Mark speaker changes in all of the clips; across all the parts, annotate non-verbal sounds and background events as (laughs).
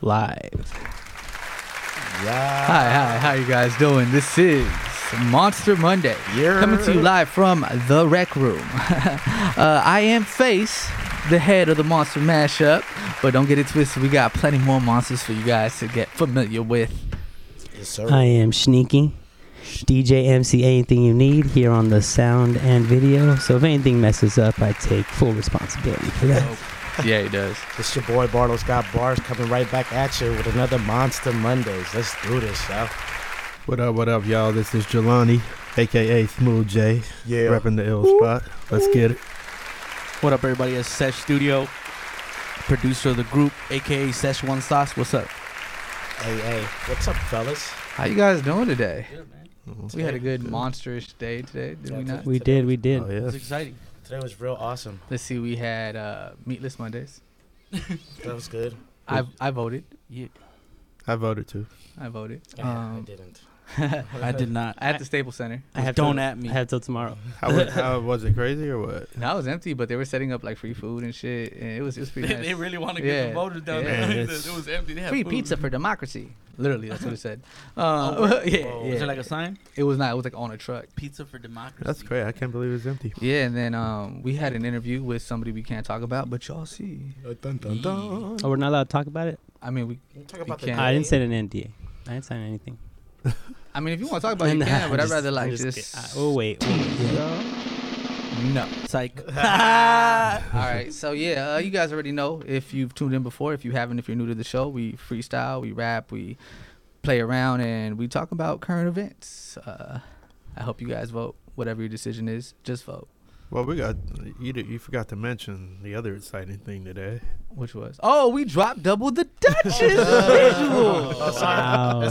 Speaker 1: live. Hi, hi, how you guys doing? This is Monster Monday.
Speaker 2: Yeah.
Speaker 1: Coming to you live from the rec room. (laughs) uh, I am Face, the head of the Monster Mashup. But don't get it twisted, we got plenty more monsters for you guys to get familiar with.
Speaker 2: Yes, sir.
Speaker 3: I am Sneaky, DJ MC Anything You Need here on the sound and video. So if anything messes up, I take full responsibility for that.
Speaker 1: (laughs) Yeah, he does.
Speaker 2: It's your boy Bartle Scott Bars coming right back at you with another Monster Mondays. Let's do this, yo.
Speaker 4: What up, what up, y'all? This is Jelani, aka Smooth J,
Speaker 2: Yeah.
Speaker 4: repping the ill spot. Let's get it.
Speaker 5: What up, everybody? It's Sesh Studio, producer of the group, aka Sesh One Sauce. What's up?
Speaker 2: Hey, hey, what's up, fellas?
Speaker 1: How you guys doing today? We had a good monsterish day today, did we not?
Speaker 3: We did, we did.
Speaker 4: Oh, yeah.
Speaker 5: It's exciting.
Speaker 2: Today was real awesome.
Speaker 1: Let's see, we had uh, Meatless Mondays.
Speaker 2: That was good.
Speaker 1: I I voted.
Speaker 5: Yeah,
Speaker 4: I voted too.
Speaker 1: I voted.
Speaker 2: I
Speaker 5: (laughs)
Speaker 1: Um, (laughs)
Speaker 2: didn't.
Speaker 5: I did not.
Speaker 1: at the Staples Center.
Speaker 3: I have
Speaker 5: don't
Speaker 3: till,
Speaker 5: at me.
Speaker 3: I have till tomorrow.
Speaker 4: How was, (laughs) how, was it crazy or what?
Speaker 1: That was empty, but they were setting up like free food and shit, and it was it was pretty
Speaker 5: (laughs) they,
Speaker 1: nice.
Speaker 5: they really want to get
Speaker 1: Yeah.
Speaker 5: the voters down
Speaker 1: Yeah.
Speaker 5: there. (laughs)
Speaker 4: Man,
Speaker 5: it
Speaker 4: it's-
Speaker 5: was empty. They had
Speaker 1: free
Speaker 5: food.
Speaker 1: pizza for democracy. Literally, that's what it said. Uh,
Speaker 5: (laughs) Oh,
Speaker 1: (laughs) yeah,
Speaker 2: Whoa.
Speaker 1: yeah.
Speaker 5: Is there like a sign?
Speaker 1: it was not. It was like on a truck.
Speaker 5: Pizza for democracy.
Speaker 4: That's crazy. I can't believe it's empty.
Speaker 1: Yeah, and then um, we had an interview with somebody we can't talk about, but y'all see.
Speaker 3: Oh, we're not allowed to talk about it?
Speaker 1: I mean, we.
Speaker 2: Talk about
Speaker 1: can't.
Speaker 2: the
Speaker 3: I didn't sign
Speaker 1: (laughs)
Speaker 3: an NDA. I didn't sign anything.
Speaker 1: I mean, if you want to talk about it, you
Speaker 3: Nah,
Speaker 1: can. But I'd
Speaker 3: just-
Speaker 1: rather like
Speaker 3: just
Speaker 1: just.
Speaker 3: ki- I- oh, wait. wait, yeah.
Speaker 1: No.
Speaker 5: Psych.
Speaker 1: (laughs) All right. So yeah, uh, you guys already know if you've tuned in before. If you haven't, if you're new to the show, we freestyle, we rap, we play around, and we talk about current events. Uh, I hope you guys vote. Whatever your decision is, just vote.
Speaker 4: Well, we got you. did- You forgot to mention the other exciting thing today.
Speaker 1: Which was oh, we dropped double the
Speaker 5: (laughs)
Speaker 1: Duchess visual.
Speaker 2: Oh,
Speaker 3: Wow.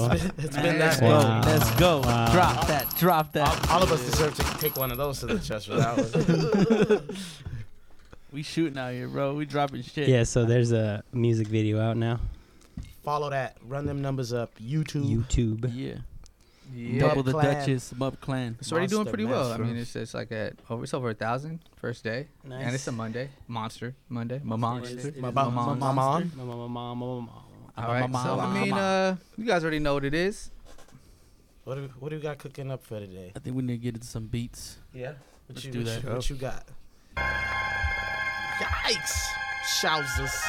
Speaker 2: sorry. It's been, it's been that
Speaker 1: Let's go.
Speaker 2: long.
Speaker 3: Wow.
Speaker 5: Let's go.
Speaker 3: Wow.
Speaker 5: Drop that. Drop that.
Speaker 2: All, all of us deserve to take one of those to the chest for that
Speaker 1: (laughs)
Speaker 2: one.
Speaker 5: We shooting out here, bro. We dropping shit.
Speaker 3: Yeah, so there's a music video out now.
Speaker 2: Follow that. Run them numbers up. YouTube.
Speaker 3: YouTube.
Speaker 5: Yeah.
Speaker 1: Yeah.
Speaker 5: Double the
Speaker 2: Clan.
Speaker 5: Duchess, Mup Clan.
Speaker 1: It's already doing
Speaker 2: Monster
Speaker 1: pretty well. I
Speaker 2: Master.
Speaker 1: mean, it's it's like at over it's over a thousand first day, and it's a Monday, Monster Monday, my monster.
Speaker 2: My, my, my, my mom.
Speaker 3: Mama, mama, mama, mama.
Speaker 1: All right, so I mean, uh, you guys already know what it is.
Speaker 2: What do, we- what do we got cooking up for today?
Speaker 5: I think we need to get into some beats.
Speaker 2: Yeah. What
Speaker 5: Let's
Speaker 2: you,
Speaker 5: do
Speaker 2: what
Speaker 5: that.
Speaker 2: You, what you got? Yikes! Shouses.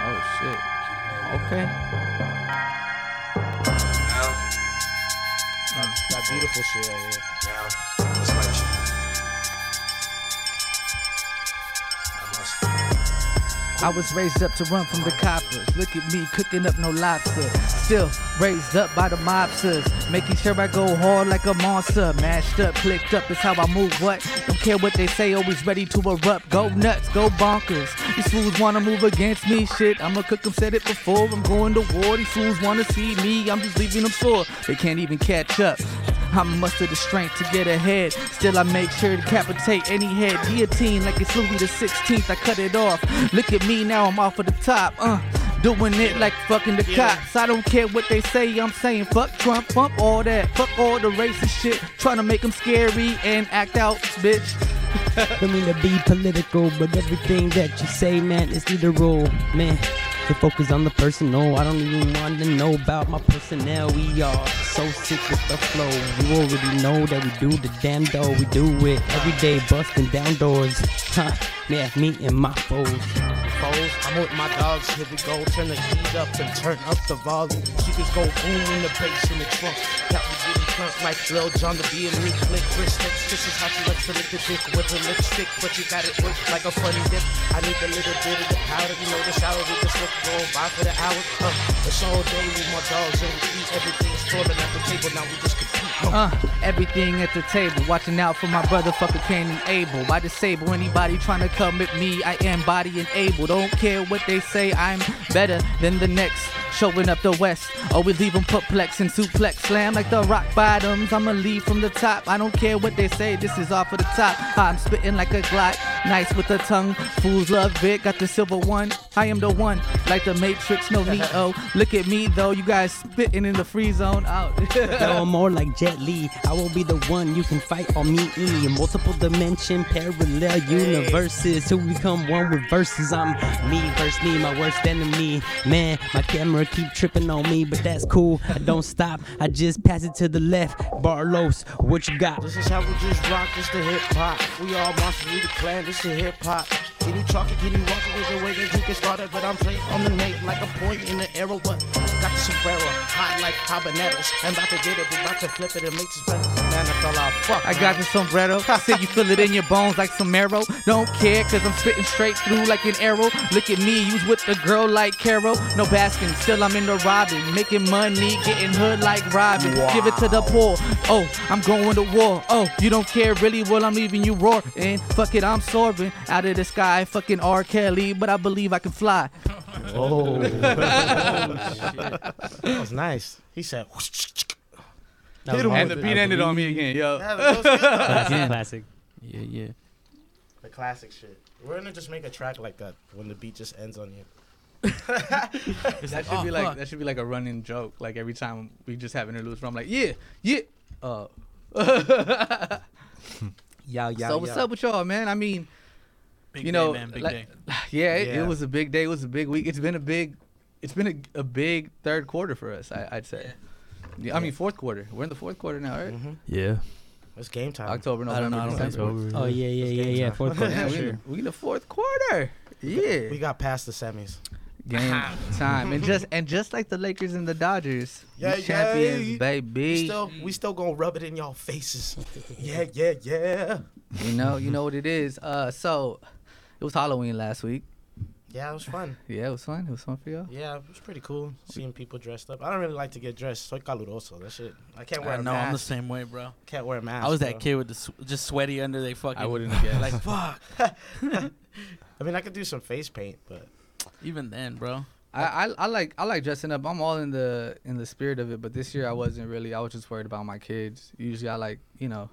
Speaker 1: Oh shit. Okay.
Speaker 2: That beautiful shit right here.
Speaker 1: I was raised up to run from the coppers. Look at me cooking up no lobster. Still raised up by the mobsters. Making sure I go hard like a monster. Mashed up, clicked up, is how I move. What? Don't care what they say, always ready to erupt. Go nuts, go bonkers. These fools wanna move against me. Shit, I'ma cook them, said it before. I'm going to war. These fools wanna see me. I'm just leaving them sore. They can't even catch up. I muster the strength to get ahead. Still, I make sure to capitate any head. Guillotine like it's Louis the 16th. I cut it off. Look at me now, I'm off of the top. Uh. Doing it like fucking the cops. I don't care what they say, I'm saying fuck Trump, fuck all that, fuck all the racist shit. Trying to make them scary and act out, bitch.
Speaker 3: I mean to be political, but everything that you say, man, is literal, man. They focus on the personal. I don't even want to know about my personnel. We are so sick with the flow. You already know that we do the damn though. We do it every day, busting down doors. Huh? Man, me and my foes.
Speaker 2: foes. I'm with my dogs, here we go. Turn the heat up and turn up the volume. She just go boom in the bass in the trunk. Got me getting drunk like Lil Jon to be in me. Click wrist lips. This is how she looks to lick the dick with her lipstick. But you got it worked like a funny dip. I need a little bit of the powder. You know the shower with the slip roll by for the hour. Uh, it's all day with my dogs and we eat everything's falling at the table. Now we just compete. Uh,
Speaker 1: Uh, everything at the table. Watching out for my brother, fucker Cain and Abel. I disable anybody trying to come at me. I am body and able. Don't care what they say, I'm better than the next. Showing up the West. Always leave them perplexed and suplex. Slam like the rock bottoms. I'ma leave from the top. I don't care what they say, this is off of the top. I'm spitting like a Glock. Nice with the tongue, fools love it. Got the silver one. I am the one, like the Matrix, no Neo. Look at me though, you guys spitting in the free zone Oh, out.
Speaker 3: Yo, I'm more like Jet Li. I will be the one you can fight on me. Multiple dimension, parallel universes. Who become one with verses. I'm me versus me, my worst enemy. Man, my camera keep tripping on me, but that's cool. I don't stop. I just pass it to the left. Barlos, what you got?
Speaker 2: This is how we just rock, this the hip hop. We all monsters, we the clan, this the hip hop. Can you talk it, can you walk it, there's a way that you can start it, but I'm straight on the name like a point in the arrow, but got the sombrero, hot like habaneros. I'm about to get it, we about to flip it and make this better. Man, I fell out, fuck.
Speaker 1: I got the sombrero. I said you feel it in your bones like some marrow. Don't care, cause I'm spitting straight through like an arrow. Look at me, you was with the girl like Carol. No basking, still I'm in the robbing. Making money, getting hood like Robin. Give it to the poor. Oh, I'm going to war. Oh, you don't care really? Well, I'm leaving you roaring. Fuck it, I'm soaring out of the sky. Fucking R. Kelly, but I believe I can fly.
Speaker 2: Oh. That was nice. He said,
Speaker 3: That was
Speaker 1: And
Speaker 3: hard.
Speaker 1: the
Speaker 3: I
Speaker 1: beat ended on me
Speaker 3: believe-
Speaker 1: again, yo. (laughs)
Speaker 3: Classic, classic.
Speaker 5: Yeah, yeah.
Speaker 2: The classic shit. We're gonna just make a track like that when the beat just ends on you.
Speaker 1: That should be
Speaker 5: oh,
Speaker 1: like
Speaker 5: fuck.
Speaker 1: that should be like a running joke. Like every time we just have interludes where I'm like, yeah, yeah. (laughs) Uh,
Speaker 3: Yeah, yeah,
Speaker 1: so what's up with y'all, man? I mean,
Speaker 5: Big
Speaker 1: You
Speaker 5: day,
Speaker 1: know,
Speaker 5: man, big
Speaker 1: like-
Speaker 5: day.
Speaker 1: (laughs) yeah, it,
Speaker 2: Yeah.
Speaker 1: it was a big day. It was a big week. It's been a big, it's been a, a big third quarter for us. I, I'd say. Yeah, I mean fourth quarter. We're in the fourth quarter now, right?
Speaker 2: Mm-hmm.
Speaker 5: Yeah.
Speaker 2: It's game time.
Speaker 1: October,
Speaker 5: I
Speaker 1: November,
Speaker 5: don't know. I don't think
Speaker 1: December.
Speaker 5: so.
Speaker 3: Oh yeah, yeah, yeah, yeah. Fourth quarter.
Speaker 1: Yeah,
Speaker 3: for
Speaker 1: we,
Speaker 3: sure.
Speaker 1: in, we in the fourth quarter.
Speaker 2: We
Speaker 1: Yeah,
Speaker 2: got past the semis.
Speaker 1: game time, and just and just like the Lakers and the Dodgers,
Speaker 2: Yeah,
Speaker 1: yeah,
Speaker 2: yeah,
Speaker 1: champions,
Speaker 2: you- We
Speaker 5: Mm-hmm.
Speaker 1: baby.
Speaker 2: still, we still gonna rub it in y'all
Speaker 5: (laughs)
Speaker 2: faces. Yeah, yeah, yeah.
Speaker 1: You know, you know what it is. Uh, so it was Halloween last week.
Speaker 2: Yeah, it was fun.
Speaker 1: Yeah, it was fun. It was fun for y'all.
Speaker 2: Yeah, it was pretty cool seeing people dressed up. I don't really like to get dressed. Soy caluroso. That shit. I can't wear
Speaker 5: I
Speaker 2: a
Speaker 5: know.
Speaker 2: mask.
Speaker 5: I'm the same way, bro.
Speaker 2: Can't wear a mask.
Speaker 5: I was
Speaker 2: bro.
Speaker 5: that kid with the sw- just sweaty under they fucking.
Speaker 4: I
Speaker 5: (laughs)
Speaker 4: wouldn't
Speaker 5: get like fuck.
Speaker 2: I mean, I could do some face paint, but
Speaker 5: Even then, bro.
Speaker 1: (laughs) I, I I like I like dressing up. I'm all in the in the spirit of it, but this year I wasn't really. I was just worried about my kids. Usually I like you know,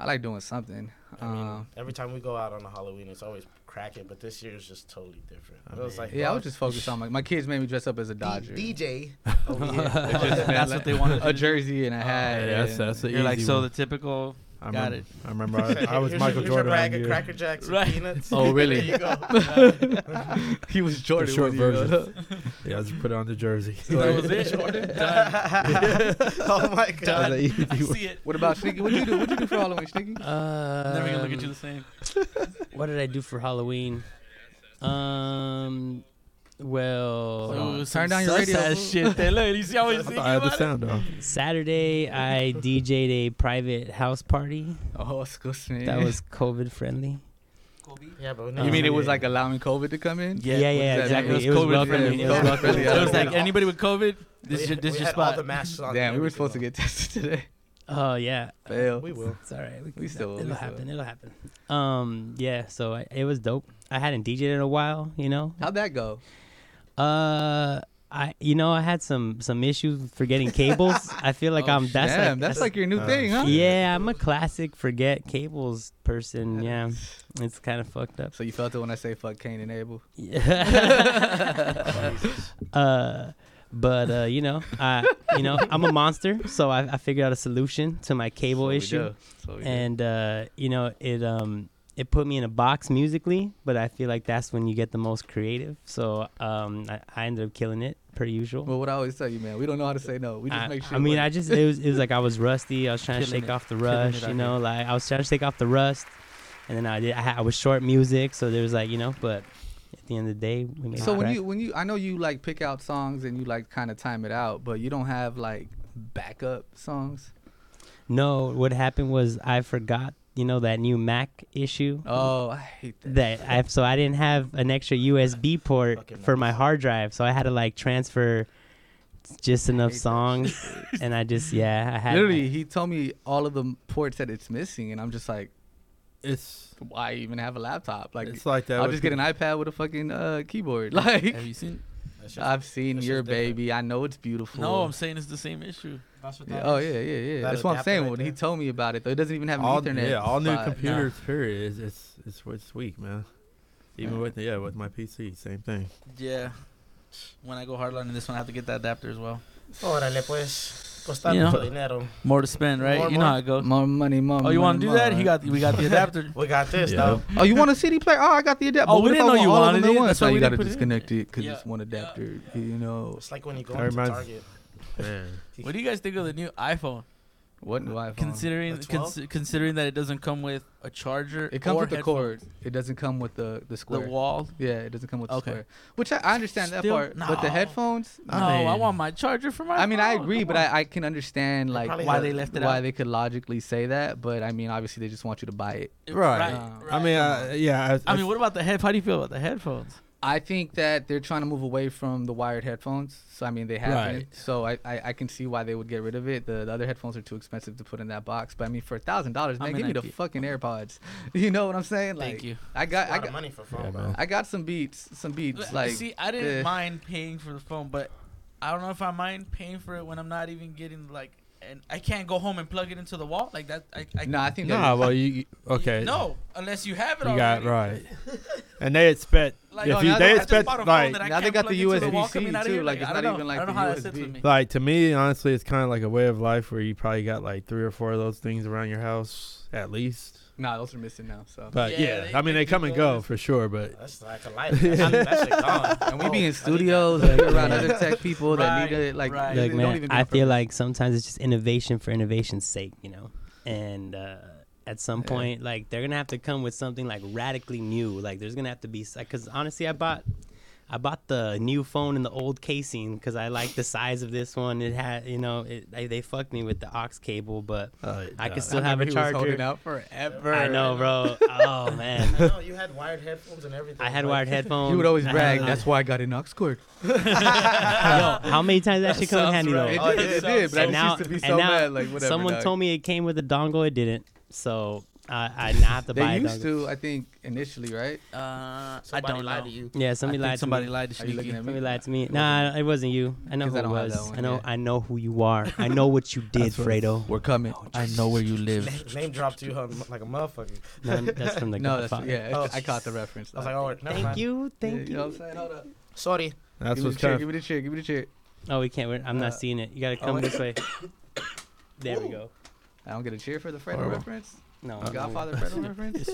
Speaker 1: I like doing something.
Speaker 2: I mean,
Speaker 5: Uh,
Speaker 1: Um,
Speaker 2: every time we go out on a Halloween, it's always cracking. But this year is just totally different. I was like,
Speaker 1: yeah, I
Speaker 2: bro,
Speaker 1: was just focused on my my kids made me dress up as a
Speaker 2: D-
Speaker 1: Dodger, (laughs)
Speaker 5: (laughs)
Speaker 2: DJ. over here.
Speaker 5: That's what they wanted.
Speaker 1: a jersey and a hat.
Speaker 4: yeah, that's- (laughs) that's the
Speaker 5: You're like
Speaker 4: easy
Speaker 5: so
Speaker 4: one.
Speaker 5: the typical.
Speaker 4: I
Speaker 5: Got
Speaker 4: remember,
Speaker 5: it.
Speaker 4: I
Speaker 2: (laughs)
Speaker 4: remember I, I
Speaker 2: Here's
Speaker 4: was
Speaker 2: your-
Speaker 4: Michael
Speaker 2: here's your
Speaker 4: Jordan.
Speaker 2: bag
Speaker 4: that
Speaker 2: of
Speaker 4: year.
Speaker 2: Cracker Jacks and
Speaker 5: Right.
Speaker 2: peanuts.
Speaker 1: Oh, really?
Speaker 2: (laughs) there you
Speaker 5: (laughs)
Speaker 2: go.
Speaker 1: (laughs) he was
Speaker 4: The
Speaker 1: Jordan.
Speaker 4: short
Speaker 1: with you, though. (laughs)
Speaker 4: version. yeah, I just put it on the jersey.
Speaker 5: That was it. Done.
Speaker 2: oh my god.
Speaker 5: Done. I see it.
Speaker 1: (laughs) What about Sneaky? What you do? What you do for Halloween, Sneaky?
Speaker 3: Uh,
Speaker 5: Never gonna look at you the same.
Speaker 3: What did I do for Halloween? Um, well,
Speaker 5: Ooh,
Speaker 3: Oh,
Speaker 1: turn
Speaker 5: some
Speaker 1: down your
Speaker 5: sus
Speaker 1: radio,
Speaker 5: ass
Speaker 1: fool.
Speaker 5: shit. There, look, you see how he's
Speaker 4: I
Speaker 5: thinking
Speaker 4: thought I had the
Speaker 5: about it?
Speaker 4: sound off.
Speaker 3: Saturday (laughs) I DJ'd a private house party
Speaker 1: Oh, excuse me.
Speaker 3: that (laughs) was COVID friendly.
Speaker 2: Yeah, but
Speaker 1: (laughs) You mean it was like allowing COVID to come in?
Speaker 5: Yeah,
Speaker 3: yeah,
Speaker 1: what
Speaker 3: yeah,
Speaker 1: does that
Speaker 3: exactly.
Speaker 1: mean?
Speaker 3: It was,
Speaker 5: COVID
Speaker 3: well
Speaker 5: friendly.
Speaker 3: friendly. It was
Speaker 1: Yeah,
Speaker 3: well
Speaker 1: COVID
Speaker 3: friendly.
Speaker 5: So
Speaker 1: friendly.
Speaker 5: it's like anybody with COVID, this is your, this
Speaker 2: we
Speaker 5: your
Speaker 2: had all
Speaker 5: spot.
Speaker 2: the masks on.
Speaker 1: Damn, we were
Speaker 2: everything
Speaker 1: supposed to
Speaker 2: on.
Speaker 1: get
Speaker 3: (laughs)
Speaker 1: tested today.
Speaker 3: Oh yeah.
Speaker 1: Fail.
Speaker 2: We will.
Speaker 3: It's all right. We,
Speaker 1: We
Speaker 3: can-
Speaker 1: still-
Speaker 3: it'll
Speaker 1: we still-
Speaker 3: happen. It'll happen. Um, yeah. So I, it was dope. I hadn't DJ'd in a while. You know.
Speaker 1: How'd that go?
Speaker 3: Uh. I you know I had some some issues forgetting (laughs) cables. I feel like
Speaker 1: Oh,
Speaker 3: I'm that's
Speaker 1: damn,
Speaker 3: (laughs) like,
Speaker 1: that's like your new
Speaker 4: Oh,
Speaker 1: thing, huh?
Speaker 4: shit.
Speaker 3: yeah I'm a classic forget cables person. Yeah, it's kind of fucked up.
Speaker 1: So you felt it when I say fuck Cain and Abel.
Speaker 3: Yeah. (laughs) uh, but uh, you know, I you know I'm a monster, so I, I figured out a solution to my cable
Speaker 1: What we
Speaker 3: issue,
Speaker 1: do. So we do.
Speaker 3: and uh, you know it um it put me in a box musically, but I feel like that's when you get the most creative. So um, I, I ended up killing it per usual.
Speaker 1: well, what I always tell you, man, we don't know how to say no. We just
Speaker 3: I,
Speaker 1: make
Speaker 3: I
Speaker 1: sure.
Speaker 3: mean, I just it was, it was like I was rusty. I was trying to
Speaker 5: Killing
Speaker 3: shake
Speaker 5: it.
Speaker 3: off the
Speaker 5: Killing it
Speaker 3: rush,
Speaker 5: out
Speaker 3: you know, like I was trying to shake off the rust, and then I did. I, ha- I was short music, so there was like you know, but at the end of the day, we made
Speaker 1: so when
Speaker 3: crack.
Speaker 1: you when you I know you like pick out songs and you like kind of time it out, but you don't have like backup songs.
Speaker 3: no, what happened was I forgot, you know, that new Mac issue.
Speaker 1: Oh, I hate that.
Speaker 3: That I so I didn't have an extra USB port
Speaker 2: Fucking
Speaker 3: for my
Speaker 2: nice.
Speaker 3: hard drive, so I had to like transfer just enough
Speaker 1: hate that
Speaker 3: songs, and I just yeah, I had
Speaker 1: Literally, he told me all of the ports that it's missing, and I'm just like,
Speaker 4: It's
Speaker 1: why even have a laptop? Like,
Speaker 4: it's like that.
Speaker 1: I'll
Speaker 4: with
Speaker 1: just get
Speaker 4: the-
Speaker 1: an iPad with a fucking uh, keyboard. (laughs) Like,
Speaker 5: Have you seen? just-
Speaker 1: I've seen
Speaker 5: it's
Speaker 1: your
Speaker 5: just different.
Speaker 1: baby. I know it's beautiful.
Speaker 5: (laughs) No, I'm saying it's the same issue.
Speaker 3: That's what
Speaker 1: Yeah, oh yeah, yeah, yeah.
Speaker 5: That
Speaker 1: That's what I'm
Speaker 5: adapter
Speaker 1: saying.
Speaker 5: right
Speaker 1: when he
Speaker 5: there.
Speaker 1: told me about it, though, it doesn't even have an
Speaker 4: all,
Speaker 1: Ethernet.
Speaker 4: yeah, all new
Speaker 1: spot.
Speaker 4: computers. Period. It's, it's it's it's weak, man. Even
Speaker 1: Yeah.
Speaker 4: with yeah, with my PC, same thing.
Speaker 5: Yeah.
Speaker 1: When I go hardline in this one, I have to get that adapter as well.
Speaker 5: Órale,
Speaker 2: pues.
Speaker 5: Costar You know? mucho More to spend, right?
Speaker 2: More,
Speaker 5: you know
Speaker 2: more.
Speaker 5: how it goes.
Speaker 1: More money, more.
Speaker 5: Oh, you
Speaker 1: want to
Speaker 5: do that? He got we
Speaker 1: (laughs)
Speaker 5: got the adapter.
Speaker 2: We got this,
Speaker 4: Yeah.
Speaker 2: though.
Speaker 1: Oh, you want a CD player? Oh, I got the adapter. But
Speaker 5: Oh, we
Speaker 1: what if
Speaker 5: didn't
Speaker 1: I
Speaker 5: know you
Speaker 1: want all of
Speaker 5: wanted
Speaker 1: them at
Speaker 5: it.
Speaker 1: once?
Speaker 5: That's
Speaker 1: So
Speaker 5: why
Speaker 1: you
Speaker 5: we
Speaker 1: gotta
Speaker 5: didn't put it in.
Speaker 1: disconnect it because
Speaker 5: Yeah.
Speaker 1: it's one adapter. You know
Speaker 2: It's like when you go
Speaker 4: That
Speaker 2: into
Speaker 4: reminds-
Speaker 2: Target.
Speaker 4: Man,
Speaker 5: what do you guys think of the new iPhone?
Speaker 1: what new iPhone?
Speaker 5: Considering
Speaker 2: The
Speaker 5: cons- considering that it doesn't come with a charger,
Speaker 1: it comes
Speaker 5: or
Speaker 1: with the cord.
Speaker 5: headphones.
Speaker 1: It doesn't come with the the
Speaker 5: the
Speaker 1: square.
Speaker 5: wall.
Speaker 1: Yeah, it doesn't come with
Speaker 5: Okay.
Speaker 1: the square. Which I, I understand that
Speaker 5: Still-
Speaker 1: part, but the
Speaker 5: no.
Speaker 1: headphones.
Speaker 4: I
Speaker 5: No, I
Speaker 4: mean-
Speaker 5: want my charger for my.
Speaker 1: I mean, I
Speaker 5: phone.
Speaker 1: agree,
Speaker 5: Come
Speaker 1: but
Speaker 5: on.
Speaker 1: I, I can understand like
Speaker 2: probably
Speaker 1: why
Speaker 2: had-
Speaker 1: they left it
Speaker 5: why
Speaker 1: why they could logically say that, but I mean, obviously they just want you to buy it.
Speaker 5: It-
Speaker 4: Right.
Speaker 1: Uh,
Speaker 4: I mean, I, yeah. I,
Speaker 5: I mean, what about the head? How do you feel about the headphones?
Speaker 1: I think that they're trying to move away from the wired headphones. So I mean, they haven't. So I, I, I can see why they would get rid of it. The, the other headphones are too expensive to put in that box. But I mean, for a thousand dollars,
Speaker 5: I
Speaker 1: man,
Speaker 5: mean,
Speaker 1: give me
Speaker 5: I
Speaker 1: the
Speaker 5: get-
Speaker 1: fucking AirPods. (laughs) You know what I'm saying? Like,
Speaker 5: Thank you.
Speaker 1: I got
Speaker 2: A
Speaker 1: I
Speaker 2: lot of
Speaker 1: got
Speaker 2: money for phone,
Speaker 4: Yeah,
Speaker 2: bro.
Speaker 4: man.
Speaker 1: I got some beats, some beats. Like
Speaker 5: see, I didn't
Speaker 1: eh.
Speaker 5: mind paying for the phone, but I don't know if I mind paying for it when I'm not even getting like, and I can't go home and plug it into the wall like that. I, I
Speaker 1: no, I think
Speaker 4: nah. Well, you you- okay?
Speaker 5: no, unless you have it
Speaker 4: you got
Speaker 5: already.
Speaker 4: it right. and they expect
Speaker 5: Like,
Speaker 4: if
Speaker 5: oh,
Speaker 4: you,
Speaker 5: now
Speaker 4: they
Speaker 5: I just
Speaker 4: expect
Speaker 5: bought a phone
Speaker 4: like
Speaker 5: that I
Speaker 1: now they
Speaker 5: can't
Speaker 1: got the
Speaker 5: plug into wall
Speaker 1: USB-C
Speaker 5: coming out of
Speaker 1: too,
Speaker 5: here,
Speaker 1: like, it's not
Speaker 5: I don't
Speaker 1: even
Speaker 5: know.
Speaker 1: like
Speaker 5: I don't
Speaker 1: the
Speaker 5: know how that sits
Speaker 1: USB.
Speaker 5: with me.
Speaker 4: like to me honestly it's kind of like a way of life where you probably got like three or four of those things around your house at least
Speaker 1: nah, those are missing now. So
Speaker 4: but
Speaker 5: Yeah,
Speaker 4: yeah,
Speaker 5: they-
Speaker 4: i mean
Speaker 5: they
Speaker 4: they
Speaker 5: do
Speaker 4: come and
Speaker 5: go
Speaker 4: go for sure but
Speaker 2: That's like a life. That's,
Speaker 5: (laughs)
Speaker 2: that
Speaker 4: (laughs)
Speaker 2: shit gone.
Speaker 1: and we be
Speaker 2: Oh,
Speaker 1: in studios and we're around
Speaker 3: Yeah.
Speaker 1: other tech people that need
Speaker 5: Right,
Speaker 1: it. Like,
Speaker 5: right.
Speaker 1: they
Speaker 3: Like
Speaker 1: don't
Speaker 3: man,
Speaker 1: even
Speaker 3: I
Speaker 1: know for-
Speaker 3: feel like sometimes it's just innovation for innovation's sake, you know. And uh, at some point, like they're gonna have to come with something like radically new. Like there's gonna have to be because honestly, I bought. I bought the new phone in the old casing because I like the size of this one. It had, you know, it, they, they fucked me with the aux cable, but
Speaker 4: uh,
Speaker 3: I can
Speaker 4: uh,
Speaker 3: still have a
Speaker 1: remember he was holding
Speaker 3: charger.
Speaker 1: out forever.
Speaker 3: I know, bro. Oh man,
Speaker 2: I know you had wired headphones and everything.
Speaker 1: (laughs)
Speaker 3: I had
Speaker 2: like,
Speaker 3: wired headphones.
Speaker 1: You would always
Speaker 3: I had
Speaker 1: brag.
Speaker 3: the-
Speaker 1: (laughs) That's why I got an aux cord.
Speaker 3: Yo, how many times that shit come in
Speaker 5: sounds
Speaker 3: handy
Speaker 5: right.
Speaker 3: though?
Speaker 5: Oh,
Speaker 1: It did,
Speaker 5: it
Speaker 1: it did,
Speaker 5: sounds-
Speaker 1: but I
Speaker 3: and
Speaker 1: just
Speaker 3: now-
Speaker 1: used to be
Speaker 3: and
Speaker 1: so
Speaker 3: now
Speaker 1: mad. Like whatever.
Speaker 3: Someone
Speaker 1: dog.
Speaker 3: told me it came with a dongle. It didn't, so I, I now have to buy.
Speaker 1: they
Speaker 3: a
Speaker 1: used
Speaker 3: dongle.
Speaker 1: to. I think initially, right?
Speaker 5: Uh, I
Speaker 2: Somebody
Speaker 5: don't
Speaker 2: lied
Speaker 5: know.
Speaker 2: to you.
Speaker 3: Yeah,
Speaker 5: I
Speaker 3: somebody
Speaker 5: think
Speaker 3: lied.
Speaker 5: somebody
Speaker 3: to me.
Speaker 5: lied to
Speaker 1: Are you looking at me?
Speaker 3: Somebody lied to me. Nah, it wasn't you. I know
Speaker 1: 'Cause
Speaker 3: who
Speaker 1: I
Speaker 3: it
Speaker 1: don't have
Speaker 3: was.
Speaker 1: that one,
Speaker 3: I know.
Speaker 1: yeah.
Speaker 3: I know who you are. I know what
Speaker 1: (laughs)
Speaker 3: you did, Fredo.
Speaker 1: We're coming.
Speaker 5: I know where you live.
Speaker 2: Name dropped you huh, like a motherfucker.
Speaker 3: (laughs) No, that's from the
Speaker 1: no, that's
Speaker 3: Godfather.
Speaker 1: yeah.
Speaker 2: Oh.
Speaker 1: I caught the reference.
Speaker 2: I was like, oh, never
Speaker 3: Thank
Speaker 2: mind.
Speaker 3: you.
Speaker 1: Yeah,
Speaker 3: Thank
Speaker 1: You know what
Speaker 3: you.
Speaker 1: I'm saying? Hold up.
Speaker 2: Sorry.
Speaker 4: that's
Speaker 1: give, me
Speaker 4: what's
Speaker 1: the chair,
Speaker 4: kind
Speaker 1: give
Speaker 4: of
Speaker 1: me the chair. Give me the chair.
Speaker 3: Oh, we can't. we're- I'm
Speaker 1: Uh,
Speaker 3: not seeing it. You gotta come
Speaker 1: wait.
Speaker 3: this way.
Speaker 1: (coughs)
Speaker 3: There we go.
Speaker 1: I don't get a cheer for the Fredo
Speaker 4: Horrible.
Speaker 1: reference.
Speaker 3: No.
Speaker 1: The Godfather Fredo reference.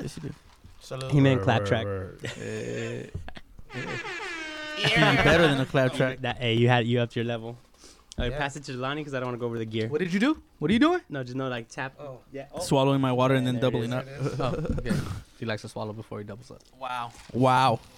Speaker 5: Yes, you do.
Speaker 2: Salute.
Speaker 3: He meant clap track.
Speaker 1: Eh,
Speaker 5: Even better than a cloud track.
Speaker 3: That hey, you had you up to your level. All right,
Speaker 2: Yeah.
Speaker 3: pass it to Jelani because I don't want to go over the gear.
Speaker 1: What did you do? What are you doing?
Speaker 3: No, just no like tap.
Speaker 2: Oh.
Speaker 3: Yeah.
Speaker 5: Swallowing my water and
Speaker 3: Yeah,
Speaker 5: then
Speaker 3: there it
Speaker 5: doubling
Speaker 3: is.
Speaker 5: up.
Speaker 1: Oh, okay. He likes to swallow before he doubles up.
Speaker 5: Wow. Wow.
Speaker 2: (laughs)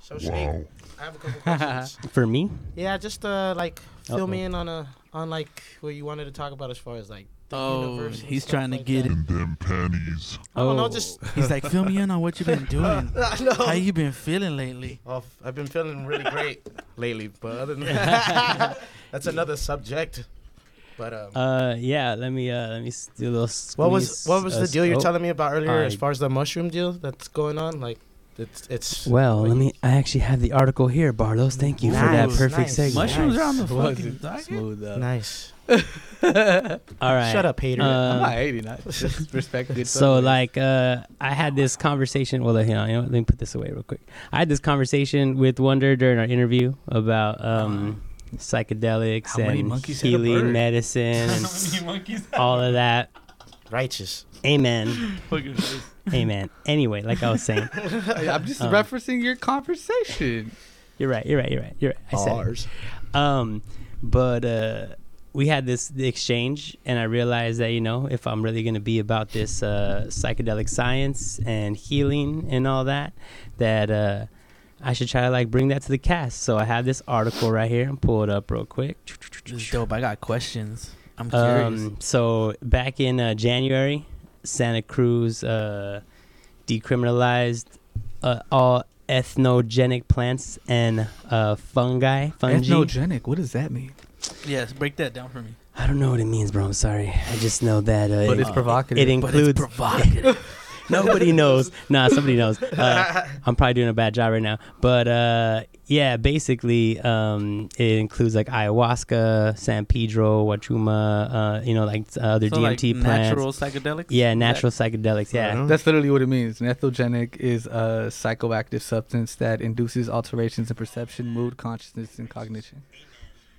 Speaker 2: So Shane, I have a couple questions.
Speaker 5: (laughs)
Speaker 3: For me,
Speaker 2: yeah, just uh, like fill me
Speaker 3: Uh-oh.
Speaker 2: in on a on like what you wanted to talk about as far as like. The
Speaker 5: Oh,
Speaker 2: universe and
Speaker 5: he's
Speaker 2: stuff
Speaker 5: trying to
Speaker 2: like
Speaker 5: get
Speaker 2: that.
Speaker 5: it.
Speaker 2: I don't know,
Speaker 3: Oh.
Speaker 2: just
Speaker 5: He's like, fill me in on what you've (laughs) been doing.
Speaker 2: I know.
Speaker 5: How you been feeling lately?
Speaker 2: Well, f- I've been feeling really great
Speaker 5: (laughs)
Speaker 2: lately, but other than that, (laughs) that's another subject. But um,
Speaker 3: uh, yeah. Let me uh, let me s- do those.
Speaker 2: what was what was the deal you're telling me about earlier as
Speaker 3: I-
Speaker 2: far as the mushroom deal that's going on? Like, it's it's
Speaker 3: Well,
Speaker 2: like,
Speaker 3: let me. I actually have the article here, Barlos. Thank you for that
Speaker 2: Nice,
Speaker 3: perfect
Speaker 2: nice.
Speaker 3: segment.
Speaker 5: Mushrooms are on the
Speaker 1: Was
Speaker 5: fucking
Speaker 1: it
Speaker 5: docket?
Speaker 1: Smooth up.
Speaker 2: nice.
Speaker 3: All right.
Speaker 2: Shut up, hater.
Speaker 1: I'm
Speaker 3: Um,
Speaker 5: Uh,
Speaker 1: not hating. I
Speaker 5: (laughs)
Speaker 1: just respect good
Speaker 3: So
Speaker 1: feelings.
Speaker 3: like uh, I had this conversation. Well, hang on, you know, let me put this away real quick. I had this conversation with Wonder during our interview about um, psychedelics
Speaker 1: How many
Speaker 3: and
Speaker 1: monkeys hit a bird?
Speaker 3: healing medicine
Speaker 2: (laughs)
Speaker 3: and
Speaker 5: monkeys?
Speaker 3: all of that.
Speaker 2: Righteous.
Speaker 3: Amen.
Speaker 2: (laughs)
Speaker 3: Amen. Anyway, like I was saying,
Speaker 1: Hey, I'm just
Speaker 5: uh,
Speaker 3: Um,
Speaker 1: referencing your conversation.
Speaker 3: you're right. You're right. You're right. You're right. I said. it. Um, but uh, we had this exchange, and I realized that you know, if I'm really going to be about this uh, psychedelic science and healing and all that, that uh, I should try to like bring that to the cast. So I have this article right here and pull it up real quick.
Speaker 5: This is dope. I got questions. I'm curious.
Speaker 3: Um, so back in uh, January, Santa Cruz uh, decriminalized uh, all ethnogenic plants and uh, fungi. Fungi.
Speaker 1: Ethnogenic. What does that mean?
Speaker 5: yes, break that down for me.
Speaker 3: I don't know what it means, bro. I'm sorry. I just know that uh,
Speaker 1: But
Speaker 3: it,
Speaker 1: it's provocative.
Speaker 3: it includes
Speaker 5: provocative.
Speaker 3: (laughs) Nobody knows. Nah, somebody knows. Uh, I'm probably doing a bad job right now. But uh, yeah, basically, um, it includes like ayahuasca, San Pedro, Huachuma, uh, you know, like uh, other
Speaker 5: So, like,
Speaker 3: DMT plants.
Speaker 5: natural psychedelics.
Speaker 3: yeah, natural psychedelics. Yeah.
Speaker 4: Right on.
Speaker 1: That's literally what it means. Nethogenic is a psychoactive substance that induces alterations in perception, mood, consciousness, and cognition.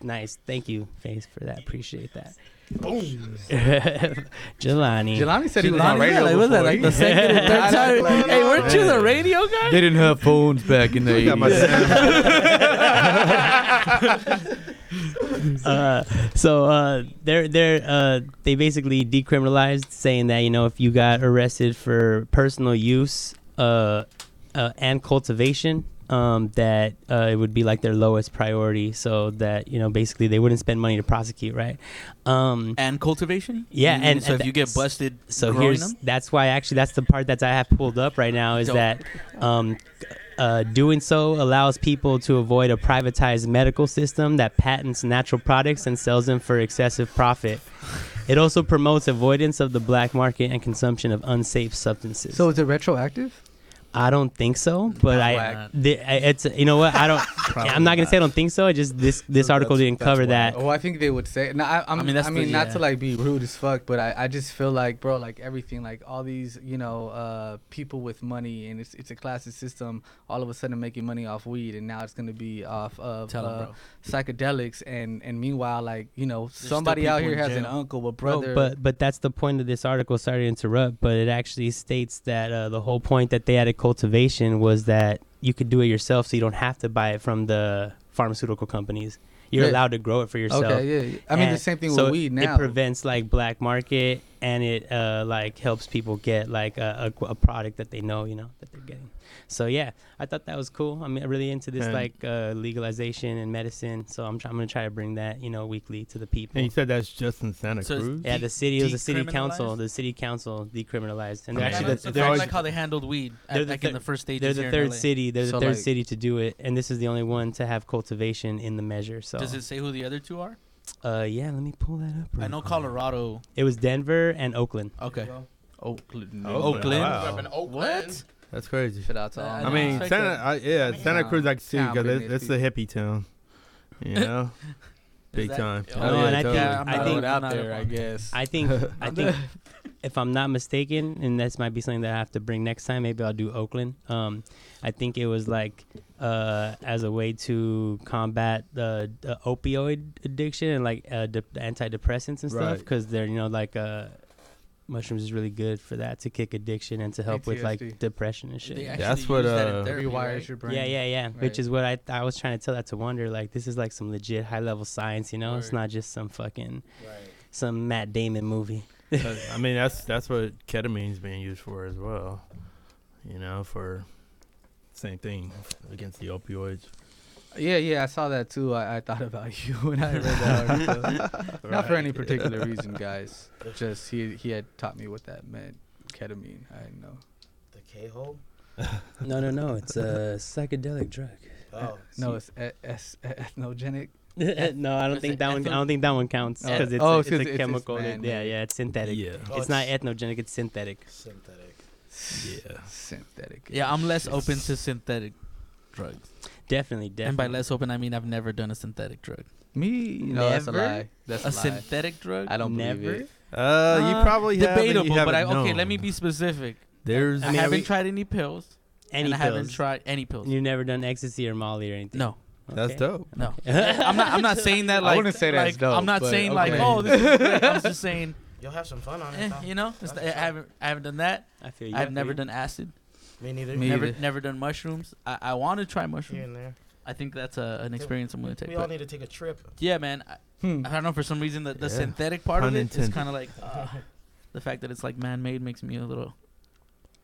Speaker 3: Nice. Thank you, Face, for that. Appreciate that. (laughs) Boom. Jelani.
Speaker 1: Jelani said he was
Speaker 5: Jelani,
Speaker 1: on radio.
Speaker 5: yeah, like, was that,
Speaker 1: before.
Speaker 5: like, the
Speaker 1: (laughs)
Speaker 5: second or third time? Hey, weren't you the radio guy?
Speaker 6: They didn't have phones back in the
Speaker 4: I got my
Speaker 6: 80s.
Speaker 5: (laughs)
Speaker 3: Uh, so uh, they're they're uh, they basically decriminalized, saying that you know if you got arrested for personal use uh, uh, and cultivation, um, that uh, it would be like their lowest priority. So that you know basically they wouldn't spend money to prosecute, right? Um,
Speaker 5: And cultivation.
Speaker 3: Yeah,
Speaker 5: Mm,
Speaker 3: and-
Speaker 5: so
Speaker 3: and
Speaker 5: if you get
Speaker 3: that's-
Speaker 5: busted,
Speaker 3: so
Speaker 5: growing
Speaker 3: here's
Speaker 5: them,
Speaker 3: that's why actually that's the part that I have pulled up right now is
Speaker 5: Dope.
Speaker 3: that um, uh, doing so allows people to avoid a privatized medical system that patents natural products and sells them for excessive profit. It also promotes avoidance of the black market and consumption of unsafe substances.
Speaker 1: (laughs) So is it retroactive?
Speaker 3: I don't think so, but I,
Speaker 5: Whack.
Speaker 3: the, I it's you know what I don't I'm not gonna say I don't think so. I just this this article
Speaker 6: that's-
Speaker 3: didn't
Speaker 6: that's
Speaker 3: cover
Speaker 6: whack.
Speaker 3: that.
Speaker 1: Oh, I think they would say. No, I, I'm, I
Speaker 5: I
Speaker 1: mean,
Speaker 5: mean, that's the-
Speaker 1: not
Speaker 5: yeah.
Speaker 1: to like be rude as fuck, but I, I just feel like, bro, like everything, like all these, you know, uh, people with money and it's it's a classist system. All of a sudden, making money off weed, and now it's gonna be off of
Speaker 5: Tell 'em,
Speaker 1: uh,
Speaker 5: bro.
Speaker 1: psychedelics, and and meanwhile, like you know,
Speaker 5: still
Speaker 1: somebody out
Speaker 5: people
Speaker 1: here
Speaker 5: in
Speaker 1: has an
Speaker 5: jail.
Speaker 1: uncle, a
Speaker 3: Bro,
Speaker 1: brother,
Speaker 3: Oh, but but that's the point of this article. Sorry to interrupt, but it actually states that uh, the whole point that they added cultivation was that you could do it yourself, so you don't have to buy it from the pharmaceutical companies. You're
Speaker 1: Yeah.
Speaker 3: allowed to grow it for yourself.
Speaker 1: Okay, yeah, yeah. I mean, the
Speaker 3: And
Speaker 1: same thing
Speaker 3: so
Speaker 1: with weed now.
Speaker 3: It prevents like black market, and it uh, like helps people get like a, a, a product that they know, you know, that they're getting. So yeah, I thought that was cool. I'm really into this
Speaker 4: And-
Speaker 3: like uh, legalization and medicine, so I'm, try- I'm gonna try to bring that you know weekly to the people.
Speaker 4: And you said that's just in Santa
Speaker 5: So it's-
Speaker 4: Cruz.
Speaker 3: Yeah,
Speaker 5: de-
Speaker 3: the city it was the city council.
Speaker 5: decriminalized?
Speaker 3: The city council decriminalized, and
Speaker 4: I
Speaker 3: they're actually
Speaker 4: mean, that's-
Speaker 5: it's
Speaker 3: the,
Speaker 4: that's
Speaker 5: kinda
Speaker 3: they're,
Speaker 4: always-
Speaker 5: like how they handled weed at-
Speaker 3: they're the
Speaker 5: back
Speaker 3: third-
Speaker 5: in the first
Speaker 3: they're
Speaker 5: stages.
Speaker 3: the
Speaker 5: here in
Speaker 3: third
Speaker 5: LA.
Speaker 3: city. They're
Speaker 1: So,
Speaker 3: the third
Speaker 1: like-
Speaker 3: city to do it, and this is the only one to have cultivation in the measure. So,
Speaker 5: Does it say who the other two are?
Speaker 3: uh, yeah, let me pull that up.
Speaker 5: I
Speaker 3: real
Speaker 5: know
Speaker 3: quick.
Speaker 5: Colorado.
Speaker 3: It was Denver and Oakland.
Speaker 5: Okay.
Speaker 1: Oakland.
Speaker 4: Oh,
Speaker 5: Oakland.
Speaker 4: wow.
Speaker 5: What?
Speaker 4: That's crazy.
Speaker 1: Shout out to all
Speaker 5: I
Speaker 4: I
Speaker 1: my-
Speaker 5: didn't
Speaker 4: mean,
Speaker 5: expect
Speaker 4: Santa,
Speaker 5: that.
Speaker 4: I, yeah, Santa
Speaker 1: Nah.
Speaker 4: Cruz I can see
Speaker 1: Nah,
Speaker 4: because
Speaker 1: bring
Speaker 4: it,
Speaker 1: these
Speaker 4: it's a hippie town,
Speaker 5: (laughs)
Speaker 4: you know. Big
Speaker 5: that-
Speaker 4: time.
Speaker 5: Oh,
Speaker 3: No,
Speaker 4: yeah,
Speaker 3: and I
Speaker 4: totally.
Speaker 3: think-
Speaker 5: I'm
Speaker 3: I
Speaker 5: not
Speaker 3: think-
Speaker 5: allowed
Speaker 1: out
Speaker 5: out
Speaker 1: there, I
Speaker 5: guess.
Speaker 1: guess.
Speaker 3: I
Speaker 1: (laughs)
Speaker 3: think I think if I'm not mistaken, and this might be something that I have to bring next time. Maybe I'll do Oakland. Um, I think it was like uh, as a way to combat the, the opioid addiction and like uh, de- the antidepressants and stuff,
Speaker 4: Right.
Speaker 3: because they're you know like uh, mushrooms is really good for that to kick addiction and to help with
Speaker 1: PTSD.
Speaker 3: like depression and shit.
Speaker 5: They
Speaker 3: Yeah,
Speaker 5: actually
Speaker 4: That's what,
Speaker 5: use that in
Speaker 4: uh,
Speaker 5: therapy,
Speaker 1: rewires
Speaker 5: right?
Speaker 1: your brain.
Speaker 3: yeah, yeah,
Speaker 1: Right.
Speaker 3: Which is what I I was trying to tell that to Wonder. Like this is like some legit high level science. You know, it's
Speaker 5: Word.
Speaker 3: not just some fucking some Matt Damon movie.
Speaker 4: But, I mean, that's that's what ketamine's being used for as well. You know, for same thing against the opioids.
Speaker 1: (laughs) Yeah, yeah, I saw that too. I, I thought about (laughs) you when I read that article. Not for any particular reason, guys. Just he he had taught me what that meant. Ketamine. I didn't know.
Speaker 2: The K hole?
Speaker 3: No, no, no. It's a psychedelic drug.
Speaker 2: Oh.
Speaker 1: No, it's e- es- e- ethnogenic.
Speaker 3: (laughs) no, I don't
Speaker 5: Is
Speaker 3: think
Speaker 5: it
Speaker 3: that one. I
Speaker 5: ethyl-
Speaker 3: don't think that one counts
Speaker 1: Oh,
Speaker 3: because it's,
Speaker 1: oh,
Speaker 3: a-
Speaker 1: it's
Speaker 3: it's,
Speaker 1: 'cause
Speaker 3: a
Speaker 1: it's- it's
Speaker 3: chemical. that- yeah,
Speaker 1: man-made.
Speaker 3: yeah, it's synthetic.
Speaker 4: Yeah,
Speaker 2: Oh,
Speaker 3: It's not ethnogenic. It's synthetic.
Speaker 2: Synthetic.
Speaker 4: yeah.
Speaker 1: Synthetic.
Speaker 5: Yeah, I'm less open to synthetic drugs.
Speaker 3: Definitely, definitely.
Speaker 5: And by less open, I mean I've never done a synthetic drug.
Speaker 1: Me? No, that's a
Speaker 3: Never?
Speaker 1: lie. That's a,
Speaker 5: A
Speaker 1: lie.
Speaker 5: synthetic drug?
Speaker 1: I don't
Speaker 3: Never?
Speaker 1: believe it.
Speaker 4: Uh, you
Speaker 5: Uh,
Speaker 4: probably have and you
Speaker 5: debatable, but I,
Speaker 4: haven't
Speaker 5: okay. Let
Speaker 4: known.
Speaker 5: me be specific.
Speaker 4: There's
Speaker 5: I,
Speaker 3: mean,
Speaker 5: haven't
Speaker 3: we-
Speaker 5: tried any pills,
Speaker 3: Any
Speaker 5: and I haven't
Speaker 3: pills.
Speaker 5: tried any pills.
Speaker 3: You've never done ecstasy or Molly or anything.
Speaker 5: No,
Speaker 3: (laughs)
Speaker 4: that's
Speaker 3: Okay.
Speaker 4: dope.
Speaker 5: no. I'm not.
Speaker 1: (laughs)
Speaker 5: I'm not saying that.
Speaker 1: I
Speaker 5: Like,
Speaker 1: wouldn't say that's
Speaker 5: like,
Speaker 1: dope,
Speaker 5: I'm not
Speaker 1: but
Speaker 5: saying like,
Speaker 1: okay.
Speaker 5: oh, this is
Speaker 1: (laughs)
Speaker 5: great. I'm just saying,
Speaker 2: You'll have some fun on
Speaker 5: eh,
Speaker 2: it. though.
Speaker 5: you know, it's-
Speaker 2: That's
Speaker 5: I
Speaker 2: what's up.
Speaker 5: haven't. I haven't done that.
Speaker 3: I feel you. I
Speaker 5: I've
Speaker 3: feel
Speaker 5: never
Speaker 3: you.
Speaker 5: done acid.
Speaker 2: Me neither.
Speaker 1: Me
Speaker 5: never,
Speaker 1: either.
Speaker 5: never done mushrooms. I, I want to try
Speaker 2: Here
Speaker 5: mushrooms.
Speaker 2: and there.
Speaker 5: I think that's a, an experience I'm gonna take.
Speaker 2: We all
Speaker 5: but-
Speaker 2: need to take a trip.
Speaker 5: Yeah, man. I,
Speaker 1: Hmm.
Speaker 5: I don't know. For some reason, the, the
Speaker 4: Yeah.
Speaker 5: synthetic part
Speaker 4: Pun
Speaker 5: of it is
Speaker 4: intended.
Speaker 5: kind of like uh, the fact that it's like man-made makes me a little.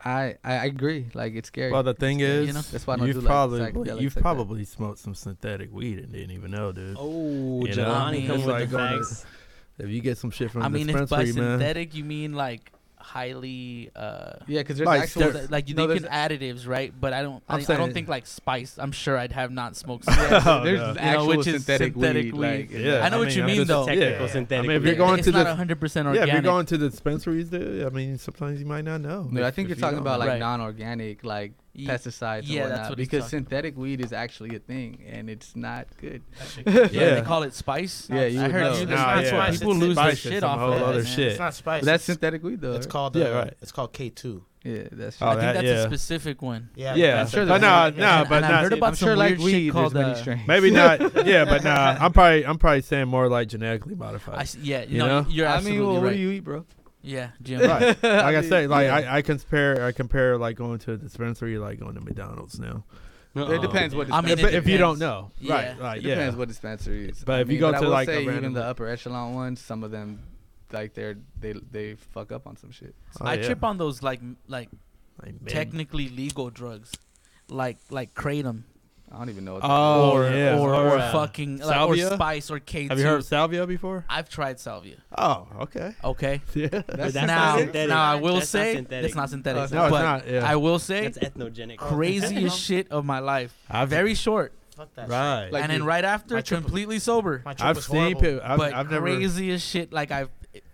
Speaker 1: I, I I agree. Like it's scary.
Speaker 4: Well, the thing
Speaker 5: Yeah,
Speaker 4: is,
Speaker 5: you know,
Speaker 1: that's why I don't do,
Speaker 4: you've
Speaker 1: like,
Speaker 4: probably
Speaker 1: psychedelics like
Speaker 4: you've
Speaker 1: that.
Speaker 4: probably smoked some synthetic weed and didn't even know, dude.
Speaker 3: Oh,
Speaker 4: You know?
Speaker 3: Jelani,
Speaker 5: It's
Speaker 3: come with
Speaker 4: like
Speaker 3: the
Speaker 4: going to-
Speaker 3: facts.
Speaker 4: If you get some shit from
Speaker 5: I
Speaker 4: the
Speaker 5: mean, if by
Speaker 4: dispensary, man,
Speaker 5: synthetic you mean like highly uh
Speaker 1: Yeah, because there's
Speaker 4: Nice.
Speaker 1: actual.
Speaker 4: There's-
Speaker 5: like you
Speaker 1: no,
Speaker 5: think in additives, right? But I don't. I,
Speaker 4: I'm
Speaker 5: think- I
Speaker 4: saying-
Speaker 5: don't think like spice. I'm sure I'd have
Speaker 4: (laughs)
Speaker 5: not smoked.
Speaker 1: there's,
Speaker 5: cigarettes.
Speaker 4: Oh,
Speaker 1: there's
Speaker 4: no.
Speaker 5: You know,
Speaker 1: actual
Speaker 5: which is
Speaker 1: synthetic,
Speaker 5: synthetic
Speaker 1: weed.
Speaker 5: weed.
Speaker 1: Like,
Speaker 4: Yeah,
Speaker 5: I know what you
Speaker 4: I'm
Speaker 5: mean,
Speaker 4: just-
Speaker 5: though.
Speaker 4: yeah, yeah.
Speaker 3: Technical
Speaker 4: I
Speaker 3: synthetic
Speaker 4: mean, if
Speaker 3: weed.
Speaker 4: you're going
Speaker 5: it's
Speaker 4: to
Speaker 5: not
Speaker 4: the
Speaker 5: 100 percent
Speaker 4: yeah,
Speaker 5: organic.
Speaker 4: if you're going to the dispensaries, dude, I mean, sometimes you might not know.
Speaker 1: No, I think you're talking about like
Speaker 5: Right.
Speaker 1: non-organic, like
Speaker 5: Ye-
Speaker 1: pesticides
Speaker 5: yeah,
Speaker 1: and
Speaker 5: that's
Speaker 1: whatnot.
Speaker 5: what he's
Speaker 1: because
Speaker 5: talking about.
Speaker 1: synthetic weed is actually a thing, and it's not good.
Speaker 4: yeah,
Speaker 5: yeah, they call it spice.
Speaker 1: Yeah, you
Speaker 5: I
Speaker 1: would
Speaker 5: heard
Speaker 1: know.
Speaker 5: you-
Speaker 1: Nah,
Speaker 5: that's what
Speaker 4: yeah.
Speaker 5: people
Speaker 4: It's
Speaker 5: lose their
Speaker 4: spice, it's
Speaker 5: shit
Speaker 4: some
Speaker 5: off
Speaker 4: whole
Speaker 5: of that,
Speaker 4: other
Speaker 5: man.
Speaker 4: shit.
Speaker 5: It's not spice.
Speaker 1: But that's synthetic weed, though.
Speaker 2: It's
Speaker 1: right?
Speaker 2: called
Speaker 4: Yeah,
Speaker 2: uh,
Speaker 4: right.
Speaker 2: It's called K two.
Speaker 1: yeah, that's
Speaker 4: Oh,
Speaker 1: right.
Speaker 5: I think
Speaker 4: that-
Speaker 5: that's
Speaker 4: yeah.
Speaker 5: a specific one.
Speaker 2: Yeah,
Speaker 4: Yeah,
Speaker 2: that's-
Speaker 4: sure
Speaker 2: that's-
Speaker 4: but no,
Speaker 2: yeah.
Speaker 4: no, but
Speaker 5: and I
Speaker 4: not.
Speaker 5: heard about
Speaker 1: I'm
Speaker 5: some
Speaker 1: sure, like
Speaker 5: weird shit
Speaker 1: weed,
Speaker 5: called
Speaker 1: there's many
Speaker 5: uh,
Speaker 1: strains.
Speaker 4: (laughs)
Speaker 5: (laughs)
Speaker 4: Maybe not. Yeah, but nah. I'm probably I'm probably saying more like genetically
Speaker 5: I
Speaker 4: modified.
Speaker 5: s- yeah,
Speaker 4: You
Speaker 5: no,
Speaker 4: know?
Speaker 5: you're
Speaker 1: I mean,
Speaker 5: absolutely
Speaker 1: well, what
Speaker 5: right.
Speaker 1: do you eat, bro?
Speaker 5: yeah,
Speaker 4: (laughs)
Speaker 5: Jim.
Speaker 4: right. Like
Speaker 5: (laughs)
Speaker 4: I,
Speaker 1: mean,
Speaker 4: say, like
Speaker 1: yeah.
Speaker 4: I, I compare I compare like going to a dispensary like going to McDonald's now.
Speaker 1: It depends what.
Speaker 5: I mean,
Speaker 1: dispensary-
Speaker 4: if,
Speaker 5: it
Speaker 4: if you don't
Speaker 5: depends.
Speaker 4: know, right?
Speaker 5: Yeah.
Speaker 4: Like,
Speaker 1: It
Speaker 4: yeah.
Speaker 1: depends what dispensary is.
Speaker 4: But
Speaker 1: I
Speaker 4: if
Speaker 1: mean,
Speaker 4: you go
Speaker 1: but I
Speaker 4: to,
Speaker 1: will
Speaker 4: like, a
Speaker 1: say even
Speaker 4: random-
Speaker 1: the upper echelon ones, some of them, like they're they they fuck up on some shit.
Speaker 4: Oh,
Speaker 5: I
Speaker 4: yeah.
Speaker 5: trip on those like m- like
Speaker 4: Like, man.
Speaker 5: technically legal drugs, like like kratom
Speaker 1: I don't even know. What
Speaker 4: Oh,
Speaker 5: or
Speaker 4: yeah.
Speaker 5: or, or,
Speaker 4: uh,
Speaker 5: fucking like, or
Speaker 4: salvia?
Speaker 5: spice or K2.
Speaker 4: Have you heard of salvia before?
Speaker 5: I've tried salvia.
Speaker 4: Oh, okay.
Speaker 5: Okay,
Speaker 4: (laughs) Yeah. No,
Speaker 1: That's
Speaker 3: That's
Speaker 5: now
Speaker 3: not synthetic.
Speaker 5: now I will
Speaker 3: That's not
Speaker 5: say
Speaker 3: synthetic.
Speaker 5: it's not synthetic.
Speaker 1: it's
Speaker 4: Oh, it's
Speaker 5: but
Speaker 4: not. Yeah.
Speaker 5: I will say
Speaker 3: That's ethnogenic.
Speaker 5: craziest shit of my life.
Speaker 4: I've-
Speaker 5: Very short,
Speaker 2: Fuck that. shit.
Speaker 4: right.
Speaker 1: Like
Speaker 5: and then
Speaker 1: you-
Speaker 5: right after
Speaker 2: my trip was-
Speaker 5: completely sober.
Speaker 2: My trip
Speaker 4: I've
Speaker 2: was
Speaker 4: seen
Speaker 2: horrible.
Speaker 4: people. I've,
Speaker 5: but
Speaker 4: I've never.
Speaker 5: craziest shit like I've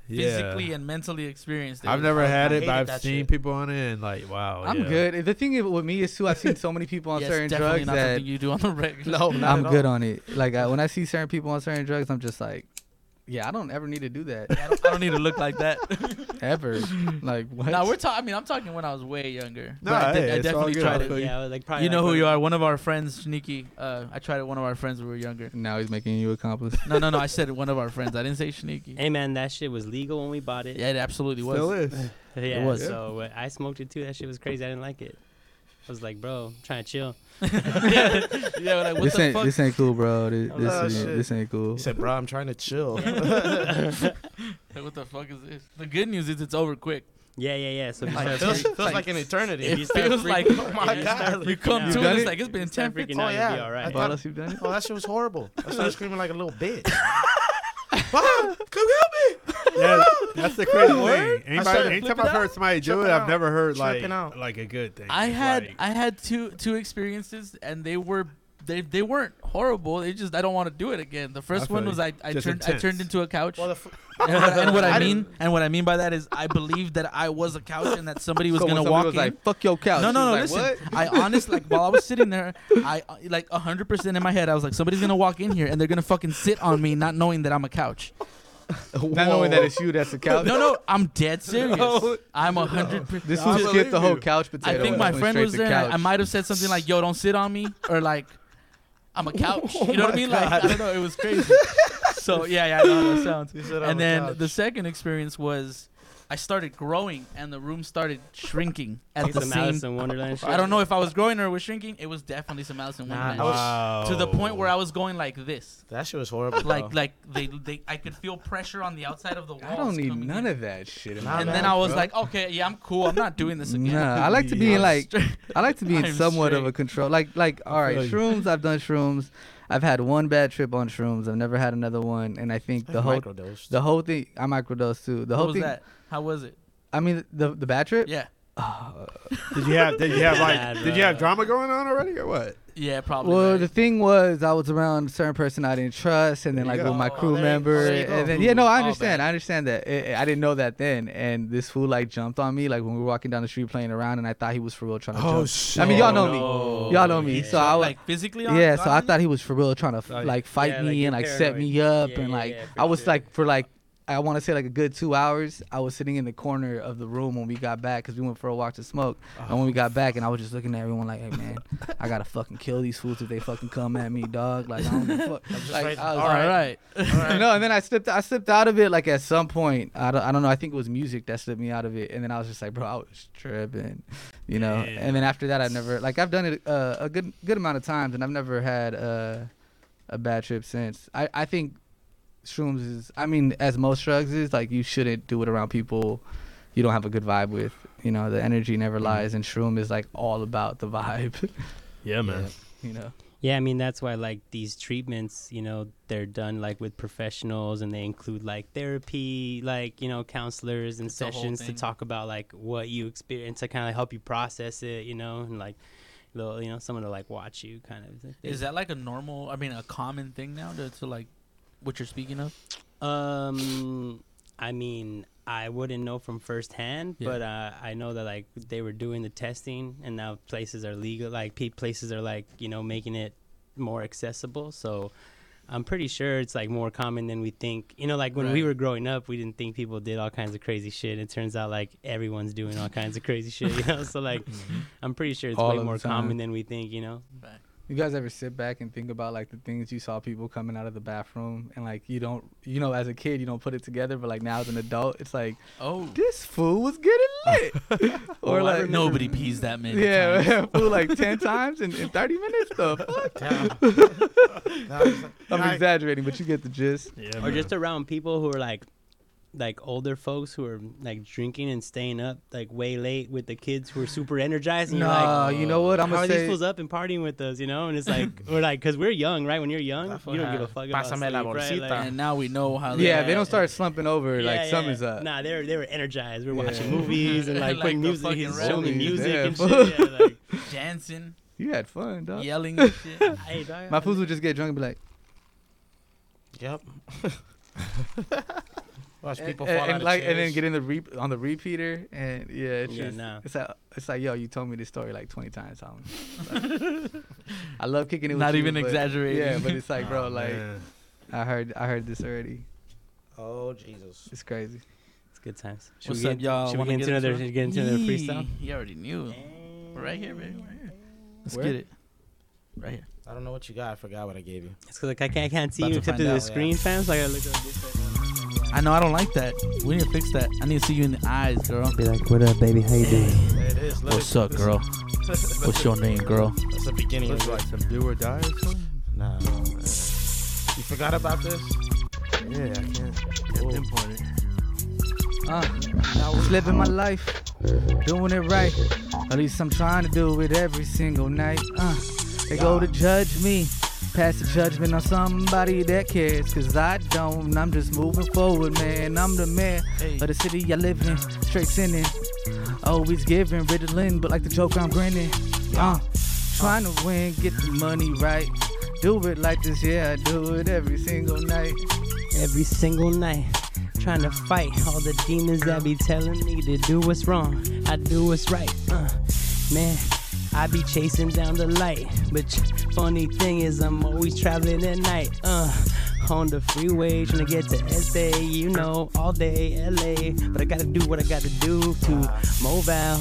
Speaker 4: yeah.
Speaker 5: physically and mentally experienced. It
Speaker 4: I've
Speaker 5: was
Speaker 4: never
Speaker 5: like-
Speaker 4: had
Speaker 2: I
Speaker 4: it, but
Speaker 2: hated
Speaker 4: I've
Speaker 2: that
Speaker 4: seen
Speaker 2: shit.
Speaker 4: people on it and like, wow.
Speaker 1: I'm
Speaker 4: yeah.
Speaker 1: good. The thing is- with me is too, I've seen so many people on
Speaker 5: oh, Yeah, it's
Speaker 1: certain
Speaker 5: definitely
Speaker 1: drugs
Speaker 5: not
Speaker 1: that
Speaker 5: something you do on the (laughs) regular.
Speaker 2: No, not
Speaker 1: I'm
Speaker 2: at
Speaker 1: good
Speaker 2: all.
Speaker 1: on it. Like I, when I see certain people on certain drugs, I'm just like, yeah, I don't ever need to do that
Speaker 5: (laughs) I don't, I don't need to look like (laughs) that.
Speaker 1: ever. like what?
Speaker 5: now we're talking. I mean, I'm talking when I was way younger.
Speaker 4: No,
Speaker 5: But I, did-
Speaker 4: hey,
Speaker 5: I
Speaker 4: it's all
Speaker 5: definitely
Speaker 4: good.
Speaker 5: tried
Speaker 4: I feel
Speaker 5: it.
Speaker 4: you.
Speaker 3: Yeah, like probably.
Speaker 5: you know
Speaker 3: like
Speaker 5: who
Speaker 3: when-
Speaker 5: you are. One of our friends, Sneaky. Uh, I tried it. with One of our friends when we were younger.
Speaker 1: now he's making you accomplice.
Speaker 5: No, no, no. I said one of our friends. I didn't say Sneaky.
Speaker 3: (laughs) Hey man, that shit was legal when we bought it.
Speaker 5: Yeah, it absolutely was.
Speaker 4: Still is.
Speaker 3: Yeah,
Speaker 5: was.
Speaker 3: So uh, I smoked it too. That shit was crazy. I didn't like it. I was like, bro, I'm trying to chill.
Speaker 5: yeah, like, what
Speaker 1: this
Speaker 5: the
Speaker 1: ain't
Speaker 5: fuck?
Speaker 1: this ain't cool, bro.
Speaker 5: (laughs)
Speaker 1: This, this,
Speaker 2: Oh,
Speaker 1: ain't,
Speaker 2: shit.
Speaker 1: this ain't cool.
Speaker 2: He said, "Bro, I'm trying to (laughs) chill."
Speaker 5: Like, what the fuck is this? The good news is it's over quick.
Speaker 3: Yeah, yeah, yeah. So if you
Speaker 2: Like,
Speaker 5: (laughs)
Speaker 3: start
Speaker 2: feels,
Speaker 3: freak-
Speaker 2: feels like an eternity.
Speaker 5: It
Speaker 3: you start
Speaker 5: feels
Speaker 3: freaking-
Speaker 5: like-
Speaker 3: if
Speaker 2: Oh my
Speaker 3: you
Speaker 2: God.
Speaker 3: start
Speaker 5: You
Speaker 3: freaking
Speaker 5: come
Speaker 3: out-
Speaker 5: to
Speaker 1: done
Speaker 5: it,
Speaker 1: it?
Speaker 5: it's like it's been ten
Speaker 3: start
Speaker 5: freaking.
Speaker 3: freaking
Speaker 2: Oh,
Speaker 3: out, you'll
Speaker 2: yeah.
Speaker 3: be all
Speaker 2: I
Speaker 3: right.
Speaker 2: thought-
Speaker 1: Wallace, you've done it.
Speaker 2: Oh, that shit was horrible. I
Speaker 1: (laughs)
Speaker 2: started screaming like a little bitch. Mom, come help me!
Speaker 4: (laughs) Yeah, that's the crazy thing.
Speaker 2: started
Speaker 4: Anybody, anytime
Speaker 2: flipping
Speaker 4: I've
Speaker 2: out,
Speaker 4: heard somebody do it,
Speaker 2: tripping
Speaker 4: I've
Speaker 2: out,
Speaker 4: never heard like
Speaker 2: tripping out.
Speaker 4: like a good thing.
Speaker 5: I
Speaker 4: It's
Speaker 5: had
Speaker 4: like-
Speaker 5: I had two two experiences and they were they they weren't horrible. They just I don't want to do it again. The first
Speaker 4: feel
Speaker 5: one
Speaker 4: you.
Speaker 5: was I, I
Speaker 4: Just
Speaker 5: turned I
Speaker 4: intense.
Speaker 5: turned into a couch.
Speaker 2: Well, the f-
Speaker 5: (laughs) and, what, I- and what I,
Speaker 2: I
Speaker 5: mean
Speaker 2: didn't-
Speaker 5: and what I mean by that is I believed that I was a couch and that somebody was
Speaker 1: So when
Speaker 5: gonna
Speaker 1: somebody
Speaker 5: walk
Speaker 1: was
Speaker 5: in.
Speaker 1: like, fuck your couch.
Speaker 5: no, no, no.
Speaker 1: She was
Speaker 5: listen,
Speaker 1: like,
Speaker 5: I honestly, like, while I was sitting there, I uh, like hundred percent in my head, I was like, somebody's gonna walk in here and they're gonna fucking sit on me, not knowing that I'm a couch.
Speaker 1: what? Not knowing that it's you
Speaker 5: (laughs)
Speaker 1: that's the couch.
Speaker 5: No, no, I'm dead serious. I'm hundred. percent.
Speaker 1: This
Speaker 4: I
Speaker 1: will skip
Speaker 4: believe
Speaker 1: the whole
Speaker 4: you.
Speaker 1: couch
Speaker 5: I
Speaker 1: potato.
Speaker 5: think
Speaker 1: and
Speaker 5: my
Speaker 1: went
Speaker 5: friend
Speaker 1: straight
Speaker 5: was
Speaker 1: to
Speaker 5: there. and I, I
Speaker 1: couch.
Speaker 5: might have said something like, "Yo, don't sit on me," or like,
Speaker 1: (laughs)
Speaker 5: "I'm a couch."
Speaker 1: Oh
Speaker 5: you know what I mean? Like, I don't know. It was crazy. so yeah, yeah, I know how
Speaker 1: (laughs)
Speaker 5: that sounds.
Speaker 2: he said, "I'm
Speaker 5: And
Speaker 2: a
Speaker 5: then
Speaker 2: couch."
Speaker 5: the second experience was, I started growing, and the room started shrinking at
Speaker 3: Like
Speaker 5: the
Speaker 3: some
Speaker 5: same.
Speaker 3: Alice in Wonderland shit.
Speaker 5: I don't know if I was growing or it was shrinking. It was definitely some Alice in
Speaker 3: Nah, Oh.
Speaker 5: Wonderland.
Speaker 3: I
Speaker 5: shit.
Speaker 3: was-
Speaker 4: wow.
Speaker 5: to the point where I was going like this,
Speaker 2: that shit was horrible.
Speaker 5: like like they they I could feel pressure on the outside of the walls.
Speaker 1: I don't need
Speaker 5: coming
Speaker 1: none
Speaker 5: in.
Speaker 1: of that shit. in
Speaker 2: Nah,
Speaker 1: my
Speaker 5: And
Speaker 2: man.
Speaker 5: then I was like, okay, yeah, I'm cool. I'm not doing this again.
Speaker 1: (laughs) Nah, I
Speaker 5: (laughs)
Speaker 1: like to be in like I like to be in
Speaker 5: I'm
Speaker 1: somewhat of
Speaker 5: straight.
Speaker 1: a control. Like like all right,
Speaker 4: feel you.
Speaker 1: shrooms. I've done shrooms. I've had one bad trip on shrooms. I've never had another one. And I think the whole
Speaker 2: microdose.
Speaker 1: the whole thing. I microdosed too. The
Speaker 5: What
Speaker 1: whole
Speaker 5: was
Speaker 1: thing.
Speaker 5: that? How was it?
Speaker 1: I mean the the bad trip.
Speaker 5: Yeah.
Speaker 4: did you have did you (laughs) have like
Speaker 3: Nah,
Speaker 4: did you have
Speaker 3: bro.
Speaker 4: drama going on already or what?
Speaker 5: Yeah, probably.
Speaker 1: Well,
Speaker 5: right.
Speaker 1: the thing was, I was around a certain person I didn't trust, and then
Speaker 4: There you
Speaker 1: like
Speaker 4: go.
Speaker 1: with my
Speaker 5: Oh,
Speaker 1: crew
Speaker 2: there you-
Speaker 1: member,
Speaker 2: there you go.
Speaker 1: and then yeah, no, I
Speaker 5: All
Speaker 1: understand,
Speaker 5: bad.
Speaker 1: I understand that. I- I I didn't know that then, and this fool like jumped on me like when we were walking down the street playing around, and I thought he was for real trying to jump.
Speaker 4: Oh, shit!
Speaker 1: I mean, y'all know
Speaker 5: Oh.
Speaker 3: no.
Speaker 1: me, y'all know me,
Speaker 3: Yeah.
Speaker 1: so I was
Speaker 5: like physically. On,
Speaker 1: yeah, so I
Speaker 5: on
Speaker 1: thought he was for real trying to
Speaker 4: Like-
Speaker 1: like fight
Speaker 3: Oh, Yeah, like,
Speaker 1: me
Speaker 3: you're
Speaker 1: and like set me
Speaker 3: paranoid.
Speaker 1: up,
Speaker 3: Yeah,
Speaker 1: and
Speaker 3: yeah,
Speaker 1: like
Speaker 3: yeah, for
Speaker 1: I was
Speaker 3: sure.
Speaker 1: like for like. I want to say like a good two hours. I was sitting in the corner of the room when we got back because we went for a walk to smoke. And
Speaker 3: Oh.
Speaker 1: when we got back, and I was just looking at everyone like, "Hey man, I gotta fucking kill these fools if they fucking come at me, dog." Like, I don't give a fuck. Like,
Speaker 2: right-
Speaker 1: I
Speaker 5: you.
Speaker 1: was
Speaker 5: All
Speaker 1: like- (laughs)
Speaker 5: right.
Speaker 1: no, and then I slipped. I slipped out of it. Like at some point, I don't, I don't know. I think it was music that slipped me out of it. And then I was just like, bro, I was tripping, you know.
Speaker 4: Yeah.
Speaker 1: And then after that, I've never like I've done it uh, a good good amount of times, and I've never had uh, a bad trip since. I I think shrooms is. I mean, as most drugs is, like you shouldn't do it around people you don't have a good vibe with. You
Speaker 5: Mm-hmm.
Speaker 1: know, the energy never lies, and shroom is like all about the vibe.
Speaker 4: Yeah, man.
Speaker 1: you know.
Speaker 3: Yeah, I mean that's why like these treatments, you know, they're done like with professionals and they include like therapy, like, you know, counselors and
Speaker 5: It's a whole
Speaker 3: sessions to
Speaker 5: thing.
Speaker 3: talk about like what you experience to kind of help you process it, you know, and like little, you know, someone to like watch you kind of.
Speaker 5: Is that like a normal? I mean, a common thing now to, to like what you're speaking of?
Speaker 3: Um, I mean, I wouldn't know from firsthand,
Speaker 5: Yeah.
Speaker 3: but uh, I know that like they were doing the testing, and now places are legal. Like pe- places are like you know making it more accessible. So I'm pretty sure it's like more common than we think. You know, like when we
Speaker 5: Right.
Speaker 3: were growing up, we didn't think people did all kinds of crazy shit. It turns out like everyone's doing all kinds of crazy shit. You know, so
Speaker 1: (laughs)
Speaker 3: like I'm pretty sure it's
Speaker 1: Mm-hmm. All
Speaker 3: way
Speaker 1: of the
Speaker 3: more
Speaker 1: time.
Speaker 3: common than we think. You know,
Speaker 1: You guys ever sit back and think about like the things you saw people coming out of the bathroom and like you don't you know as a kid you don't put it together but like now as an adult it's like (laughs)
Speaker 5: Oh,
Speaker 1: this fool was getting lit or
Speaker 5: Oh, I
Speaker 1: like
Speaker 5: remember- nobody pees that many. times.
Speaker 1: (laughs) yeah fool like 10 times in, in 30 minutes the fuck (laughs) I'm exaggerating but you get the gist
Speaker 4: Yeah,
Speaker 3: or
Speaker 4: man.
Speaker 3: just around people who are like like older folks who are like drinking and staying up like way late with the kids who are super energized and you're
Speaker 1: nah
Speaker 3: like
Speaker 1: you know what I'm
Speaker 3: how
Speaker 1: gonna
Speaker 3: are
Speaker 1: say
Speaker 3: these fools up and partying with us you know and it's like we're like because we're young right when you're young
Speaker 2: That's
Speaker 3: you don't
Speaker 2: what
Speaker 3: give a
Speaker 2: happened.
Speaker 3: fuck about
Speaker 2: Pásame
Speaker 3: sleep,
Speaker 2: la
Speaker 3: right?
Speaker 2: bolsita.
Speaker 5: And now we know how. they
Speaker 1: yeah
Speaker 5: are.
Speaker 1: they don't start slumping over
Speaker 3: Yeah,
Speaker 1: like
Speaker 3: yeah.
Speaker 1: something's up
Speaker 3: Nah, they were they were energized. We were
Speaker 1: Yeah.
Speaker 3: watching movies and like,
Speaker 5: Like
Speaker 3: putting
Speaker 5: the
Speaker 3: music,
Speaker 5: fucking
Speaker 3: and showing me
Speaker 1: rap.
Speaker 3: music
Speaker 1: Yeah,
Speaker 3: and
Speaker 1: fuck.
Speaker 3: shit. Yeah, like,
Speaker 1: (laughs)
Speaker 5: dancing,
Speaker 1: you had fun dog
Speaker 5: yelling, and
Speaker 1: (laughs)
Speaker 5: shit.
Speaker 3: hey, dog,
Speaker 1: my
Speaker 3: I
Speaker 1: fools would just get drunk and be like (laughs)
Speaker 2: Yep. Watch
Speaker 1: and,
Speaker 2: people
Speaker 1: and-
Speaker 2: fall
Speaker 1: eh, and
Speaker 2: out of
Speaker 1: like and then
Speaker 2: chairs.
Speaker 1: get in the re- on the repeater and yeah it's
Speaker 3: Yeah,
Speaker 1: just,
Speaker 3: nah.
Speaker 1: it's like it's like yo you told me this story like 20 times Solomon.
Speaker 5: (laughs)
Speaker 1: I love kicking it with
Speaker 5: Not
Speaker 1: you,
Speaker 5: even
Speaker 1: but-
Speaker 5: exaggerating.
Speaker 1: yeah but it's like bro
Speaker 4: Aw,
Speaker 1: like
Speaker 4: man.
Speaker 1: I heard I heard this already
Speaker 2: Oh Jesus.
Speaker 1: it's crazy
Speaker 3: It's good times. Should
Speaker 5: What's
Speaker 3: we
Speaker 5: up,
Speaker 3: get,
Speaker 5: y'all?
Speaker 3: Should we
Speaker 5: Wanna
Speaker 3: get into
Speaker 5: get into
Speaker 3: another?
Speaker 5: it?
Speaker 3: Should we get into another
Speaker 5: Yee,
Speaker 3: freestyle?
Speaker 5: You already knew. We're right here, baby. Right here. Let's
Speaker 1: Where?
Speaker 5: get it. Right here.
Speaker 2: I don't know what you got. I forgot what I gave you.
Speaker 3: It's 'cause, like I can't, I can't see
Speaker 5: About
Speaker 3: you
Speaker 5: to
Speaker 3: except
Speaker 5: find
Speaker 3: through the
Speaker 2: out, yeah.
Speaker 3: screen, fam. So I gotta look up this. Way.
Speaker 5: I know I don't like that. We need to fix that. I need to see you in the eyes, girl.
Speaker 3: Be like, what up, baby? How you doing?
Speaker 2: There it is. Let
Speaker 5: What's
Speaker 2: it-
Speaker 5: up,
Speaker 2: this-
Speaker 5: (laughs) girl?
Speaker 2: That's
Speaker 5: What's your name, girl?
Speaker 2: the beginning.
Speaker 4: Looks
Speaker 2: Of
Speaker 4: like
Speaker 2: it.
Speaker 4: some do or die or something.
Speaker 2: Nah. You forgot about this?
Speaker 4: Yeah, I can't, can't pinpoint it.
Speaker 1: uh, just living my life doing it right at least I'm trying to do it every single night uh, they go to judge me pass the judgment on somebody that cares cause I don't and I'm just moving forward man I'm the man
Speaker 5: Hey.
Speaker 1: of the city I live in straight sinning always giving riddling but like the joke I'm grinning uh, trying to win get the money right do it like this yeah I do it every single night
Speaker 3: Every single night, trying to fight all the demons that be telling me to do what's wrong. I do what's right, uh, man. I be chasing down the light, but funny thing is I'm always traveling at night, uh. On the freeway, trying to get to SA, you know, all day LA. But I gotta do what I gotta do to mobile.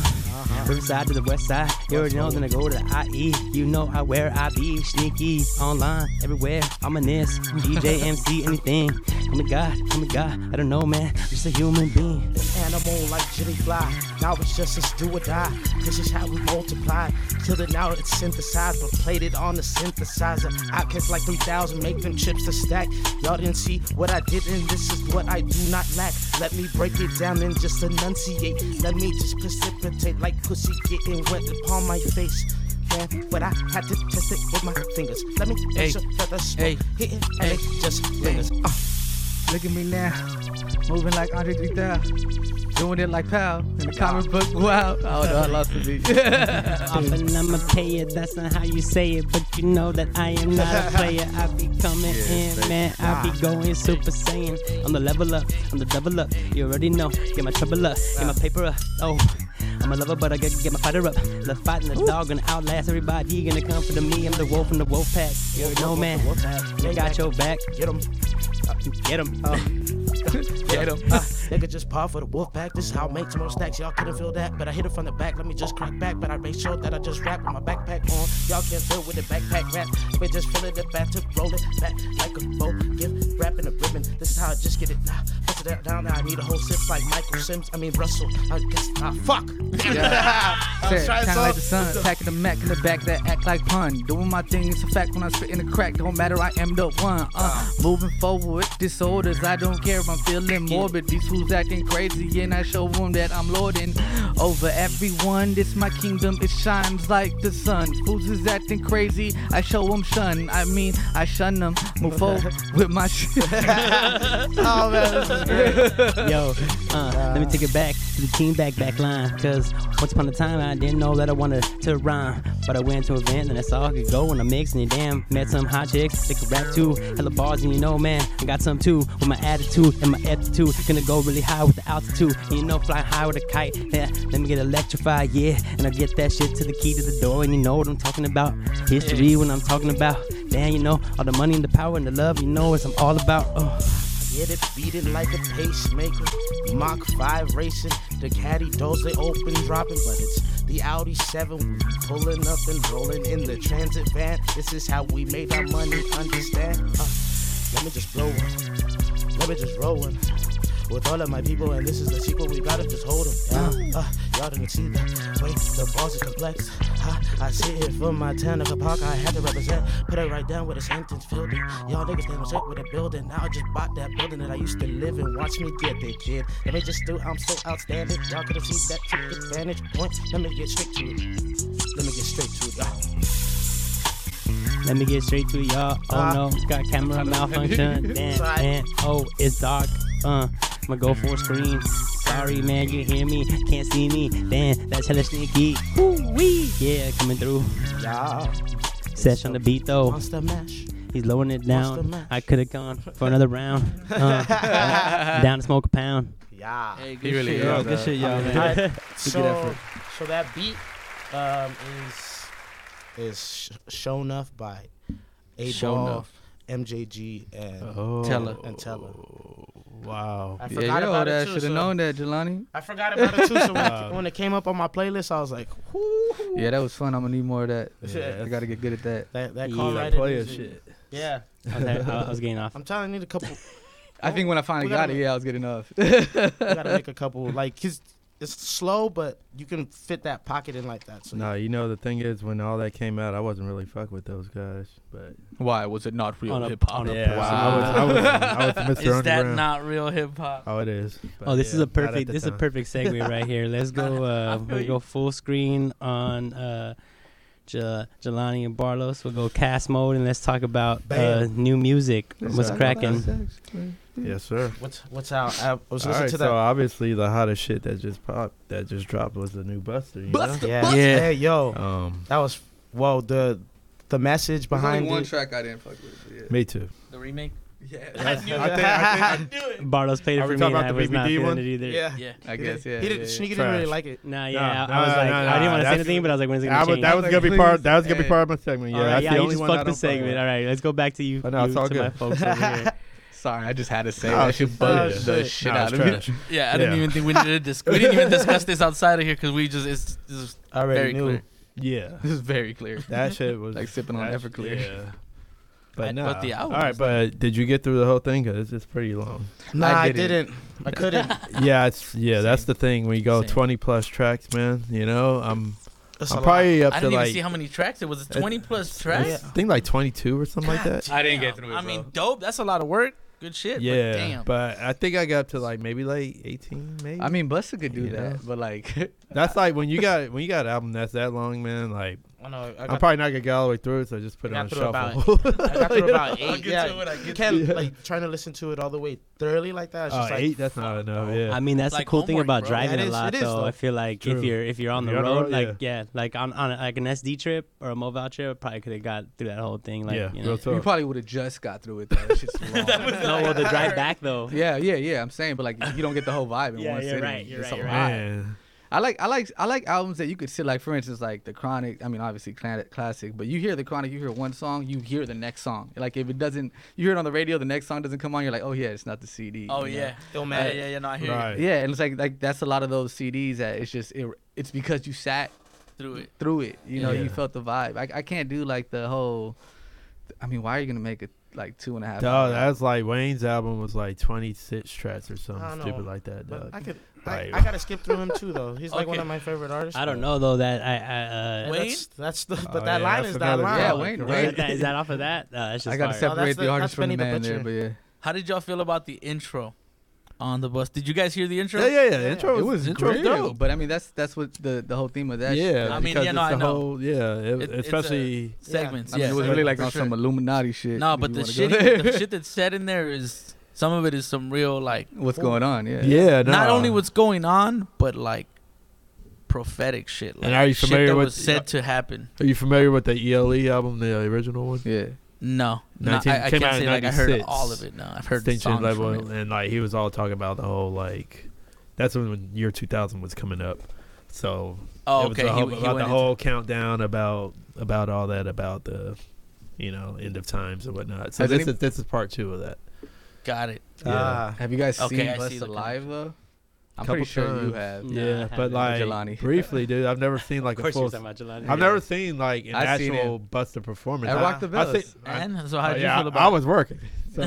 Speaker 3: Riverside to the west side. You already know, then I go to the IE. You know, I wear I be sneaky online, everywhere. I'm a this DJ, MC, anything. Oh my god, oh my god, I don't know, man. I'm just a human being.
Speaker 2: Animal like Jimmy Fly. Now it's just us do or die. This is how we multiply. Till the now it's synthesized, but played it on the synthesizer. Outcasts like 3000, make them chips to stack. Y'all didn't see what I did, and this is what I do not lack. Let me break it down and just enunciate. Let me just precipitate like pussy getting wet upon my face. Man, but I had to test it with my fingers. Let me make
Speaker 5: Hey.
Speaker 2: sure that the smoke
Speaker 5: Hey.
Speaker 2: hit it and
Speaker 5: Hey.
Speaker 2: it just lingers. Uh,
Speaker 1: Look at me now, moving like Andre 3000, doing it like Pal in the comic book. Wow. Oh, no, I lost the (laughs) beat.
Speaker 3: Often I'ma pay it, that's not how you say it, but you know that I am not a player. I be coming in, man, I be going super saiyan. I'm the level up, I'm the double up. You already know, get my trouble up, get my paper up. Oh, I'm a lover, but I gotta get my fighter up. The fight and the dog gonna outlast everybody. You gonna come for the me, I'm the wolf in the wolf pack. You already know, man, they got your back.
Speaker 2: get 'em.
Speaker 3: Get him.
Speaker 2: Get him. Uh, nigga just par for the wolf pack. This is how I make more stacks. Y'all couldn't feel that, but I hit it from the back. Let me just crack back, but I make sure that I just rap with my backpack on. Y'all can't feel with the backpack rap, but just feel it the back to roll it back like a bow. Give rap in a ribbon. This is how I just get it. Nah, this to that down there. I need a whole sip like Michael Sims. I mean Russell. I guess ah fuck. I was trying
Speaker 1: Kind
Speaker 2: to solve-
Speaker 1: of like
Speaker 2: (laughs)
Speaker 1: the sun, packing the Mac in the back that act like pun. Doing my thing, it's a fact when I spit in the crack. Don't matter, I am the one. Uh, moving forward with disorders, I don't care if I'm feeling morbid. These fools acting crazy, and I show them that I'm lording over everyone. This my kingdom, it shines like the sun. Fools is acting crazy, I show them shun. I mean, I shun them. Move forward with my (laughs) shit.
Speaker 2: Oh man, this is great.
Speaker 3: Yo, uh, let me take it back to the team back back line. Cause once upon a time I didn't know that I wanted to rhyme. But I went to an event and that's all I could go when I mix and damn met some hot chicks. They could rap too, hella bars and you know man, I got some too. With my attitude and my aptitude, gonna go really high with the altitude. And you know fly high with a kite. Yeah, let me get electrified, yeah. And I get that shit to the key to the door and you know what I'm talking about. History when I'm talking about. Damn, you know, all the money and the power and the love, you know what I'm all about. Oh.
Speaker 2: Get it beating like a pacemaker. Mach 5 racing. The caddy doors they open, dropping, but it's the Audi 7. We be pulling up and rolling in the transit van. This is how we made our money, understand? Uh, let me just blow one. Let me just roll one. With all of my people, and this is the sequel, we gotta just hold 'em. Yeah, uh, y'all didn't see that. Wait, the balls is complex. Huh? I sit here for my town of Kapaka, I had to represent. Put it right down with a sentence filled in. Y'all niggas damn upset with a building. Now I just bought that building that I used to live in. Watch me get there, kid. Let me just do, I'm so outstanding. Y'all could've seen that trick advantage point. Let me get straight to it. Let me get straight to it. Ah.
Speaker 3: Let me get straight to y'all. Oh
Speaker 2: Ah.
Speaker 3: no, got camera malfunction. Damn,
Speaker 2: Sorry.
Speaker 3: man. Oh, it's dark. Uh, I'ma go full screen. Sorry, man, you hear me? Can't see me. Damn, that's hella sneaky. Woo wee. Yeah, coming through.
Speaker 2: Y'all.
Speaker 3: Sesh on the beat though.
Speaker 2: Monster mash.
Speaker 3: He's lowering it
Speaker 2: Monster
Speaker 3: down.
Speaker 2: mash.
Speaker 3: I could have gone for another round. Uh, down to smoke a pound.
Speaker 2: Yeah.
Speaker 5: Hey, good
Speaker 4: He really
Speaker 5: shit,
Speaker 4: is,
Speaker 1: Oh,
Speaker 5: y'all.
Speaker 4: bro.
Speaker 5: Good shit, y'all, man.
Speaker 2: Alright,
Speaker 4: a
Speaker 2: so,
Speaker 4: good effort.
Speaker 2: so that beat um, is is sh- shown off by A Ball,
Speaker 1: Shonuff.
Speaker 2: MJG, and
Speaker 4: Oh.
Speaker 1: Teller.
Speaker 2: and Teller.
Speaker 4: Wow.
Speaker 2: I
Speaker 1: Yeah,
Speaker 2: forgot
Speaker 1: your
Speaker 2: about
Speaker 1: old
Speaker 2: it
Speaker 1: ass
Speaker 2: too.
Speaker 1: should have
Speaker 2: so-
Speaker 1: known that, Jelani.
Speaker 2: I forgot about it too. So when, it,
Speaker 4: Wow.
Speaker 2: when it came up on my playlist, I was like,
Speaker 1: Yeah, that was fun. I'm gonna need more of that.
Speaker 2: Yeah.
Speaker 1: I gotta get good at that.
Speaker 2: that that
Speaker 3: Yeah.
Speaker 2: call
Speaker 3: Like
Speaker 2: right
Speaker 4: Player
Speaker 2: in.
Speaker 4: shit.
Speaker 2: Yeah,
Speaker 3: Okay, I, I was getting off.
Speaker 2: I'm telling you, need a couple.
Speaker 1: I think when I finally
Speaker 2: we gotta
Speaker 1: got Oh, it,
Speaker 2: make-
Speaker 1: yeah, I was good enough.
Speaker 2: you gotta make a couple. Like, 'cause it's slow, but you can fit that pocket in like that. So
Speaker 4: No, you know the thing is, when all that came out, I wasn't really fuck with those guys. But
Speaker 1: Why was it not real
Speaker 3: On a-
Speaker 1: hip hop?
Speaker 3: on a-
Speaker 4: yeah,
Speaker 1: Wow.
Speaker 4: I was, I was, I was Mr.
Speaker 5: (laughs) Is that
Speaker 4: Underground.
Speaker 5: not real hip hop?
Speaker 4: Oh, it is. But
Speaker 3: Oh, this is
Speaker 4: yeah,
Speaker 3: a
Speaker 4: not at
Speaker 3: perfect.
Speaker 4: the
Speaker 3: This is a
Speaker 4: time.
Speaker 3: perfect
Speaker 4: (laughs)
Speaker 3: segue right here. Let's go. Uh, we'll go full screen on uh, J- Jelani and Barlos. We'll go cast mode and let's talk about uh,
Speaker 2: Bam.
Speaker 3: new music.
Speaker 1: (laughs)
Speaker 3: What's cracking?
Speaker 4: (laughs) Yes, sir.
Speaker 2: what's what's out? uh, I was
Speaker 4: All
Speaker 2: listening
Speaker 4: right,
Speaker 2: to
Speaker 4: so
Speaker 2: that.
Speaker 4: obviously the hottest shit that just popped, that just dropped, was the new Buster. You
Speaker 1: Busta.
Speaker 2: yeah,
Speaker 5: Yeah.
Speaker 2: Hey, yo,
Speaker 4: Know? Um,
Speaker 2: that was whoa. The the message behind
Speaker 1: only one
Speaker 2: it.
Speaker 1: track I didn't fuck with.
Speaker 4: me too.
Speaker 5: The remake?
Speaker 1: Yeah, (laughs)
Speaker 5: I knew
Speaker 4: I
Speaker 5: it.
Speaker 4: think- I
Speaker 5: I knew it.
Speaker 3: Barlos played it
Speaker 4: Are
Speaker 3: for
Speaker 4: we
Speaker 3: me, and
Speaker 4: talking about
Speaker 3: I
Speaker 4: the
Speaker 3: was not
Speaker 4: BBD
Speaker 3: feeling
Speaker 4: one?
Speaker 3: it either.
Speaker 2: Yeah.
Speaker 5: Yeah.
Speaker 1: I guess. Yeah,
Speaker 2: He didn't.
Speaker 1: yeah, yeah.
Speaker 2: Sneaky didn't really
Speaker 4: Trash.
Speaker 2: like it.
Speaker 3: Nah,
Speaker 4: No,
Speaker 3: yeah,
Speaker 4: no,
Speaker 3: I was
Speaker 4: no,
Speaker 3: like,
Speaker 4: no,
Speaker 3: I didn't want to say
Speaker 4: that's-
Speaker 3: anything, but I was like, when's it
Speaker 4: I
Speaker 3: gonna
Speaker 4: would,
Speaker 3: change?
Speaker 4: that was gonna be part. That was gonna be
Speaker 1: Hey.
Speaker 4: part of my segment. Yeah,
Speaker 3: All right,
Speaker 4: that's
Speaker 3: yeah,
Speaker 4: the
Speaker 3: you
Speaker 4: only
Speaker 3: just
Speaker 4: one I
Speaker 3: fucked the
Speaker 4: don't fuck with.
Speaker 3: segment. All right, let's go back to you.
Speaker 4: Oh, no,
Speaker 3: you
Speaker 4: it's all
Speaker 3: to my
Speaker 4: good.
Speaker 3: folks over
Speaker 4: (laughs)
Speaker 3: here.
Speaker 1: Sorry, I just had to say
Speaker 4: Oh,
Speaker 1: that. Shit
Speaker 4: shit.
Speaker 1: bugged
Speaker 4: Oh,
Speaker 1: the
Speaker 2: shit.
Speaker 1: shit
Speaker 4: Nah,
Speaker 1: out
Speaker 4: it's
Speaker 1: of me.
Speaker 4: trash.
Speaker 5: Yeah, I didn't
Speaker 4: Yeah.
Speaker 5: even think we needed to dis- we didn't even discuss this outside of here because we just it's, it's
Speaker 2: I already
Speaker 5: very
Speaker 2: knew.
Speaker 5: clear.
Speaker 4: Yeah,
Speaker 1: (laughs) (laughs) This is very clear.
Speaker 4: that shit was
Speaker 1: Like sipping on
Speaker 4: that-
Speaker 1: Everclear.
Speaker 4: Yeah. But
Speaker 5: I-
Speaker 4: no.
Speaker 5: but the album
Speaker 4: All right,
Speaker 5: is-
Speaker 4: but did you get through the whole thing? Cause it's, it's pretty long.
Speaker 2: Nah,
Speaker 1: I
Speaker 2: I,
Speaker 1: didn't.
Speaker 2: didn't. I couldn't.
Speaker 4: yeah, it's yeah. That's
Speaker 5: Same.
Speaker 4: the thing. We go
Speaker 5: Same.
Speaker 4: twenty plus tracks, man. You know, I'm
Speaker 2: That's a
Speaker 4: I'm
Speaker 2: lot.
Speaker 4: probably up
Speaker 5: I
Speaker 4: to
Speaker 5: didn't even
Speaker 4: like
Speaker 5: see how many tracks it was. It's
Speaker 4: That's-
Speaker 5: twenty plus
Speaker 4: I
Speaker 5: tracks.
Speaker 4: think like twenty two or something like that.
Speaker 5: I didn't get through it. I mean, dope. That's a lot of work. Good shit.
Speaker 4: Yeah,
Speaker 5: But damn.
Speaker 4: but I think I got up to like maybe like eighteen, maybe.
Speaker 1: I mean, Busta could do
Speaker 4: You know?
Speaker 1: that, but like, (laughs)
Speaker 4: that's like when you got when you got an album that's that long, man. Like
Speaker 2: I know. I
Speaker 4: I'm
Speaker 2: got,
Speaker 4: probably not gonna get all the way through it, so just put it
Speaker 2: I
Speaker 4: on
Speaker 2: got through about-
Speaker 4: shuffle. (laughs)
Speaker 2: I got through about
Speaker 5: I'll
Speaker 2: eight.
Speaker 5: get
Speaker 2: Yeah,
Speaker 5: to it when I get
Speaker 2: you
Speaker 5: to
Speaker 2: can't
Speaker 4: it.
Speaker 2: like trying to listen to it all the way thoroughly like that. It's
Speaker 4: Oh,
Speaker 2: just like
Speaker 4: eight, that's not enough. Yeah,
Speaker 3: I mean, that's
Speaker 5: Like
Speaker 3: the cool thing
Speaker 5: homework,
Speaker 3: about
Speaker 5: bro.
Speaker 3: driving a
Speaker 2: Yeah, it is-
Speaker 3: lot,
Speaker 2: it is,
Speaker 3: though.
Speaker 2: though.
Speaker 3: I feel like if
Speaker 4: True.
Speaker 3: you're if you're on the
Speaker 4: You're
Speaker 3: road,
Speaker 4: on the road,
Speaker 3: like yeah. like on on a, like an SD trip or a mobile trip, I probably could have got through that whole thing. Like,
Speaker 4: yeah,
Speaker 3: you
Speaker 4: real
Speaker 3: know. (laughs)
Speaker 1: you
Speaker 4: talk.
Speaker 1: probably would have just got through it. Though. It's (laughs) just long.
Speaker 3: no, well, the drive back though.
Speaker 1: (laughs) Yeah, yeah, yeah. I'm saying, but like, you don't get the whole vibe in (laughs)
Speaker 3: Yeah,
Speaker 1: one
Speaker 3: you're
Speaker 1: sitting.
Speaker 3: right, you're
Speaker 1: it's
Speaker 3: right,
Speaker 1: a
Speaker 3: you're
Speaker 1: lot.
Speaker 4: Man.
Speaker 1: I like I like I like albums that you could sit like for instance like the Chronic. I mean obviously cla- classic, but you hear the Chronic, you hear one song, you hear the next song. Like if it doesn't, you hear it on the radio, the next song doesn't come on, you're like, oh yeah, it's not the CD.
Speaker 5: Oh
Speaker 1: you know?
Speaker 5: yeah.
Speaker 2: Don't
Speaker 5: Yeah,
Speaker 2: matter.
Speaker 5: yeah, yeah. No, I hear
Speaker 4: Right.
Speaker 1: yeah, and it's like like that's a lot of those CDs that it's just it, it's because you sat
Speaker 5: you through it.
Speaker 1: through it. You know, you
Speaker 4: Yeah.
Speaker 1: felt the vibe. I I can't do like the whole. I mean, why are you gonna make a like two and a half.
Speaker 4: Dog,
Speaker 1: hours.
Speaker 4: that's like Wayne's album was like 26 tracks or
Speaker 2: I
Speaker 4: something
Speaker 2: know,
Speaker 4: stupid like that,
Speaker 2: But
Speaker 4: dog.
Speaker 2: I could.
Speaker 4: Like-
Speaker 2: I, I gotta skip through him too, though. He's like one
Speaker 5: Okay.
Speaker 2: of my favorite artists.
Speaker 3: I don't know though that I, I uh,
Speaker 5: Wayne?
Speaker 2: That's, that's the.
Speaker 4: Oh,
Speaker 2: But that
Speaker 4: yeah,
Speaker 2: line
Speaker 4: that's
Speaker 2: is that
Speaker 4: another
Speaker 2: line.
Speaker 1: Yeah,
Speaker 4: dog.
Speaker 1: Wayne-
Speaker 3: is
Speaker 4: Right?
Speaker 1: Wayne-
Speaker 3: that- is that off of that? Uh, that's just
Speaker 1: I gotta
Speaker 3: fire.
Speaker 2: sep-
Speaker 1: separate
Speaker 2: the-
Speaker 1: the artist
Speaker 2: that's
Speaker 1: from the
Speaker 2: Benny the
Speaker 1: man there, but
Speaker 2: Butcher.
Speaker 1: yeah.
Speaker 5: How did y'all feel about the intro on the bus? Did you guys hear the
Speaker 4: (laughs)
Speaker 5: intro?
Speaker 4: yeah, yeah, yeah. Intro
Speaker 1: It was
Speaker 4: intro
Speaker 1: great,
Speaker 4: dope.
Speaker 1: but I mean that's that's what the the whole theme of that. shit
Speaker 4: yeah,
Speaker 1: is,
Speaker 5: I mean,
Speaker 4: because
Speaker 5: yeah, no,
Speaker 4: it's
Speaker 5: I
Speaker 4: the
Speaker 5: know.
Speaker 4: whole yeah, it-
Speaker 5: It- it's a-
Speaker 4: especially
Speaker 5: Segments.
Speaker 1: I mean,
Speaker 5: Yeah,
Speaker 1: it was
Speaker 4: so-
Speaker 1: really like
Speaker 5: for
Speaker 1: on
Speaker 5: sure.
Speaker 1: some Illuminati shit.
Speaker 5: No,
Speaker 1: if
Speaker 5: but
Speaker 1: you
Speaker 5: the
Speaker 1: wanna go
Speaker 5: shit,
Speaker 1: there.
Speaker 4: (laughs)
Speaker 5: the shit that's said in there is some of it is some real like
Speaker 1: (laughs) What's going on? Yeah.
Speaker 4: yeah. no.
Speaker 5: not only what's going on, but like prophetic shit. Like,
Speaker 4: And are you
Speaker 5: shit
Speaker 4: familiar
Speaker 5: that
Speaker 4: with-
Speaker 5: was said to happen?
Speaker 4: Are you familiar with the ELE album, the original one?
Speaker 1: Yeah.
Speaker 5: No, no,
Speaker 4: 19
Speaker 5: I,
Speaker 4: came
Speaker 5: I can't
Speaker 4: out in
Speaker 5: say like I heard
Speaker 4: 96.
Speaker 5: all of it. No, I've heard
Speaker 4: Extinction
Speaker 5: songs
Speaker 4: Level,
Speaker 5: from it.
Speaker 4: and like he was all talking about the whole like that's when, when year 2000 was coming up. So
Speaker 5: Oh,
Speaker 4: it was
Speaker 5: okay.
Speaker 4: the
Speaker 5: He,
Speaker 4: whole,
Speaker 5: he
Speaker 4: about
Speaker 5: went
Speaker 4: the
Speaker 5: into-
Speaker 4: whole countdown about about all that about the you know end of times and whatnot. So
Speaker 1: Has
Speaker 4: this
Speaker 1: any-
Speaker 4: is this is part two of that.
Speaker 5: got it.
Speaker 4: Yeah.
Speaker 2: Ah.
Speaker 1: Have you guys
Speaker 5: Okay,
Speaker 1: seen
Speaker 5: I
Speaker 1: Us
Speaker 5: see the
Speaker 1: Alive though? I'm
Speaker 4: Couple
Speaker 1: pretty sure you
Speaker 4: times.
Speaker 1: have. (laughs)
Speaker 3: No, I
Speaker 4: yeah, but
Speaker 3: haven't.
Speaker 4: like
Speaker 1: Jelani.
Speaker 4: briefly, dude, I've never seen like
Speaker 3: of
Speaker 4: a
Speaker 3: course, you
Speaker 4: full.
Speaker 3: was talking about Jelani.
Speaker 4: I've never seen like an
Speaker 1: I've seen
Speaker 4: actual Buster performance.
Speaker 1: At
Speaker 4: I-
Speaker 1: Rock the
Speaker 4: I think-
Speaker 1: Bells.
Speaker 4: I-
Speaker 5: And so how
Speaker 4: oh,
Speaker 5: did
Speaker 4: yeah,
Speaker 5: you
Speaker 4: I-
Speaker 5: feel
Speaker 4: I
Speaker 5: about it?
Speaker 4: was working.
Speaker 1: (laughs)
Speaker 4: So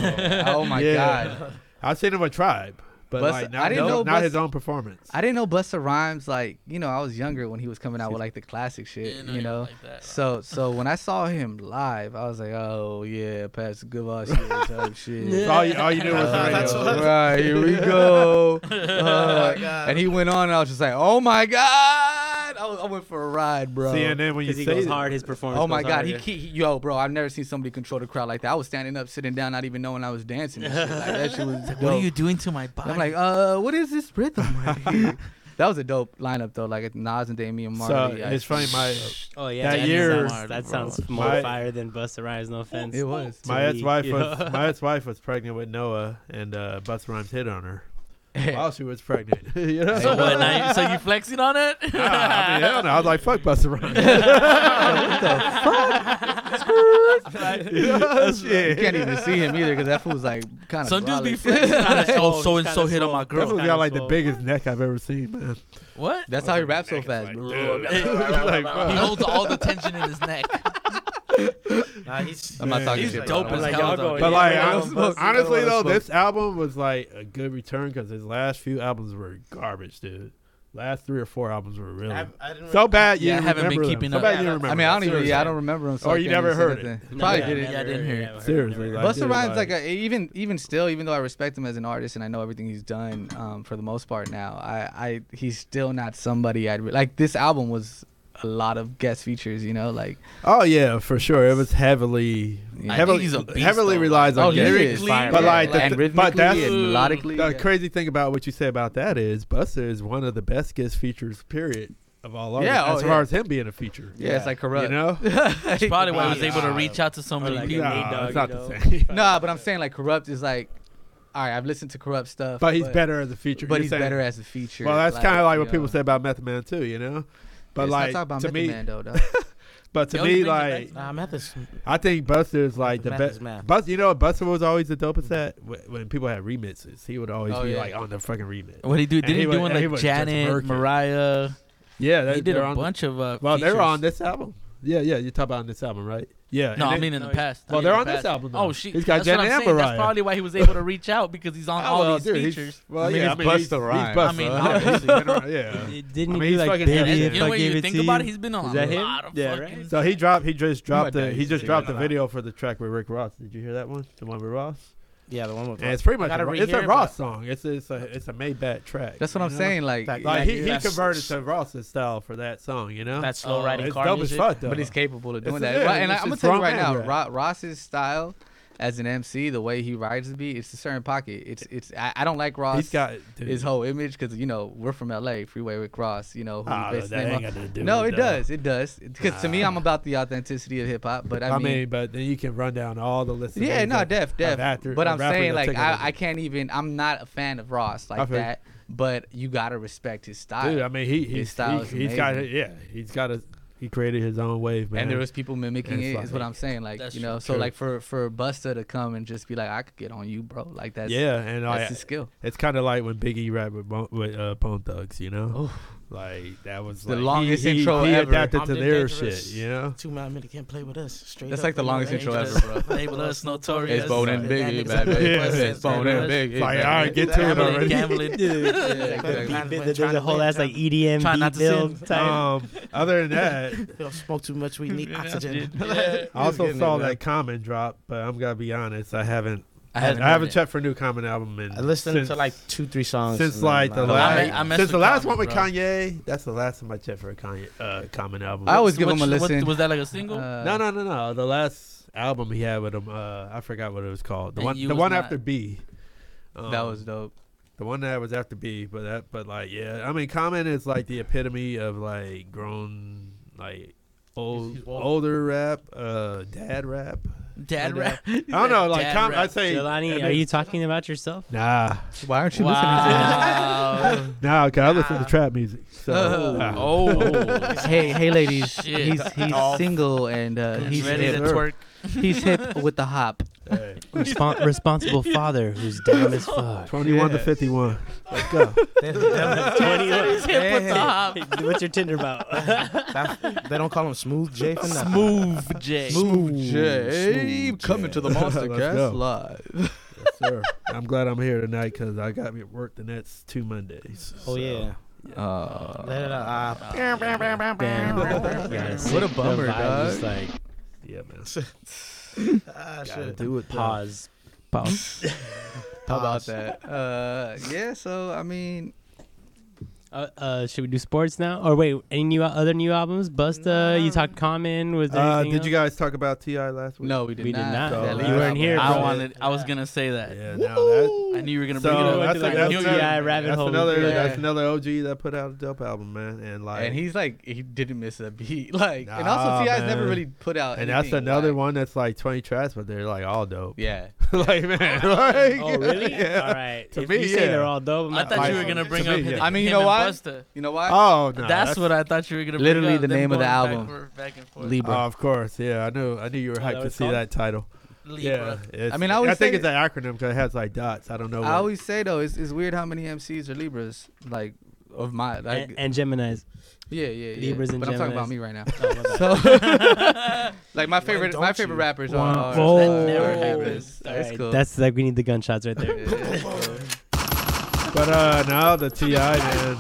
Speaker 1: oh my
Speaker 4: Yeah.
Speaker 1: god!
Speaker 4: I've seen him with Tribe, but
Speaker 1: Bus-
Speaker 4: like
Speaker 1: I
Speaker 4: not,
Speaker 1: didn't
Speaker 4: his-
Speaker 1: know
Speaker 4: not
Speaker 1: Bus-
Speaker 4: his own performance.
Speaker 1: I didn't know Busta Rhymes. Like you know, I was younger when he was coming out with like the classic shit.
Speaker 5: no,
Speaker 1: you
Speaker 5: don't
Speaker 1: know.
Speaker 5: like that.
Speaker 1: so so when I saw him live, I was like, oh yeah, Pastor Goodbye shit type shit.
Speaker 4: So all you all you (laughs)
Speaker 1: (laughs)
Speaker 4: knew was the
Speaker 1: Uh,
Speaker 4: radio.
Speaker 2: That's what-
Speaker 1: right, here we go. Uh,
Speaker 2: God.
Speaker 1: and he went on, and I was just like, oh my god! I, was, I went for a ride,
Speaker 4: (laughs)
Speaker 1: bro.
Speaker 4: See, and then when you
Speaker 3: because
Speaker 4: say
Speaker 3: he goes
Speaker 4: that-
Speaker 3: hard. His performance.
Speaker 1: Oh my
Speaker 3: goes
Speaker 1: God,
Speaker 3: hard,
Speaker 1: he,
Speaker 3: yeah.
Speaker 1: he yo, bro, I've never seen somebody control the crowd like that. I was standing up, sitting down, not even knowing I was dancing. and shit. Like, that shit was dope.
Speaker 5: what are you doing to my body?
Speaker 1: I'm like, uh, what is this rhythm right here? (laughs) that was a dope lineup though, like Nas and Damian Marley.
Speaker 4: so
Speaker 1: I- (laughs)
Speaker 4: it's funny.
Speaker 5: (laughs)
Speaker 4: My (laughs)
Speaker 3: Oh yeah,
Speaker 4: That
Speaker 3: that
Speaker 4: year-
Speaker 3: sounds- that sounds more
Speaker 4: My-
Speaker 3: fire than Busta Rhymes. No offense.
Speaker 1: it was.
Speaker 3: to
Speaker 4: my
Speaker 3: me,
Speaker 4: ex wife
Speaker 3: you
Speaker 4: was
Speaker 3: know?
Speaker 4: (laughs) my ex wife was pregnant with Noah, and uh, Buster Rhymes hit on (laughs) her while she was pregnant. (laughs) you know.
Speaker 5: so
Speaker 4: (laughs)
Speaker 5: what? Now you, so you flexing on it?
Speaker 4: Nah, I mean, hell no. I was like, fuck Buster Rhymes.
Speaker 1: you can't even see him either because that fool was like kind of.
Speaker 5: Some dudes be flexing on
Speaker 4: (laughs)
Speaker 5: it. Oh, so and so hit on my
Speaker 4: That
Speaker 5: girl.
Speaker 4: was
Speaker 3: Kinda
Speaker 4: got like the
Speaker 3: swole.
Speaker 4: biggest neck I've ever seen, man. (laughs)
Speaker 5: What?
Speaker 1: That's how he raps so fast.
Speaker 4: Like,
Speaker 1: bro. (laughs)
Speaker 4: dude. (laughs)
Speaker 5: Like,
Speaker 4: Like,
Speaker 5: he
Speaker 4: bro.
Speaker 5: holds all the tension in his neck.
Speaker 2: Nah, he's,
Speaker 1: I'm not talking
Speaker 5: He's
Speaker 1: shit.
Speaker 5: dope
Speaker 1: bro.
Speaker 5: as
Speaker 3: Like,
Speaker 5: hell.
Speaker 3: y'all
Speaker 5: though.
Speaker 3: going
Speaker 4: But like,
Speaker 1: Yeah, I
Speaker 4: hon-
Speaker 1: don't wanna smoke.
Speaker 4: honestly
Speaker 1: I don't
Speaker 4: though,
Speaker 1: wanna
Speaker 4: this album was like a good return because his last few albums were garbage, dude. Last three or four albums were really
Speaker 2: I, I didn't
Speaker 4: so bad. You
Speaker 5: Yeah, I
Speaker 4: didn't
Speaker 5: haven't been
Speaker 4: remember them.
Speaker 5: keeping
Speaker 4: so
Speaker 5: up.
Speaker 4: Bad,
Speaker 2: Yeah, I-
Speaker 4: you
Speaker 2: I
Speaker 4: didn't remember
Speaker 1: I mean, I don't even.
Speaker 4: them.
Speaker 1: Yeah, I don't remember him. So
Speaker 4: Or
Speaker 1: I
Speaker 4: you
Speaker 1: can't
Speaker 4: never
Speaker 1: even say
Speaker 4: heard it.
Speaker 1: nothing.
Speaker 3: No,
Speaker 1: Probably
Speaker 3: yeah, I
Speaker 1: didn't.
Speaker 5: Yeah, I didn't
Speaker 3: never-
Speaker 5: hear
Speaker 3: I
Speaker 5: it.
Speaker 3: never heard it,
Speaker 4: Seriously,
Speaker 3: never
Speaker 4: like,
Speaker 3: heard
Speaker 1: Busta
Speaker 4: dude,
Speaker 1: Rhymes, like a, even even still, even though I respect him as an artist and I know everything he's done um, for the most part now, I, I he's still not somebody I'd re- like. This album was a lot of guest features, you know, like
Speaker 4: Oh yeah, for sure. It was heavily
Speaker 1: I
Speaker 4: heavily,
Speaker 5: think he's a beast,
Speaker 4: heavily
Speaker 5: though.
Speaker 4: relies on
Speaker 1: Oh,
Speaker 4: guest.
Speaker 1: lyrically,
Speaker 4: But like the-
Speaker 1: and
Speaker 4: the-
Speaker 1: rhythmically
Speaker 4: but that's-
Speaker 1: and melodically.
Speaker 4: The
Speaker 1: yeah.
Speaker 4: crazy thing about what you say about that is Buster is one of the best guest features, period, of all artists.
Speaker 1: Yeah, oh,
Speaker 4: as
Speaker 1: yeah.
Speaker 4: far as him being a feature.
Speaker 1: yeah, it's like
Speaker 4: You
Speaker 1: corrupt. (laughs)
Speaker 4: know?
Speaker 5: That's probably why I was
Speaker 4: Yeah.
Speaker 5: able to reach out to so
Speaker 3: Or
Speaker 5: many
Speaker 3: like,
Speaker 5: people.
Speaker 3: yeah.
Speaker 4: Nah,
Speaker 3: Nate Dogg,
Speaker 4: it's not
Speaker 3: you
Speaker 4: the
Speaker 3: know?
Speaker 4: same.
Speaker 1: Nah, (laughs) but I'm saying like corrupt is like, all right, I've listened to corrupt stuff,
Speaker 4: (laughs) But he's better as a feature.
Speaker 1: But
Speaker 4: You're
Speaker 1: he's
Speaker 4: saying-
Speaker 1: better as a feature.
Speaker 4: Well, that's kind of like
Speaker 1: you
Speaker 4: what people
Speaker 1: know.
Speaker 4: say about Method Man too, you know? But
Speaker 1: Let's not
Speaker 4: like
Speaker 1: talk about
Speaker 4: to
Speaker 1: Method
Speaker 4: me,
Speaker 1: Man, though,
Speaker 4: (laughs)
Speaker 1: though.
Speaker 4: but to
Speaker 5: Yo,
Speaker 4: me,
Speaker 5: you think
Speaker 4: like
Speaker 5: it's
Speaker 2: Nah, I'm at this.
Speaker 4: I think Buster is like the
Speaker 2: Method
Speaker 4: best.
Speaker 2: Man.
Speaker 4: Buster, you know what? Buster was always the dopest at Wh- when people had remixes. He would always
Speaker 1: Oh,
Speaker 4: be
Speaker 1: yeah.
Speaker 4: like on the fucking remix.
Speaker 5: What he do?
Speaker 4: And
Speaker 5: Didn't
Speaker 4: he
Speaker 5: he, do
Speaker 4: was-
Speaker 5: one
Speaker 4: and he
Speaker 5: like
Speaker 4: was just
Speaker 5: Janet,
Speaker 4: working.
Speaker 5: Mariah?
Speaker 4: Yeah, they,
Speaker 5: He did
Speaker 4: they're
Speaker 5: a
Speaker 4: on the-
Speaker 5: bunch of uh,
Speaker 4: Well, they were
Speaker 5: features.
Speaker 4: on this album. Yeah, yeah. You're talking about on this album, right? Yeah.
Speaker 5: No,
Speaker 4: and
Speaker 5: I
Speaker 4: they-
Speaker 5: mean in the past.
Speaker 4: Well,
Speaker 5: I mean
Speaker 4: they're
Speaker 5: in
Speaker 4: on
Speaker 5: the
Speaker 4: this
Speaker 5: past.
Speaker 4: album, though.
Speaker 5: Oh, she.
Speaker 4: He's got
Speaker 5: that's what
Speaker 4: Janet
Speaker 5: I'm
Speaker 4: and
Speaker 5: saying. That's
Speaker 4: Mariah.
Speaker 5: probably why he was able to reach out because he's on
Speaker 4: Oh,
Speaker 5: all
Speaker 4: well,
Speaker 5: these
Speaker 4: dude, he's-
Speaker 5: features.
Speaker 4: Well,
Speaker 1: I mean,
Speaker 4: yeah,
Speaker 1: it's
Speaker 4: I mean, he's-
Speaker 1: Busta
Speaker 4: He's
Speaker 1: Rhymes.
Speaker 4: Busta,
Speaker 5: I mean,
Speaker 4: obviously, been around-
Speaker 5: (laughs)
Speaker 4: yeah.
Speaker 3: it. Didn't
Speaker 4: uh, I mean,
Speaker 3: he
Speaker 4: he's
Speaker 3: like
Speaker 4: fucking-
Speaker 3: baby?
Speaker 4: Yeah,
Speaker 5: you
Speaker 3: if
Speaker 5: know
Speaker 3: I
Speaker 5: what
Speaker 3: gave
Speaker 5: you
Speaker 3: it
Speaker 5: think
Speaker 3: to
Speaker 5: about it,
Speaker 3: you?
Speaker 5: he's been on
Speaker 3: Is
Speaker 5: a
Speaker 3: that him?
Speaker 5: lot of
Speaker 3: Yeah, right?
Speaker 5: fucking.
Speaker 4: So he dropped. He just dropped.
Speaker 1: might
Speaker 4: The,
Speaker 1: die.
Speaker 4: he just
Speaker 1: Yeah.
Speaker 4: dropped the video for the track with Rick Ross. Did you hear that one? The one with Ross.
Speaker 2: Yeah, the one with.
Speaker 4: And it's pretty much.
Speaker 2: Gotta
Speaker 4: A, Ro- it's
Speaker 2: rehear
Speaker 4: a
Speaker 2: it,
Speaker 4: Ross song. It's it's a it's a Maybach track.
Speaker 1: That's what
Speaker 4: you
Speaker 1: I'm
Speaker 4: know?
Speaker 1: saying. Like,
Speaker 2: Like,
Speaker 4: Like he, he
Speaker 2: That's-
Speaker 4: converted to Ross's style for that song. You know.
Speaker 2: that slow
Speaker 5: Oh,
Speaker 2: riding
Speaker 4: it's
Speaker 2: car
Speaker 4: dope as
Speaker 2: music.
Speaker 4: fuck though.
Speaker 1: but he's capable of doing
Speaker 4: It's-
Speaker 1: that.
Speaker 4: yeah,
Speaker 1: Right, and I,
Speaker 4: it's
Speaker 1: I'm gonna
Speaker 4: just
Speaker 1: tell you
Speaker 4: wrong
Speaker 1: right
Speaker 4: man
Speaker 1: now,
Speaker 4: rap.
Speaker 1: Ro- Ross's style as an MC, the way he rides the beat, it's a certain pocket. It's it's. I, I don't like Ross.
Speaker 4: he's got dude,
Speaker 1: his whole image because you know we're from LA, Freeway with Ross. You know who
Speaker 4: Ah,
Speaker 1: he based his
Speaker 4: that
Speaker 1: name
Speaker 4: ain't
Speaker 1: on.
Speaker 4: got nothing to do
Speaker 1: No,
Speaker 4: with
Speaker 1: it
Speaker 4: it, though.
Speaker 1: does. It does. Because to me, I'm about the authenticity of hip hop. But I,
Speaker 4: I mean, but then you can run down all the lists. of
Speaker 1: yeah,
Speaker 4: names
Speaker 1: no,
Speaker 4: of-
Speaker 1: def, def.
Speaker 4: actor-
Speaker 1: but
Speaker 4: of
Speaker 1: I'm
Speaker 4: rappers
Speaker 1: saying
Speaker 4: that
Speaker 1: like
Speaker 4: take
Speaker 1: I,
Speaker 4: over.
Speaker 1: I can't even. I'm not a fan of Ross
Speaker 4: I
Speaker 1: like
Speaker 4: feel you.
Speaker 1: that. But you gotta respect his style.
Speaker 4: Dude, I mean, he he's,
Speaker 1: style
Speaker 4: he,
Speaker 1: is
Speaker 4: he's got
Speaker 1: amazing.
Speaker 4: yeah, he's got a he created his own wave, man.
Speaker 1: and there was people mimicking
Speaker 4: It's
Speaker 1: it. Is
Speaker 4: like-
Speaker 1: what I'm saying. Like
Speaker 5: That's
Speaker 1: you know,
Speaker 5: true.
Speaker 1: so
Speaker 4: True.
Speaker 1: like for for Busta to come and just be like, I could get on you, bro. Like that's
Speaker 4: yeah, and
Speaker 1: that's
Speaker 4: like
Speaker 1: his skill.
Speaker 4: it's kind of like when Biggie rapped with Bone, with uh, Bone Thugs, you know,
Speaker 1: Oh.
Speaker 4: Like that was
Speaker 1: The
Speaker 4: like,
Speaker 1: longest
Speaker 4: he, he,
Speaker 1: intro
Speaker 4: he
Speaker 1: ever.
Speaker 4: adapted
Speaker 5: I'm
Speaker 4: to
Speaker 5: the
Speaker 4: their
Speaker 5: dangerous.
Speaker 4: shit, you know.
Speaker 2: Two Mad Men can't play with us. Straight
Speaker 1: That's
Speaker 2: up,
Speaker 1: like the
Speaker 2: you know,
Speaker 1: longest
Speaker 2: they
Speaker 1: intro
Speaker 2: ain't just
Speaker 1: ever,
Speaker 5: Label us notorious.
Speaker 1: It's Bone and
Speaker 2: That
Speaker 1: Biggie,
Speaker 2: nigga's
Speaker 1: baby.
Speaker 2: like,
Speaker 1: It's Bone and Biggie.
Speaker 4: Like,
Speaker 1: baby.
Speaker 4: all right, get to it
Speaker 5: Gambling,
Speaker 4: already.
Speaker 5: gambling.
Speaker 1: Yeah,
Speaker 2: Like,
Speaker 1: exactly.
Speaker 2: Mad Men
Speaker 3: There's
Speaker 2: trying
Speaker 3: a
Speaker 2: to
Speaker 3: whole
Speaker 2: win,
Speaker 3: ass
Speaker 2: trying
Speaker 3: like EDM
Speaker 5: Trying not
Speaker 3: beat
Speaker 5: to sin.
Speaker 3: build type.
Speaker 4: Um, other
Speaker 2: (laughs)
Speaker 4: than that,
Speaker 2: to- If y'all smoke too much, we need
Speaker 5: Yeah, that's
Speaker 2: oxygen.
Speaker 5: it. Yeah.
Speaker 4: I also
Speaker 2: Getting it,
Speaker 4: saw
Speaker 2: man.
Speaker 4: that Common drop, but I'm gonna be honest, I haven't.
Speaker 1: I
Speaker 4: I
Speaker 1: haven't
Speaker 4: haven't,
Speaker 1: heard it.
Speaker 4: checked for a new Common album in.
Speaker 2: I listened
Speaker 4: since,
Speaker 2: to like two, three songs
Speaker 4: since
Speaker 2: and then
Speaker 4: like the
Speaker 2: I'm
Speaker 5: I
Speaker 4: last
Speaker 5: me- I messed
Speaker 4: since the
Speaker 5: with
Speaker 4: last
Speaker 5: Common,
Speaker 4: one with
Speaker 5: bro.
Speaker 4: Kanye. That's the last time I checked for a Kanye uh, Common album.
Speaker 1: I always give
Speaker 5: What-
Speaker 1: him a
Speaker 5: what-
Speaker 1: listen.
Speaker 5: was that like a single?
Speaker 1: Uh,
Speaker 4: no, no, no, no. The last album he had with him, uh, I forgot what it was called. The
Speaker 5: And
Speaker 4: one,
Speaker 5: you
Speaker 4: the
Speaker 5: was
Speaker 4: one
Speaker 5: not-
Speaker 4: after B.
Speaker 1: That
Speaker 4: Um,
Speaker 1: was dope.
Speaker 4: The one that was after B, but that, but like, yeah, I mean, Common is like the epitome of like grown, like old,
Speaker 5: he's old.
Speaker 4: older rap, uh, dad rap.
Speaker 5: Dad rap.
Speaker 4: I don't know, like,
Speaker 5: Dad
Speaker 4: Com-
Speaker 5: rap.
Speaker 4: I'd say, I
Speaker 3: Jelani,
Speaker 4: mean-
Speaker 3: are you talking about
Speaker 4: (laughs)
Speaker 3: yourself?
Speaker 4: nah,
Speaker 1: Why aren't you
Speaker 5: Wow.
Speaker 4: nah, cause I listen to trap music. So,
Speaker 1: Uh,
Speaker 4: ah.
Speaker 5: oh.
Speaker 1: listening? hey, hey, ladies.
Speaker 5: Shit.
Speaker 1: He's he's
Speaker 5: Oh.
Speaker 1: single and uh, he's
Speaker 5: He's ready to
Speaker 1: hip.
Speaker 4: Sure.
Speaker 5: twerk.
Speaker 1: He's hip with the hop.
Speaker 4: Hey,
Speaker 3: Respon- responsible
Speaker 4: (laughs)
Speaker 3: father who's dumb as fuck.
Speaker 4: twenty-one to fifty-one. Let's go.
Speaker 5: He's hip with the hop.
Speaker 3: What's your Tinder about?
Speaker 2: That's- they don't call him Smooth J for nothing.
Speaker 5: Smooth J.
Speaker 1: Smooth J
Speaker 2: smooth
Speaker 1: coming
Speaker 2: J.
Speaker 1: to the Monster
Speaker 4: Let's
Speaker 1: Cast
Speaker 4: go.
Speaker 1: live.
Speaker 4: yes, sir. I'm glad I'm here tonight because I got me at work the next two Mondays.
Speaker 2: Oh
Speaker 4: so.
Speaker 2: yeah.
Speaker 1: Uh,
Speaker 2: Let it out. Ah,
Speaker 4: (laughs)
Speaker 3: Yeah,
Speaker 1: What a
Speaker 3: sick. The
Speaker 1: bummer,
Speaker 3: vibe is
Speaker 1: dog.
Speaker 3: Like uh,
Speaker 4: yeah, man.
Speaker 2: ah,
Speaker 4: Gotta
Speaker 2: shit.
Speaker 4: do it. though.
Speaker 3: pause.
Speaker 1: how about that? Uh, yeah. So I mean,
Speaker 3: Uh, uh, should we do sports now? Or wait, any new other new albums? Busta, you talked Common. Was there
Speaker 4: Uh,
Speaker 3: anything
Speaker 4: did you
Speaker 3: else?
Speaker 4: guys talk about Ti last week?
Speaker 1: no, we did
Speaker 3: We did
Speaker 1: not.
Speaker 3: not.
Speaker 4: So,
Speaker 1: That
Speaker 3: you
Speaker 4: uh,
Speaker 3: weren't here.
Speaker 5: I
Speaker 3: bro.
Speaker 5: wanted. I was gonna say that.
Speaker 4: Yeah, now that.
Speaker 5: I knew you were gonna bring
Speaker 4: So
Speaker 5: it up.
Speaker 4: that's,
Speaker 3: Like
Speaker 4: a- that's
Speaker 3: TI
Speaker 4: another-
Speaker 3: rabbit
Speaker 4: that's
Speaker 3: hole.
Speaker 4: another
Speaker 1: Yeah.
Speaker 4: that's another OG that put out a dope album, man. And like
Speaker 1: uh, and
Speaker 4: and,
Speaker 1: he's like, he didn't miss a beat. (laughs) Like, and
Speaker 4: Nah,
Speaker 1: also Ti's never
Speaker 4: man.
Speaker 1: really put out.
Speaker 4: that's
Speaker 1: anything,
Speaker 4: another
Speaker 1: like-
Speaker 4: one that's like twenty tracks, but they're like all dope.
Speaker 1: (laughs)
Speaker 4: (laughs)
Speaker 1: Yeah.
Speaker 4: like man, like
Speaker 3: Oh really?
Speaker 4: (laughs) yeah.
Speaker 3: All right.
Speaker 4: To
Speaker 3: if
Speaker 4: me,
Speaker 3: you say
Speaker 4: yeah.
Speaker 3: they're all dope, I'm
Speaker 5: I
Speaker 3: not
Speaker 5: thought you
Speaker 3: buying
Speaker 5: were gonna
Speaker 3: it.
Speaker 5: bring
Speaker 4: To
Speaker 5: up.
Speaker 4: me,
Speaker 5: him-
Speaker 4: yeah.
Speaker 1: I mean, you
Speaker 5: him
Speaker 1: know
Speaker 5: and
Speaker 1: why?
Speaker 5: Busta.
Speaker 1: You know why?
Speaker 4: Oh no,
Speaker 5: that's what I thought you were gonna. bring
Speaker 1: Literally
Speaker 5: up,
Speaker 1: the
Speaker 5: them
Speaker 1: name of the
Speaker 5: going
Speaker 1: album.
Speaker 5: backward- Back and forth.
Speaker 1: Libra.
Speaker 4: Oh, of course, yeah. I knew, I knew you were
Speaker 3: Oh, that
Speaker 4: hyped to
Speaker 3: was
Speaker 4: see
Speaker 3: called?
Speaker 4: that title.
Speaker 5: Libra.
Speaker 4: Yeah, it's-
Speaker 1: I mean, I always
Speaker 4: I think
Speaker 1: say
Speaker 4: it's an acronym because it has like dots. I don't know.
Speaker 1: I
Speaker 4: What,
Speaker 1: always say though, it's, it's weird how many MCs are Libras. Like of my like
Speaker 3: And, and Gemini's.
Speaker 1: yeah, yeah, yeah.
Speaker 3: Libras and
Speaker 1: but I'm talking about
Speaker 3: Geminis.
Speaker 1: me right now.
Speaker 3: Oh, my bad.
Speaker 1: So (laughs) like my favorite
Speaker 2: don't
Speaker 1: my favorite
Speaker 2: you?
Speaker 1: rappers are, are,
Speaker 3: Whoa.
Speaker 1: are
Speaker 5: never
Speaker 1: Libras.
Speaker 3: All
Speaker 1: That's
Speaker 3: right,
Speaker 1: cool.
Speaker 3: That's like we need the gunshots right
Speaker 4: (laughs)
Speaker 3: there.
Speaker 1: Yeah, cool.
Speaker 4: but uh, now the Ti man.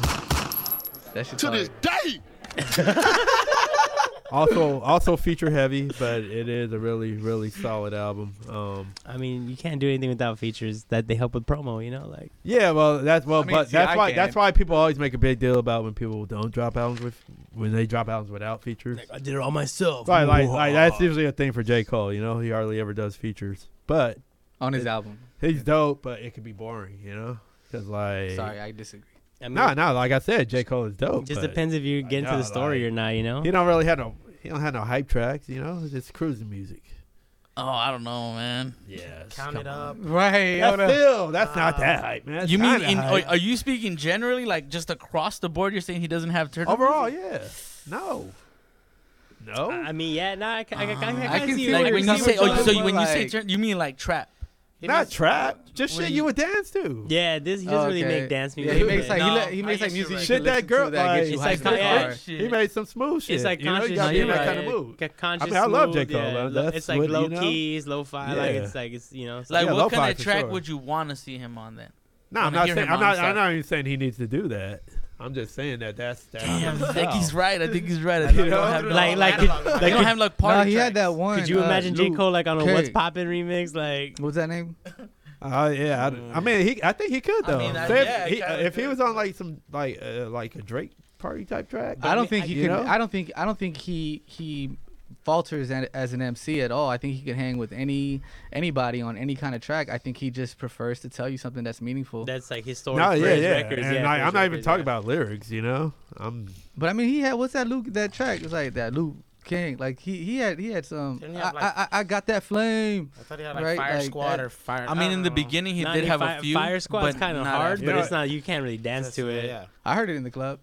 Speaker 1: That shit's hard.
Speaker 4: Also, also feature heavy, but it is a really, really solid album. Um,
Speaker 3: I mean, you can't do anything without features that they help with promo. You know, like
Speaker 4: Yeah, well, that's well,
Speaker 1: I mean,
Speaker 4: but
Speaker 1: see,
Speaker 4: that's
Speaker 1: I
Speaker 4: why
Speaker 1: can.
Speaker 4: that's why people always make a big deal about when people don't drop albums with when they drop albums without features.
Speaker 3: I did it all myself.
Speaker 4: Right, like, like that's usually a thing for J Cole. You know, he hardly ever does features, but
Speaker 1: on his album.
Speaker 4: he's dope. But it could be boring, you know, because like
Speaker 1: Sorry, I disagree.
Speaker 3: I mean,
Speaker 4: no, no, like I said, J Cole is dope.
Speaker 3: it just
Speaker 4: but
Speaker 3: depends if you get into
Speaker 4: know,
Speaker 3: the story
Speaker 4: like-
Speaker 3: or not. You know.
Speaker 4: He don't really have no he don't have no hype tracks. You know, it's just cruising music.
Speaker 5: Oh, I don't know, man.
Speaker 4: Yeah,
Speaker 2: (laughs) Count it up.
Speaker 1: Right.
Speaker 4: That's still that's not that hype, man. That's
Speaker 5: you mean
Speaker 4: kinda
Speaker 5: in, uh,
Speaker 4: hype.
Speaker 5: are, are you speaking generally, like just across the board? You're saying he doesn't have turn
Speaker 4: overall? Yeah, no, no.
Speaker 3: I I mean, yeah, no, I, ca- I, ca- I, ca- I,
Speaker 1: can
Speaker 3: can see
Speaker 1: see
Speaker 3: where
Speaker 1: what
Speaker 5: Like
Speaker 3: you're
Speaker 5: when you
Speaker 1: you're
Speaker 3: coming
Speaker 5: say,
Speaker 1: talking
Speaker 5: oh,
Speaker 3: from.
Speaker 5: so
Speaker 1: about,
Speaker 5: you, when you say
Speaker 1: like-
Speaker 5: turn, you mean like trap?
Speaker 4: Not trap, just
Speaker 5: What
Speaker 4: shit
Speaker 5: do
Speaker 4: you
Speaker 5: you-
Speaker 4: would dance to.
Speaker 3: yeah, this he doesn't really
Speaker 1: Oh, Okay.
Speaker 3: make dance
Speaker 1: Yeah,
Speaker 3: music.
Speaker 1: he makes
Speaker 3: but-
Speaker 1: like
Speaker 5: No,
Speaker 1: he, li- he
Speaker 5: I
Speaker 1: makes
Speaker 5: guess
Speaker 1: like
Speaker 5: you're
Speaker 1: music.
Speaker 5: right.
Speaker 1: you
Speaker 4: Shit,
Speaker 1: can
Speaker 4: that
Speaker 1: listen to
Speaker 4: girl,
Speaker 1: that gets
Speaker 4: like-
Speaker 1: you
Speaker 3: It's
Speaker 1: hyped
Speaker 3: like
Speaker 1: in the
Speaker 3: Kanye.
Speaker 1: car.
Speaker 4: He made some smooth shit.
Speaker 3: It's like
Speaker 4: you know,
Speaker 3: conscious,
Speaker 4: y'all be in that kind of
Speaker 3: like,
Speaker 4: mood.
Speaker 3: ca- conscious
Speaker 4: I love
Speaker 3: mood,
Speaker 4: J. Cole,
Speaker 3: yeah,
Speaker 4: though.
Speaker 3: lo-
Speaker 4: That's
Speaker 3: It's like
Speaker 4: what, you
Speaker 3: low
Speaker 4: know?
Speaker 3: key, low fi. Like
Speaker 4: Yeah.
Speaker 3: it's like it's you know. It's
Speaker 5: Like
Speaker 4: Yeah,
Speaker 5: what
Speaker 4: lo-fi
Speaker 5: kind of
Speaker 4: for
Speaker 5: track
Speaker 4: sure.
Speaker 5: would you want to see him on then?
Speaker 4: No, I'm
Speaker 5: wanna
Speaker 4: not
Speaker 5: hear
Speaker 4: saying
Speaker 5: him
Speaker 4: I'm
Speaker 5: on
Speaker 4: not. I'm
Speaker 5: stuff.
Speaker 4: not even saying he needs to do that. I'm just saying that that's that's. (laughs)
Speaker 5: Damn,
Speaker 4: that's
Speaker 5: I think
Speaker 4: how.
Speaker 5: he's right. I think he's right.
Speaker 4: You
Speaker 5: I think they
Speaker 4: know?
Speaker 5: don't have
Speaker 3: like like could,
Speaker 5: they
Speaker 3: like
Speaker 5: don't
Speaker 3: could,
Speaker 5: have like
Speaker 1: No,
Speaker 5: party.
Speaker 1: he had
Speaker 5: tracks.
Speaker 1: that one.
Speaker 3: could you
Speaker 1: uh,
Speaker 3: imagine J
Speaker 1: Luke-
Speaker 3: Cole like on a What's
Speaker 1: Cage.
Speaker 3: Poppin' remix? Like
Speaker 1: What's that name?
Speaker 4: Oh yeah, I, I mean, he. I think he could
Speaker 5: I
Speaker 4: though.
Speaker 5: mean, I-
Speaker 4: Say if-
Speaker 5: yeah,
Speaker 4: he-
Speaker 5: kinda
Speaker 4: if he
Speaker 5: could.
Speaker 4: was on like some like uh, like a Drake party type track,
Speaker 1: I don't think he
Speaker 4: you
Speaker 1: can.
Speaker 4: know?
Speaker 1: I don't think. I don't think he he falters an- as an MC at all. I think he can hang with any anybody on any kind of track. I think he just prefers to tell you something that's meaningful.
Speaker 3: that's like historic.
Speaker 4: no,
Speaker 3: for
Speaker 4: yeah,
Speaker 3: his
Speaker 4: yeah.
Speaker 3: Records,
Speaker 4: and
Speaker 3: yeah,
Speaker 4: like,
Speaker 3: for his
Speaker 4: I'm not even
Speaker 3: records,
Speaker 4: talking
Speaker 3: yeah.
Speaker 4: about lyrics. You know, I'm.
Speaker 1: but I mean, he had what's that Luke that track? It's like that Luke King. Like he he had he had some.
Speaker 2: Didn't he
Speaker 1: I,
Speaker 2: have, like-
Speaker 1: I, I I got that flame.
Speaker 2: I thought he had like
Speaker 1: Right,
Speaker 2: Fire
Speaker 1: like
Speaker 2: Squad
Speaker 1: that-
Speaker 2: or Fire.
Speaker 5: I mean, in the
Speaker 2: don't know.
Speaker 5: beginning, he
Speaker 3: Not
Speaker 5: did
Speaker 3: any
Speaker 5: have
Speaker 3: fi-
Speaker 5: a few.
Speaker 3: Fire Squad's
Speaker 5: but
Speaker 3: kind of
Speaker 5: not
Speaker 3: hard,
Speaker 5: after.
Speaker 3: but
Speaker 4: Yeah.
Speaker 3: it's not. You can't really dance
Speaker 2: That's-
Speaker 3: to it.
Speaker 2: Yeah.
Speaker 1: I heard it in the club.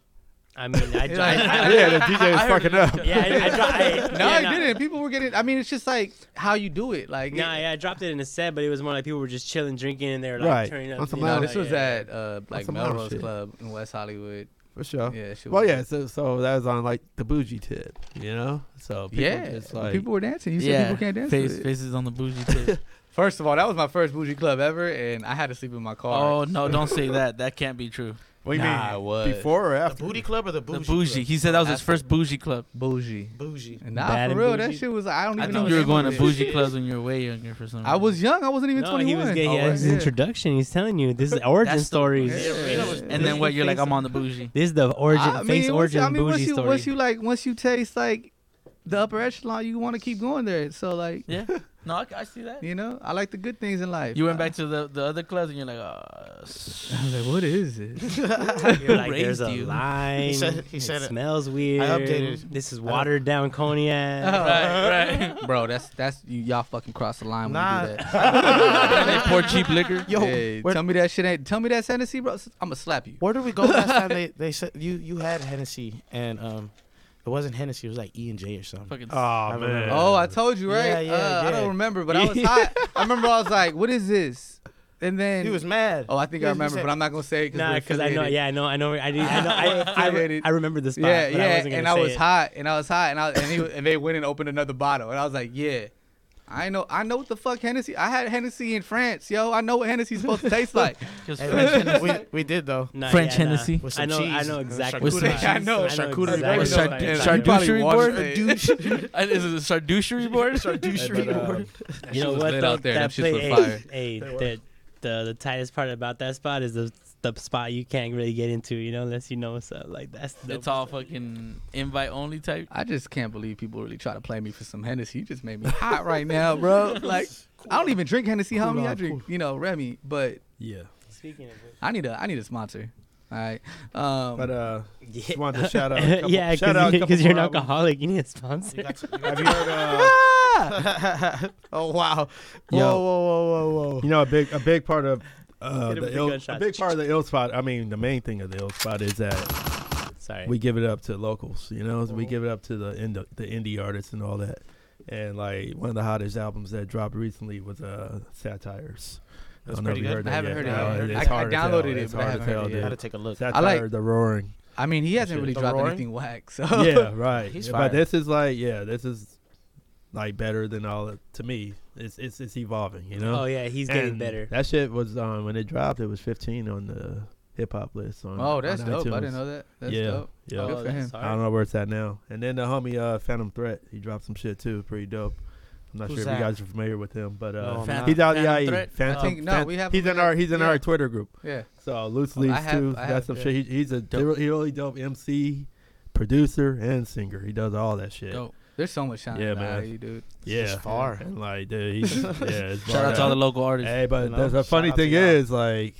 Speaker 3: I mean, I,
Speaker 4: (laughs)
Speaker 1: Yeah,
Speaker 3: I,
Speaker 4: yeah, the DJ is
Speaker 5: I heard
Speaker 4: fucking up.
Speaker 3: yeah, I, I, dro- (laughs) I
Speaker 1: No,
Speaker 3: yeah,
Speaker 1: I didn't. People were getting. I mean, it's just like how you do it. Like
Speaker 3: Nah,
Speaker 1: it-
Speaker 3: yeah, I dropped it in a set, but it was more like people were just chilling, drinking, and they were like
Speaker 4: Right.
Speaker 3: turning up.
Speaker 4: On some
Speaker 3: you know,
Speaker 1: No,
Speaker 4: loud
Speaker 3: like,
Speaker 1: this was
Speaker 3: yeah.
Speaker 1: at uh, like
Speaker 4: some loud
Speaker 1: Melrose
Speaker 4: shit.
Speaker 1: Club in West Hollywood.
Speaker 4: for sure.
Speaker 1: Oh. Yeah, she
Speaker 4: Well,
Speaker 1: was-
Speaker 4: yeah. So, so that was on like the bougie tip, you know. So people
Speaker 1: yeah.
Speaker 4: just like
Speaker 1: people were dancing. You said people can't dance.
Speaker 5: Face,
Speaker 1: to it.
Speaker 5: faces on the bougie tip.
Speaker 1: First of all, that was my first bougie club ever, and I had to sleep in my car.
Speaker 5: (laughs) oh no, don't say that. That can't be true.
Speaker 4: What do you
Speaker 1: nah, I was
Speaker 4: before or
Speaker 2: The
Speaker 4: after?
Speaker 2: booty club or the bougie?
Speaker 5: the bougie. He said that was his first bougie club.
Speaker 1: bougie.
Speaker 2: club? Bougie.
Speaker 1: And nah,
Speaker 3: Bad
Speaker 1: for
Speaker 3: and
Speaker 1: real, that
Speaker 3: bougie?
Speaker 1: shit was. I don't even
Speaker 5: I
Speaker 1: know.
Speaker 5: think
Speaker 1: the
Speaker 5: you were
Speaker 1: name
Speaker 5: going
Speaker 1: of
Speaker 5: to
Speaker 1: it.
Speaker 5: bougie clubs when you were way younger for some reason.
Speaker 1: I was young. I wasn't even
Speaker 3: No, he
Speaker 1: twenty-one.
Speaker 3: was gay.
Speaker 1: Oh,
Speaker 3: He had
Speaker 1: right,
Speaker 3: his
Speaker 1: yeah.
Speaker 3: introduction. He's telling you
Speaker 2: (laughs)
Speaker 3: this is origin
Speaker 5: That's the-
Speaker 3: stories.
Speaker 5: And then what? You're like, I'm on the bougie.
Speaker 3: This is the origin,
Speaker 1: I mean,
Speaker 3: face
Speaker 1: once-
Speaker 3: origin
Speaker 1: I mean,
Speaker 3: bougie
Speaker 1: once you,
Speaker 3: story.
Speaker 1: Once you like, once you taste like the upper echelon, you want to keep going there. So like,
Speaker 5: Yeah. (laughs) No, I, I see that.
Speaker 1: you know, I like the good things in life.
Speaker 5: You went
Speaker 1: (laughs)
Speaker 5: back to the, the other clubs and you're like, oh,
Speaker 1: I was like, what is it?
Speaker 3: (laughs) You're like, there's
Speaker 5: raised
Speaker 3: a
Speaker 1: (laughs)
Speaker 5: you.
Speaker 3: line.
Speaker 2: He said- he said
Speaker 3: it
Speaker 2: it.
Speaker 3: smells weird.
Speaker 2: updated.
Speaker 3: This is watered down
Speaker 1: (laughs) Oh,
Speaker 3: cognac.
Speaker 5: (laughs) right, right.
Speaker 1: Bro, that's that's you, y'all fucking cross the line when
Speaker 2: Nah.
Speaker 1: you do
Speaker 2: (laughs)
Speaker 1: that.
Speaker 5: and they pour cheap liquor.
Speaker 2: Yo,
Speaker 1: Hey,
Speaker 2: where,
Speaker 1: tell me that shit ain't. Tell me that's Hennessy, bro. I'm gonna slap you.
Speaker 2: (laughs) where did we go last time? They they said you you had Hennessy and um, it wasn't Hennessy. It was like E and J or something.
Speaker 5: Fucking
Speaker 4: Ah.
Speaker 7: Oh man.
Speaker 1: Oh, I told you right.
Speaker 2: Yeah, yeah,
Speaker 1: uh, I
Speaker 2: yeah.
Speaker 1: don't remember, but
Speaker 2: (laughs)
Speaker 1: I was hot. I remember I was like, what is this? And then
Speaker 2: He was mad.
Speaker 1: Oh, I think
Speaker 2: he
Speaker 1: I
Speaker 2: was- he
Speaker 1: remember,
Speaker 2: said-
Speaker 1: but I'm not gonna say it.
Speaker 3: Nah,
Speaker 1: we're
Speaker 3: because I know.
Speaker 1: affiliated.
Speaker 3: Yeah, I know. I know. I, did, I know. I, I, I,
Speaker 1: Affiliated.
Speaker 3: I remember the spot.
Speaker 1: yeah,
Speaker 3: but
Speaker 1: yeah,
Speaker 3: I wasn't gonna
Speaker 1: and I
Speaker 3: say
Speaker 1: was
Speaker 3: it.
Speaker 1: hot, and I was hot, and I and, he, and they went and opened another bottle, and I was like, yeah, I know, I know what the fuck Hennessy. I had Hennessy in France, yo. I know what Hennessy's supposed to taste (laughs) like.
Speaker 5: Just
Speaker 2: Hey,
Speaker 5: French, Hennessy. (laughs)
Speaker 2: we, we did though.
Speaker 3: Nah,
Speaker 5: French
Speaker 3: yeah, nah.
Speaker 5: Hennessy.
Speaker 2: With some
Speaker 3: I know. I
Speaker 2: cheese.
Speaker 3: know exactly.
Speaker 2: With some
Speaker 3: what it is.
Speaker 1: cheese. I know.
Speaker 2: Charcuterie
Speaker 3: exactly
Speaker 2: board.
Speaker 3: what it
Speaker 5: Charcuterie
Speaker 3: is.
Speaker 5: board. Charcuterie board.
Speaker 2: Charcuterie
Speaker 5: Uh, Is it a charcuterie board?
Speaker 2: Charcuterie
Speaker 3: But, uh,
Speaker 2: board.
Speaker 3: You know
Speaker 1: was
Speaker 3: what?
Speaker 1: lit
Speaker 3: Though,
Speaker 1: out there.
Speaker 3: That
Speaker 1: Them shits
Speaker 3: place,
Speaker 1: were
Speaker 3: hey,
Speaker 1: fire.
Speaker 3: hey, the, the the tightest part about that spot is the the spot you can't really get into, you know, unless you know what's up. Like that's the
Speaker 5: It's all fucking invite only type.
Speaker 1: I just can't believe people really try to play me for some Hennessy. You just made me hot right now,
Speaker 4: (laughs)
Speaker 1: bro. Like, I don't even drink Hennessy,
Speaker 4: Cool
Speaker 1: homie. I
Speaker 4: off,
Speaker 1: drink, you know, Remy, but
Speaker 7: Yeah.
Speaker 3: Speaking of which,
Speaker 1: I need a, I need a sponsor. All right, um,
Speaker 4: But uh,
Speaker 3: yeah,
Speaker 4: just wanted to shout
Speaker 3: (laughs)
Speaker 4: out. A couple,
Speaker 3: yeah,
Speaker 4: shout out a couple
Speaker 3: because you're an
Speaker 4: more albums.
Speaker 3: alcoholic, you need a sponsor.
Speaker 4: Have you heard? Uh,
Speaker 2: oh wow!
Speaker 4: Yo.
Speaker 2: Whoa, whoa, whoa, whoa, whoa!
Speaker 4: You know, a big a big part of uh,
Speaker 3: Hit him with the
Speaker 4: the ill, a
Speaker 3: gunshots.
Speaker 4: big part of the ill spot. I mean, the main thing of the ill spot is that
Speaker 3: Sorry.
Speaker 4: we give it up to locals. You know,
Speaker 1: Uh-huh.
Speaker 4: we give it up to the ind- the indie artists and all that. And like one of the hottest albums that dropped recently was uh, Satires.
Speaker 2: That's
Speaker 4: I don't know if
Speaker 2: pretty
Speaker 4: you
Speaker 2: good.
Speaker 4: heard
Speaker 1: I
Speaker 4: that
Speaker 1: haven't
Speaker 4: yet.
Speaker 1: heard it.
Speaker 4: No,
Speaker 1: I haven't heard it.
Speaker 4: it's
Speaker 1: I- I
Speaker 4: hard to tell.
Speaker 1: downloaded it,
Speaker 4: It's
Speaker 1: but I
Speaker 4: hard to
Speaker 1: haven't heard
Speaker 4: tell,
Speaker 1: it
Speaker 2: I
Speaker 1: yet.
Speaker 4: dude.
Speaker 2: had to take a look.
Speaker 4: Satire,
Speaker 1: like- (laughs)
Speaker 4: the roaring.
Speaker 1: I mean, he hasn't
Speaker 4: shit.
Speaker 1: really
Speaker 2: The
Speaker 1: dropped
Speaker 2: Roaring?
Speaker 1: anything whack, so
Speaker 4: yeah, right.
Speaker 2: He's
Speaker 4: but
Speaker 2: fire.
Speaker 4: this is like, yeah, this is like better than all of- to me. It's it's it's evolving, you know.
Speaker 3: Oh yeah, he's getting
Speaker 4: And
Speaker 3: better.
Speaker 4: That shit was um when it dropped. It was 15 on the hip hop list.
Speaker 1: (laughs)
Speaker 4: On,
Speaker 1: Oh, that's
Speaker 4: on
Speaker 1: dope. I didn't
Speaker 4: iTunes.
Speaker 1: know that. That's
Speaker 4: yeah,
Speaker 1: dope.
Speaker 4: yeah.
Speaker 1: Good
Speaker 3: oh,
Speaker 1: for
Speaker 3: that's
Speaker 1: him.
Speaker 3: hard.
Speaker 4: I don't know where it's at now. And then the homie uh, Phantom Threat, he dropped some shit too, pretty dope. I'm not
Speaker 2: Who's
Speaker 4: sure if
Speaker 2: that?
Speaker 4: you guys are familiar with him, but
Speaker 3: No,
Speaker 4: uh,
Speaker 3: I'm not.
Speaker 4: he's out
Speaker 5: Phantom
Speaker 4: the IE.
Speaker 5: Threat?
Speaker 4: Phantom.
Speaker 1: I think- no,
Speaker 4: Phan-
Speaker 1: we have-
Speaker 4: he's
Speaker 1: we
Speaker 4: in
Speaker 1: have-
Speaker 4: our he's in
Speaker 1: yeah.
Speaker 4: our Twitter group.
Speaker 1: Yeah.
Speaker 4: So loose
Speaker 1: I
Speaker 4: leaves
Speaker 1: have-
Speaker 4: too.
Speaker 1: I
Speaker 4: That's
Speaker 1: have,
Speaker 4: some
Speaker 1: yeah.
Speaker 4: shit. He, he's a
Speaker 5: Dope.
Speaker 4: di- really dope MC, producer, and singer. He does all that shit.
Speaker 5: Dope.
Speaker 1: There's so much shine.
Speaker 4: Yeah,
Speaker 1: Yeah, man.
Speaker 4: man.
Speaker 1: dude.
Speaker 4: Yeah,
Speaker 2: It's far.
Speaker 4: And like, dude, he's, yeah. it's
Speaker 5: Shout out
Speaker 4: barred
Speaker 5: to all
Speaker 4: out.
Speaker 5: the local artists.
Speaker 4: Hey, but
Speaker 2: you know?
Speaker 4: that's the
Speaker 2: Shout
Speaker 4: funny
Speaker 2: out to
Speaker 4: thing
Speaker 2: y'all.
Speaker 4: is like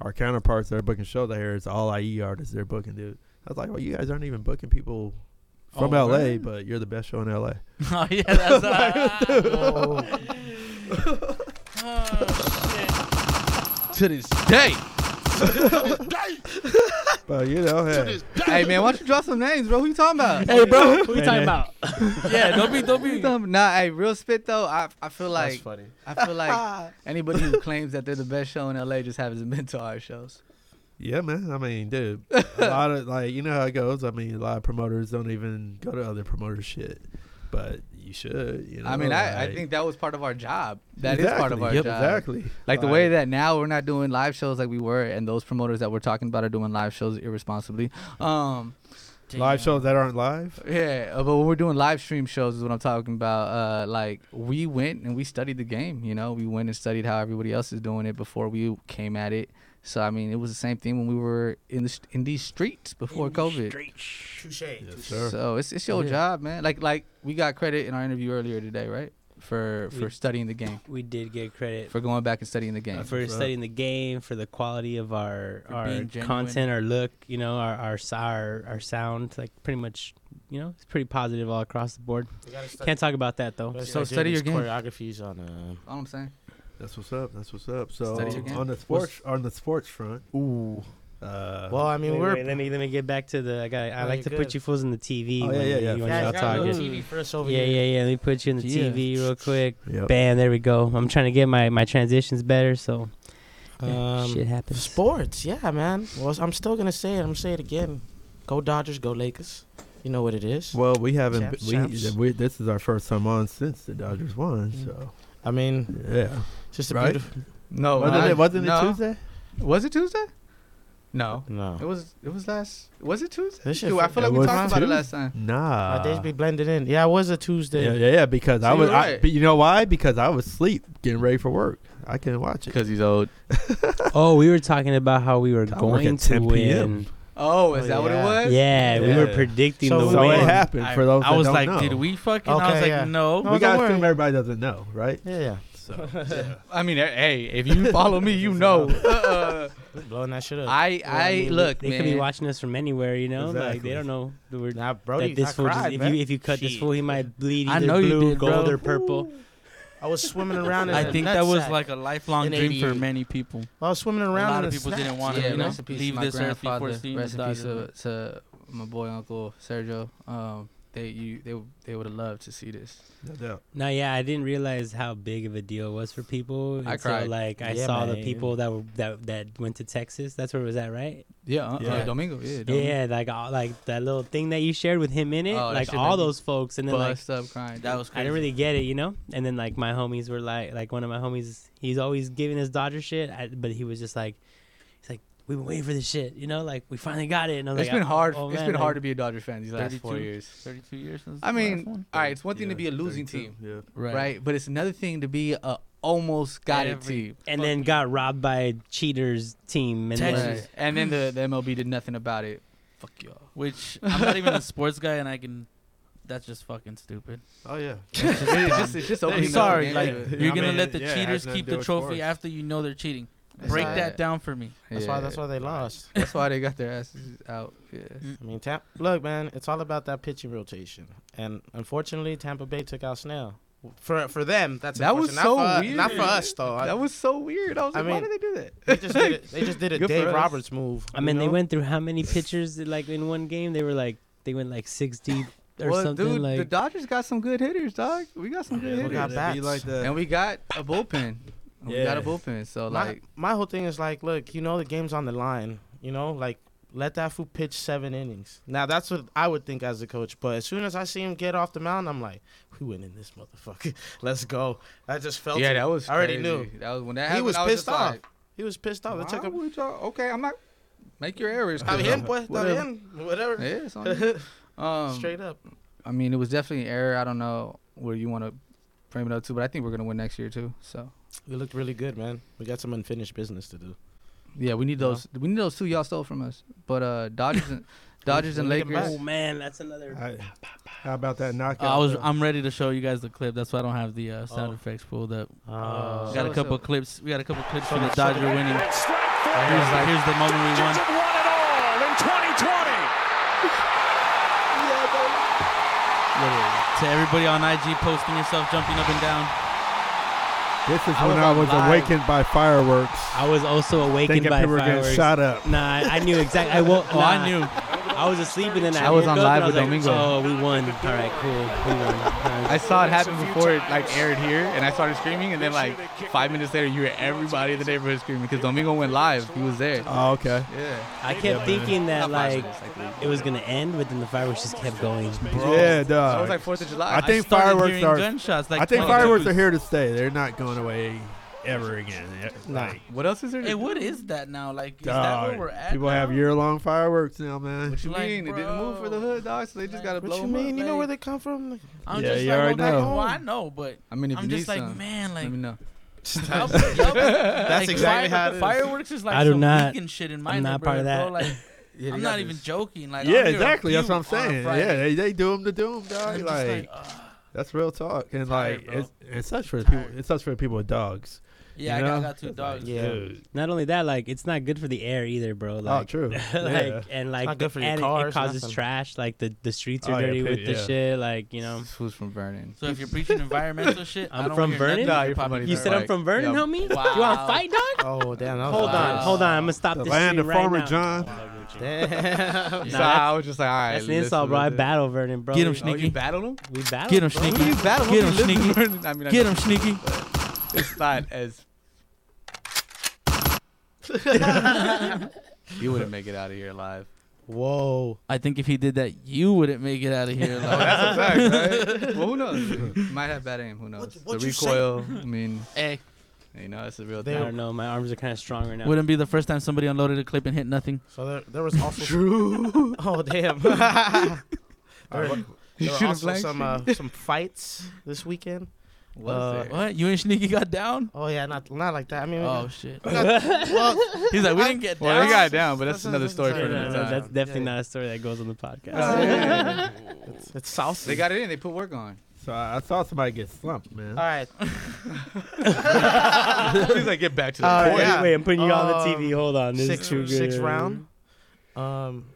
Speaker 4: our counterparts that are booking shows out here is all IE artists they're booking, dude. I was like, well, you guys aren't even booking people from
Speaker 5: Oh,
Speaker 4: LA,
Speaker 5: really?
Speaker 4: but you're the best show in LA.
Speaker 5: (laughs) oh yeah, that's uh, oh, shit.
Speaker 1: To this day.
Speaker 4: But you know, hey,
Speaker 1: hey, man, why don't you drop some names, bro? Who you talking about?
Speaker 3: Hey bro, who we talking
Speaker 4: Hey, man.
Speaker 3: about?
Speaker 5: Yeah, don't be, don't be.
Speaker 1: Nah, hey, real spit though. I I feel like
Speaker 2: funny.
Speaker 1: I feel like anybody who claims that they're the best show in LA just hasn't been to our shows.
Speaker 4: yeah, man. I mean,
Speaker 1: (laughs)
Speaker 4: dude, a lot of like, you know how it goes. I mean, a lot of promoters don't even go to other promoters shit, but you should. You know,
Speaker 1: I mean, I, I
Speaker 4: like-
Speaker 1: think that was part of our job. That is part of
Speaker 4: Exactly.
Speaker 1: our
Speaker 4: Yep,
Speaker 1: job.
Speaker 4: Exactly.
Speaker 1: Like the way that now we're not doing live shows like we were, and those promoters that we're talking about are doing live shows irresponsibly. Um,
Speaker 4: live shows that aren't live.
Speaker 1: Yeah, uh, but when we're doing live stream shows is what I'm talking about. Uh, like we went and we studied the game. You know, we went and studied how everybody else is doing it before we came at it. So I mean, it was the same thing when we were in the st- in these streets before COVID.
Speaker 2: Touche.
Speaker 4: Yes, sir.
Speaker 1: So it's it's your
Speaker 3: Yeah.
Speaker 1: job, man. Like like we got credit in our interview earlier today, right? For for
Speaker 3: We-
Speaker 1: studying the game,
Speaker 3: We did get credit
Speaker 1: for going back and studying the game.
Speaker 4: That's
Speaker 3: for
Speaker 4: what's up.
Speaker 3: studying the game, for the quality of our
Speaker 5: For
Speaker 3: our
Speaker 5: being genuine.
Speaker 3: content, our look, you know, our, our s- our our sound, like pretty much, you know, it's pretty positive all across the board. Can't talk about that though.
Speaker 1: So study your game.
Speaker 2: Choreographies on. Uh,
Speaker 1: All I'm saying.
Speaker 4: That's what's up. That's what's up. So
Speaker 1: Study your game.
Speaker 4: on the sports on the sports front. Ooh. Uh,
Speaker 2: well, I mean,
Speaker 3: Wait,
Speaker 2: we're.
Speaker 3: wait, let me let me get back to the. I got. I
Speaker 2: No,
Speaker 3: like
Speaker 2: you're
Speaker 3: to
Speaker 2: good.
Speaker 3: put you fools in the TV.
Speaker 4: Oh, yeah,
Speaker 3: when
Speaker 4: yeah,
Speaker 3: you-
Speaker 4: yeah,
Speaker 3: you
Speaker 4: for
Speaker 3: wanna
Speaker 4: sure.
Speaker 3: stop
Speaker 4: Yeah, I got
Speaker 3: talking.
Speaker 4: a
Speaker 2: TV first over
Speaker 3: Yeah,
Speaker 2: here.
Speaker 3: yeah, yeah. Let me put you in the
Speaker 5: Yeah.
Speaker 3: TV real quick.
Speaker 4: yep.
Speaker 3: Bam, there we go. I'm trying to get my my transitions better, so
Speaker 5: (laughs)
Speaker 3: Yeah,
Speaker 2: Um,
Speaker 3: shit happens.
Speaker 2: Sports, yeah, man. Well, I'm still gonna say it. I'm gonna say it again. Go Dodgers, go Lakers. You know what it is.
Speaker 6: Well, we haven't.
Speaker 2: Champs,
Speaker 6: we,
Speaker 2: champs.
Speaker 6: we this is our first time on since the Dodgers won. So
Speaker 2: I mean,
Speaker 6: yeah,
Speaker 2: it's just a
Speaker 6: Right?
Speaker 2: beautiful.
Speaker 1: No,
Speaker 6: wasn't
Speaker 1: Oh, I-
Speaker 6: it, wasn't it
Speaker 1: no.
Speaker 6: Tuesday?
Speaker 1: Was it Tuesday? No, it
Speaker 2: No,
Speaker 1: was. It was last. Was it Tuesday?
Speaker 2: This shit
Speaker 1: Dude, I
Speaker 2: fe-
Speaker 1: feel
Speaker 6: it
Speaker 1: like we
Speaker 6: was
Speaker 1: talked about it
Speaker 6: Tuesday.
Speaker 1: last time.
Speaker 6: Nah.
Speaker 5: Uh,
Speaker 2: my days be blended in. Yeah, it was a Tuesday.
Speaker 6: yeah, yeah, yeah, because
Speaker 1: So
Speaker 6: I was.
Speaker 1: you're
Speaker 6: I,
Speaker 1: right.
Speaker 6: but you know why? Because I was asleep getting ready for work. I couldn't watch it.
Speaker 1: he's old.
Speaker 3: (laughs) Oh, we were talking about how we were
Speaker 6: work
Speaker 3: going
Speaker 6: at
Speaker 3: to
Speaker 6: 10 p.m..
Speaker 3: win.
Speaker 1: Oh, is
Speaker 2: Oh,
Speaker 1: that what
Speaker 2: yeah.
Speaker 1: it was?
Speaker 3: Yeah, we were
Speaker 6: Yeah.
Speaker 3: predicting
Speaker 2: So
Speaker 3: the
Speaker 2: we
Speaker 6: So
Speaker 3: win.
Speaker 6: it happened for those.
Speaker 5: I
Speaker 6: that
Speaker 5: was
Speaker 6: don't
Speaker 5: like,
Speaker 6: know.
Speaker 5: did we fucking? I
Speaker 2: Okay,
Speaker 5: was like,
Speaker 2: yeah.
Speaker 5: no.
Speaker 2: No,
Speaker 6: we
Speaker 2: don't
Speaker 6: gotta
Speaker 2: worry.
Speaker 6: assume everybody doesn't know, right?
Speaker 2: Yeah, yeah.
Speaker 6: So
Speaker 1: I mean, eh, hey, if you follow
Speaker 3: (laughs)
Speaker 1: me, you know. Uh,
Speaker 2: We blowing that shit up.
Speaker 1: I,
Speaker 3: Well,
Speaker 1: I
Speaker 3: mean,
Speaker 1: look,
Speaker 3: They
Speaker 1: man.
Speaker 3: could be watching us from anywhere, you know. Like
Speaker 6: Exactly.
Speaker 3: they don't know that we're
Speaker 2: nah, Brody,
Speaker 3: that this
Speaker 2: I
Speaker 3: fool. Just,
Speaker 2: cried,
Speaker 3: if
Speaker 2: man.
Speaker 3: you if you cut this
Speaker 2: Shit.
Speaker 3: fool, he might bleed
Speaker 5: I
Speaker 3: either
Speaker 5: know you
Speaker 3: blue,
Speaker 5: did, bro.
Speaker 3: gold, or purple.
Speaker 2: I was swimming around. In
Speaker 5: I
Speaker 2: a
Speaker 5: think that was
Speaker 2: nutsack.
Speaker 5: like a lifelong
Speaker 2: In
Speaker 5: dream for
Speaker 2: 88.
Speaker 5: many people.
Speaker 2: I was swimming
Speaker 5: a
Speaker 2: around.
Speaker 5: lot
Speaker 2: in
Speaker 5: of people
Speaker 2: snack.
Speaker 5: didn't want to,
Speaker 1: yeah,
Speaker 5: you know,
Speaker 1: rest in peace
Speaker 5: leave
Speaker 1: to my
Speaker 5: this earth before
Speaker 1: grandfather.
Speaker 5: seeing
Speaker 1: Rest
Speaker 5: the
Speaker 1: in peace
Speaker 5: Dodgers.
Speaker 1: to, to my boy Uncle Sergio. Um, they you they they would have loved to see this.
Speaker 6: no doubt.
Speaker 3: No, yeah, I didn't realize how big of a deal it was for people.
Speaker 1: I
Speaker 3: until,
Speaker 1: cried.
Speaker 3: Like I
Speaker 2: Yeah,
Speaker 3: saw the
Speaker 2: man.
Speaker 3: people that were that that went to Texas. That's where it was at, right?
Speaker 1: Yeah, uh,
Speaker 6: Yeah.
Speaker 1: Uh, Domingo. Yeah, Domingo.
Speaker 3: Yeah, like all, like that little thing that you shared with him in it.
Speaker 1: Oh, that
Speaker 3: like
Speaker 1: shit
Speaker 3: all
Speaker 1: made me
Speaker 3: those folks, and then like
Speaker 1: bust up crying.
Speaker 5: That was
Speaker 3: I didn't
Speaker 5: crazy.
Speaker 3: really get it, you know. And then like my homies were like, like one of my homies, he's always giving us Dodger shit, I, but he was just like, he's like, we've been waiting for this shit, you know, like we finally got it. And I was
Speaker 1: It's
Speaker 3: like,
Speaker 1: been
Speaker 3: oh,
Speaker 1: hard.
Speaker 3: oh,
Speaker 1: it's
Speaker 3: man,
Speaker 1: been
Speaker 3: like,
Speaker 1: hard to be a Dodger fan these last four
Speaker 5: 32.
Speaker 1: years.
Speaker 5: 32 years since
Speaker 1: I
Speaker 5: the
Speaker 1: mean,
Speaker 5: last one.
Speaker 1: all right, it's one thing
Speaker 6: Yeah,
Speaker 1: to be a losing
Speaker 6: 32,
Speaker 1: team,
Speaker 6: Yeah.
Speaker 1: right. But it's another thing to be a almost got it
Speaker 5: Every-
Speaker 1: team.
Speaker 3: And then got robbed by a cheaters team. And
Speaker 5: Texas.
Speaker 3: then,
Speaker 1: Right. And then the, the MLB did nothing about it. Fuck y'all.
Speaker 5: Which I'm not even a sports guy, and I can. That's just fucking stupid.
Speaker 6: Oh
Speaker 1: (laughs)
Speaker 6: yeah.
Speaker 1: (laughs) it's just, it's just opening
Speaker 5: I'm
Speaker 1: up
Speaker 5: sorry.
Speaker 1: the
Speaker 5: Like
Speaker 1: game.
Speaker 5: you're
Speaker 6: I
Speaker 5: gonna
Speaker 6: mean,
Speaker 5: let the
Speaker 6: yeah, it has
Speaker 5: cheaters
Speaker 6: nothing
Speaker 5: keep
Speaker 6: to
Speaker 5: the
Speaker 6: do with
Speaker 5: trophy
Speaker 6: sports.
Speaker 5: after you know they're cheating.
Speaker 1: That's
Speaker 5: Break
Speaker 1: why-
Speaker 5: that down for me.
Speaker 2: That's
Speaker 1: Yeah.
Speaker 2: why. That's why they lost.
Speaker 1: That's why they got their asses out. Yeah.
Speaker 2: I mean, Tam- look, man, it's all about that pitching rotation, and unfortunately, Tampa Bay took out Snell. For for them, that's
Speaker 1: That was
Speaker 2: unfortunate.
Speaker 1: so
Speaker 2: not for,
Speaker 1: weird.
Speaker 2: Not for us though. I-
Speaker 1: That was so weird. I was
Speaker 2: I
Speaker 1: like, why
Speaker 2: mean,
Speaker 1: did they do that?
Speaker 2: (laughs) they just did it. They just did a
Speaker 1: (laughs) Good for
Speaker 2: Dave
Speaker 1: us.
Speaker 2: Roberts move.
Speaker 3: I mean,
Speaker 2: you
Speaker 3: they
Speaker 2: know?
Speaker 3: went through how many pitchers like in one game? They were like, they went like six deep or
Speaker 1: (laughs) well,
Speaker 3: something.
Speaker 1: dude, the
Speaker 3: like
Speaker 1: Dodgers got some good hitters, dog. We got some good
Speaker 2: we
Speaker 1: hitters,
Speaker 2: got bats.
Speaker 6: like that.
Speaker 1: and we got a bullpen. We got a
Speaker 6: Yeah.
Speaker 1: bullpen. So
Speaker 2: My,
Speaker 1: like,
Speaker 2: my whole thing is like, look, you know, the game's on the line. You know, like let that fool pitch seven innings. Now that's what I would think as a coach. But as soon as I see him get off the mound, I'm like, we winning this motherfucker. (laughs) Let's go. I just felt. it.
Speaker 1: that was.
Speaker 2: I already
Speaker 1: crazy. That was when that
Speaker 2: He
Speaker 1: happened.
Speaker 2: was
Speaker 1: I was
Speaker 2: pissed
Speaker 1: just
Speaker 2: off.
Speaker 1: like,
Speaker 2: He was pissed off. They took
Speaker 1: "Why
Speaker 2: him.
Speaker 1: would y'all- Okay, I'm not. Make your errors.
Speaker 2: Está
Speaker 1: kid.
Speaker 2: bien, (laughs) pues. Está
Speaker 1: Whatever.
Speaker 2: bien. Whatever.
Speaker 1: Yeah, it's on
Speaker 2: (laughs)
Speaker 1: you. Um,
Speaker 2: Straight up.
Speaker 1: I mean, it was definitely an error. I don't know where you want to frame it up to, but I think we're gonna win next year too. So
Speaker 2: We looked really good, man. We got some unfinished business to do.
Speaker 1: yeah, we need
Speaker 2: Yeah.
Speaker 1: those. We need those two y'all stole from us. But uh, Dodgers (laughs) and Dodgers and
Speaker 2: We need 'em
Speaker 1: Lakers.
Speaker 3: oh man, that's another.
Speaker 4: Uh,
Speaker 6: I, how about that knockout?
Speaker 5: Uh, I was.
Speaker 6: though?
Speaker 5: I'm ready to show you guys the clip. That's why I don't have the uh, sound
Speaker 2: Oh.
Speaker 5: effects pulled up.
Speaker 2: Uh,
Speaker 5: We got a
Speaker 1: So-
Speaker 5: couple
Speaker 1: so-
Speaker 5: clips. We got a couple clips for the Dodger winning. Here's, here's the moment we won. To everybody on IG posting yourself, jumping up and down.
Speaker 6: this is
Speaker 1: I
Speaker 6: when
Speaker 1: was
Speaker 6: I was
Speaker 1: alive.
Speaker 6: awakened by fireworks,
Speaker 3: I was also awakened
Speaker 6: thinking
Speaker 3: by
Speaker 6: people were getting
Speaker 3: fireworks.
Speaker 6: shot up.
Speaker 3: Nah, I knew exactly. I woke.
Speaker 5: Oh,
Speaker 3: nah.
Speaker 5: I knew.
Speaker 3: I was asleep and then I,
Speaker 1: I was
Speaker 3: woke
Speaker 1: on
Speaker 3: up
Speaker 1: live
Speaker 3: and I was
Speaker 1: with
Speaker 3: like,
Speaker 1: Domingo.
Speaker 3: Oh, we won. All right, cool. We won. All right.
Speaker 1: (laughs) I saw it happen before it like aired here, and I started screaming, and then like five minutes later, you hear everybody in the neighborhood screaming because Domingo went live. He was there.
Speaker 6: Oh, okay.
Speaker 1: Yeah.
Speaker 3: I kept thinking that like it was gonna end, but then the fireworks just kept going.
Speaker 6: Yeah, dog.
Speaker 1: That was like Fourth of
Speaker 6: I
Speaker 1: July.
Speaker 6: think
Speaker 5: started
Speaker 6: fireworks
Speaker 5: hearing
Speaker 6: are.
Speaker 5: gunshots. Like oh,
Speaker 6: I think
Speaker 5: 22s.
Speaker 6: fireworks are here to stay. They're not going away ever again. Eh, Like,
Speaker 1: what else is there?
Speaker 5: Hey, what is that now? Like, is that where
Speaker 6: dog,
Speaker 5: we're at?
Speaker 6: people
Speaker 5: now?
Speaker 6: have year-long fireworks now, man.
Speaker 1: What you
Speaker 5: Like,
Speaker 1: mean? It didn't move for the
Speaker 5: bro.
Speaker 1: hood, dog. So they just
Speaker 5: Like,
Speaker 1: gotta blow
Speaker 2: What you
Speaker 1: them up.
Speaker 2: mean? You know
Speaker 5: like-
Speaker 2: where they come
Speaker 5: (laughs)
Speaker 2: from?
Speaker 5: I'm
Speaker 6: Yeah,
Speaker 5: just
Speaker 6: you
Speaker 5: like,
Speaker 6: already
Speaker 5: well,
Speaker 6: know.
Speaker 5: Well, I know, but
Speaker 1: I mean, if
Speaker 5: I'm
Speaker 1: you
Speaker 5: just
Speaker 1: need
Speaker 5: like,
Speaker 1: some,
Speaker 5: man,
Speaker 1: let
Speaker 5: like,
Speaker 1: me know.
Speaker 5: yup, yup.
Speaker 2: That's
Speaker 5: Like,
Speaker 2: exactly
Speaker 5: fire-
Speaker 2: how it is.
Speaker 5: Fireworks is like
Speaker 3: I do
Speaker 5: some
Speaker 3: not-
Speaker 5: weekend shit in my
Speaker 3: I'm not part of
Speaker 5: neighborhood, bro.
Speaker 3: that.
Speaker 5: Like, I'm not even joking. Like,
Speaker 6: yeah,
Speaker 5: I'll hear a
Speaker 6: exactly. That's what I'm
Speaker 5: few on
Speaker 6: saying.
Speaker 5: Friday.
Speaker 6: Yeah, they, they do them to do them, dog.
Speaker 5: I'm just
Speaker 6: Like,
Speaker 5: like, ugh.
Speaker 6: that's real talk. And
Speaker 5: Tired,
Speaker 6: like,
Speaker 5: bro.
Speaker 6: it's, it sucks for the
Speaker 5: Tired.
Speaker 6: people. It sucks for the people with dogs.
Speaker 5: yeah,
Speaker 6: you
Speaker 5: I, got, I
Speaker 6: know?
Speaker 5: got two dogs.
Speaker 2: Yeah.
Speaker 6: Dude.
Speaker 3: Not only that, like it's not good for the air either, bro.
Speaker 6: Oh,
Speaker 3: Like,
Speaker 5: (laughs)
Speaker 6: true. Yeah.
Speaker 3: (laughs) like and like
Speaker 2: not good for your
Speaker 3: and it- it
Speaker 2: cars,
Speaker 3: causes
Speaker 2: nothing.
Speaker 3: trash. Like the the streets are
Speaker 6: Oh, yeah,
Speaker 3: dirty
Speaker 6: pit-
Speaker 3: with the
Speaker 6: yeah.
Speaker 3: shit. Like you know,
Speaker 1: This fool's from Vernon.
Speaker 5: So if you're preaching environmental shit, I
Speaker 3: I'm
Speaker 5: don't
Speaker 3: from
Speaker 5: hear
Speaker 3: Vernon?
Speaker 5: nothing
Speaker 1: Nah,
Speaker 5: if
Speaker 1: you're from
Speaker 5: popping
Speaker 1: Vernon.
Speaker 3: you
Speaker 5: Vernon.
Speaker 3: said I'm
Speaker 1: right.
Speaker 3: from Vernon,
Speaker 1: Yeah.
Speaker 3: homie.
Speaker 5: Wow.
Speaker 3: You want to fight, dog?
Speaker 2: Oh damn! That was
Speaker 3: Hold on,
Speaker 5: Wow.
Speaker 3: hold on. I'm gonna stop
Speaker 6: The
Speaker 3: this
Speaker 6: land
Speaker 3: stream
Speaker 6: of
Speaker 3: right
Speaker 6: Farmer
Speaker 3: now.
Speaker 6: John.
Speaker 2: Damn.
Speaker 1: So
Speaker 3: that's-
Speaker 1: I was just like, all right.
Speaker 3: That's an insult,
Speaker 1: listen,
Speaker 3: bro. I
Speaker 1: listen.
Speaker 3: battle Vernon, bro.
Speaker 5: Get him,
Speaker 3: We-
Speaker 1: Oh, you
Speaker 5: Sneaky.
Speaker 1: battled him?
Speaker 3: We battle.
Speaker 5: Get him,
Speaker 1: Bro,
Speaker 5: sneaky.
Speaker 1: you battled him?
Speaker 5: Get him,
Speaker 1: You lived in
Speaker 5: sneaky.
Speaker 1: Vernon. I mean, I
Speaker 5: Get
Speaker 1: know
Speaker 5: him, sneaky.
Speaker 1: It's not as You wouldn't make it out of here alive.
Speaker 2: Whoa.
Speaker 5: I think if he did that, you wouldn't make it out of here.
Speaker 1: Oh,
Speaker 5: Like,
Speaker 1: that's a fact, right? well, who knows? Might have bad aim. Who knows?
Speaker 2: what'd
Speaker 1: the
Speaker 2: you say?
Speaker 1: recoil. I mean,
Speaker 5: hey,
Speaker 1: you know, it's a real
Speaker 3: I
Speaker 1: thing.
Speaker 3: don't know. My arms are kind of strong right now.
Speaker 5: wouldn't be the first time somebody unloaded a clip and hit nothing.
Speaker 2: So there, there was also true. oh damn. there were, there were
Speaker 1: should've
Speaker 2: also
Speaker 1: blanked
Speaker 2: some uh, some fights this weekend.
Speaker 1: Was
Speaker 2: Uh,
Speaker 1: there?
Speaker 5: What? You and Sneaky got down?
Speaker 2: Oh yeah, not not like that. I mean, we
Speaker 5: Oh
Speaker 2: got- (laughs)
Speaker 5: shit!
Speaker 2: well,
Speaker 5: He's like, we didn't get
Speaker 1: Well, they
Speaker 5: down.
Speaker 1: got it down, but that's
Speaker 2: That's
Speaker 1: another
Speaker 2: another
Speaker 1: story for
Speaker 2: story.
Speaker 3: (laughs) No,
Speaker 1: another
Speaker 3: no, no,
Speaker 1: time.
Speaker 3: that's definitely
Speaker 2: Yeah.
Speaker 3: not a story that goes on the podcast.
Speaker 1: Oh, yeah.
Speaker 2: it's, it's saucy.
Speaker 1: They got it in. They put work on.
Speaker 6: So I, I saw somebody get slumped, man.
Speaker 5: Uh,
Speaker 2: All right. (laughs)
Speaker 1: He's like, get back to the
Speaker 2: Uh,
Speaker 1: point.
Speaker 3: Wait,
Speaker 2: yeah.
Speaker 3: wait, I'm putting you on the
Speaker 2: Um,
Speaker 3: TV. Hold on. This
Speaker 2: six
Speaker 3: is too good.
Speaker 2: six round. Um,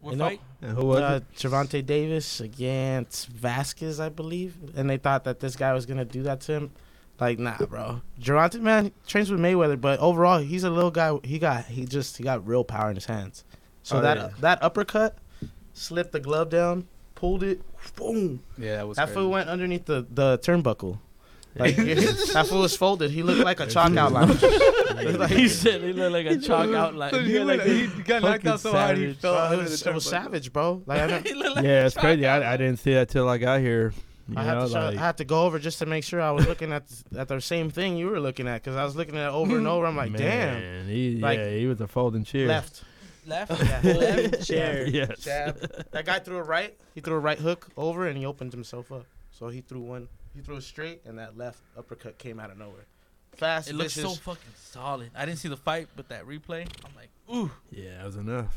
Speaker 5: What
Speaker 2: you know,
Speaker 5: fight?
Speaker 6: And who was
Speaker 2: uh,
Speaker 6: it?
Speaker 2: Javante Davis against Vasquez, I believe, and they thought that this guy was gonna do that to him. Like, nah, bro. Javante, man, he trains with Mayweather, but overall, he's a little guy. He got he just he got real power in his hands. So
Speaker 6: Oh,
Speaker 2: that
Speaker 6: yeah.
Speaker 2: that uppercut, slipped the glove down, pulled it, boom.
Speaker 1: Yeah, that was
Speaker 2: That foot
Speaker 1: crazy.
Speaker 2: went underneath the the turnbuckle. Like that foot was folded. He looked like a
Speaker 4: (laughs)
Speaker 2: chalk
Speaker 6: (laughs)
Speaker 2: outline.
Speaker 5: he said he looked like (laughs) a chalk outline.
Speaker 1: (laughs) He, went- he got knocked out so hard he
Speaker 5: savage.
Speaker 1: fell
Speaker 2: Bro, it
Speaker 1: under the
Speaker 2: was so
Speaker 1: turnbuckle.
Speaker 2: savage, bro. Like I, (laughs) don't-
Speaker 5: he looked like
Speaker 6: Yeah, it's crazy. I, I didn't see that till I got here. You
Speaker 2: I, had
Speaker 6: know,
Speaker 2: to show,
Speaker 6: like,
Speaker 2: I had to go over just to make sure I was looking at at the same thing you were looking at because I was looking at it over and over. I'm like, damn,
Speaker 6: man, he,
Speaker 2: Like,
Speaker 6: yeah, he was a folding chair.
Speaker 2: left,
Speaker 5: left.
Speaker 2: left,
Speaker 3: Chair.
Speaker 6: (laughs) Yes.
Speaker 2: jab. That guy threw a right. He threw a right hook over and he opened himself up. So he threw one. He threw it straight and that left uppercut came out of nowhere. Fast,
Speaker 5: It looks so
Speaker 2: vicious.
Speaker 5: fucking solid. I didn't see the fight, but that replay, I'm like, ooh,
Speaker 6: Yeah, that was enough.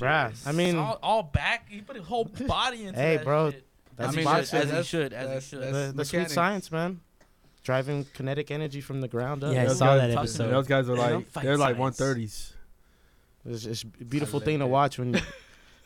Speaker 2: Bruh, I mean,
Speaker 5: all, all back. He put his
Speaker 1: (laughs)
Speaker 5: whole body into
Speaker 2: Hey,
Speaker 5: that
Speaker 2: bro,
Speaker 5: shit.
Speaker 2: that's
Speaker 5: I mean,
Speaker 2: boxing.
Speaker 5: as he
Speaker 1: that's-
Speaker 5: should, as he
Speaker 1: that's-
Speaker 5: should.
Speaker 1: that's
Speaker 2: the, the sweet
Speaker 1: mechanics.
Speaker 2: science, man. Driving kinetic energy from the ground up.
Speaker 3: Yeah, I
Speaker 6: Those
Speaker 3: saw
Speaker 6: guys-
Speaker 3: that
Speaker 5: Talking
Speaker 3: episode.
Speaker 6: Those guys are
Speaker 5: They don't
Speaker 6: like
Speaker 5: fight
Speaker 6: they're like
Speaker 5: science.
Speaker 6: one thirties.
Speaker 2: It's, it's a beautiful
Speaker 1: love
Speaker 2: thing to
Speaker 1: it.
Speaker 6: (laughs)
Speaker 2: watch when. You,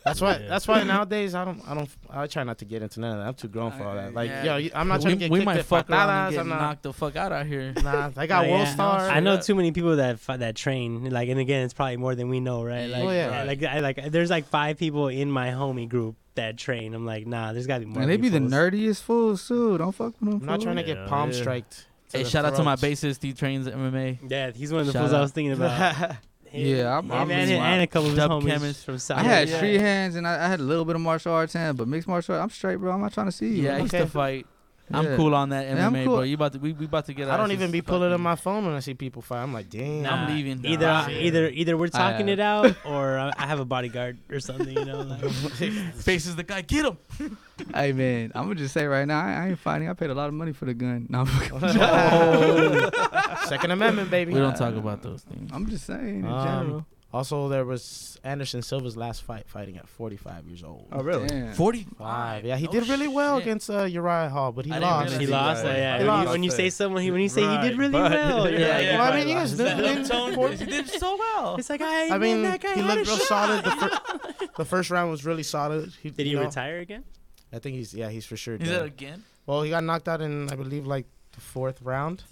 Speaker 2: that's why.
Speaker 6: Yeah.
Speaker 2: That's why nowadays I don't. I don't. I try not to get into none of that. I'm too grown for all that. Like,
Speaker 5: Yeah.
Speaker 2: yo, you- I'm not
Speaker 5: we,
Speaker 2: trying to get
Speaker 5: we
Speaker 2: kicked
Speaker 5: might
Speaker 2: at
Speaker 5: fuck around and
Speaker 2: patadas,
Speaker 5: get
Speaker 2: I'm not.
Speaker 5: knocked the fuck out out here.
Speaker 2: Nah, I
Speaker 5: (laughs)
Speaker 2: got
Speaker 3: Oh,
Speaker 2: world
Speaker 3: yeah.
Speaker 2: star.
Speaker 3: I know too many people that fi- that train. Like, and again, it's probably more than we know, right? Like,
Speaker 2: Oh, yeah.
Speaker 3: I- like, I, like, there's like five people in my homie group that train. I'm like, nah, there's got to be more.
Speaker 1: And they be the
Speaker 3: people.
Speaker 1: nerdiest fools too. Don't fuck with them.
Speaker 2: I'm not trying to
Speaker 6: Yeah,
Speaker 2: get palm
Speaker 6: yeah.
Speaker 2: striked.
Speaker 5: Hey,
Speaker 2: the
Speaker 5: shout out to my
Speaker 2: throats.
Speaker 5: bassist. He trains MMA.
Speaker 3: Yeah, he's one of the
Speaker 5: Shout
Speaker 3: fools I was thinking about.
Speaker 2: (laughs)
Speaker 5: uh,
Speaker 1: Yeah, I'm-
Speaker 3: him
Speaker 1: I'm
Speaker 3: and,
Speaker 1: just-
Speaker 3: and a couple of his
Speaker 5: Dub
Speaker 3: homies
Speaker 5: chemist.
Speaker 3: from South.
Speaker 1: I had
Speaker 3: yeah.
Speaker 1: street hands and I, I had a little bit of martial arts hand, but mixed martial arts, I'm straight, bro. I'm not trying to see you.
Speaker 5: Yeah, I used to
Speaker 2: Okay.
Speaker 5: fight. I'm
Speaker 1: Yeah.
Speaker 5: cool on that
Speaker 1: Yeah, I'm
Speaker 5: MMA,
Speaker 1: cool.
Speaker 5: bro. You about to we, we about to get.
Speaker 2: I
Speaker 5: our
Speaker 2: don't
Speaker 5: asses
Speaker 2: even be pulling up
Speaker 5: fucking-
Speaker 2: my phone when I see people fight. I'm like, damn.
Speaker 3: Nah,
Speaker 5: I'm leaving.
Speaker 3: Either
Speaker 5: Nah, (laughs) shit.
Speaker 3: either either we're
Speaker 1: I,
Speaker 3: talking
Speaker 1: uh,
Speaker 3: it out, or I I have a bodyguard or something. You know, like, (laughs)
Speaker 5: faces the guy. Get him.
Speaker 1: Hey man, I'm gonna just say right now, I, I ain't fighting. I paid a lot of money for the gun. No, I'm, (laughs) fucking-
Speaker 2: (laughs) Second Amendment, baby.
Speaker 5: We don't talk about those things.
Speaker 1: I'm just saying in
Speaker 2: Um,
Speaker 1: general.
Speaker 2: Also, there was Anderson Silva's last fight, fighting at 45 years old.
Speaker 6: Oh really?
Speaker 1: Damn.
Speaker 2: Five.
Speaker 5: Forty-five.
Speaker 2: Yeah, he
Speaker 5: Oh,
Speaker 2: did really well
Speaker 5: shit.
Speaker 2: against uh, Uriah Hall, but he
Speaker 5: I didn't
Speaker 2: lost.
Speaker 5: realize
Speaker 3: he
Speaker 5: Yeah.
Speaker 3: lost.
Speaker 6: Yeah.
Speaker 3: uh, yeah,
Speaker 2: He
Speaker 3: when,
Speaker 2: lost.
Speaker 3: You, when you say someone, he, when you say he
Speaker 6: Right,
Speaker 3: did really
Speaker 6: but-
Speaker 3: well, you're
Speaker 5: Yeah,
Speaker 3: like,
Speaker 5: yeah.
Speaker 3: he
Speaker 5: Well, I
Speaker 3: probably
Speaker 2: mean, he was
Speaker 3: (laughs) lost.
Speaker 2: doing-
Speaker 5: That tone voice, he did so well.
Speaker 3: It's like I,
Speaker 2: I mean,
Speaker 3: that guy
Speaker 2: he
Speaker 3: had a
Speaker 2: looked real
Speaker 3: shot.
Speaker 2: solid. The, fir- the first round was really solid.
Speaker 3: (laughs)
Speaker 2: He,
Speaker 3: Did he
Speaker 2: you know,
Speaker 3: retire again?
Speaker 2: I think he's yeah, he's for sure.
Speaker 5: Is
Speaker 2: done.
Speaker 5: that again?
Speaker 2: well, he got knocked out in I believe like the fourth round,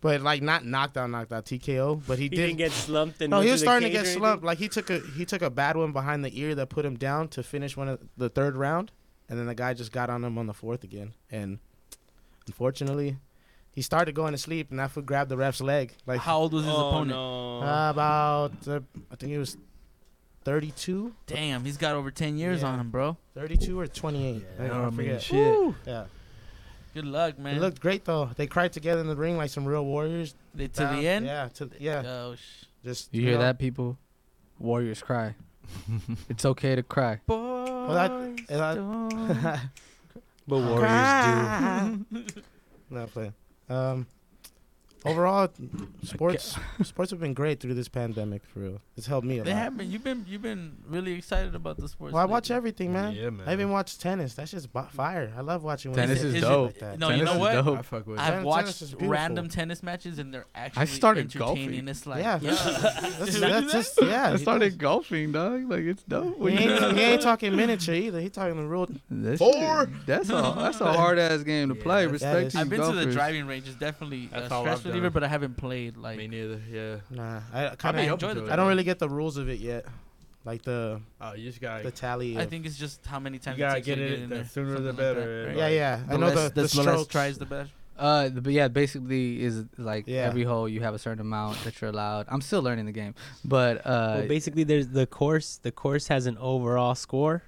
Speaker 2: but like not knocked out, knocked out TKO. But he,
Speaker 3: He
Speaker 2: did.
Speaker 3: didn't get slumped. And
Speaker 2: no,
Speaker 3: went
Speaker 2: he was
Speaker 3: the
Speaker 2: starting to
Speaker 3: cage
Speaker 2: get
Speaker 3: or
Speaker 2: slumped. Like he took a he took a bad one behind the ear that put him down to finish one of the third round, and then the guy just got on him on the fourth again. And unfortunately, he started going to sleep, and that foot grabbed the ref's leg. Like
Speaker 5: How old was his
Speaker 3: anything? Oh,
Speaker 5: opponent?
Speaker 3: no.
Speaker 2: about uh, I think it was 32,
Speaker 5: Damn, he's got over ten years
Speaker 2: Yeah.
Speaker 5: on him, bro.
Speaker 2: 32 or 28.
Speaker 6: I
Speaker 2: I, I
Speaker 6: don't mean
Speaker 2: forget.
Speaker 6: shit.
Speaker 2: Yeah.
Speaker 5: Good luck, man.
Speaker 2: It looked great though. They cried together in the ring like some real warriors.
Speaker 5: They- to
Speaker 2: Down-
Speaker 5: the end.
Speaker 2: Yeah, to yeah.
Speaker 5: Oh, sh-
Speaker 2: Just
Speaker 1: You hear
Speaker 2: know.
Speaker 1: that, people? Warriors
Speaker 5: (laughs)
Speaker 1: cry. it's okay to cry.
Speaker 2: Well, oh, that- and I-
Speaker 3: But Warriors do.
Speaker 2: no play. Um, overall,
Speaker 1: (laughs)
Speaker 2: sports sports have been great through this pandemic for real. It's helped me a
Speaker 5: they
Speaker 2: lot.
Speaker 5: have been. You've been. You've been really excited about the sports.
Speaker 2: well, I watch
Speaker 5: lately.
Speaker 2: everything, man.
Speaker 6: Yeah, man.
Speaker 2: I even watch tennis. That's just bo- fire. I love watching when
Speaker 1: Tennis
Speaker 2: it's
Speaker 1: is
Speaker 2: like
Speaker 1: dope.
Speaker 2: that.
Speaker 5: No, you
Speaker 1: Tennis
Speaker 5: know
Speaker 1: is
Speaker 5: what?
Speaker 1: dope.
Speaker 6: I fuck with.
Speaker 5: I've
Speaker 2: Tennis
Speaker 5: watched
Speaker 2: is beautiful.
Speaker 5: random tennis matches and they're actually
Speaker 1: started
Speaker 5: entertaining.
Speaker 1: golfing.
Speaker 5: It's like
Speaker 2: Yeah. (laughs)
Speaker 5: (laughs)
Speaker 2: That's, that's just
Speaker 1: I
Speaker 2: yeah. He,
Speaker 1: started golfing, dog. Like it's dope.
Speaker 2: he ain't,
Speaker 1: (laughs)
Speaker 2: he ain't talking miniature either. He talking the real.
Speaker 1: That's
Speaker 2: Four.
Speaker 1: That's a that's a hard ass game to
Speaker 6: Yeah,
Speaker 1: play.
Speaker 2: that- that
Speaker 1: Respect
Speaker 2: is-
Speaker 1: to you
Speaker 5: I've been
Speaker 1: golfers.
Speaker 5: to the driving range. It's definitely a
Speaker 6: That's all
Speaker 5: stress
Speaker 6: I've
Speaker 5: reliever,
Speaker 6: done.
Speaker 5: but I haven't played. Like
Speaker 6: Me neither. Yeah.
Speaker 2: Nah, I
Speaker 6: I
Speaker 2: kind
Speaker 6: mean,
Speaker 2: of.
Speaker 5: enjoy the
Speaker 2: I don't really get the rules of it yet, like the
Speaker 6: Oh, you just gotta.
Speaker 2: the tally.
Speaker 5: I
Speaker 2: Of,
Speaker 5: think it's just how many times
Speaker 6: gotta
Speaker 5: it takes you
Speaker 6: get
Speaker 5: to
Speaker 6: it
Speaker 5: in
Speaker 6: the
Speaker 5: there,
Speaker 6: sooner the
Speaker 5: something like
Speaker 6: better,
Speaker 5: that,
Speaker 6: yeah.
Speaker 5: right?
Speaker 2: yeah, yeah.
Speaker 5: The
Speaker 2: I know
Speaker 5: less,
Speaker 2: the the
Speaker 5: the less
Speaker 2: strokes.
Speaker 5: tries the better.
Speaker 1: Uh, th- but yeah, basically is like
Speaker 2: Yeah.
Speaker 1: every hole you have a certain amount that you're allowed. I'm still learning the game, but uh,
Speaker 3: well, basically, there's the course. The course has an overall score,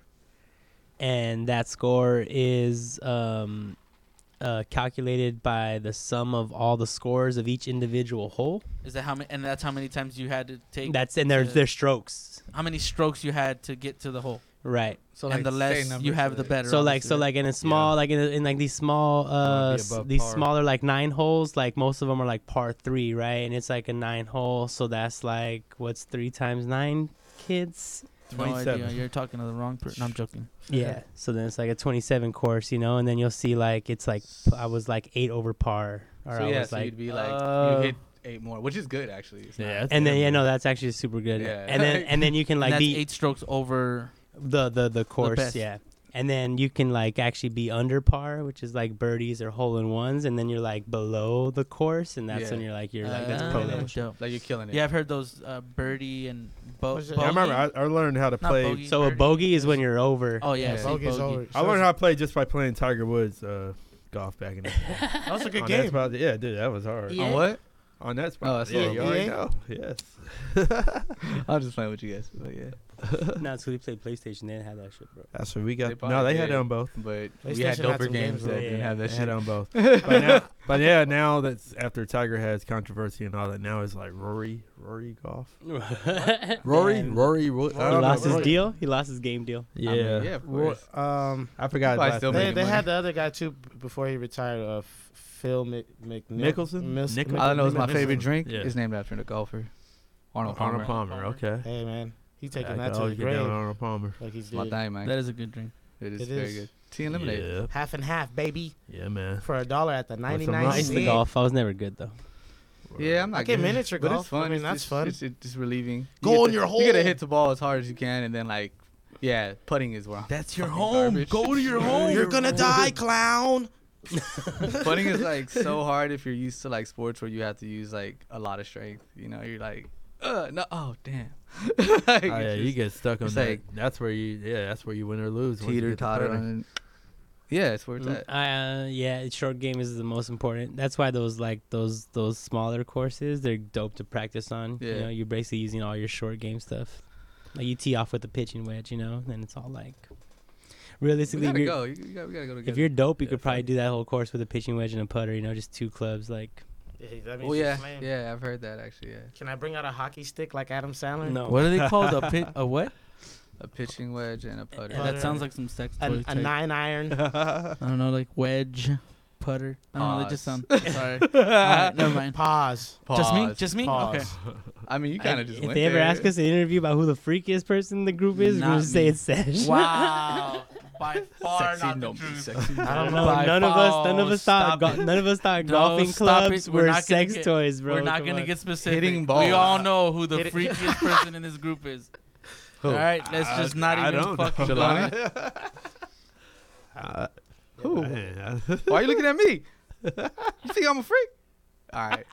Speaker 3: and that score is um, uh, calculated by the sum of all the scores of each individual hole.
Speaker 5: Is that how many? And that's how many times you had to take.
Speaker 3: That's and there's
Speaker 5: to-
Speaker 3: their strokes,
Speaker 5: how many strokes you had to get to the hole.
Speaker 3: right?
Speaker 1: so
Speaker 5: and the
Speaker 1: say
Speaker 5: less
Speaker 1: numbers
Speaker 5: you have,
Speaker 1: to
Speaker 5: the
Speaker 1: it.
Speaker 5: better.
Speaker 3: so like so
Speaker 5: obviously.
Speaker 3: like in a small like in, a, in like these small
Speaker 6: be
Speaker 3: uh s-
Speaker 6: above
Speaker 3: these
Speaker 6: par.
Speaker 3: smaller like nine holes like most of them are like par three right and it's like a nine hole so that's like what's three times nine kids
Speaker 5: no idea.
Speaker 6: 27.
Speaker 5: You're talking to the wrong person. No, I'm joking.
Speaker 3: yeah so then it's like a 27 course you know and then you'll see like it's like p- i was like eight over par or
Speaker 1: so
Speaker 3: i
Speaker 1: yeah,
Speaker 3: was
Speaker 1: so
Speaker 3: like
Speaker 1: you'd be like
Speaker 3: uh,
Speaker 1: you hit eight more, which is good actually. It's not-
Speaker 6: Yeah.
Speaker 3: and then yeah no that's actually super good
Speaker 1: Yeah.
Speaker 3: and then and then you can
Speaker 5: Like
Speaker 3: like
Speaker 5: that's
Speaker 3: be
Speaker 5: eight strokes over.
Speaker 3: the the the course
Speaker 5: best.
Speaker 3: yeah and then you can like actually be under par which is like birdies or hole in ones and then you're like below the course and that's
Speaker 1: Yeah.
Speaker 3: when you're like you're like that's
Speaker 6: Ah.
Speaker 5: Uh,
Speaker 3: pro
Speaker 5: yeah,
Speaker 3: level
Speaker 5: dope.
Speaker 1: like you're killing it.
Speaker 5: Yeah, I've heard those uh, birdie and bo-
Speaker 2: What's it-
Speaker 5: bogey.
Speaker 6: I remember I, I learned how to
Speaker 5: Not
Speaker 6: play.
Speaker 5: bogey.
Speaker 3: so a bogey is when you're over
Speaker 5: Oh yeah,
Speaker 1: Yeah.
Speaker 5: see,
Speaker 2: Bogey's
Speaker 5: bogey.
Speaker 2: over.
Speaker 6: I learned how to play just by playing Tiger Woods uh, golf back in the day.
Speaker 2: That was a
Speaker 6: On
Speaker 2: (laughs) good
Speaker 6: that
Speaker 2: game.
Speaker 6: spot, yeah, dude, that was hard.
Speaker 1: On what?
Speaker 6: On that
Speaker 1: Oh,
Speaker 6: spot,
Speaker 1: that's
Speaker 6: yeah,
Speaker 1: what
Speaker 6: you
Speaker 2: it
Speaker 6: already
Speaker 2: is.
Speaker 6: know. Yes.
Speaker 1: I'm just playing with you guys, but
Speaker 3: (laughs)
Speaker 1: yeah.
Speaker 3: no so we played playstation they didn't have that shit bro
Speaker 6: That's what we got.
Speaker 1: They
Speaker 6: no, they
Speaker 1: probably
Speaker 6: had
Speaker 1: did.
Speaker 6: it on both.
Speaker 1: But we
Speaker 2: PlayStation
Speaker 1: had
Speaker 2: had
Speaker 1: doper
Speaker 2: some
Speaker 1: games
Speaker 2: games
Speaker 1: that
Speaker 2: where
Speaker 1: didn't
Speaker 3: they
Speaker 1: have
Speaker 6: They
Speaker 1: that
Speaker 6: had
Speaker 1: shit.
Speaker 6: it on both. but, now, but yeah, now that's after Tiger has controversy and all that. Now it's like Rory, Rory golf. (laughs) Rory,
Speaker 3: Man.
Speaker 6: Rory, Ro- I
Speaker 3: he
Speaker 6: don't know,
Speaker 3: lost his
Speaker 6: Rory.
Speaker 3: deal he lost his game deal
Speaker 6: Yeah,
Speaker 1: I mean, yeah, of
Speaker 2: Well,
Speaker 1: course.
Speaker 2: um,
Speaker 6: I forgot. his
Speaker 1: Probably
Speaker 6: last
Speaker 1: still
Speaker 6: name.
Speaker 2: they,
Speaker 1: making
Speaker 2: they
Speaker 1: money.
Speaker 2: had the other guy too b- before he retired. Uh, F- Phil Mc, Mc,
Speaker 6: Mickelson?
Speaker 2: Mis-
Speaker 6: Nickel-
Speaker 1: All I know is my
Speaker 6: Mickelson.
Speaker 1: favorite drink
Speaker 6: Yeah.
Speaker 1: is named after the golfer, Arnold Palmer.
Speaker 6: Arnold Palmer. Okay.
Speaker 2: Hey man, he taking
Speaker 6: I
Speaker 2: that
Speaker 6: could
Speaker 2: to the
Speaker 6: always get down
Speaker 2: grave
Speaker 6: with Arnold Palmer.
Speaker 2: like he's
Speaker 1: My
Speaker 2: doing.
Speaker 1: thing, man.
Speaker 5: That is a good drink.
Speaker 1: It is
Speaker 2: It
Speaker 1: very
Speaker 2: is.
Speaker 1: good. Tea and lemonade.
Speaker 6: Yeah,
Speaker 2: Half and half, baby,
Speaker 6: yeah, man.
Speaker 2: for a dollar at the ninety nine
Speaker 6: rice.
Speaker 3: nice to
Speaker 2: cent.
Speaker 3: golf i was never good though
Speaker 1: Yeah, I'm not
Speaker 2: I get
Speaker 1: good,
Speaker 2: miniature
Speaker 1: but it's
Speaker 2: golf. I
Speaker 1: fun.
Speaker 2: mean,
Speaker 1: It's
Speaker 2: that's
Speaker 1: just-
Speaker 2: fun.
Speaker 1: It's, it's just relieving. You
Speaker 2: Go
Speaker 1: get
Speaker 2: on
Speaker 1: to-
Speaker 2: your
Speaker 1: You gotta
Speaker 2: hole.
Speaker 1: hit the ball as hard as you can, and then like, yeah, putting is where I'm.
Speaker 5: That's your
Speaker 1: Fucking
Speaker 5: home.
Speaker 1: garbage.
Speaker 5: Go
Speaker 2: (laughs)
Speaker 5: to your home.
Speaker 2: You're gonna die, clown. (laughs)
Speaker 1: putting is like so hard if you're used to like sports where you have to use like a lot of strength. You know, you're like, uh, no, oh damn. (laughs) Like,
Speaker 6: Oh, yeah,
Speaker 1: it's
Speaker 6: you
Speaker 1: just
Speaker 6: get stuck on
Speaker 1: it's
Speaker 6: that.
Speaker 1: like-
Speaker 6: that's where you. Yeah, that's where you win or lose. once you
Speaker 1: teeter
Speaker 6: get to
Speaker 1: totter.
Speaker 6: putting.
Speaker 1: on- Yeah, it's where it's
Speaker 3: Mm,
Speaker 1: at.
Speaker 3: I, uh, yeah, short game is the most important. That's why those like those those smaller courses they're dope to practice on. You
Speaker 1: Yeah.
Speaker 3: know, you're basically using all your short game stuff. Like you tee off with the pitching wedge, you know, and it's all like
Speaker 1: We
Speaker 3: realistically. if
Speaker 1: gotta
Speaker 3: you're-
Speaker 1: go. You, you gotta, we gotta go together.
Speaker 3: If you're dope, you
Speaker 6: Yeah,
Speaker 3: could probably
Speaker 6: fuck.
Speaker 3: do that whole course with a pitching wedge and a putter. You know, just two clubs. Like
Speaker 2: Yeah, that means
Speaker 1: oh
Speaker 2: you
Speaker 1: yeah,
Speaker 2: slam.
Speaker 1: yeah, I've heard that actually. Yeah,
Speaker 2: Can I bring out a hockey stick like Adam Sandler?
Speaker 3: no,
Speaker 5: What are they called? A pit? A (laughs) what?
Speaker 1: a pitching wedge and a putter.
Speaker 2: Putter.
Speaker 5: That sounds like some sex toy.
Speaker 2: A, a
Speaker 5: type.
Speaker 2: nine iron.
Speaker 5: I don't know, like wedge, putter. I don't know. They just
Speaker 1: (laughs)
Speaker 5: sound.
Speaker 1: Pause.
Speaker 5: Sorry. All right, never (laughs) mind.
Speaker 2: Pause.
Speaker 5: Just me?
Speaker 1: Pause.
Speaker 5: Just me?
Speaker 2: Pause.
Speaker 5: Okay.
Speaker 1: I mean, you kind of just.
Speaker 3: if
Speaker 1: went
Speaker 3: they ever
Speaker 1: there.
Speaker 3: ask us an interview about who the freakiest person in the group is, we're
Speaker 5: Not
Speaker 3: gonna say
Speaker 5: me.
Speaker 3: it's Sesh.
Speaker 5: (laughs)
Speaker 3: (laughs)
Speaker 5: Wow. By far
Speaker 1: sexy,
Speaker 5: not
Speaker 1: no,
Speaker 5: the truth.
Speaker 1: sexy.
Speaker 2: I don't
Speaker 3: No,
Speaker 2: know.
Speaker 5: By
Speaker 3: none of us, none of
Speaker 5: far,
Speaker 3: us thought,
Speaker 5: stop
Speaker 3: go-
Speaker 5: it.
Speaker 3: none of us thought
Speaker 5: No,
Speaker 3: golfing
Speaker 5: stop
Speaker 3: clubs
Speaker 5: it.
Speaker 3: were
Speaker 5: We're not gonna
Speaker 3: sex
Speaker 5: get-
Speaker 3: toys, bro.
Speaker 5: We're not
Speaker 3: Come
Speaker 5: gonna
Speaker 3: on.
Speaker 5: get specific.
Speaker 1: Hitting
Speaker 5: We
Speaker 1: balls.
Speaker 5: all know who the
Speaker 2: Hit it.
Speaker 5: freakiest person in this group is.
Speaker 1: Who?
Speaker 5: All right, let's
Speaker 6: I-
Speaker 5: just not
Speaker 6: I
Speaker 5: even
Speaker 6: don't
Speaker 5: fuck (laughs)
Speaker 6: know. (laughs)
Speaker 5: about it.
Speaker 6: Uh,
Speaker 1: Who?
Speaker 6: man, (laughs)
Speaker 1: Why are you looking at
Speaker 5: (laughs)
Speaker 1: me? You think I'm a freak? All right.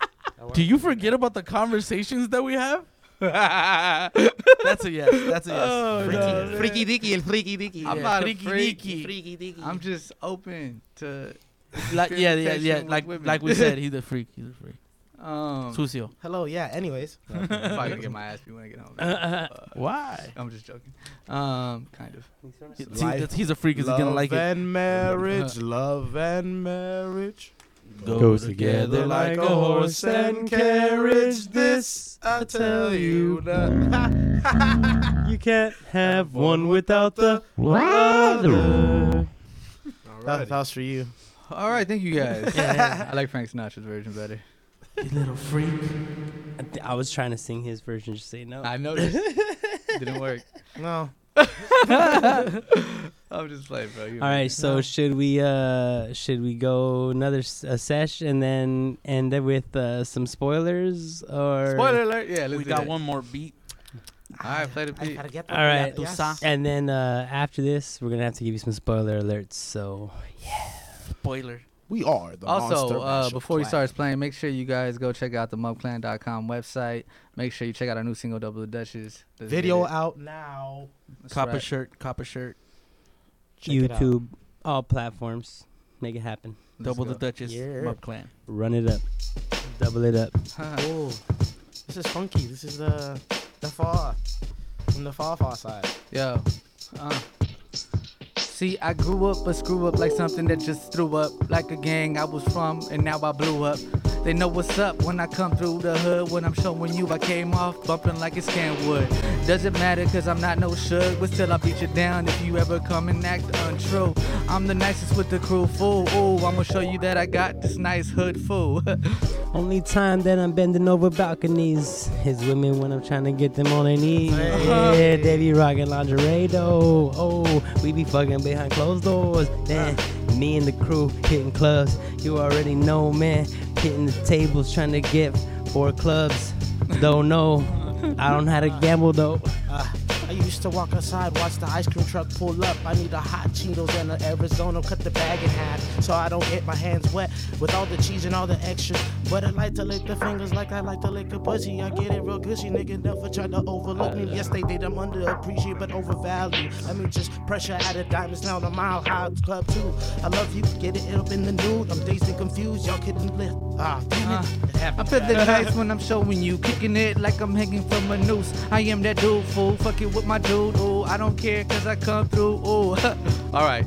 Speaker 5: Do you forget about the conversations that we have? (laughs) That's a yes. That's a yes.
Speaker 3: Oh,
Speaker 2: Freaky, freaky dicky and freaky dicky.
Speaker 1: I'm
Speaker 5: Yeah.
Speaker 1: not a
Speaker 5: Oh, Freaky
Speaker 1: freak.
Speaker 5: deaky.
Speaker 2: Freaky dicky.
Speaker 1: I'm just open to.
Speaker 5: Like, yeah, yeah,
Speaker 1: experimentation
Speaker 5: yeah.
Speaker 1: with
Speaker 5: Like,
Speaker 1: women.
Speaker 5: like we said, he's a freak. He's a freak.
Speaker 1: (laughs) Um,
Speaker 5: Sucio.
Speaker 2: Hello. Yeah. Anyways.
Speaker 1: I'm probably
Speaker 5: (laughs)
Speaker 1: gonna get my ass beat when I get home. Uh,
Speaker 5: Why?
Speaker 1: I'm just joking. Um, kind of.
Speaker 5: See,
Speaker 2: Life.
Speaker 5: that's- he's a freak. He's gonna like it.
Speaker 2: and marriage, love and marriage
Speaker 6: Goes together
Speaker 2: like a horse and carriage. This I tell you. Not.
Speaker 3: You can't have one without the other.
Speaker 2: that, that was for you.
Speaker 1: All right, thank you guys. I like Frank Sinatra's version better.
Speaker 3: I, th- I was trying to sing his version, just say
Speaker 5: Oh.
Speaker 3: no.
Speaker 1: I noticed.
Speaker 3: (laughs)
Speaker 1: Didn't
Speaker 5: (laughs)
Speaker 1: work. (laughs)
Speaker 2: No.
Speaker 1: I'm just like, bro. You
Speaker 3: All right, so should we uh should we go another s- a sesh and then end it with uh, some spoilers or
Speaker 1: Spoiler alert. Yeah, let's
Speaker 5: We
Speaker 1: do
Speaker 5: got
Speaker 1: that.
Speaker 5: one more beat.
Speaker 1: All right, play the beat.
Speaker 2: get
Speaker 3: All right.
Speaker 2: yes.
Speaker 3: And then uh, after this, we're gonna have to give you some spoiler alerts. So
Speaker 5: Spoiler.
Speaker 2: We are the
Speaker 1: also,
Speaker 2: Monster
Speaker 1: uh,
Speaker 2: Mash
Speaker 1: before he
Speaker 2: Clan.
Speaker 1: starts playing, make sure you guys go check out the mubclan.com website. Make sure you check out our new single, Double the Duchess. Let's get
Speaker 2: video
Speaker 1: it.
Speaker 2: out now.
Speaker 1: That's
Speaker 5: Copper
Speaker 1: right.
Speaker 5: shirt. Copper shirt.
Speaker 2: Check it out.
Speaker 3: YouTube, all platforms. Make it happen.
Speaker 5: Double the Duchess,
Speaker 2: Yeah.
Speaker 5: Mup Clan.
Speaker 3: Run it up. Double it up.
Speaker 1: (laughs)
Speaker 2: Oh, this is funky. This is the the far from the far far side.
Speaker 5: Yo, uh,
Speaker 1: See, I grew up a screw up like something that just threw up. Like a gang I was from, and now I blew up. They know what's up when I come through the hood. When I'm showing you, I came off bumping like it's canned wood. Doesn't matter, cause I'm not no shug, but still I beat you down if you ever come and act untrue. I'm the nicest with the crew, fool. Ooh, I'ma show you that I got this nice hood fool. (laughs)
Speaker 3: Only time that I'm bending over balconies is women when I'm trying to get them on their knees. Yeah, they be rocking lingerie though. Oh, we be fucking behind closed doors. Man, me and the crew hitting clubs. You already know, man. Hitting the tables trying to get four clubs. Don't know. I don't know how to gamble though.
Speaker 2: I used to walk outside, watch the ice cream truck pull up. I need a hot Cheetos and an Arizona, cut the bag in half so I don't get my hands wet with all the cheese and all the extras. But I like to lick the fingers like I like to lick a pussy. I get it real gushy, nigga never tried to overlook me. Yes, they did, I'm underappreciated but overvalued. Let me just pressure out of diamonds now, the mile high club too. I love you, get it up in the nude. I'm dazed and confused, y'all couldn't lift. Ah, feel it? It
Speaker 1: I'm
Speaker 2: happened.
Speaker 1: feeling nice when I'm showing you, kicking it like I'm hanging from a noose. I am that dude, fool, fucking with my dude, ooh. I don't care cause I come through, (laughs) ooh.
Speaker 5: all right.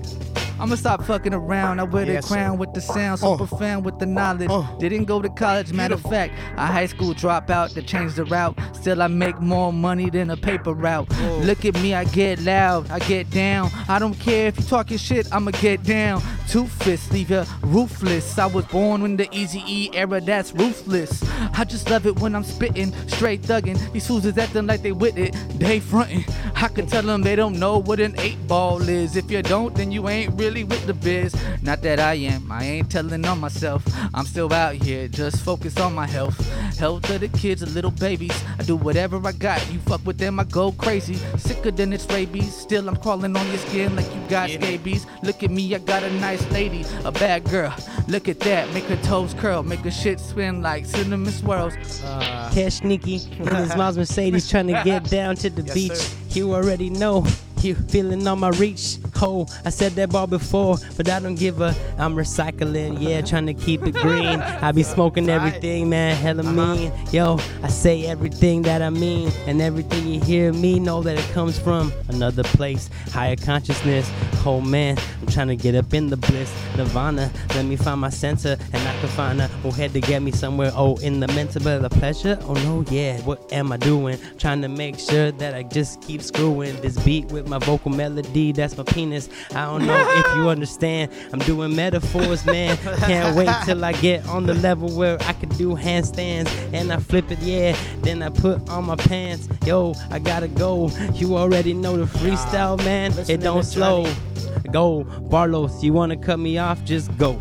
Speaker 1: I'ma stop fucking around. I wear the
Speaker 2: Yes, sir. Oh.
Speaker 1: crown with the sound, so profound with the knowledge. Didn't go to college, matter of fact, a high school dropout that changed the route. Still, I make more money than a paper route. Look at me, I get loud, I get down. I don't care if you talking shit, I'ma get down. Two fists, leave ya ruthless. I was born in the Easy E era, that's ruthless. I just love it when I'm spitting, straight thugging. These fools is acting like they with it, they frontin'. I can tell them they don't know what an eight ball is. If you don't, then you ain't really with the biz. Not that I am, I ain't telling on myself. I'm still out here, just focused on my health. Health of the kids, the little babies. I do whatever I got. You fuck with them, I go crazy. Sicker than it's rabies. Still, I'm crawling on your skin like you got scabies. Look at me, I got a nice lady, a bad girl. Look at that, make her toes curl, make her shit spin like cinnamon swirls.
Speaker 2: Uh,
Speaker 3: Cash Nikki in his mom's Mercedes trying to get down to the beach. You already know. You feeling on my reach, ho. I said that bar before, but I don't give a. I'm recycling, yeah, trying to keep it green. I be smoking everything, man, hella mean. Yo, I say everything that I mean, and everything you hear me know that it comes from another place, higher consciousness. Oh man, I'm trying to get up in the bliss, nirvana. Let me find my center, and I can find a head to get me somewhere. Oh, in the mental, but the pleasure. Oh no, yeah, what am I doing? Trying to make sure that I just keep screwing this beat with my vocal melody. That's my penis. I don't know if you understand. I'm doing metaphors, man. Can't wait till I get on the level where I can do handstands and I flip it, yeah. Then I put on my pants. Yo, I gotta go. You already know the freestyle, man.
Speaker 2: Listen
Speaker 3: It
Speaker 2: to
Speaker 3: don't
Speaker 2: this,
Speaker 3: slow.
Speaker 2: Johnny.
Speaker 3: Go, Barlos. You wanna cut me off? Just go.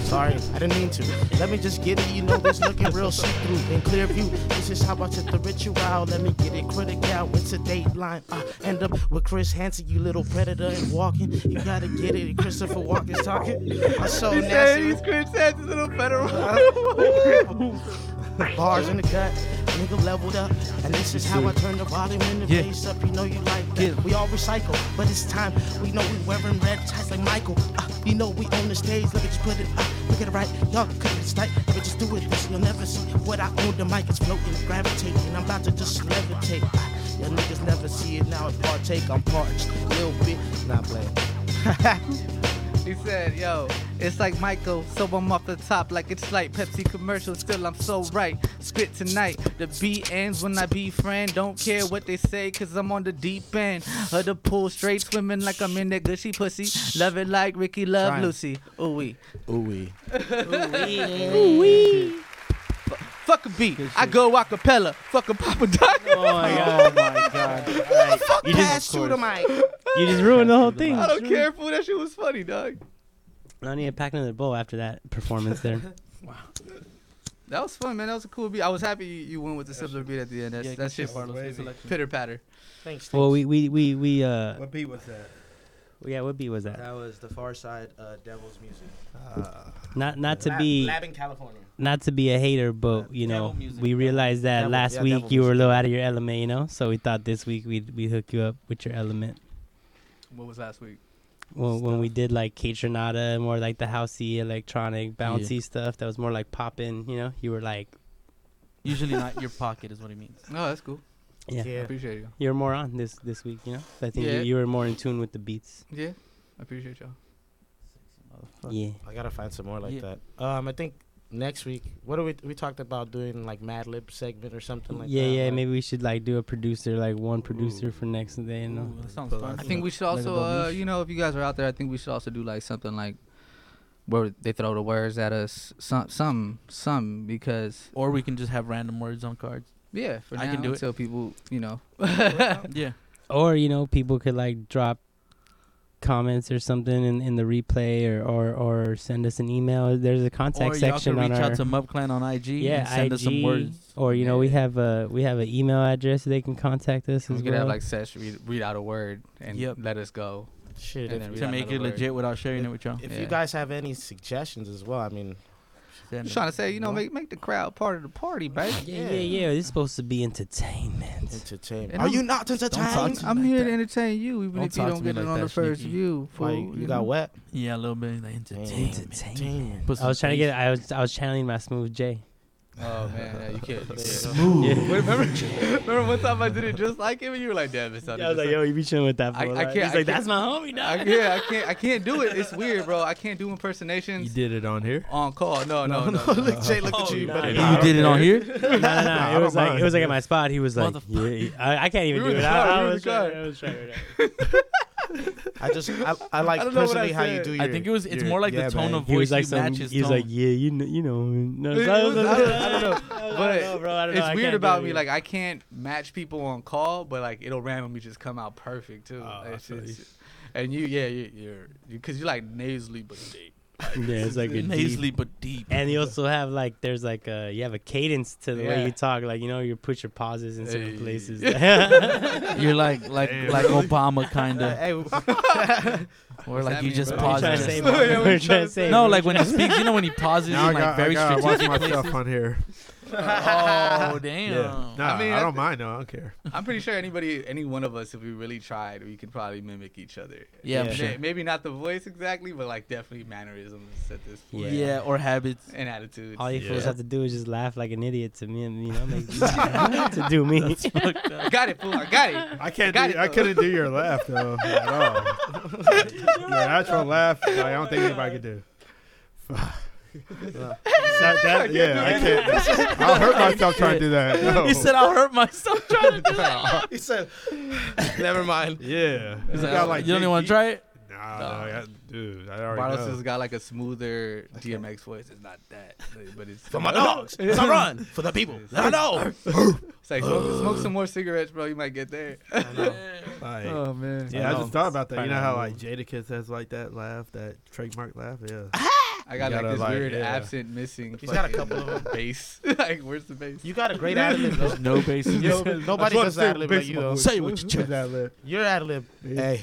Speaker 2: Sorry, I didn't mean to. Let me just get it, you know, this looking real see through in clear view. This is how I took the ritual. Let me get it critical. It's a dateline. I end up with Chris Hansen, you little predator, and walking. You gotta get it. and Christopher Walken's talking. I'm so nasty. with Bars in the cut, nigga leveled up, and this is how I turn the volume in the bass up. You know you like that. We all recycle, but it's time. We know we wearing red ties like Michael. Uh, you know we own the stage. Let me just put it up. Look at it right, y'all could it tight. Let me just do it. This you'll never see what I own. The mic is floating, gravitating. I'm about to just levitate. Uh, y'all niggas never see it now. I partake. I'm parched, little bit. Nah, play.
Speaker 1: He said, yo, it's like Michael, so I'm off the top like it's like Pepsi commercial, still I'm so right. Spit tonight, the beat ends when I be friend. Don't care what they say, cause I'm on the deep end of the pool, straight swimming like I'm in that gushy pussy. Love it like Ricky Love Lucy. Ooh wee. Fuck a beat. I go acapella. Fuck a Papa Doc.
Speaker 2: (laughs) Oh Fuck pass through the mic.
Speaker 3: You just ruined the whole thing.
Speaker 5: I don't care, fool. That shit was funny, dog.
Speaker 3: I need a pack another bowl after that performance there.
Speaker 5: That was fun, man. That was a cool beat. I was happy you, you went with the similar beat at the end. That's,
Speaker 8: Yeah,
Speaker 5: that
Speaker 8: good
Speaker 5: shit
Speaker 8: shit, Barlos. Good selection.
Speaker 5: pitter patter.
Speaker 2: Thanks.
Speaker 3: (laughs) well, we we we we uh
Speaker 9: What beat was that?
Speaker 3: yeah, what beat was that?
Speaker 2: was the Far Side uh, Devil's music. Uh,
Speaker 3: Not not to be
Speaker 2: Lab in California.
Speaker 3: not to be a hater, but you
Speaker 8: Devil
Speaker 3: know
Speaker 8: music,
Speaker 3: we
Speaker 8: devil-
Speaker 3: realized that
Speaker 2: devil-
Speaker 3: last
Speaker 2: yeah,
Speaker 3: week
Speaker 2: devil
Speaker 3: you were a
Speaker 2: music.
Speaker 3: little out of your element, you know. So we thought this week we'd we hook you up with your element.
Speaker 5: What was last week?
Speaker 3: when, when we did like Catronata, more like the housey electronic bouncy stuff that was more like popping, you know, you were like,
Speaker 5: Usually not your pocket is what he means.
Speaker 1: No, that's cool.
Speaker 3: yeah,
Speaker 1: I appreciate you.
Speaker 3: you're more on this this week, you know. So I think
Speaker 1: Yeah.
Speaker 3: you, you were more in tune with the beats.
Speaker 1: Yeah, I appreciate y'all.
Speaker 3: Yeah,
Speaker 2: I gotta find some more like
Speaker 5: Yeah.
Speaker 2: that. Um, I think next week. What do we we talked about doing like Mad Lib segment or something like
Speaker 3: yeah,
Speaker 2: that?
Speaker 3: yeah.
Speaker 2: like-
Speaker 3: Maybe we should like do a producer, like one producer
Speaker 4: Ooh.
Speaker 3: for next day, you know.
Speaker 5: that sounds
Speaker 4: But
Speaker 5: fun.
Speaker 4: I
Speaker 1: I think we should also, uh, you know, if you guys are out there, I think we should also do like something like where they throw the words at us, some, some, some, because
Speaker 5: (laughs) Or we can just have random words on cards.
Speaker 1: yeah, for
Speaker 5: I
Speaker 1: now,
Speaker 5: can do it.
Speaker 1: until people, you (laughs) know,
Speaker 5: Yeah.
Speaker 3: Or you know, people could like drop comments or something in, in the replay, or, or or send us an email. There's a contact
Speaker 5: or y'all
Speaker 3: section
Speaker 5: can reach
Speaker 3: on our
Speaker 5: out to Mub Clan on IG
Speaker 3: yeah
Speaker 5: and send
Speaker 3: IG,
Speaker 5: us some words.
Speaker 3: Or you know, we have a we have an email address they can contact us
Speaker 1: we
Speaker 3: as
Speaker 1: could
Speaker 3: well.
Speaker 1: have like Sesh read, read out a word and
Speaker 5: Yep.
Speaker 1: let us go.
Speaker 2: Shit, if,
Speaker 1: And then we
Speaker 5: to
Speaker 1: got
Speaker 5: make
Speaker 1: another
Speaker 5: it
Speaker 1: word.
Speaker 5: legit without sharing it with y'all.
Speaker 2: if
Speaker 1: yeah.
Speaker 2: you guys have any suggestions as well, I mean,
Speaker 1: I'm trying to say, you know, make make the crowd part of the party, baby.
Speaker 3: yeah, yeah, yeah. This is supposed to be entertainment.
Speaker 2: entertainment.
Speaker 1: And
Speaker 2: Are
Speaker 1: I'm-
Speaker 2: you not entertained?
Speaker 1: I'm here to entertain you, even
Speaker 4: Don't
Speaker 1: if you
Speaker 4: talk
Speaker 1: don't
Speaker 4: to me
Speaker 1: get it
Speaker 4: like
Speaker 1: on the
Speaker 4: that,
Speaker 1: first
Speaker 4: Sneaky.
Speaker 1: view. Fool,
Speaker 2: Why, you, you got wet?
Speaker 5: Yeah, a little bit. Like, entertainment.
Speaker 2: Entertainment.
Speaker 5: Put
Speaker 3: I was
Speaker 5: some
Speaker 3: trying to
Speaker 5: face.
Speaker 3: get. I was. I was channeling my smooth J.
Speaker 1: Oh man, yeah, you can't. You can't.
Speaker 3: Smooth. Yeah.
Speaker 1: Wait, remember, remember one time I did it just like him, and you were like, "Damn, it sounded
Speaker 3: I was
Speaker 1: just
Speaker 3: like, yo, you be chilling with that
Speaker 1: I-
Speaker 3: fool.
Speaker 1: I
Speaker 3: right?
Speaker 1: can't-
Speaker 3: He's
Speaker 1: I
Speaker 3: like,
Speaker 1: can't-
Speaker 3: that's my homie,
Speaker 1: I,
Speaker 3: dog.
Speaker 1: yeah, I can't. I can't do it. It's weird, bro. I can't do
Speaker 4: You
Speaker 1: impersonations
Speaker 4: did it on here.
Speaker 1: on call. No, no, no. Oh, no.
Speaker 2: Look, Jay, look at you. you.
Speaker 3: nah,
Speaker 2: better
Speaker 3: nah.
Speaker 2: not.
Speaker 5: You did it on
Speaker 1: (laughs)
Speaker 5: here?
Speaker 3: no, no, no.
Speaker 2: I
Speaker 3: It was like
Speaker 2: don't mind.
Speaker 3: it was like at my spot. He was like, yeah,
Speaker 4: Motherfucker.
Speaker 3: I, I can't even
Speaker 1: We
Speaker 3: do
Speaker 1: were in
Speaker 3: it.
Speaker 1: the car,
Speaker 3: I,
Speaker 1: we
Speaker 3: I
Speaker 1: were in
Speaker 3: was
Speaker 1: the
Speaker 3: trying.
Speaker 1: car.
Speaker 3: I was trying. right
Speaker 2: I just, I, I like
Speaker 1: I don't know what
Speaker 2: personally
Speaker 1: I
Speaker 2: how you
Speaker 1: said.
Speaker 2: do your.
Speaker 5: I think it was. It's
Speaker 2: your-
Speaker 5: more like
Speaker 2: yeah,
Speaker 5: the tone
Speaker 2: man.
Speaker 5: of
Speaker 3: He was
Speaker 5: voice.
Speaker 3: like
Speaker 5: you
Speaker 3: some.
Speaker 5: match his
Speaker 3: He was
Speaker 5: tone.
Speaker 3: like, yeah, you know, you know. No,
Speaker 1: It- it was- I don't- I don't
Speaker 3: (laughs)
Speaker 1: know.
Speaker 3: I don't know,
Speaker 1: But
Speaker 3: bro. I don't know. I
Speaker 1: It's
Speaker 3: can't
Speaker 1: weird
Speaker 3: do
Speaker 1: about
Speaker 3: it.
Speaker 1: me. Like I can't match people on call, but like it'll randomly just come out perfect too.
Speaker 4: Oh, I
Speaker 1: It's-
Speaker 4: feel
Speaker 1: it's- and you, yeah, you, you're because you're like nasally but deep.
Speaker 3: yeah, it's like
Speaker 1: (laughs)
Speaker 3: a deep
Speaker 5: nasally but deep.
Speaker 3: And you also have like there's like a you have a cadence to the
Speaker 1: Yeah.
Speaker 3: way you talk. Like you know you put your pauses in certain
Speaker 1: Hey. (laughs)
Speaker 3: places. (laughs)
Speaker 5: (laughs) You're like like like Obama
Speaker 6: (laughs)
Speaker 5: kind
Speaker 2: Uh,
Speaker 5: of, (laughs)
Speaker 2: hey,
Speaker 5: or
Speaker 1: that
Speaker 5: like you
Speaker 1: mean,
Speaker 5: just
Speaker 1: bro?
Speaker 3: What
Speaker 5: pause.
Speaker 3: you trying to (laughs)
Speaker 5: it.
Speaker 3: say,
Speaker 1: (laughs) Yeah,
Speaker 3: Mom? What
Speaker 1: what you
Speaker 3: you
Speaker 1: trying
Speaker 3: trying
Speaker 1: to
Speaker 3: to say?
Speaker 5: No, like when he speaks, you
Speaker 6: (laughs)
Speaker 5: know when he pauses,
Speaker 6: Now I
Speaker 5: in, like
Speaker 6: got, I
Speaker 5: very
Speaker 6: got to watch
Speaker 5: strategic
Speaker 6: myself
Speaker 5: places.
Speaker 6: on here.
Speaker 5: (laughs) Oh damn!
Speaker 6: (laughs) Yeah. Nah, I,
Speaker 1: mean, I
Speaker 6: don't
Speaker 1: thi-
Speaker 6: mind. No, I don't care.
Speaker 1: I'm pretty sure anybody, any one of us, if we really tried, we could probably mimic each other.
Speaker 5: Yeah, I'm
Speaker 1: May-
Speaker 5: sure.
Speaker 1: Maybe not the voice exactly, but like definitely mannerisms at this point
Speaker 5: Yeah.
Speaker 6: (laughs)
Speaker 5: or habits.
Speaker 1: and attitudes.
Speaker 3: All you
Speaker 4: Yeah.
Speaker 3: fools have to do is just laugh like an idiot to me, (laughs) and you know, make to do me.
Speaker 1: I (laughs) got it, fool. I got it.
Speaker 6: I can't.
Speaker 1: Got
Speaker 6: Do,
Speaker 1: it,
Speaker 6: I
Speaker 1: though.
Speaker 6: couldn't do your laugh though at
Speaker 1: (laughs)
Speaker 6: all. your natural laugh, like, I don't think anybody could do. Fuck. (laughs) That- that- yeah, I can't. (laughs) I'll hurt myself trying to do that. No.
Speaker 5: (laughs) He said, "I'll hurt myself
Speaker 6: (laughs)
Speaker 5: trying to do that." (laughs)
Speaker 2: he said, never mind.
Speaker 6: yeah.
Speaker 5: He's
Speaker 6: You
Speaker 5: like, "Oh,
Speaker 6: got, like,
Speaker 5: you don't even
Speaker 6: big
Speaker 5: want to
Speaker 6: deep-
Speaker 5: try it.
Speaker 6: Nah, nah, I- dude, I already
Speaker 1: Bartos
Speaker 6: know.
Speaker 1: has got like a smoother DMX voice. It's not that, but it's
Speaker 2: For my dogs, it's a run for the people. Let 'em know.
Speaker 1: (laughs) It's like smoke, smoke some more cigarettes, bro. You might get there.
Speaker 6: Like,
Speaker 5: oh,
Speaker 1: man,
Speaker 6: yeah, I,
Speaker 4: know.
Speaker 6: just thought about that. You
Speaker 4: Find
Speaker 6: know
Speaker 4: out
Speaker 6: how
Speaker 4: more.
Speaker 6: like Jadakiss has like that laugh, that trademark laugh.
Speaker 5: (laughs)
Speaker 6: Yeah.
Speaker 1: I got
Speaker 6: You
Speaker 1: like
Speaker 6: gotta,
Speaker 1: this
Speaker 6: like,
Speaker 1: weird
Speaker 6: yeah.
Speaker 1: absent, missing.
Speaker 2: He's got a
Speaker 1: fucking
Speaker 2: couple of
Speaker 1: (laughs) bass. like, where's the bass?
Speaker 2: You got a great ad lib.
Speaker 4: (laughs)
Speaker 2: though.
Speaker 5: No basis.
Speaker 2: Yo, Nobody does ad lib like you. though.
Speaker 5: Say what you
Speaker 6: check that lip.
Speaker 2: Your ad lib. Hey,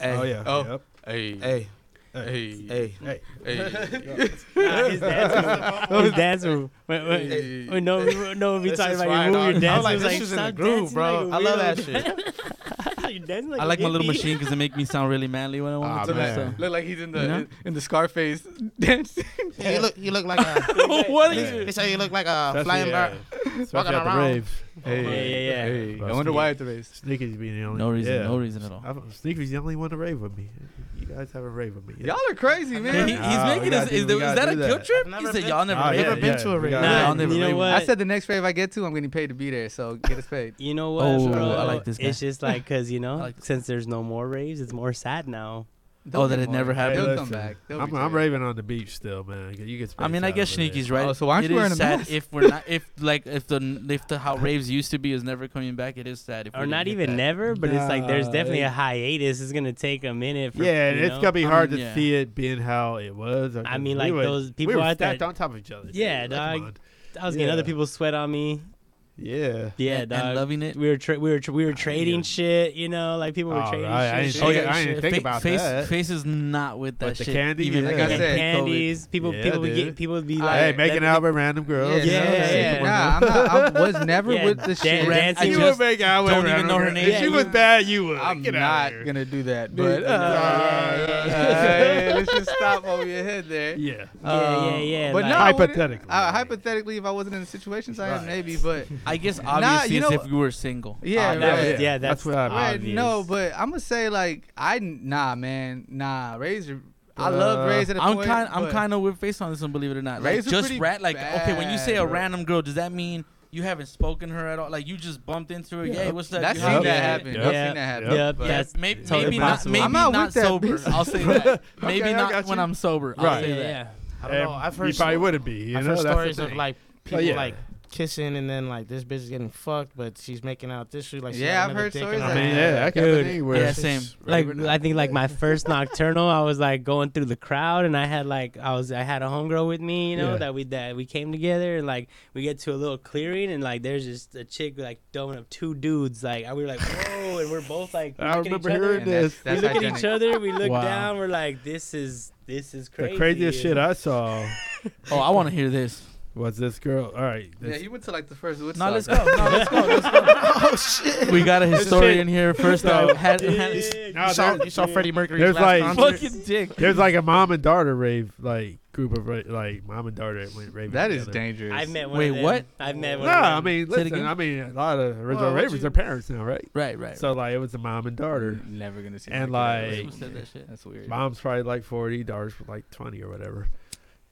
Speaker 6: Oh yeah.
Speaker 1: Oh.
Speaker 6: Yep.
Speaker 1: Hey, hey,
Speaker 2: hey,
Speaker 1: hey,
Speaker 2: hey.
Speaker 4: Mm.
Speaker 6: Hey.
Speaker 1: hey.
Speaker 3: Nah, his dance move. His dance move. Wait, wait,
Speaker 1: Hey.
Speaker 3: wait, no, no, we
Speaker 2: This
Speaker 3: talking
Speaker 2: is
Speaker 3: about
Speaker 2: fire,
Speaker 3: your move.
Speaker 2: dog.
Speaker 3: Your
Speaker 2: I
Speaker 3: dance
Speaker 2: was like,
Speaker 3: was
Speaker 2: this
Speaker 3: like,
Speaker 2: is in the
Speaker 3: stop
Speaker 2: groove,
Speaker 3: dancing
Speaker 2: bro.
Speaker 3: like a
Speaker 2: I love that
Speaker 3: weirdo. (laughs)
Speaker 2: shit.
Speaker 3: You're dancing like
Speaker 5: I
Speaker 3: a
Speaker 5: like my little
Speaker 3: hippie. (laughs)
Speaker 5: machine because it make me sound really manly when I want
Speaker 6: Ah,
Speaker 5: to.
Speaker 6: man.
Speaker 5: So.
Speaker 1: Look like he's in the
Speaker 5: You know?
Speaker 1: in, the Scarface (laughs) dancing.
Speaker 2: You look, you look like a.
Speaker 5: what are
Speaker 2: They
Speaker 5: you?
Speaker 2: say you look like
Speaker 4: (laughs)
Speaker 2: a
Speaker 6: Especially,
Speaker 2: flying bird. (laughs)
Speaker 6: uh, Especially at the
Speaker 2: around. Oh,
Speaker 6: rave.
Speaker 3: Yeah, yeah, yeah.
Speaker 1: Hey, I wonder why at the race.
Speaker 6: Sneaky's being the only.
Speaker 5: No reason.
Speaker 6: Yeah.
Speaker 5: No reason at all.
Speaker 6: I'm, Sneaky's the only one to rave with me. You guys haven't raved with me. Yet.
Speaker 1: Y'all are crazy,
Speaker 5: He- he's (laughs)
Speaker 1: man.
Speaker 6: Nah, we
Speaker 5: making
Speaker 6: gotta
Speaker 5: us.
Speaker 6: do-
Speaker 5: Is,
Speaker 6: we
Speaker 5: there, is
Speaker 6: gotta
Speaker 5: that a
Speaker 6: do
Speaker 5: guilt
Speaker 6: that.
Speaker 5: trip?
Speaker 2: I've
Speaker 5: He
Speaker 2: never
Speaker 5: said,
Speaker 2: been-
Speaker 5: "Y'all never."
Speaker 6: Oh,
Speaker 5: been."
Speaker 6: yeah,
Speaker 2: Never been
Speaker 6: yeah,
Speaker 2: to a
Speaker 6: we
Speaker 2: rave.
Speaker 6: got-
Speaker 3: Nah,
Speaker 5: I'll never
Speaker 3: you
Speaker 5: leave.
Speaker 3: know what?
Speaker 1: I said the next rave I get to, I'm getting paid to be there. So get us
Speaker 3: (laughs)
Speaker 1: paid.
Speaker 3: You know what,
Speaker 5: Oh,
Speaker 3: bro?
Speaker 5: I like this
Speaker 3: It's just like because you know,
Speaker 5: like this
Speaker 3: since there's no more raves, it's more sad now.
Speaker 1: They'll
Speaker 5: Oh, that
Speaker 1: get
Speaker 5: it
Speaker 1: more.
Speaker 5: never happened?
Speaker 1: They'll
Speaker 6: Hey,
Speaker 1: come
Speaker 6: listen,
Speaker 1: back. They'll
Speaker 6: I'm,
Speaker 1: be
Speaker 6: I'm
Speaker 1: great.
Speaker 6: raving on the beach still, man. You get
Speaker 5: I mean, I guess Sneaky's right.
Speaker 1: Oh, so why aren't
Speaker 5: It
Speaker 1: you
Speaker 5: is
Speaker 1: wearing a
Speaker 5: sad
Speaker 1: mask?
Speaker 5: if we're not
Speaker 1: (laughs)
Speaker 5: if like if the if the how raves used to be is never coming back. It is sad if we
Speaker 3: Or
Speaker 5: didn't
Speaker 3: not
Speaker 5: get
Speaker 3: even
Speaker 5: that.
Speaker 3: never, but it's like there's
Speaker 6: Nah,
Speaker 3: definitely
Speaker 6: it-
Speaker 3: a hiatus. It's gonna take a minute. For,
Speaker 6: Yeah, and
Speaker 3: you
Speaker 6: it's
Speaker 3: know?
Speaker 6: gonna be
Speaker 5: I
Speaker 6: hard
Speaker 5: mean,
Speaker 6: to
Speaker 5: yeah.
Speaker 6: see it being how it was.
Speaker 3: I mean,
Speaker 6: We
Speaker 3: like,
Speaker 6: were-
Speaker 3: those
Speaker 6: we
Speaker 3: people
Speaker 6: were
Speaker 3: out there-
Speaker 6: stacked on top of each other.
Speaker 3: Yeah,
Speaker 6: dude. Like, come
Speaker 3: dog.
Speaker 6: on.
Speaker 3: I was getting
Speaker 6: Yeah.
Speaker 3: other people's sweat on me.
Speaker 4: Yeah.
Speaker 3: Yeah,
Speaker 5: and,
Speaker 3: dog.
Speaker 5: and loving it.
Speaker 3: we were tra- we were tra- we were trading
Speaker 4: yeah.
Speaker 3: shit, you know, like people were
Speaker 4: Oh,
Speaker 3: trading
Speaker 4: right. I
Speaker 3: shit.
Speaker 4: didn't- oh,
Speaker 3: shit,
Speaker 4: yeah, I didn't
Speaker 3: shit.
Speaker 4: think
Speaker 5: Fa-
Speaker 4: about
Speaker 5: face,
Speaker 4: that.
Speaker 5: Face is not with that
Speaker 4: But the
Speaker 5: shit.
Speaker 4: candy,
Speaker 5: even like
Speaker 4: yeah.
Speaker 5: I
Speaker 3: Yeah,
Speaker 4: And
Speaker 5: said, COVID.
Speaker 3: candies. People
Speaker 4: Yeah,
Speaker 3: people would
Speaker 4: dude.
Speaker 3: get people would be like,
Speaker 4: Hey,
Speaker 3: let
Speaker 4: making
Speaker 3: me-
Speaker 4: out with random girls.
Speaker 3: Yeah,
Speaker 4: you know,
Speaker 3: yeah,
Speaker 4: that's
Speaker 3: yeah.
Speaker 4: what-
Speaker 1: Nah, I'm not, I was never
Speaker 3: Yeah,
Speaker 1: with the shit.
Speaker 3: dan- dancing
Speaker 4: You
Speaker 3: just-
Speaker 4: would make out with
Speaker 5: don't even
Speaker 4: random
Speaker 5: know her
Speaker 4: girls.
Speaker 5: name.
Speaker 4: If
Speaker 3: Yeah,
Speaker 4: she
Speaker 3: you-
Speaker 4: was bad, you would.
Speaker 1: I'm
Speaker 4: Get out
Speaker 1: not
Speaker 4: of here.
Speaker 1: gonna do that, but uh,
Speaker 3: yeah, yeah,
Speaker 1: (laughs) uh, yeah, let's just stop over your head there.
Speaker 4: Yeah.
Speaker 3: yeah, yeah, yeah.
Speaker 1: Um, But
Speaker 3: like-
Speaker 1: no, I wouldn't-
Speaker 4: Hypothetically.
Speaker 1: uh, hypothetically, if I wasn't in the situations I am, maybe.
Speaker 4: (laughs)
Speaker 1: But
Speaker 5: I guess obviously
Speaker 1: you
Speaker 5: it's
Speaker 1: know-
Speaker 5: if you were single.
Speaker 1: yeah,
Speaker 3: (laughs) Oh, that
Speaker 1: right.
Speaker 3: was- yeah, that's,
Speaker 4: That's what I-
Speaker 1: Right,
Speaker 3: obvious.
Speaker 1: no, but I'm gonna say like I nah, man, nah. Razor, I love
Speaker 4: Uh,
Speaker 1: Razor.
Speaker 5: I'm kind I'm kind of with face on this one, believe it or not. Like
Speaker 1: Rays are
Speaker 5: just
Speaker 1: pretty
Speaker 5: rat like okay, when you say
Speaker 1: bad,
Speaker 5: a
Speaker 1: bro.
Speaker 5: random girl, does that mean you haven't spoken to her at all? Like you just bumped into her. Yeah, hey, what's up?
Speaker 1: That's
Speaker 5: You
Speaker 1: seen
Speaker 5: hot?
Speaker 1: that
Speaker 5: Yeah.
Speaker 1: happen.
Speaker 4: yeah,
Speaker 1: I've
Speaker 3: yeah,
Speaker 1: seen that happen.
Speaker 3: yeah,
Speaker 1: but-
Speaker 3: that's
Speaker 5: Maybe,
Speaker 3: totally
Speaker 5: maybe not.
Speaker 3: possible.
Speaker 5: Maybe
Speaker 1: I'm not
Speaker 5: not
Speaker 1: with that
Speaker 5: sober.
Speaker 1: business.
Speaker 5: I'll (laughs) say that. Maybe
Speaker 4: Okay, I got
Speaker 5: not when
Speaker 4: you.
Speaker 5: I'm sober. I'll
Speaker 4: Right.
Speaker 5: say
Speaker 3: yeah,
Speaker 5: that.
Speaker 3: yeah.
Speaker 2: I don't know. I've heard
Speaker 4: you probably wouldn't be. You
Speaker 2: I've
Speaker 4: know,
Speaker 2: heard
Speaker 4: that's the
Speaker 2: stories of
Speaker 4: thing. Oh,
Speaker 2: like people
Speaker 4: yeah.
Speaker 2: like kissing and then like this bitch is getting fucked, but she's making out this shoe like she
Speaker 1: Yeah,
Speaker 2: got
Speaker 1: I've
Speaker 2: another
Speaker 1: heard
Speaker 2: dick in
Speaker 1: stories
Speaker 2: her
Speaker 4: I
Speaker 1: like
Speaker 4: mean,
Speaker 2: hand.
Speaker 4: yeah, that could
Speaker 3: Dude.
Speaker 4: happen anywhere.
Speaker 5: Yeah, same.
Speaker 3: Like I think like my first nocturnal, I was like going through the crowd, and I had like I was I had a homegirl with me, you know,
Speaker 4: Yeah.
Speaker 3: that we that we came together, and like we get to a little clearing, and like there's just a chick like throwing up two dudes, like and we were like whoa, and we're both like
Speaker 4: (laughs) I
Speaker 3: look at each
Speaker 4: remember
Speaker 3: other,
Speaker 4: hearing
Speaker 1: And that's-
Speaker 4: this.
Speaker 1: that's
Speaker 3: we look at
Speaker 1: hygienic.
Speaker 3: each other, we look
Speaker 5: Wow.
Speaker 3: down, we're like this is this is crazy.
Speaker 4: The craziest shit I saw
Speaker 5: Oh, I want to hear this.
Speaker 4: was this girl. All right.
Speaker 1: Yeah,
Speaker 4: this-
Speaker 1: you went to like the first
Speaker 5: No,
Speaker 1: Woodstock.
Speaker 5: let's go. No, let's go. Let's go. (laughs) oh shit. We got a historian here first. I
Speaker 4: So-
Speaker 5: (laughs) had, had
Speaker 3: Dick.
Speaker 4: Nah,
Speaker 2: You saw,
Speaker 4: there-
Speaker 2: you saw Freddie Mercury's
Speaker 4: There's
Speaker 2: last
Speaker 4: like-
Speaker 2: concert?
Speaker 5: fucking dick.
Speaker 4: (laughs) There's like a mom and daughter rave, like group of ra- like mom and daughter went raving.
Speaker 1: That is
Speaker 4: together.
Speaker 1: dangerous.
Speaker 3: I've
Speaker 4: (laughs)
Speaker 3: met one.
Speaker 5: Wait,
Speaker 3: of them.
Speaker 5: what?
Speaker 3: I've met one.
Speaker 4: No,
Speaker 3: of
Speaker 4: I
Speaker 3: them.
Speaker 4: mean,
Speaker 5: Say it
Speaker 4: listen,
Speaker 5: again.
Speaker 4: I mean, a lot of original
Speaker 2: Well, what
Speaker 4: ravers
Speaker 2: you-
Speaker 4: are parents now, right?
Speaker 5: Right, right.
Speaker 4: So like, it was a mom and daughter.
Speaker 1: never gonna see. that
Speaker 4: And, like-
Speaker 1: kid.
Speaker 5: Who said that shit?
Speaker 1: that's weird.
Speaker 4: Mom's probably like forty, daughter's like twenty or whatever.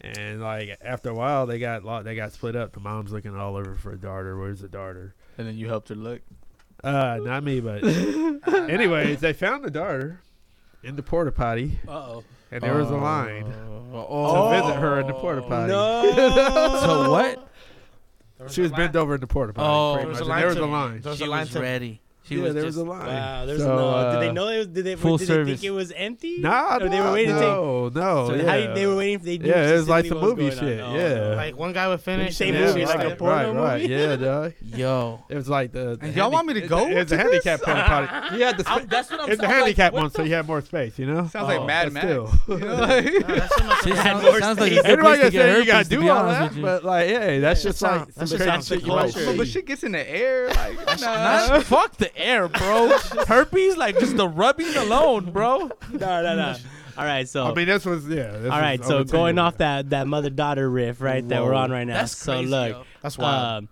Speaker 4: And like after a while, they got lo- they got split up. The mom's looking all over for a daughter. Where's the daughter?
Speaker 1: And then you helped her look.
Speaker 4: Uh, not
Speaker 3: (laughs)
Speaker 4: me,
Speaker 5: (laughs)
Speaker 4: but anyways, they found the daughter in the porta potty,
Speaker 5: Uh oh.
Speaker 4: and there was a line
Speaker 5: Oh.
Speaker 4: to visit her in the porta potty.
Speaker 3: No.
Speaker 5: (laughs) So what?
Speaker 4: She was bent over in the porta potty.
Speaker 5: Oh.
Speaker 4: pretty
Speaker 5: There was
Speaker 4: much,
Speaker 5: a
Speaker 4: and
Speaker 2: line
Speaker 4: there was
Speaker 2: to-
Speaker 4: a line.
Speaker 2: There's
Speaker 5: She
Speaker 2: a line
Speaker 5: was
Speaker 2: to
Speaker 5: ready. She
Speaker 4: yeah,
Speaker 5: was
Speaker 4: there
Speaker 5: just
Speaker 4: was a line.
Speaker 3: Wow, there's
Speaker 4: So,
Speaker 3: no. did they
Speaker 4: uh,
Speaker 3: know it was? Did they?
Speaker 5: full
Speaker 3: did they
Speaker 5: service.
Speaker 3: think it was empty?
Speaker 4: Nah,
Speaker 3: Or
Speaker 4: nah,
Speaker 3: they were waiting to take.
Speaker 4: no, no.
Speaker 3: So
Speaker 4: yeah.
Speaker 3: how you- they were waiting for they. knew
Speaker 4: Yeah, it was like
Speaker 3: specifically
Speaker 4: the
Speaker 3: what
Speaker 4: movie
Speaker 3: going
Speaker 4: shit,
Speaker 3: on. Oh,
Speaker 4: yeah.
Speaker 2: Like one guy would finish.
Speaker 3: say
Speaker 2: and
Speaker 4: yeah,
Speaker 2: then
Speaker 3: movie,
Speaker 2: she's
Speaker 4: right,
Speaker 3: like a
Speaker 4: right,
Speaker 3: porno
Speaker 4: right,
Speaker 3: movie?
Speaker 4: Yeah, dog.
Speaker 5: (laughs) yo.
Speaker 4: It was like the. the
Speaker 1: And y'all want me to go
Speaker 4: It, it's
Speaker 1: to
Speaker 4: a (laughs) handicap porta potty. You had the. sp-
Speaker 5: that's what I'm
Speaker 4: it's a handicap one, so you have more space. You know.
Speaker 1: Sounds like Mad Max.
Speaker 4: Oh, Still.
Speaker 1: You know,
Speaker 4: (laughs)
Speaker 1: like-
Speaker 5: It sounds,
Speaker 3: more
Speaker 5: sounds like
Speaker 3: space.
Speaker 5: it's a good
Speaker 4: Everybody gonna
Speaker 5: place to get
Speaker 4: say
Speaker 5: herpes.
Speaker 4: you gotta
Speaker 5: to
Speaker 4: do
Speaker 5: be
Speaker 4: all
Speaker 5: honest with
Speaker 4: that,
Speaker 5: you.
Speaker 4: but like, hey, that's just
Speaker 2: sounds- that
Speaker 4: like
Speaker 2: shit
Speaker 4: some crazy
Speaker 2: sounds
Speaker 4: shit you
Speaker 2: like
Speaker 4: might
Speaker 2: culture.
Speaker 1: but, but
Speaker 4: see.
Speaker 1: she gets in the air. Like, nah.
Speaker 5: Not, fuck the air, bro. (laughs) herpes, like just the rubbing alone, bro.
Speaker 3: No, no, no. All right, so.
Speaker 4: I mean, this was yeah. This
Speaker 3: all right,
Speaker 4: was
Speaker 3: so
Speaker 4: over ten
Speaker 3: going
Speaker 4: years
Speaker 3: off that, that mother daughter riff right that we're
Speaker 4: Whoa.
Speaker 3: on right now.
Speaker 5: That's
Speaker 3: so
Speaker 5: crazy,
Speaker 3: look,
Speaker 5: yo.
Speaker 2: That's wild.
Speaker 3: um,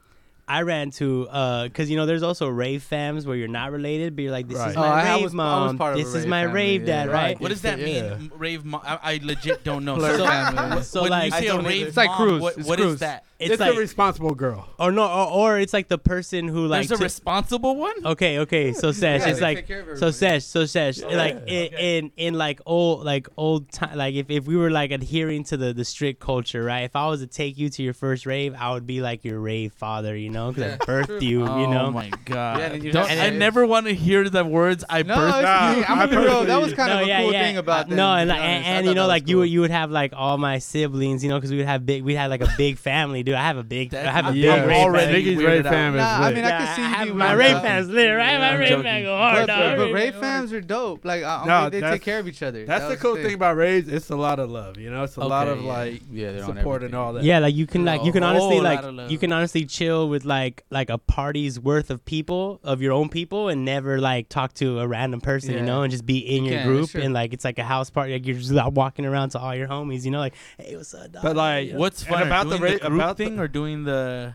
Speaker 3: I ran to because you know there's also rave fams where you're not related, but you're like this is
Speaker 4: Right.
Speaker 3: my
Speaker 1: Oh, I
Speaker 3: rave
Speaker 1: was- I was
Speaker 3: mom,
Speaker 1: part of a
Speaker 3: this is
Speaker 1: rave
Speaker 3: my
Speaker 1: family,
Speaker 3: rave
Speaker 1: yeah.
Speaker 3: dad, right?
Speaker 5: What does that mean?
Speaker 4: Yeah.
Speaker 5: m- Rave mom? I, I legit don't know.
Speaker 1: Blur
Speaker 5: So,
Speaker 1: family.
Speaker 3: So
Speaker 5: when
Speaker 3: like
Speaker 5: you say a
Speaker 1: don't
Speaker 5: rave
Speaker 1: either.
Speaker 5: mom,
Speaker 1: It's like Cruz.
Speaker 5: what,
Speaker 1: It's
Speaker 5: what is
Speaker 1: Cruz.
Speaker 5: that?
Speaker 3: it's,
Speaker 4: It's
Speaker 3: like
Speaker 4: a responsible girl.
Speaker 3: or no or, or it's like the person who like
Speaker 5: There's a
Speaker 3: took-
Speaker 5: responsible one.
Speaker 3: Okay, okay. So Sesh,
Speaker 1: Yeah,
Speaker 3: it's
Speaker 1: they
Speaker 3: like
Speaker 1: take care of
Speaker 3: so
Speaker 1: everybody.
Speaker 3: Sesh, so Sesh, like in, in in like old like old time, like if, if we were like adhering to the the strict culture, right? If I was to take you to your first rave, I would be like your rave father, you know, because I
Speaker 5: (laughs)
Speaker 3: birthed you, you
Speaker 5: Oh
Speaker 3: know.
Speaker 5: my god!
Speaker 1: Yeah, then you
Speaker 5: Don't-
Speaker 1: have
Speaker 5: I
Speaker 1: to-
Speaker 5: never want to hear the words "I
Speaker 1: No,
Speaker 5: birthed."
Speaker 1: it's,
Speaker 4: Nah,
Speaker 1: I'm
Speaker 4: I
Speaker 1: gonna be real.
Speaker 4: personally-
Speaker 1: That was kind
Speaker 3: No,
Speaker 1: of a
Speaker 3: yeah,
Speaker 1: cool
Speaker 3: yeah.
Speaker 1: thing about that.
Speaker 3: no, and like, and, and you know, like you would you would have like all my siblings, you know, because we would have big, we would have like a big family, dude. I have a big, I have a big
Speaker 4: Yeah,
Speaker 3: rave
Speaker 4: already
Speaker 3: family.
Speaker 4: Biggie's rave
Speaker 5: weirded out.
Speaker 4: fam is
Speaker 1: Nah, I
Speaker 4: lit.
Speaker 1: mean, I could see
Speaker 3: I
Speaker 1: you
Speaker 3: have
Speaker 1: being
Speaker 3: my
Speaker 1: with
Speaker 3: rave
Speaker 1: them.
Speaker 3: fans lit, right? my
Speaker 5: I'm
Speaker 3: rave
Speaker 5: joking.
Speaker 3: fans go hard,
Speaker 1: But,
Speaker 3: dog.
Speaker 1: but, but
Speaker 3: You
Speaker 1: rave
Speaker 3: know?
Speaker 1: fams are dope. Like, I, I
Speaker 4: No,
Speaker 1: mean, they
Speaker 4: that's-
Speaker 1: take care of each other.
Speaker 4: That's
Speaker 1: That
Speaker 4: the
Speaker 1: was
Speaker 4: cool thing about raves. It's a lot of love, you know. It's a lot
Speaker 1: Okay,
Speaker 4: of
Speaker 1: yeah.
Speaker 4: like
Speaker 1: Yeah, they're on
Speaker 4: support
Speaker 1: everything.
Speaker 4: and all that.
Speaker 3: Yeah, like you can like you can
Speaker 5: A
Speaker 3: honestly
Speaker 5: whole
Speaker 3: like
Speaker 5: lot of love.
Speaker 3: you can honestly chill with like like a party's worth of people of your own people and never like talk to a random person, you
Speaker 1: Yeah.
Speaker 3: know, and just be in
Speaker 1: You
Speaker 3: your
Speaker 1: can,
Speaker 3: group
Speaker 1: it's true.
Speaker 3: and like it's like a house party. Like you're just like, walking around to all your homies, you know, like hey, what's up, dog?
Speaker 4: But like,
Speaker 5: What's
Speaker 4: And
Speaker 5: fun
Speaker 4: about
Speaker 5: about doing
Speaker 4: the
Speaker 5: the,
Speaker 4: ra-
Speaker 5: group
Speaker 4: about the-
Speaker 5: thing or doing the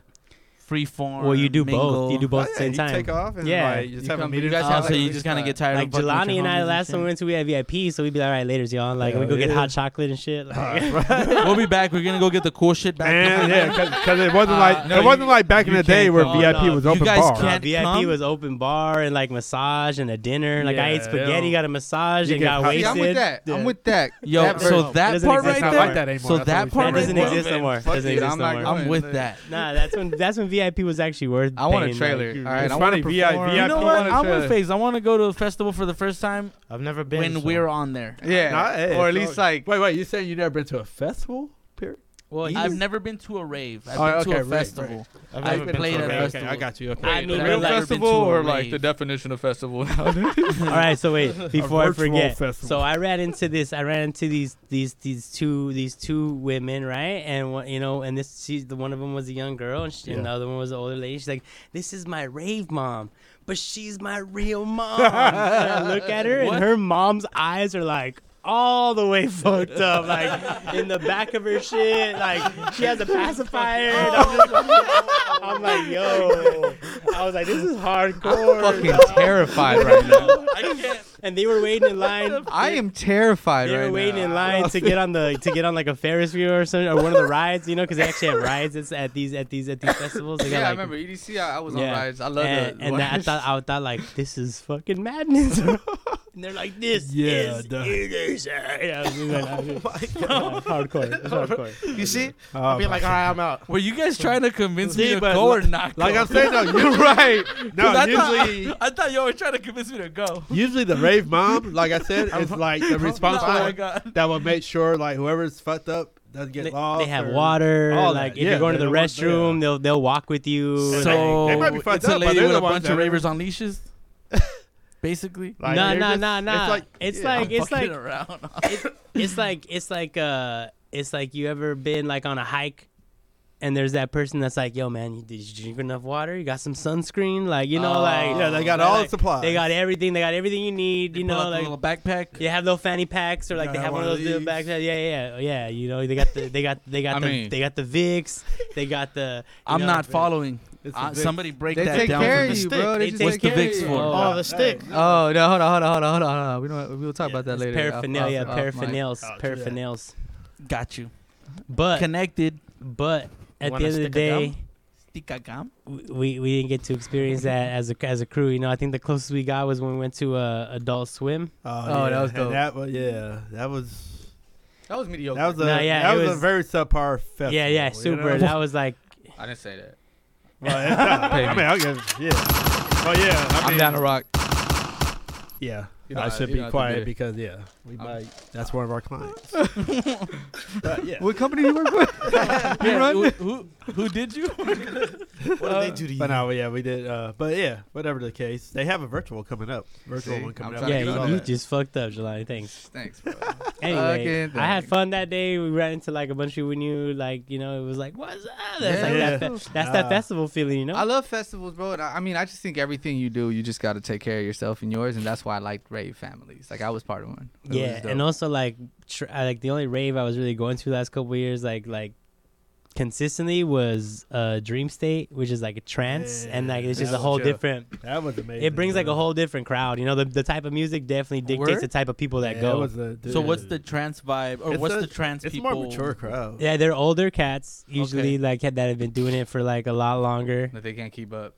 Speaker 5: free form?
Speaker 3: well, you do both. You do
Speaker 4: Oh,
Speaker 3: both at the
Speaker 4: yeah,
Speaker 3: same
Speaker 4: you
Speaker 3: time.
Speaker 4: take off and
Speaker 3: Yeah.
Speaker 4: like, just
Speaker 1: You
Speaker 4: have a
Speaker 1: come- you
Speaker 4: meeting.
Speaker 1: guys
Speaker 5: Oh,
Speaker 1: have,
Speaker 5: so
Speaker 1: like,
Speaker 5: you
Speaker 1: this
Speaker 5: just kind of
Speaker 1: time.
Speaker 5: get tired
Speaker 3: Like
Speaker 5: of fucking with
Speaker 3: Jelani
Speaker 5: your
Speaker 3: and
Speaker 5: homies
Speaker 3: I last
Speaker 5: shit.
Speaker 3: time we went to we had VIP, so we'd be like, all right, later's y'all. Like we
Speaker 4: Hell
Speaker 3: go get
Speaker 4: yeah.
Speaker 3: hot chocolate and shit. Like, (laughs)
Speaker 5: we'll be back. We're gonna go get the cool shit back.
Speaker 4: Man, yeah, because it wasn't
Speaker 5: Uh,
Speaker 4: like
Speaker 5: no,
Speaker 4: it wasn't like back in
Speaker 5: you
Speaker 4: the day
Speaker 5: can't
Speaker 4: where
Speaker 3: go.
Speaker 4: VIP
Speaker 3: No,
Speaker 4: was
Speaker 5: you
Speaker 4: open
Speaker 5: guys
Speaker 4: bar.
Speaker 3: Uh,
Speaker 5: can't-
Speaker 3: VIP
Speaker 5: come?
Speaker 3: was open bar and like massage and a dinner. Like I
Speaker 4: Yeah,
Speaker 3: ate spaghetti,
Speaker 4: yeah.
Speaker 3: got a massage,
Speaker 4: You
Speaker 3: and
Speaker 4: get
Speaker 3: got
Speaker 4: hot-
Speaker 1: See,
Speaker 3: wasted.
Speaker 1: I'm with that.
Speaker 3: Yeah.
Speaker 1: I'm with that.
Speaker 5: Yo,
Speaker 1: That
Speaker 5: so
Speaker 1: version-
Speaker 5: that
Speaker 3: doesn't
Speaker 5: part
Speaker 3: exist
Speaker 5: right
Speaker 3: no
Speaker 4: Not
Speaker 5: there.
Speaker 3: more.
Speaker 4: like that anymore.
Speaker 5: So
Speaker 4: That's
Speaker 5: that
Speaker 4: what
Speaker 3: That
Speaker 4: we
Speaker 5: part
Speaker 4: started.
Speaker 3: doesn't
Speaker 5: Well,
Speaker 3: exist no
Speaker 1: then,
Speaker 3: more.
Speaker 1: fuck
Speaker 3: Doesn't
Speaker 1: it,
Speaker 3: exist
Speaker 1: I'm
Speaker 3: no
Speaker 1: not
Speaker 3: more.
Speaker 1: going.
Speaker 5: I'm with that.
Speaker 3: Nah, that's when that's when VIP was actually worth.
Speaker 1: I want a
Speaker 3: paying,
Speaker 1: trailer.
Speaker 3: like,
Speaker 1: All
Speaker 3: you-
Speaker 1: right,
Speaker 4: It's
Speaker 1: I want
Speaker 4: funny,
Speaker 1: to
Speaker 4: VI
Speaker 1: perform.
Speaker 4: Yeah,
Speaker 5: You know
Speaker 4: I
Speaker 5: what?
Speaker 4: wanna
Speaker 5: I'm
Speaker 4: try.
Speaker 5: with Faze. I want to go to a festival for the first time
Speaker 2: I've never been.
Speaker 5: when
Speaker 2: so.
Speaker 5: we're on there.
Speaker 1: Yeah,
Speaker 4: Nah, hey,
Speaker 1: or at
Speaker 4: it's
Speaker 1: least
Speaker 4: all-
Speaker 1: like
Speaker 4: Wait, wait, you saying you never been to a festival? Period.
Speaker 5: Well,
Speaker 4: Eat
Speaker 5: I've
Speaker 4: it?
Speaker 5: never been to a rave. I've
Speaker 4: Oh,
Speaker 5: been to
Speaker 4: okay,
Speaker 5: a
Speaker 4: right,
Speaker 5: festival.
Speaker 2: I've
Speaker 5: I
Speaker 2: never been
Speaker 5: played
Speaker 2: to a
Speaker 5: at
Speaker 2: rave.
Speaker 5: festival.
Speaker 2: Okay, I got you. Okay.
Speaker 4: (laughs)
Speaker 5: I
Speaker 2: yeah.
Speaker 5: I've
Speaker 1: real
Speaker 5: never been
Speaker 1: festival
Speaker 5: to a
Speaker 1: or like the
Speaker 5: rave.
Speaker 1: definition of festival nowadays?
Speaker 3: (laughs) All right, so
Speaker 4: (laughs)
Speaker 3: wait, before I
Speaker 4: virtual
Speaker 3: forget.
Speaker 4: festival.
Speaker 3: So I ran into this. I ran into these these these two these two women, right? And one, you know, and this she's the one of them was a young girl, and, she, and the other one was an older lady. She's like, "This is my rave mom, but she's my real mom." and I look at her, and her mom's eyes are like. All the way fucked up, like in the back of her shit. Like she has a pacifier. And I'm, just like, I'm like, yo. I was like, this is hardcore. (laughs)
Speaker 1: fucking terrified right now.
Speaker 3: And they were waiting in line.
Speaker 1: I am terrified
Speaker 3: They
Speaker 1: right
Speaker 3: were waiting
Speaker 1: now.
Speaker 3: in line to get on the to get on like a Ferris wheel or something or one of the rides, you know, because they actually have rides at- at these at these at these festivals. They got,
Speaker 1: yeah, I
Speaker 3: like-
Speaker 1: remember EDC. I, I was on
Speaker 3: yeah.
Speaker 1: rides. I love
Speaker 3: and,
Speaker 1: the
Speaker 3: and I
Speaker 1: rides. (laughs)
Speaker 3: thought I thought like this is fucking madness. (laughs) and they're like, this
Speaker 4: Yeah,
Speaker 3: is
Speaker 4: duh.
Speaker 3: illness. Yeah, I was
Speaker 4: Oh
Speaker 3: like, I was like, yeah, hardcore, it was hardcore.
Speaker 2: You see?
Speaker 4: Oh,
Speaker 2: I'll be like, all right, I'm out.
Speaker 5: Were you guys trying to convince
Speaker 4: See,
Speaker 5: me to
Speaker 4: but
Speaker 5: go or
Speaker 4: li-
Speaker 5: not
Speaker 4: (laughs)
Speaker 5: go?
Speaker 4: like I'm saying, though,
Speaker 1: You're right.
Speaker 4: no,
Speaker 5: I thought-
Speaker 4: usually,
Speaker 5: (laughs) I thought y'all were trying to convince me to go.
Speaker 4: usually the rave mom, like I said, is like the responsible
Speaker 5: Oh my
Speaker 4: one
Speaker 5: god.
Speaker 4: that will make sure like whoever's fucked up doesn't
Speaker 3: They,
Speaker 4: get lost.
Speaker 3: they have
Speaker 4: or-
Speaker 3: water.
Speaker 4: all
Speaker 3: like
Speaker 4: that.
Speaker 3: if
Speaker 4: Yeah,
Speaker 3: you're going to
Speaker 4: they
Speaker 3: the
Speaker 4: don't want- yeah.
Speaker 3: restroom, they'll they'll walk with you.
Speaker 4: So-
Speaker 3: like,
Speaker 4: they might be fucked
Speaker 5: it's
Speaker 4: up,
Speaker 5: a
Speaker 4: but
Speaker 5: lady
Speaker 4: they're
Speaker 5: with
Speaker 4: the
Speaker 5: a
Speaker 4: ones
Speaker 5: bunch of
Speaker 4: that are-
Speaker 5: ravers
Speaker 4: (laughs)
Speaker 5: on leashes, basically.
Speaker 4: Like,
Speaker 3: nah,
Speaker 4: they're
Speaker 3: nah,
Speaker 4: just-
Speaker 3: nah, nah.
Speaker 4: It's like
Speaker 3: it's
Speaker 4: yeah.
Speaker 3: like it's
Speaker 5: Fucking
Speaker 3: like
Speaker 5: around.
Speaker 3: it's like it's like uh it's like you ever been like on a hike and there's that person that's like yo man you, did you drink enough water you got some sunscreen like you know like
Speaker 4: Oh. yeah, they got
Speaker 3: they're
Speaker 4: all
Speaker 3: like-
Speaker 4: the supplies.
Speaker 3: they got everything they got everything you need you
Speaker 5: Pull
Speaker 3: know
Speaker 5: out the
Speaker 3: like
Speaker 5: little backpack.
Speaker 3: you have little fanny packs or like
Speaker 4: Yeah,
Speaker 3: they
Speaker 4: I
Speaker 3: have
Speaker 4: have
Speaker 3: one
Speaker 4: one
Speaker 3: of those
Speaker 4: of
Speaker 3: little
Speaker 4: these.
Speaker 3: backpacks yeah yeah yeah you know they got the they got they got
Speaker 1: I
Speaker 3: the
Speaker 1: mean-
Speaker 3: they got the Vicks they got the you
Speaker 5: I'm
Speaker 3: know,
Speaker 5: not
Speaker 3: the-
Speaker 5: following.
Speaker 4: It's
Speaker 5: Uh,
Speaker 4: a big-
Speaker 5: somebody break
Speaker 1: They
Speaker 5: that
Speaker 1: take
Speaker 5: down.
Speaker 1: care
Speaker 5: for
Speaker 1: of
Speaker 5: me.
Speaker 1: you,
Speaker 3: stick.
Speaker 1: bro. They,
Speaker 3: They
Speaker 1: just
Speaker 3: take
Speaker 1: take
Speaker 3: care
Speaker 1: care
Speaker 3: of
Speaker 1: of
Speaker 3: you.
Speaker 1: you.
Speaker 3: Oh,
Speaker 1: Oh,
Speaker 2: Oh, the stick.
Speaker 1: Oh no, hold on, hold on, hold on, hold on, hold on. We don't. We'll talk
Speaker 3: yeah,
Speaker 1: about that
Speaker 3: it's
Speaker 1: later. Off-
Speaker 3: paraphernalia
Speaker 1: off- off mic.
Speaker 3: paraphernals
Speaker 4: I'll do that.
Speaker 3: paraphernals
Speaker 5: Got you.
Speaker 3: but
Speaker 5: Connected.
Speaker 3: but at the
Speaker 2: Wanna
Speaker 3: end of the
Speaker 2: stick a gum?
Speaker 3: day
Speaker 4: (laughs)
Speaker 3: we we didn't get to experience that as a as a crew. You know, I think the closest we got was when we went to uh, Adult Swim.
Speaker 4: Oh,
Speaker 1: Oh,
Speaker 4: yeah.
Speaker 1: that was
Speaker 4: And
Speaker 1: dope.
Speaker 4: That was yeah. That was
Speaker 1: That was mediocre.
Speaker 4: that was a
Speaker 3: No, yeah,
Speaker 4: that
Speaker 3: it
Speaker 4: was,
Speaker 3: was-
Speaker 4: a very subpar festival.
Speaker 3: yeah, yeah,
Speaker 4: you (laughs)
Speaker 3: super.
Speaker 4: know?
Speaker 3: That was
Speaker 1: (laughs)
Speaker 3: like,
Speaker 1: I didn't say that.
Speaker 4: Well, it's not- I mean, I'll give yeah. Well, yeah. I
Speaker 1: I'm
Speaker 4: mean,
Speaker 1: down to rock.
Speaker 4: Yeah,
Speaker 1: You know,
Speaker 4: I
Speaker 1: I-
Speaker 4: should
Speaker 1: you
Speaker 4: be
Speaker 1: know, I
Speaker 4: quiet
Speaker 1: did it.
Speaker 4: because yeah, we
Speaker 1: I'm-
Speaker 4: might. That's one of
Speaker 3: (laughs)
Speaker 4: our clients. but yeah,
Speaker 1: What company you work with?
Speaker 5: Yeah,
Speaker 1: run?
Speaker 5: who, who who did you?
Speaker 2: What did they do to you?
Speaker 4: uh, but no, yeah, we did. Uh, but yeah, whatever the case, they have a virtual coming up. Virtual
Speaker 1: See,
Speaker 4: one coming
Speaker 1: I'm
Speaker 4: up.
Speaker 1: trying
Speaker 3: yeah,
Speaker 1: to get
Speaker 3: you,
Speaker 1: on
Speaker 3: you
Speaker 1: that.
Speaker 3: just fucked up, Jelani.
Speaker 1: (laughs)
Speaker 3: Thanks.
Speaker 1: Thanks, bro.
Speaker 3: Anyway,
Speaker 1: Fucking
Speaker 3: I had
Speaker 1: thanks.
Speaker 3: fun that day. We ran into like a bunch of people we knew. Like, you know, it was like, what's up? That's like
Speaker 4: Yeah.
Speaker 3: that. Fe- that's that
Speaker 4: Uh,
Speaker 3: festival feeling, you know.
Speaker 1: I love festivals, bro. And I, I mean, I just think everything you do, you just got to take care of yourself and yours, and that's why I like rave families. Like I was part of one. It was
Speaker 3: yeah,
Speaker 1: dope.
Speaker 3: and also like, tr- I, like the only rave I was really going to the last couple of years, like like consistently, was uh, Dream State, which is like a trance, and like it's
Speaker 4: Yeah,
Speaker 3: just a
Speaker 4: that
Speaker 3: whole
Speaker 4: was, yeah.
Speaker 3: different.
Speaker 4: That was amazing.
Speaker 3: it brings like
Speaker 4: bro.
Speaker 3: a whole different crowd. You know, the, the type of music definitely dictates
Speaker 5: Word?
Speaker 3: the type of people that
Speaker 4: Yeah,
Speaker 3: go.
Speaker 4: was a-
Speaker 5: so what's
Speaker 4: dude.
Speaker 5: the trans vibe, or
Speaker 4: It's
Speaker 5: what's
Speaker 4: a-
Speaker 5: the trans
Speaker 4: It's a
Speaker 5: people?
Speaker 4: more mature crowd.
Speaker 3: yeah, they're older cats usually like had that have been doing it for like a lot longer,
Speaker 1: That they can't keep up.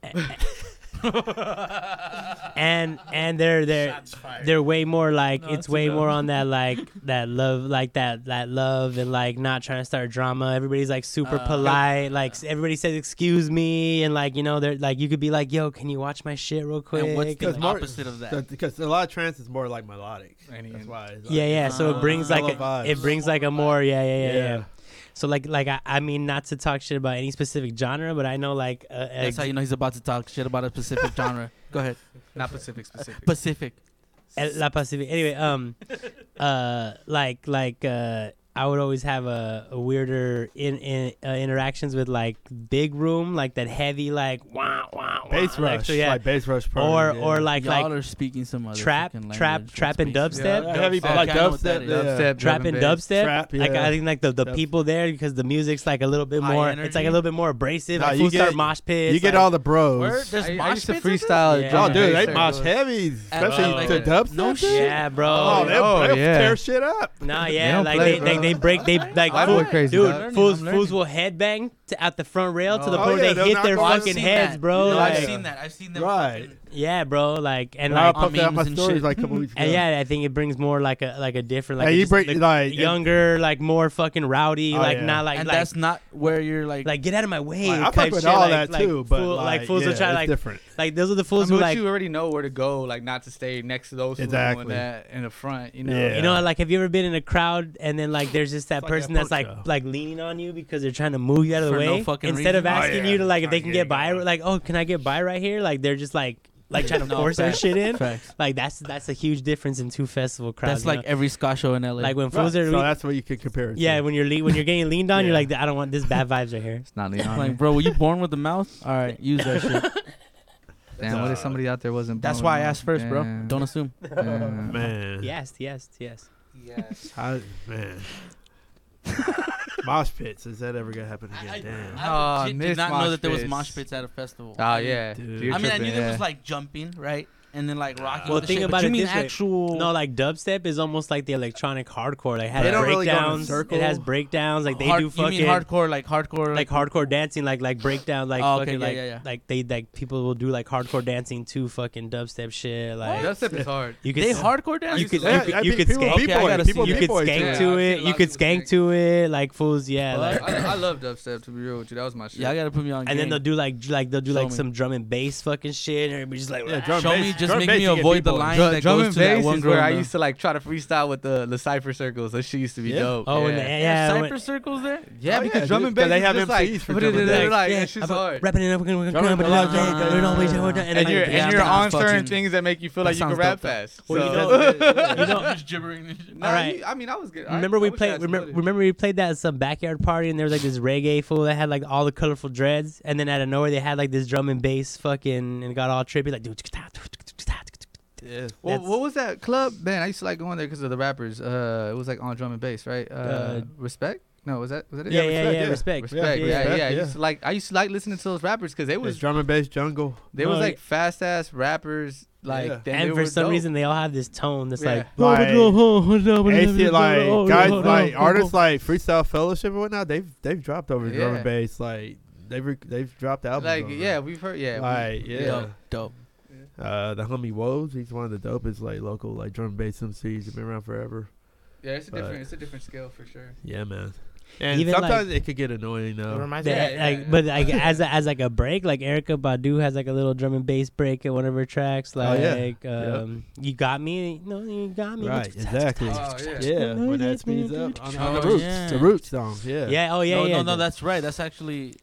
Speaker 1: (laughs)
Speaker 3: and and they're they're they're way more like it's way more on
Speaker 4: (laughs)
Speaker 3: that like that love like that that love and like not trying to start drama. Everybody's like super
Speaker 5: Uh,
Speaker 3: polite, like s- everybody says excuse me, and like you know they're like you could be like yo, can you watch my shit real quick?
Speaker 5: And what's the
Speaker 3: Like,
Speaker 4: more-
Speaker 5: opposite of that?
Speaker 4: So- because a lot of trance is more like melodic.
Speaker 1: And
Speaker 4: That's
Speaker 1: he-
Speaker 4: why. It's like,
Speaker 3: yeah, yeah. So it
Speaker 5: Uh,
Speaker 3: brings like a,
Speaker 4: mellow
Speaker 3: it
Speaker 4: vibes.
Speaker 3: brings like a more yeah, yeah. yeah. yeah. So like like I, I mean not to talk shit about any specific genre, but I know like uh,
Speaker 5: That's
Speaker 3: ex-
Speaker 5: how you know he's about to talk shit about a
Speaker 3: (laughs)
Speaker 5: specific genre. Go ahead.
Speaker 1: Not Pacific specific.
Speaker 5: Pacific.
Speaker 3: El- eh, La Pacific. Anyway,
Speaker 5: (laughs)
Speaker 3: um, uh, like like uh, I would always have a, a weirder in, in uh, interactions with like big room, like that heavy like wow wow
Speaker 4: Bass rush,
Speaker 3: yeah.
Speaker 4: like bass rush. Party,
Speaker 3: or
Speaker 4: yeah.
Speaker 3: or like
Speaker 5: Y'all
Speaker 3: like
Speaker 5: are speaking some other
Speaker 3: trap
Speaker 5: fucking
Speaker 3: trap
Speaker 5: language.
Speaker 3: trap and
Speaker 5: That's
Speaker 3: dubstep.
Speaker 4: yeah, heavy,
Speaker 5: Okay,
Speaker 4: like
Speaker 5: I know what that
Speaker 4: dubstep,
Speaker 5: is.
Speaker 4: yeah.
Speaker 1: Dubstep,
Speaker 3: Trap and
Speaker 1: dub
Speaker 3: dubstep.
Speaker 4: Trap,
Speaker 3: Like I
Speaker 4: yeah.
Speaker 3: think like the, the
Speaker 4: Dub-
Speaker 3: people there because the music's like a little bit
Speaker 5: High
Speaker 3: more. It's like
Speaker 5: energy.
Speaker 3: a little bit more abrasive.
Speaker 4: Nah,
Speaker 3: like
Speaker 4: you
Speaker 3: fools start
Speaker 4: get-
Speaker 3: mosh
Speaker 4: You
Speaker 3: pits.
Speaker 4: get
Speaker 3: like-
Speaker 4: all the bros.
Speaker 5: Word? There's
Speaker 1: I, I
Speaker 5: mosh
Speaker 1: used to
Speaker 5: pits in this?
Speaker 1: freestyle.
Speaker 3: Yeah.
Speaker 4: Oh,
Speaker 1: drum
Speaker 3: Yeah.
Speaker 1: and
Speaker 4: dude,
Speaker 1: bass
Speaker 4: they mosh
Speaker 1: circles.
Speaker 4: heavy,
Speaker 5: And
Speaker 4: especially
Speaker 1: like
Speaker 4: to
Speaker 1: that.
Speaker 4: dubstep.
Speaker 5: No shit.
Speaker 3: Yeah, bro.
Speaker 4: Oh,
Speaker 1: yeah.
Speaker 4: they'll,
Speaker 1: Oh,
Speaker 4: they'll
Speaker 1: yeah.
Speaker 4: tear shit up.
Speaker 1: (laughs)
Speaker 3: No, yeah,
Speaker 1: don't
Speaker 3: like they,
Speaker 1: play,
Speaker 3: they
Speaker 1: bro.
Speaker 3: they break
Speaker 1: (laughs)
Speaker 3: they like
Speaker 1: I
Speaker 3: fool-
Speaker 1: went crazy,
Speaker 3: dude.
Speaker 1: dog. I'm
Speaker 3: Fools
Speaker 5: learning.
Speaker 3: fools will headbang to, out the front rail to the
Speaker 4: Oh,
Speaker 3: point
Speaker 4: yeah,
Speaker 3: where they
Speaker 4: they'll
Speaker 3: hit
Speaker 4: knock
Speaker 3: their
Speaker 4: off-
Speaker 3: fucking heads, bro.
Speaker 5: No,
Speaker 3: like,
Speaker 5: I've seen that. I've seen them.
Speaker 4: Right.
Speaker 5: fucking-
Speaker 3: Yeah, bro. Like and
Speaker 4: And I
Speaker 3: like
Speaker 4: posted out my
Speaker 5: memes and
Speaker 4: stories
Speaker 5: shit.
Speaker 4: like a couple weeks ago.
Speaker 3: and yeah, I think it brings more like a like a different like
Speaker 4: Like,
Speaker 3: a
Speaker 4: you
Speaker 3: just,
Speaker 4: bring- like, it-
Speaker 3: younger, like more fucking rowdy,
Speaker 4: Oh,
Speaker 3: like
Speaker 4: yeah.
Speaker 3: not like
Speaker 5: and
Speaker 3: like,
Speaker 5: that's not where you're like.
Speaker 3: like get out of my way.
Speaker 4: Like, I
Speaker 3: type
Speaker 4: fuck with
Speaker 3: shit,
Speaker 4: all
Speaker 3: like-
Speaker 4: that
Speaker 3: like,
Speaker 4: too, but
Speaker 3: fool-
Speaker 4: like,
Speaker 3: like fools
Speaker 4: yeah,
Speaker 3: will try
Speaker 4: it's
Speaker 3: like
Speaker 4: different.
Speaker 3: like those are the
Speaker 1: I
Speaker 3: fools
Speaker 1: mean,
Speaker 3: who
Speaker 1: but
Speaker 3: like
Speaker 1: you already know where to go, like not to stay next to those who
Speaker 4: Exactly.
Speaker 1: are doing that in the front. You know,
Speaker 4: Yeah.
Speaker 3: You know, like have you ever been in a crowd and then like there's just that
Speaker 4: like
Speaker 3: person
Speaker 4: that
Speaker 3: that's like
Speaker 4: punk show.
Speaker 3: like leaning on you because they're trying to move you out of the
Speaker 5: For no
Speaker 3: way
Speaker 5: fucking
Speaker 3: instead of
Speaker 5: reason?
Speaker 4: Oh,
Speaker 3: asking
Speaker 4: yeah.
Speaker 3: you to like if
Speaker 4: Oh,
Speaker 3: they can get
Speaker 4: yeah,
Speaker 3: by,
Speaker 4: yeah.
Speaker 3: like oh can I get by right here? Like they're just like like trying to
Speaker 5: No,
Speaker 3: force their
Speaker 5: facts.
Speaker 3: shit in.
Speaker 5: Facts.
Speaker 3: Like that's that's a huge difference in two festival crowds.
Speaker 5: That's
Speaker 3: you
Speaker 5: like
Speaker 3: know?
Speaker 5: every ska show in LA.
Speaker 3: like when
Speaker 4: Right.
Speaker 3: fools are
Speaker 4: So that's what you can compare it
Speaker 3: yeah
Speaker 4: to.
Speaker 3: when you're le- when you're getting leaned on, you're
Speaker 4: Yeah.
Speaker 3: like I don't want this bad vibes right here.
Speaker 1: it's not Leon.
Speaker 5: like, bro, were you born with a mouth? All (laughs) right, use that shit.
Speaker 1: Damn, what if somebody out there wasn't?
Speaker 5: That's
Speaker 1: blowing
Speaker 5: why I
Speaker 1: up?
Speaker 5: asked first, bro.
Speaker 1: Damn,
Speaker 5: Don't assume.
Speaker 1: damn.
Speaker 4: Man.
Speaker 3: Yes, yes, yes.
Speaker 4: I, man. Mosh pits. Is that ever going to happen again? Damn.
Speaker 1: Ah,
Speaker 5: I legit did
Speaker 1: miss
Speaker 5: not know
Speaker 1: mosh
Speaker 5: that there was
Speaker 1: pits.
Speaker 5: mosh pits at a festival.
Speaker 3: Ah,
Speaker 1: Oh yeah.
Speaker 4: Dude.
Speaker 1: You're
Speaker 5: I mean, I knew
Speaker 1: tripping,
Speaker 5: there
Speaker 1: yeah.
Speaker 5: was like jumping, right? And then like rocking.
Speaker 3: Well,
Speaker 5: with the
Speaker 3: think
Speaker 5: shit,
Speaker 3: about
Speaker 5: but you
Speaker 3: it
Speaker 5: mean
Speaker 3: this way.
Speaker 5: actual?
Speaker 3: No, like dubstep is almost like the electronic hardcore. Like it
Speaker 4: They
Speaker 3: has
Speaker 4: don't really go in a
Speaker 3: breakdowns.
Speaker 4: circle.
Speaker 3: it has breakdowns. Like they
Speaker 5: hard-
Speaker 3: do fucking
Speaker 5: You mean hardcore, like hardcore,
Speaker 3: like hardcore dancing, like like breakdown, like
Speaker 5: Oh, okay,
Speaker 3: fucking
Speaker 5: yeah,
Speaker 3: like
Speaker 5: yeah, yeah.
Speaker 3: like they like people will do like hardcore dancing to fucking dubstep shit. Like
Speaker 1: Dubstep is hard.
Speaker 3: you could
Speaker 5: They
Speaker 3: s-
Speaker 5: hardcore dance.
Speaker 3: you could
Speaker 4: Yeah,
Speaker 3: you
Speaker 4: I
Speaker 3: could, you
Speaker 4: mean,
Speaker 3: could
Speaker 4: people
Speaker 3: skank,
Speaker 4: b-boy,
Speaker 5: Okay, I gotta
Speaker 3: people
Speaker 5: see
Speaker 3: you
Speaker 5: it.
Speaker 3: could
Speaker 4: People
Speaker 3: skank
Speaker 1: do it.
Speaker 3: to
Speaker 1: Yeah,
Speaker 3: it.
Speaker 1: I've seen a
Speaker 3: You
Speaker 1: lot
Speaker 3: could
Speaker 1: of people
Speaker 3: skank
Speaker 1: skank.
Speaker 3: to it. Like fools, yeah.
Speaker 1: Well,
Speaker 3: Like,
Speaker 1: I, I love dubstep to be real with you. That was my shit.
Speaker 5: Y'all gotta put me on.
Speaker 3: and then
Speaker 5: game.
Speaker 3: they'll do like j- like they'll do
Speaker 5: Show
Speaker 3: like
Speaker 5: me.
Speaker 3: some drum and bass fucking shit. And everybody's just like
Speaker 4: Yeah, drum
Speaker 5: show
Speaker 4: bass-
Speaker 5: me, just
Speaker 4: drum
Speaker 5: make
Speaker 4: bass,
Speaker 5: me
Speaker 4: you get
Speaker 5: avoid the
Speaker 4: b-boy.
Speaker 5: line
Speaker 1: Dru-
Speaker 5: that
Speaker 1: drum
Speaker 5: goes
Speaker 1: and
Speaker 5: to that
Speaker 1: bass
Speaker 5: one
Speaker 1: is
Speaker 5: girl.
Speaker 1: where I
Speaker 5: now.
Speaker 1: used to like try to freestyle with the the cipher circles. That shit used to be
Speaker 4: Yeah.
Speaker 1: dope.
Speaker 3: oh
Speaker 1: yeah.
Speaker 3: and the,
Speaker 5: There's
Speaker 3: yeah. when-
Speaker 5: Cypher circles there.
Speaker 1: Yeah,
Speaker 4: Oh,
Speaker 1: because
Speaker 4: yeah,
Speaker 1: drum
Speaker 4: dude,
Speaker 1: and
Speaker 4: 'cause
Speaker 1: bass
Speaker 4: they
Speaker 1: is
Speaker 4: have
Speaker 1: just
Speaker 4: MCs
Speaker 1: (laughs) like,
Speaker 4: for
Speaker 1: but
Speaker 4: drum
Speaker 1: it-
Speaker 4: and
Speaker 1: they're
Speaker 4: bass.
Speaker 1: like,
Speaker 3: yeah,
Speaker 1: it's just
Speaker 3: I'm a-
Speaker 1: hard.
Speaker 3: Wrapping it up, we're gonna, we're
Speaker 4: Drum
Speaker 3: gonna
Speaker 4: and
Speaker 3: put it out
Speaker 4: bass,
Speaker 3: there,
Speaker 4: yeah.
Speaker 3: we're gonna always- we're gonna-
Speaker 1: And
Speaker 3: like,
Speaker 1: you're
Speaker 3: yeah,
Speaker 1: and
Speaker 3: I'm
Speaker 1: you're
Speaker 3: down.
Speaker 1: on
Speaker 5: fucking-
Speaker 1: certain things that make you feel
Speaker 5: That
Speaker 1: like you can
Speaker 5: sounds
Speaker 1: rap
Speaker 5: dope, though.
Speaker 1: fast.
Speaker 3: Well, you
Speaker 1: So- (laughs)
Speaker 3: know- you know-
Speaker 5: just gibbering. and shit.
Speaker 1: Nah,
Speaker 3: Alright.
Speaker 1: you- I mean, I was good. I-
Speaker 3: Remember
Speaker 1: I
Speaker 3: we
Speaker 1: wish I
Speaker 3: played.
Speaker 1: had some
Speaker 3: Remember,
Speaker 1: footage.
Speaker 3: remember we played that at some backyard party, and there was like this reggae fool that had like all the colorful dreads, and then out of nowhere they had like this drum and bass fucking, and it got all trippy like. dude,
Speaker 4: Yeah.
Speaker 1: Well,
Speaker 3: That's-
Speaker 1: what was that club? Man, I used to like going there because of the rappers. Uh, it was like on drum and bass, right? Uh,
Speaker 3: Uh,
Speaker 1: respect? No, was that was that it?
Speaker 3: Yeah, yeah, yeah,
Speaker 4: respect, yeah.
Speaker 3: respect.
Speaker 1: Respect.
Speaker 4: yeah,
Speaker 1: Yeah, yeah.
Speaker 4: Respect,
Speaker 1: I
Speaker 4: yeah.
Speaker 1: used to like I used to like listening to those rappers because they
Speaker 4: It's
Speaker 1: was
Speaker 4: drum and bass jungle.
Speaker 1: they
Speaker 3: No,
Speaker 1: was
Speaker 3: yeah.
Speaker 1: like fast ass rappers like
Speaker 4: Yeah.
Speaker 1: they
Speaker 3: And for
Speaker 1: were
Speaker 3: some
Speaker 1: dope.
Speaker 3: reason they all have this tone that's
Speaker 1: Yeah.
Speaker 3: like.
Speaker 4: Like, AC, like guys, like artists,
Speaker 3: Like,
Speaker 4: like Freestyle Fellowship and whatnot. They've they've dropped over drum
Speaker 1: Yeah.
Speaker 4: and bass. Like they've re- they've dropped albums.
Speaker 1: like
Speaker 4: over it.
Speaker 1: yeah we've heard yeah we-
Speaker 4: like yeah.
Speaker 5: Dope, dope.
Speaker 4: Uh, the homie Woes, he's one of the dopest like local like drum and bass MCs. They've been around forever.
Speaker 1: yeah it's a
Speaker 4: But-
Speaker 1: different it's a different skill for sure
Speaker 4: Yeah, man. And
Speaker 3: Even,
Speaker 4: sometimes it could get annoying though.
Speaker 2: It reminds me.
Speaker 3: that,
Speaker 1: yeah,
Speaker 3: like
Speaker 1: yeah.
Speaker 3: but like as a, as like a break, like Erica Badu has like a little drum and bass break in one of her tracks. Like,
Speaker 4: yeah. Yep.
Speaker 3: um, you got me, no, you got me.
Speaker 4: right, exactly.
Speaker 1: Oh, yeah.
Speaker 4: yeah, when that speeds up on, on the
Speaker 5: Oh,
Speaker 4: roots,
Speaker 5: yeah.
Speaker 4: the roots song. Yeah,
Speaker 3: Yeah. Oh yeah.
Speaker 5: no,
Speaker 3: yeah,
Speaker 5: no, no, that's right. That's actually,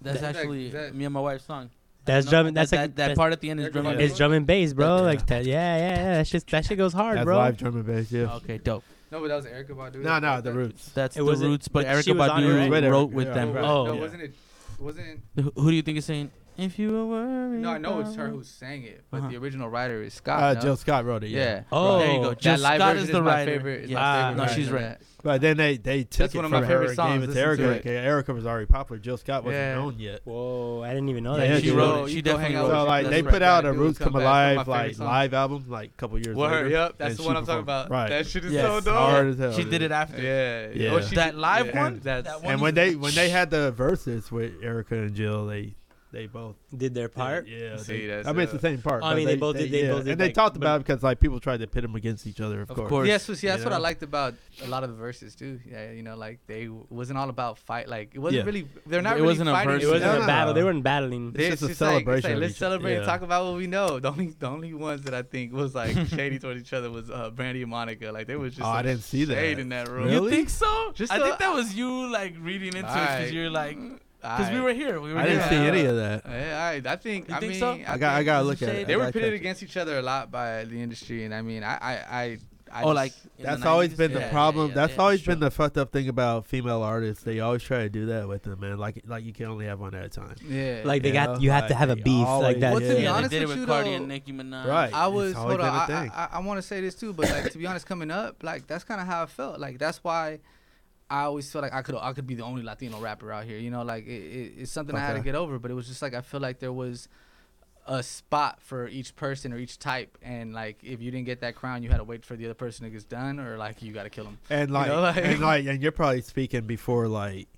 Speaker 5: that's
Speaker 1: That- that-
Speaker 5: actually
Speaker 1: that-
Speaker 5: me and my wife's song.
Speaker 3: That's
Speaker 5: No,
Speaker 3: drumming. That's
Speaker 5: that,
Speaker 3: like
Speaker 5: that, that
Speaker 3: that's-
Speaker 5: part at the end is drum and
Speaker 3: It's
Speaker 5: bass.
Speaker 3: drum and bass, bro.
Speaker 4: Yeah.
Speaker 3: Like that. Yeah, yeah, yeah. That's just that shit goes hard,
Speaker 4: that's
Speaker 3: bro.
Speaker 4: live drum and bass. Yeah,
Speaker 5: Okay, dope.
Speaker 1: no but that was Erica Badu
Speaker 4: no, no, the roots.
Speaker 5: That's
Speaker 3: It
Speaker 5: the
Speaker 3: was-
Speaker 5: roots, but
Speaker 3: but
Speaker 5: Erica
Speaker 3: she was on it,
Speaker 5: Badu
Speaker 3: right?
Speaker 4: Right,
Speaker 5: wrote
Speaker 4: Erica,
Speaker 5: with
Speaker 4: yeah.
Speaker 5: them.
Speaker 4: Right.
Speaker 3: Oh.
Speaker 1: no
Speaker 4: Yeah.
Speaker 1: wasn't it wasn't
Speaker 5: Who, who do you think is saying? If you were worried.
Speaker 1: no I know it's
Speaker 5: about-"
Speaker 1: her who sang it but
Speaker 5: Uh-huh.
Speaker 1: the original writer is Scott
Speaker 4: Uh,
Speaker 1: no?
Speaker 4: Jill Scott wrote it.
Speaker 1: yeah
Speaker 3: Oh,
Speaker 5: there you go.
Speaker 1: that
Speaker 5: Jill
Speaker 1: live
Speaker 5: Scott
Speaker 1: version
Speaker 5: is the
Speaker 1: my
Speaker 5: writer.
Speaker 1: favorite is my
Speaker 5: Ah,
Speaker 1: favorite
Speaker 5: no,
Speaker 1: version
Speaker 5: she's
Speaker 1: of
Speaker 5: right.
Speaker 1: that.
Speaker 4: But then they they took
Speaker 1: That's
Speaker 4: it
Speaker 1: one of
Speaker 4: from
Speaker 1: my
Speaker 4: her
Speaker 1: favorite
Speaker 4: and
Speaker 1: songs.
Speaker 4: gave it to
Speaker 1: Listen to
Speaker 4: Erica.
Speaker 1: it.
Speaker 4: okay, Erica was already popular. Jill Scott wasn't
Speaker 1: Yeah.
Speaker 4: known yet.
Speaker 3: Whoa, I didn't even know
Speaker 4: Yeah,
Speaker 3: that.
Speaker 4: she
Speaker 3: shit.
Speaker 4: wrote-
Speaker 1: She
Speaker 5: she
Speaker 1: go
Speaker 5: definitely
Speaker 1: hang out
Speaker 5: wrote
Speaker 1: with
Speaker 4: So
Speaker 1: her.
Speaker 4: like they
Speaker 1: That's
Speaker 4: put
Speaker 1: right.
Speaker 4: out a
Speaker 1: Dude,
Speaker 4: Roots
Speaker 1: come
Speaker 4: Come
Speaker 1: back. That's one
Speaker 4: Alive
Speaker 1: of my favorite
Speaker 4: like
Speaker 1: songs.
Speaker 4: live album like a couple years
Speaker 1: Word,
Speaker 4: later.
Speaker 1: yep, that's
Speaker 4: and
Speaker 1: the
Speaker 4: she
Speaker 1: one I'm talking
Speaker 4: performed-
Speaker 1: about.
Speaker 4: Right,
Speaker 1: That shit is
Speaker 5: Yes.
Speaker 1: so dope.
Speaker 4: hard as hell.
Speaker 5: She did it after.
Speaker 1: Yeah,
Speaker 4: Yeah.
Speaker 1: Oh, she
Speaker 5: That live
Speaker 1: yeah.
Speaker 5: one.
Speaker 1: That's-
Speaker 5: that one
Speaker 4: And
Speaker 5: is-
Speaker 4: when they when they had the verses with Erica and Jill, they they both
Speaker 3: Did their
Speaker 4: did it.
Speaker 3: part.
Speaker 4: Yeah,
Speaker 1: See,
Speaker 4: they-
Speaker 1: that's
Speaker 4: I mean it's the
Speaker 1: dope.
Speaker 4: same part.
Speaker 3: I
Speaker 4: but
Speaker 3: mean, they both did- they both did,
Speaker 4: and they
Speaker 3: like,
Speaker 4: talked
Speaker 3: but-
Speaker 4: about it because like people tried to pit them against each other. Of,
Speaker 5: Of
Speaker 4: course.
Speaker 5: course.
Speaker 1: Yes, so see,
Speaker 4: you
Speaker 1: that's what I
Speaker 4: know?
Speaker 1: liked about a lot of the verses too. Yeah, you know, like they w- wasn't all about fight. Like it wasn't
Speaker 4: Yeah.
Speaker 1: really. They're not.
Speaker 5: It
Speaker 1: really
Speaker 5: wasn't a
Speaker 1: fighting
Speaker 5: verse.
Speaker 3: It
Speaker 1: each
Speaker 3: wasn't
Speaker 1: other.
Speaker 3: a
Speaker 4: Yeah.
Speaker 3: battle. They weren't battling.
Speaker 1: They-
Speaker 4: It's just a
Speaker 1: just like- it's
Speaker 4: celebration
Speaker 1: Like,
Speaker 4: of
Speaker 1: let's
Speaker 4: each-
Speaker 1: celebrate and
Speaker 4: yeah.
Speaker 1: talk about what we know. The only, the only ones that I think was
Speaker 4: (laughs)
Speaker 1: like shady toward each other was uh, Brandy and Monica. Like they was just.
Speaker 4: Oh, I
Speaker 1: some
Speaker 4: didn't see that.
Speaker 1: shade in that room.
Speaker 4: Really?
Speaker 5: You think so?
Speaker 1: Just
Speaker 5: I
Speaker 1: a-
Speaker 5: think that was you like reading into it because
Speaker 1: Alright.
Speaker 5: you're like, because
Speaker 1: Because
Speaker 5: we were here. We were
Speaker 4: I didn't
Speaker 5: here.
Speaker 4: see any of that.
Speaker 1: I, I think.
Speaker 5: You
Speaker 1: I
Speaker 5: think
Speaker 1: mean,
Speaker 5: so?
Speaker 4: I got I
Speaker 1: think
Speaker 4: gotta look at
Speaker 5: shade.
Speaker 4: it.
Speaker 1: They
Speaker 4: I
Speaker 1: were
Speaker 4: gotta
Speaker 1: pitted
Speaker 4: check it.
Speaker 1: against each other a lot by the industry, and I mean, I, I, I. I
Speaker 5: Oh,
Speaker 1: just-
Speaker 5: like in
Speaker 4: That's
Speaker 5: 90s?
Speaker 4: always been the
Speaker 5: Yeah, yeah,
Speaker 4: problem.
Speaker 5: yeah,
Speaker 4: That's
Speaker 5: yeah,
Speaker 4: always
Speaker 5: sure.
Speaker 4: been the fucked up thing about female artists. They always try to do that with them, man. Like like you can only have one at a time.
Speaker 1: yeah.
Speaker 3: Like they
Speaker 4: Yeah,
Speaker 3: got. You have to
Speaker 4: like,
Speaker 3: have a
Speaker 4: they
Speaker 3: beef like
Speaker 4: always-
Speaker 3: that.
Speaker 1: Well, to be
Speaker 5: Yeah,
Speaker 3: yeah.
Speaker 1: honest
Speaker 5: they did it
Speaker 1: with
Speaker 5: with
Speaker 1: you,
Speaker 5: Cardi
Speaker 1: though,
Speaker 5: and Nicki Minaj.
Speaker 4: Right.
Speaker 1: I
Speaker 4: It's
Speaker 1: was
Speaker 4: always
Speaker 1: hold on.
Speaker 4: been a
Speaker 1: I,
Speaker 4: thing.
Speaker 1: I, I want to say this too, but like to be honest, coming up, like that's kind of how I felt. Like that's why I always feel like I could I could be the only Latino rapper out here. You know, like it, it, it's something I had to
Speaker 4: Okay.
Speaker 1: get over. But it was just like I feel like there was a spot for each person or each type, and like if you didn't get that crown, you had to wait for the other person to get done, or like you got to kill him.
Speaker 4: And
Speaker 1: You
Speaker 4: like,
Speaker 1: know, like-
Speaker 4: and like, and you're probably speaking before like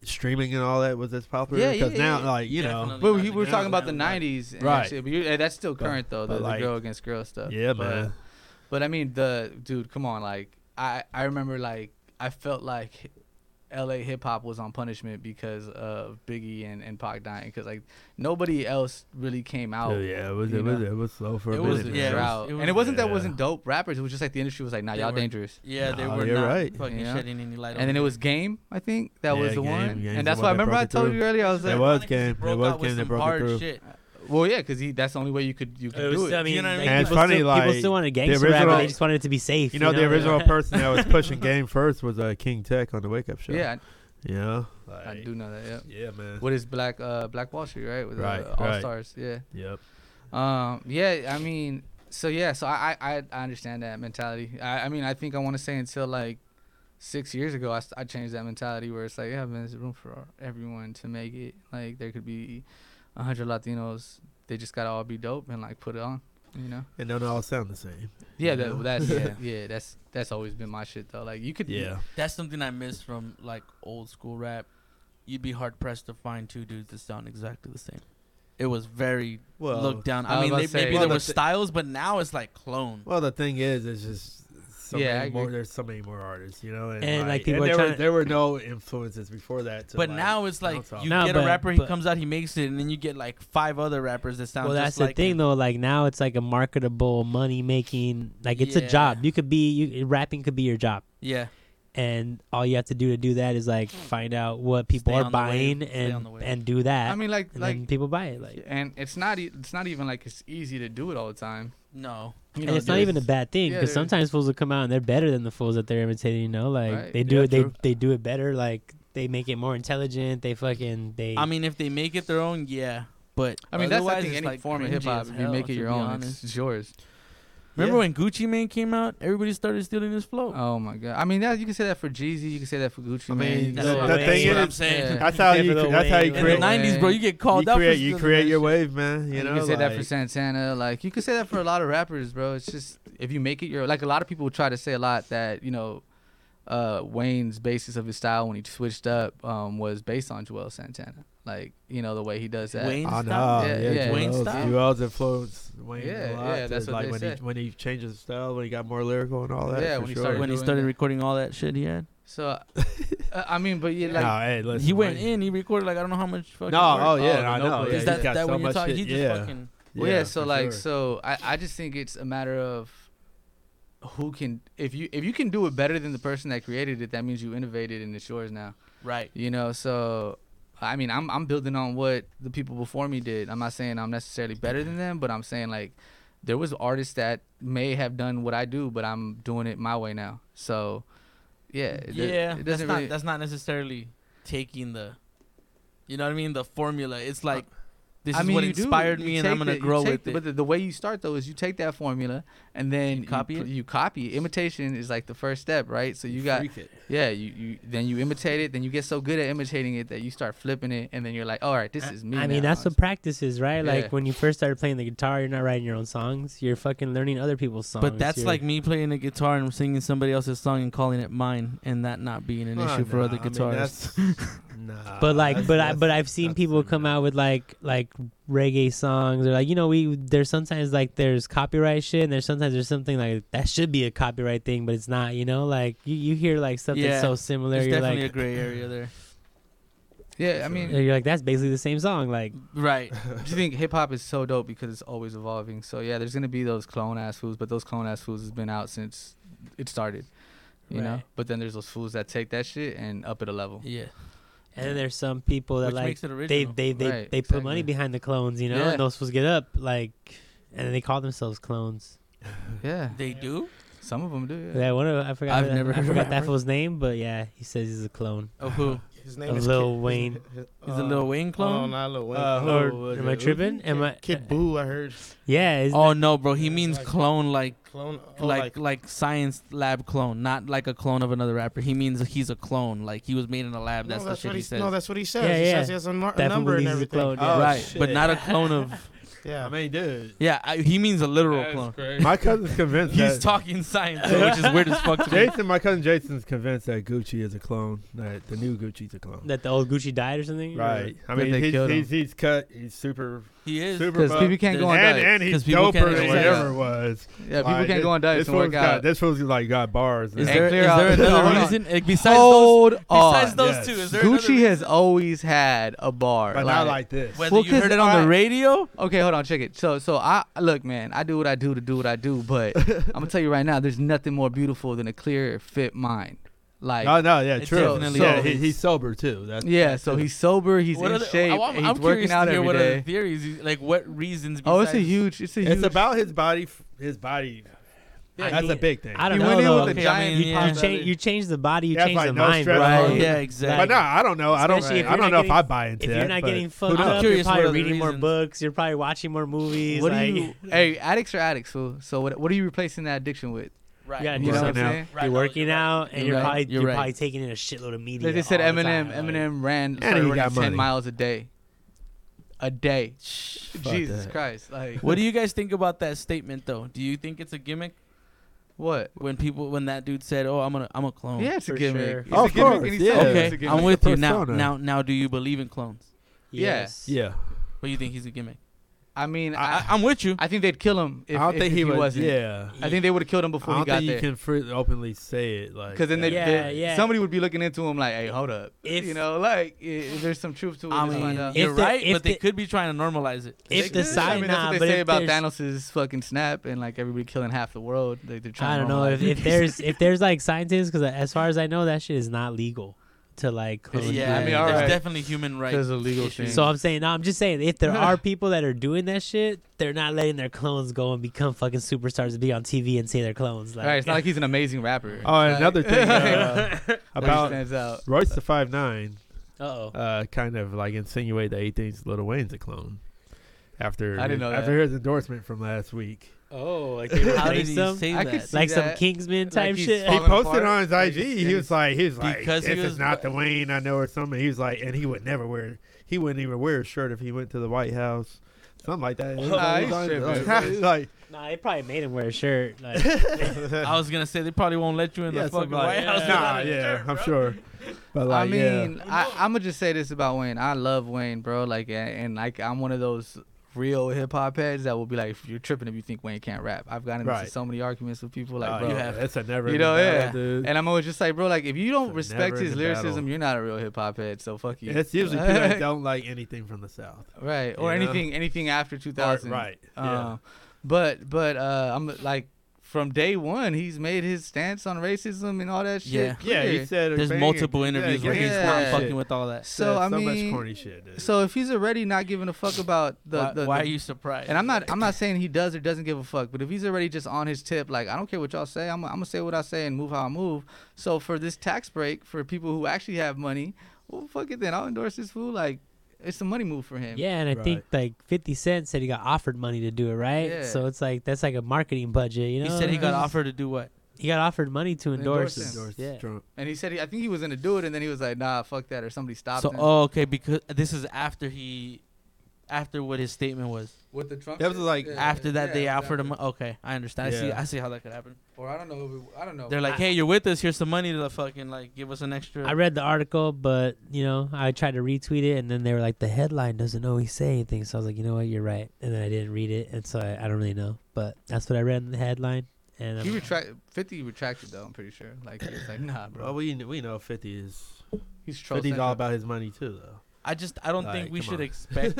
Speaker 6: streaming and all that was as popular.
Speaker 1: Yeah, yeah,
Speaker 6: Because now,
Speaker 1: yeah.
Speaker 6: like you know,
Speaker 5: Definitely.
Speaker 1: But
Speaker 5: Not
Speaker 1: we
Speaker 5: the
Speaker 1: were
Speaker 5: girl,
Speaker 1: talking about the
Speaker 5: man, right.
Speaker 1: '90s, and
Speaker 6: Right.
Speaker 1: Shit, but you, eh, that's still current though.
Speaker 6: but
Speaker 1: The,
Speaker 6: like-
Speaker 1: the girl against girl stuff.
Speaker 6: yeah,
Speaker 1: but,
Speaker 6: man.
Speaker 1: But I mean, the dude, come on, like I I remember like I felt like hi- L.A. hip hop was on punishment because of Biggie and and Pac dying because like nobody else really came out.
Speaker 6: Oh, yeah, it was
Speaker 1: you
Speaker 6: it was
Speaker 1: know.
Speaker 6: it was slow for
Speaker 5: It
Speaker 6: a
Speaker 5: was-
Speaker 6: minute.
Speaker 1: a
Speaker 5: yeah,
Speaker 6: man.
Speaker 5: it was-
Speaker 1: drought.
Speaker 5: it was-
Speaker 1: and it wasn't that
Speaker 6: yeah.
Speaker 1: wasn't dope rappers. It was just like the industry was like, nah,
Speaker 5: They
Speaker 1: y'all
Speaker 5: were-
Speaker 1: dangerous.
Speaker 5: Yeah, they
Speaker 6: Nah,
Speaker 5: were
Speaker 6: you're
Speaker 5: not
Speaker 6: right.
Speaker 5: fucking
Speaker 1: Yeah.
Speaker 5: shedding any light. on
Speaker 1: And then it was Game, I think that was
Speaker 6: Yeah,
Speaker 1: the
Speaker 6: Game.
Speaker 1: one,
Speaker 6: Game's the
Speaker 1: and that's
Speaker 6: one
Speaker 1: why I
Speaker 6: that
Speaker 1: remember
Speaker 6: broke
Speaker 1: I
Speaker 6: it
Speaker 1: told
Speaker 6: through.
Speaker 1: you earlier. I was
Speaker 6: That
Speaker 1: like,
Speaker 6: was-
Speaker 5: Ironic 'cause
Speaker 6: Game.
Speaker 5: he
Speaker 6: It
Speaker 5: broke
Speaker 6: was
Speaker 5: out with
Speaker 6: Game that
Speaker 5: some
Speaker 6: broke it
Speaker 5: hard
Speaker 6: through.
Speaker 5: shit.
Speaker 1: well, yeah, because he that's the only way you could you could
Speaker 4: It was-
Speaker 1: do it.
Speaker 4: I mean,
Speaker 5: You know what I
Speaker 4: they-
Speaker 5: mean?
Speaker 6: And it's
Speaker 5: People
Speaker 3: still-
Speaker 6: funny, like
Speaker 3: people still want a gangster
Speaker 6: original-
Speaker 3: rapper. They just wanted it to be safe.
Speaker 6: you know, the
Speaker 3: They're- (laughs)
Speaker 6: original person that was pushing game first was uh, King Tech on the Wake Up Show.
Speaker 1: Yeah,
Speaker 6: you know,
Speaker 1: I, I
Speaker 6: Like,
Speaker 1: do know that. Yeah.
Speaker 6: Yeah, man.
Speaker 1: What is Black uh Black Wall Street, right? With
Speaker 6: Right,
Speaker 1: uh, All
Speaker 6: right.
Speaker 1: Stars. Yeah.
Speaker 6: Yep.
Speaker 1: Um, yeah, I mean, so yeah, so I I, I- I understand that mentality. I, I mean, I think I want to say until like six years ago, I, st- I changed that mentality where it's like, yeah, man, there's room for everyone to make it. Like, there could be a hundred Latinos. They just gotta all be dope and like put it on, you know.
Speaker 6: And they don't all sound the same.
Speaker 1: Yeah, that, that's
Speaker 5: (laughs)
Speaker 1: yeah, yeah, that's that's always been my shit though. Like, you could
Speaker 6: Yeah.
Speaker 5: That's something I miss from like old school rap. You'd be hard pressed to find two dudes that sound exactly the same. It was very
Speaker 6: Well,
Speaker 5: looked down.
Speaker 1: I
Speaker 5: I,
Speaker 1: was
Speaker 5: mean,
Speaker 1: about
Speaker 5: they,
Speaker 1: to say-
Speaker 5: maybe
Speaker 6: Well,
Speaker 5: there
Speaker 6: the
Speaker 5: were
Speaker 6: thi-
Speaker 5: styles, but now it's like clone.
Speaker 6: Well, the thing is, it's just so
Speaker 1: Yeah, I
Speaker 6: many
Speaker 1: agree.
Speaker 6: more. There's so many more artists, you know, and,
Speaker 3: And, like, people are
Speaker 6: and there, were,
Speaker 3: trying-
Speaker 6: there were no influences before that. To
Speaker 5: but
Speaker 6: like,
Speaker 5: now it's like
Speaker 6: bounce off
Speaker 5: you
Speaker 3: No,
Speaker 5: get
Speaker 3: but-
Speaker 5: a rapper, he
Speaker 3: but-
Speaker 5: comes out, he makes it, and then you get like five other rappers that sound.
Speaker 3: Well, that's
Speaker 5: just
Speaker 3: the
Speaker 5: like
Speaker 3: thing
Speaker 5: him.
Speaker 3: though. Like now, it's like a marketable, money making. Like it's a
Speaker 5: Yeah.
Speaker 3: job. You could be you, rapping could be your job,
Speaker 5: Yeah,
Speaker 3: and all you have to do to do that is like find out what people
Speaker 5: Stay
Speaker 3: are
Speaker 5: on the wave.
Speaker 3: buying
Speaker 5: Stay on
Speaker 3: and
Speaker 5: the wave.
Speaker 3: and do that.
Speaker 1: I mean, like
Speaker 3: and
Speaker 1: like,
Speaker 3: then people buy it. Like,
Speaker 1: and it's not e- it's not even like it's easy to do it all the time.
Speaker 5: no,
Speaker 1: You
Speaker 3: and it's not even a bad thing
Speaker 1: yeah,
Speaker 3: because
Speaker 1: there's-
Speaker 3: sometimes fools will come out and they're better than the fools that they're imitating. You know, like
Speaker 1: Right.
Speaker 3: they do
Speaker 6: Yeah,
Speaker 3: it. They
Speaker 6: true.
Speaker 3: they do it better. Like they make it more intelligent. They fucking they.
Speaker 5: I mean, if they make it their own, yeah. But
Speaker 1: I mean, that's I
Speaker 5: otherwise,
Speaker 1: think
Speaker 5: it's,
Speaker 1: any
Speaker 5: like,
Speaker 1: form of
Speaker 5: cringy
Speaker 1: hip hop.
Speaker 5: as
Speaker 1: If you
Speaker 5: hell,
Speaker 1: make it
Speaker 5: to
Speaker 1: your
Speaker 5: be
Speaker 1: own,
Speaker 5: honest.
Speaker 1: it's, it's yours.
Speaker 5: Remember
Speaker 6: Yeah.
Speaker 5: when Gucci Mane came out? Everybody started stealing his flow.
Speaker 1: Oh my god! I mean, that you can say that for Jeezy, you can say that for Gucci
Speaker 6: I
Speaker 1: Mane.
Speaker 6: mean,
Speaker 1: you can
Speaker 6: the,
Speaker 1: say
Speaker 3: Lil
Speaker 6: the
Speaker 3: Wayne.
Speaker 6: thing
Speaker 5: That's
Speaker 6: is,
Speaker 5: what I'm saying.
Speaker 6: that's how
Speaker 3: Except
Speaker 6: you
Speaker 3: for Lil
Speaker 6: that's how you
Speaker 3: Wayne.
Speaker 5: In the
Speaker 6: create
Speaker 1: nine-
Speaker 5: nineties, bro, you get
Speaker 6: you
Speaker 5: called out.
Speaker 6: create
Speaker 5: for
Speaker 6: you
Speaker 5: stealing
Speaker 6: create
Speaker 5: that
Speaker 6: your
Speaker 5: shit.
Speaker 6: wave, man. You know,
Speaker 1: You can say that for
Speaker 6: like-
Speaker 1: Santana. Like you can say that for a lot of rappers, bro. It's just if you make it your like a lot of people try to say a lot that you know, uh, Wayne's basis of his style when he switched up um, was based on Joel Santana. Like you know the way he does that.
Speaker 5: Wayne
Speaker 6: Oh,
Speaker 5: style.
Speaker 6: no, yeah,
Speaker 1: Yeah, yeah.
Speaker 5: Wayne
Speaker 6: Wayne's
Speaker 5: style.
Speaker 6: Jewel's influenced Wayne
Speaker 1: Yeah,
Speaker 6: a lot.
Speaker 1: yeah,
Speaker 6: to,
Speaker 1: that's what
Speaker 6: like
Speaker 1: they
Speaker 6: when
Speaker 1: said.
Speaker 6: he when he changed his style, when he got more lyrical and all that.
Speaker 1: Yeah,
Speaker 6: for
Speaker 1: when he
Speaker 6: sure.
Speaker 1: started
Speaker 5: When he
Speaker 1: doing
Speaker 5: started
Speaker 1: that.
Speaker 5: recording all that shit he had,
Speaker 1: So, uh, I mean, but yeah, like
Speaker 6: no, hey, listen,
Speaker 5: he went
Speaker 6: Wayne-
Speaker 5: in. He recorded like I don't know how much. Fucking
Speaker 6: No,
Speaker 5: work.
Speaker 6: oh
Speaker 1: Oh,
Speaker 6: yeah,
Speaker 1: the
Speaker 6: I know.
Speaker 1: Notebook.
Speaker 6: Yeah,
Speaker 1: Is
Speaker 6: he's
Speaker 5: Is that
Speaker 6: got
Speaker 5: that
Speaker 6: so
Speaker 5: when you're
Speaker 6: much
Speaker 5: talking? He
Speaker 6: shit,
Speaker 5: just
Speaker 6: yeah.
Speaker 5: fucking.
Speaker 1: Well, yeah.
Speaker 6: for
Speaker 1: so like,
Speaker 6: sure.
Speaker 1: so I, I just think it's a matter of who can if you if you can do it better than the person that created it, that means you innovated and it's yours now.
Speaker 5: Right.
Speaker 1: You know, so I mean, I'm I'm building on what the people before me did. I'm not saying I'm necessarily better than them, but I'm saying like there was artists that may have done what I do, but I'm doing it my way now. So yeah, it do-
Speaker 5: yeah.
Speaker 1: it
Speaker 5: that's
Speaker 1: doesn't
Speaker 5: not
Speaker 1: really.
Speaker 5: that's not necessarily taking the. You know what I mean? The formula. It's like this
Speaker 1: I
Speaker 5: is
Speaker 1: mean,
Speaker 5: what
Speaker 1: you do.
Speaker 5: inspired
Speaker 1: You
Speaker 5: me, and I'm
Speaker 1: take
Speaker 5: gonna
Speaker 1: the- you
Speaker 5: grow
Speaker 1: take
Speaker 5: with
Speaker 1: the-
Speaker 5: it.
Speaker 1: But the, the way you start though is you take that formula and then
Speaker 5: You copy
Speaker 1: you, pr-
Speaker 5: it?
Speaker 1: you copy. it. Imitation is like the first step, right? So you got
Speaker 6: Freak it.
Speaker 1: Yeah, you, you then you imitate it, then you get so good at imitating it that you start flipping it, and then you're like, all right, this is me.
Speaker 3: I mean,
Speaker 1: now."
Speaker 3: that's what practice is, right?
Speaker 1: Yeah.
Speaker 3: Like when you first started playing the guitar, you're not writing your own songs. You're fucking learning other people's
Speaker 6: Oh,
Speaker 3: songs.
Speaker 5: But that's
Speaker 3: You're-
Speaker 5: like me playing a guitar and singing somebody else's song and calling it mine, and that not being an
Speaker 6: Oh,
Speaker 5: issue for
Speaker 6: nah,
Speaker 5: other
Speaker 6: I mean,
Speaker 5: guitarists.
Speaker 6: that's- nah,
Speaker 3: But like,
Speaker 6: that's-
Speaker 3: but I
Speaker 6: that's-
Speaker 3: but I've seen
Speaker 6: that's
Speaker 3: people
Speaker 6: it,
Speaker 3: come
Speaker 6: man.
Speaker 3: out with like like reggae songs or like you know we there's sometimes like there's copyright shit and there's sometimes there's something like that should be a copyright thing but it's not you know like you, you hear like stuff
Speaker 5: Yeah.
Speaker 3: that's so similar
Speaker 5: There's
Speaker 3: you're
Speaker 5: definitely
Speaker 3: like
Speaker 5: a gray area there.
Speaker 1: (laughs) Yeah, I mean,
Speaker 3: you're like that's basically the same song like
Speaker 5: (laughs) Right.
Speaker 1: do you think hip hop is so dope because it's always evolving? So yeah, there's gonna be those clone ass fools, but those clone ass fools has been out since it started, you know.
Speaker 3: Right.
Speaker 1: But then there's those fools that take that shit and up it a level.
Speaker 5: Yeah.
Speaker 3: and then there's some people that
Speaker 5: Which
Speaker 3: like
Speaker 5: makes it original.
Speaker 3: they they they,
Speaker 1: Right,
Speaker 3: they put money
Speaker 1: exactly.
Speaker 3: behind the clones you know
Speaker 1: Yeah.
Speaker 3: and those fools get up like and then they call themselves clones
Speaker 1: Yeah,
Speaker 5: They do?
Speaker 1: some of them do. Yeah.
Speaker 3: yeah one of I forgot
Speaker 5: I've
Speaker 3: that-
Speaker 5: never
Speaker 3: I
Speaker 5: heard of
Speaker 3: forgot
Speaker 5: that
Speaker 3: that fool's name but yeah he says he's a clone
Speaker 5: Of who?
Speaker 2: His
Speaker 3: Of
Speaker 2: name is
Speaker 3: Lil
Speaker 2: Kid- his- (laughs)
Speaker 3: Wayne.
Speaker 2: his-
Speaker 5: Is
Speaker 2: uh,
Speaker 5: it Lil Wayne
Speaker 2: Oh,
Speaker 5: clone?
Speaker 2: not Lil Wayne.
Speaker 6: Uh,
Speaker 2: clone.
Speaker 6: Or-
Speaker 3: or
Speaker 6: was
Speaker 3: am
Speaker 6: it
Speaker 3: I
Speaker 6: Uzi?
Speaker 3: tripping am I
Speaker 2: Kid Boo, I heard.
Speaker 3: yeah isn't
Speaker 5: oh
Speaker 3: it-
Speaker 5: no, bro. He
Speaker 2: Yeah,
Speaker 5: means
Speaker 2: like-
Speaker 5: clone like
Speaker 2: Clone. oh,
Speaker 5: like like science lab clone, not like a clone of another rapper. He means he's a clone. Like he was made in a lab.
Speaker 2: no,
Speaker 5: that's, the shit
Speaker 2: what
Speaker 5: he
Speaker 2: s-
Speaker 5: says.
Speaker 2: No, that's what he says.
Speaker 3: Yeah,
Speaker 2: He
Speaker 3: yeah.
Speaker 2: says he has a, nu- a
Speaker 3: Definitely
Speaker 2: number
Speaker 3: believes
Speaker 2: and
Speaker 3: he's a
Speaker 2: everything.
Speaker 3: clone, yeah.
Speaker 6: Oh,
Speaker 5: right,
Speaker 6: shit.
Speaker 5: but not a clone of
Speaker 4: I
Speaker 2: Yeah.
Speaker 4: mean, dude.
Speaker 5: Yeah, I, he means a literal clone.
Speaker 3: That's crazy.
Speaker 4: My cousin's convinced
Speaker 5: He's
Speaker 4: that
Speaker 5: talking science, though, which is weird as fuck to me.
Speaker 4: Jason, my cousin Jason's convinced that Gucci is a clone. That the new Gucci's a clone.
Speaker 3: That the old Gucci died or something?
Speaker 4: Right. I
Speaker 1: That
Speaker 4: mean,
Speaker 1: they
Speaker 4: he's,
Speaker 1: killed him.
Speaker 4: he's, he's cut. He's super,
Speaker 5: He is.
Speaker 4: super.
Speaker 1: Because
Speaker 4: buff.
Speaker 1: people can't go on
Speaker 4: and,
Speaker 1: diets.
Speaker 4: and he's
Speaker 5: 'Cause people
Speaker 4: doper
Speaker 5: can't
Speaker 4: than
Speaker 5: go
Speaker 4: he
Speaker 5: on diets.
Speaker 4: ever was.
Speaker 1: Yeah, people
Speaker 4: Like,
Speaker 1: can't
Speaker 4: it-
Speaker 1: go on diets
Speaker 4: this
Speaker 1: and work
Speaker 4: fool's got-
Speaker 1: out.
Speaker 4: This fool's like got bars.
Speaker 5: Is
Speaker 4: man.
Speaker 1: And
Speaker 5: there, is
Speaker 1: clear out-
Speaker 5: there
Speaker 1: Hold
Speaker 5: another
Speaker 1: on.
Speaker 5: reason eh, besides those?
Speaker 1: Hold
Speaker 5: Besides
Speaker 1: on.
Speaker 5: those
Speaker 4: Yes.
Speaker 5: two, is there another
Speaker 1: Gucci
Speaker 5: reason?
Speaker 1: has always had a bar.
Speaker 4: but not like this.
Speaker 5: whether
Speaker 1: Well,
Speaker 5: you
Speaker 1: 'cause
Speaker 5: heard it on
Speaker 1: I-
Speaker 5: the radio?
Speaker 1: Okay, hold on, check it. So, so I look, man. I do what I do to do what I do, (laughs) but I'm gonna tell you right now, there's nothing more beautiful than a clear, fit mind. Like,
Speaker 4: No, no, yeah,
Speaker 5: It
Speaker 4: true.
Speaker 5: definitely
Speaker 4: yeah,
Speaker 1: is.
Speaker 4: he, he's sober too. That's
Speaker 1: yeah. So he's sober, he's
Speaker 5: What
Speaker 1: in
Speaker 5: are the-
Speaker 1: shape,
Speaker 5: I- I'm,
Speaker 1: and
Speaker 5: I'm
Speaker 1: he's working
Speaker 5: curious
Speaker 1: out
Speaker 5: to hear
Speaker 1: every
Speaker 5: what Are the
Speaker 1: day.
Speaker 5: theories, you- like what reasons?
Speaker 1: Oh, it's a
Speaker 5: besides-
Speaker 1: huge. It's a huge.
Speaker 4: It's about his body. f- His body.
Speaker 3: I
Speaker 4: that's a
Speaker 3: mean,
Speaker 4: big thing.
Speaker 3: I don't
Speaker 1: He
Speaker 3: know.
Speaker 1: went in
Speaker 3: though.
Speaker 1: with a
Speaker 5: Okay, I
Speaker 1: giant.
Speaker 5: mean,
Speaker 3: you,
Speaker 5: yeah.
Speaker 3: you change, you change the body, you
Speaker 4: That's
Speaker 3: change
Speaker 4: like
Speaker 3: the
Speaker 4: no
Speaker 3: mind,
Speaker 4: stress
Speaker 3: bro.
Speaker 4: hormones.
Speaker 5: Yeah, exactly.
Speaker 4: but no, I don't know. I don't.
Speaker 3: Especially if
Speaker 4: I
Speaker 3: you're
Speaker 4: don't
Speaker 3: not
Speaker 4: know if
Speaker 3: getting-
Speaker 4: I buy into
Speaker 3: If
Speaker 4: that.
Speaker 3: you're not
Speaker 4: but
Speaker 3: getting
Speaker 4: who
Speaker 3: fucked
Speaker 4: knows?
Speaker 3: up, you're
Speaker 5: Curious, what
Speaker 3: probably
Speaker 5: are the
Speaker 3: reading more
Speaker 5: reasons?
Speaker 3: books. You're probably watching more movies.
Speaker 1: What do
Speaker 3: like,
Speaker 1: you? hey, addicts are addicts, fool. So what? What are you replacing that addiction with?
Speaker 5: Right.
Speaker 3: You gotta
Speaker 1: You
Speaker 3: do
Speaker 1: know what I'm
Speaker 3: something.
Speaker 1: saying?
Speaker 5: Right,
Speaker 3: you're
Speaker 5: no,
Speaker 3: working
Speaker 5: right.
Speaker 3: out, and
Speaker 1: You're
Speaker 3: you're,
Speaker 1: right,
Speaker 3: probably
Speaker 1: you're
Speaker 3: you're,
Speaker 1: right.
Speaker 3: probably taking in a shitload of media.
Speaker 1: Like they said,
Speaker 3: all the
Speaker 1: Eminem.
Speaker 3: time, like-
Speaker 1: Eminem ran
Speaker 4: And he
Speaker 1: started running
Speaker 4: got
Speaker 1: ten
Speaker 4: money.
Speaker 1: miles a day. A day.
Speaker 4: Fuck
Speaker 1: Jesus
Speaker 4: that.
Speaker 1: Christ! Like
Speaker 5: What do you guys think about that statement, though? Do you think it's a gimmick
Speaker 1: what?
Speaker 5: when people when that dude said, "Oh, I'm gonna I'm a clone"?
Speaker 1: Yeah, it's a
Speaker 3: For
Speaker 1: gimmick.
Speaker 3: sure.
Speaker 1: It's
Speaker 4: Oh,
Speaker 1: a
Speaker 4: of
Speaker 1: gimmick,
Speaker 4: course,
Speaker 1: and he
Speaker 4: yeah.
Speaker 1: said it's
Speaker 5: Okay,
Speaker 1: a gimmick.
Speaker 5: I'm with you now.
Speaker 4: persona.
Speaker 5: Now, now, do you believe in clones?
Speaker 1: Yeah.
Speaker 3: Yes.
Speaker 4: Yeah,
Speaker 5: What do you think he's a gimmick?
Speaker 1: I mean,
Speaker 5: I,
Speaker 1: I,
Speaker 5: I, am with you.
Speaker 1: I think they'd kill him if,
Speaker 4: I don't
Speaker 1: if-
Speaker 4: think
Speaker 1: if
Speaker 4: he, was.
Speaker 1: wasn't.
Speaker 4: Yeah,
Speaker 1: I think they would have killed him before
Speaker 4: I
Speaker 1: he
Speaker 4: don't
Speaker 1: got
Speaker 4: think you
Speaker 1: there.
Speaker 4: can freely openly say it like.
Speaker 1: Because then they,
Speaker 3: Yeah,
Speaker 1: they-
Speaker 3: yeah.
Speaker 1: somebody would be looking into him like, "Hey, hold up,"
Speaker 3: If-
Speaker 1: you know, like i- if there's some truth to it.
Speaker 5: I
Speaker 1: let's
Speaker 5: mean,
Speaker 1: find out.
Speaker 3: if
Speaker 5: you're
Speaker 3: the-
Speaker 5: right,
Speaker 3: if
Speaker 5: but they
Speaker 3: the-
Speaker 5: could be trying to normalize it.
Speaker 3: If
Speaker 1: They
Speaker 3: the
Speaker 1: could.
Speaker 3: side,
Speaker 1: I mean,
Speaker 3: nah,
Speaker 1: that's what
Speaker 3: but
Speaker 1: they say
Speaker 3: if
Speaker 1: about
Speaker 3: there's-
Speaker 1: Thanos' fucking snap and like everybody killing half the world. They, they're trying.
Speaker 3: I don't
Speaker 1: to
Speaker 3: know if,
Speaker 1: normalize
Speaker 3: if
Speaker 1: it.
Speaker 3: there's if there's like scientists because as far as I know that shit is not legal to like clone.
Speaker 5: yeah,
Speaker 1: I mean,
Speaker 3: people.
Speaker 1: all
Speaker 5: there's
Speaker 1: right.
Speaker 5: definitely human rights.
Speaker 1: There's a legal thing.
Speaker 3: So I'm saying, no, I'm just saying if there are people that are doing that shit, they're not letting their clones go and become fucking superstars and be on TV and say they're clones. Like,
Speaker 1: All right, it's not like he's (laughs) an amazing rapper.
Speaker 4: oh, and
Speaker 1: (laughs)
Speaker 4: another thing uh,
Speaker 1: Like,
Speaker 4: about
Speaker 1: stands out.
Speaker 4: Royce the Five Nine
Speaker 3: oh,
Speaker 4: uh, kind of like insinuate that he thinks Lil Wayne's a clone. After
Speaker 1: I didn't know
Speaker 4: after
Speaker 1: that.
Speaker 4: his endorsement from last week,
Speaker 3: oh, like (laughs) they
Speaker 5: How did
Speaker 3: replaced
Speaker 5: he
Speaker 3: them,
Speaker 5: say
Speaker 1: I could
Speaker 5: that?
Speaker 1: see
Speaker 3: like some
Speaker 1: that.
Speaker 3: Kingsman
Speaker 1: Like
Speaker 3: type
Speaker 1: he's
Speaker 3: shit.
Speaker 4: he
Speaker 1: Falling
Speaker 4: posted
Speaker 1: apart.
Speaker 4: on his IG. He was like, he was like,
Speaker 5: Because
Speaker 4: this
Speaker 5: he
Speaker 4: is
Speaker 5: was-
Speaker 4: not the Wayne I know or something. He was like, and he would never wear, he wouldn't even wear a shirt if he went to the White House, something like that.
Speaker 1: Nah,
Speaker 4: He was
Speaker 1: he's
Speaker 4: on-
Speaker 1: tripping,
Speaker 4: like, (laughs) like,
Speaker 3: Nah, they probably made him wear a shirt. Like,
Speaker 5: I was gonna say they probably won't let you in
Speaker 4: yeah,
Speaker 5: the fucking
Speaker 4: something like,
Speaker 5: White House.
Speaker 4: nah,
Speaker 5: without a
Speaker 4: yeah,
Speaker 5: shirt,
Speaker 4: I'm
Speaker 5: bro.
Speaker 4: sure. But like,
Speaker 1: I mean, I, I'm gonna just say this about Wayne. I love Wayne, bro. Like, a- and like, I'm one of those real hip hop heads that will be like, "You're tripping if you think Wayne can't rap." I've gotten
Speaker 4: Right.
Speaker 1: into so many arguments with people, like,
Speaker 4: yeah,
Speaker 1: bro,
Speaker 4: you have, that's a never,
Speaker 1: you know,
Speaker 4: ending
Speaker 1: yeah.
Speaker 4: battle, dude.
Speaker 1: And I'm always just like, bro, like, if you don't
Speaker 4: It's a
Speaker 1: respect his
Speaker 4: never-ending
Speaker 1: lyricism,
Speaker 4: battle.
Speaker 1: you're not a real hip hop head. So fuck you.
Speaker 4: It's usually
Speaker 1: (laughs)
Speaker 4: people that don't like anything from the South.
Speaker 1: right or
Speaker 4: you know?
Speaker 1: anything, anything after 2000.
Speaker 4: Right. Yeah.
Speaker 1: Uh, but but uh, I'm like, from day one, he's made his stance on racism and all that shit.
Speaker 5: Yeah.
Speaker 4: yeah,
Speaker 1: clear.
Speaker 4: he said
Speaker 5: There's
Speaker 4: bang-
Speaker 5: multiple
Speaker 4: yeah,
Speaker 5: interviews
Speaker 4: yeah,
Speaker 5: where he's
Speaker 4: yeah.
Speaker 1: yeah.
Speaker 5: not fucking with all that.
Speaker 1: so I
Speaker 4: so
Speaker 1: mean,
Speaker 4: much corny shit. Dude.
Speaker 1: So if he's already not giving a fuck about the,
Speaker 5: why,
Speaker 1: the,
Speaker 5: why are
Speaker 1: the-
Speaker 5: you surprised?
Speaker 1: and I'm not I'm not saying he does or doesn't give a fuck, but if he's already just on his tip, like I don't care what y'all say, I'm, I'm gonna say what I say and move how I move. So for this tax break for people who actually have money, well fuck it then I'll endorse this fool. Like it's a money move for him.
Speaker 3: yeah, and I
Speaker 4: Right.
Speaker 3: think like Fifty Cent said he got offered money to do it, right?
Speaker 1: Yeah.
Speaker 3: So it's like that's like a marketing budget, you
Speaker 5: He
Speaker 3: know?
Speaker 5: said he got
Speaker 3: It's-
Speaker 5: offered to do what?
Speaker 3: He got offered money to endorse.
Speaker 1: Endorse
Speaker 3: us.
Speaker 1: him.
Speaker 4: Endorse
Speaker 3: Yeah.
Speaker 4: Trump.
Speaker 1: And he said he, I think he was gonna do it, and then he was like, nah, fuck that, or somebody stopped
Speaker 5: So
Speaker 1: him.
Speaker 5: oh, okay, because this is after he, after what his statement was.
Speaker 1: with the Trump.
Speaker 4: That was
Speaker 1: shit?
Speaker 4: like
Speaker 5: after that,
Speaker 1: yeah,
Speaker 5: they
Speaker 1: it was
Speaker 5: offered
Speaker 1: after.
Speaker 5: him. Okay, I understand. I see.
Speaker 4: Yeah.
Speaker 5: I see how that could happen.
Speaker 1: Or I don't know. if it- I don't know.
Speaker 5: They're like, hey, you're with us. Here's some money to the fucking like give us an extra.
Speaker 3: I read the article, but you know, I tried to retweet it, and then they were like, the headline doesn't always say anything. So I was like, you know what, you're right, and then I didn't read it, and so I, I don't really know. But that's what I read in the headline, and
Speaker 1: he
Speaker 3: I'm,
Speaker 1: retract fifty retracted though. I'm pretty sure. Like he was like, nah,
Speaker 4: Well,
Speaker 1: bro.
Speaker 4: we kn- we know Fifty is
Speaker 1: He's trolling.
Speaker 4: Fifty's all about his money too, though.
Speaker 5: I just I don't
Speaker 4: Alright,
Speaker 5: think we
Speaker 4: come
Speaker 5: should
Speaker 4: on.
Speaker 5: expect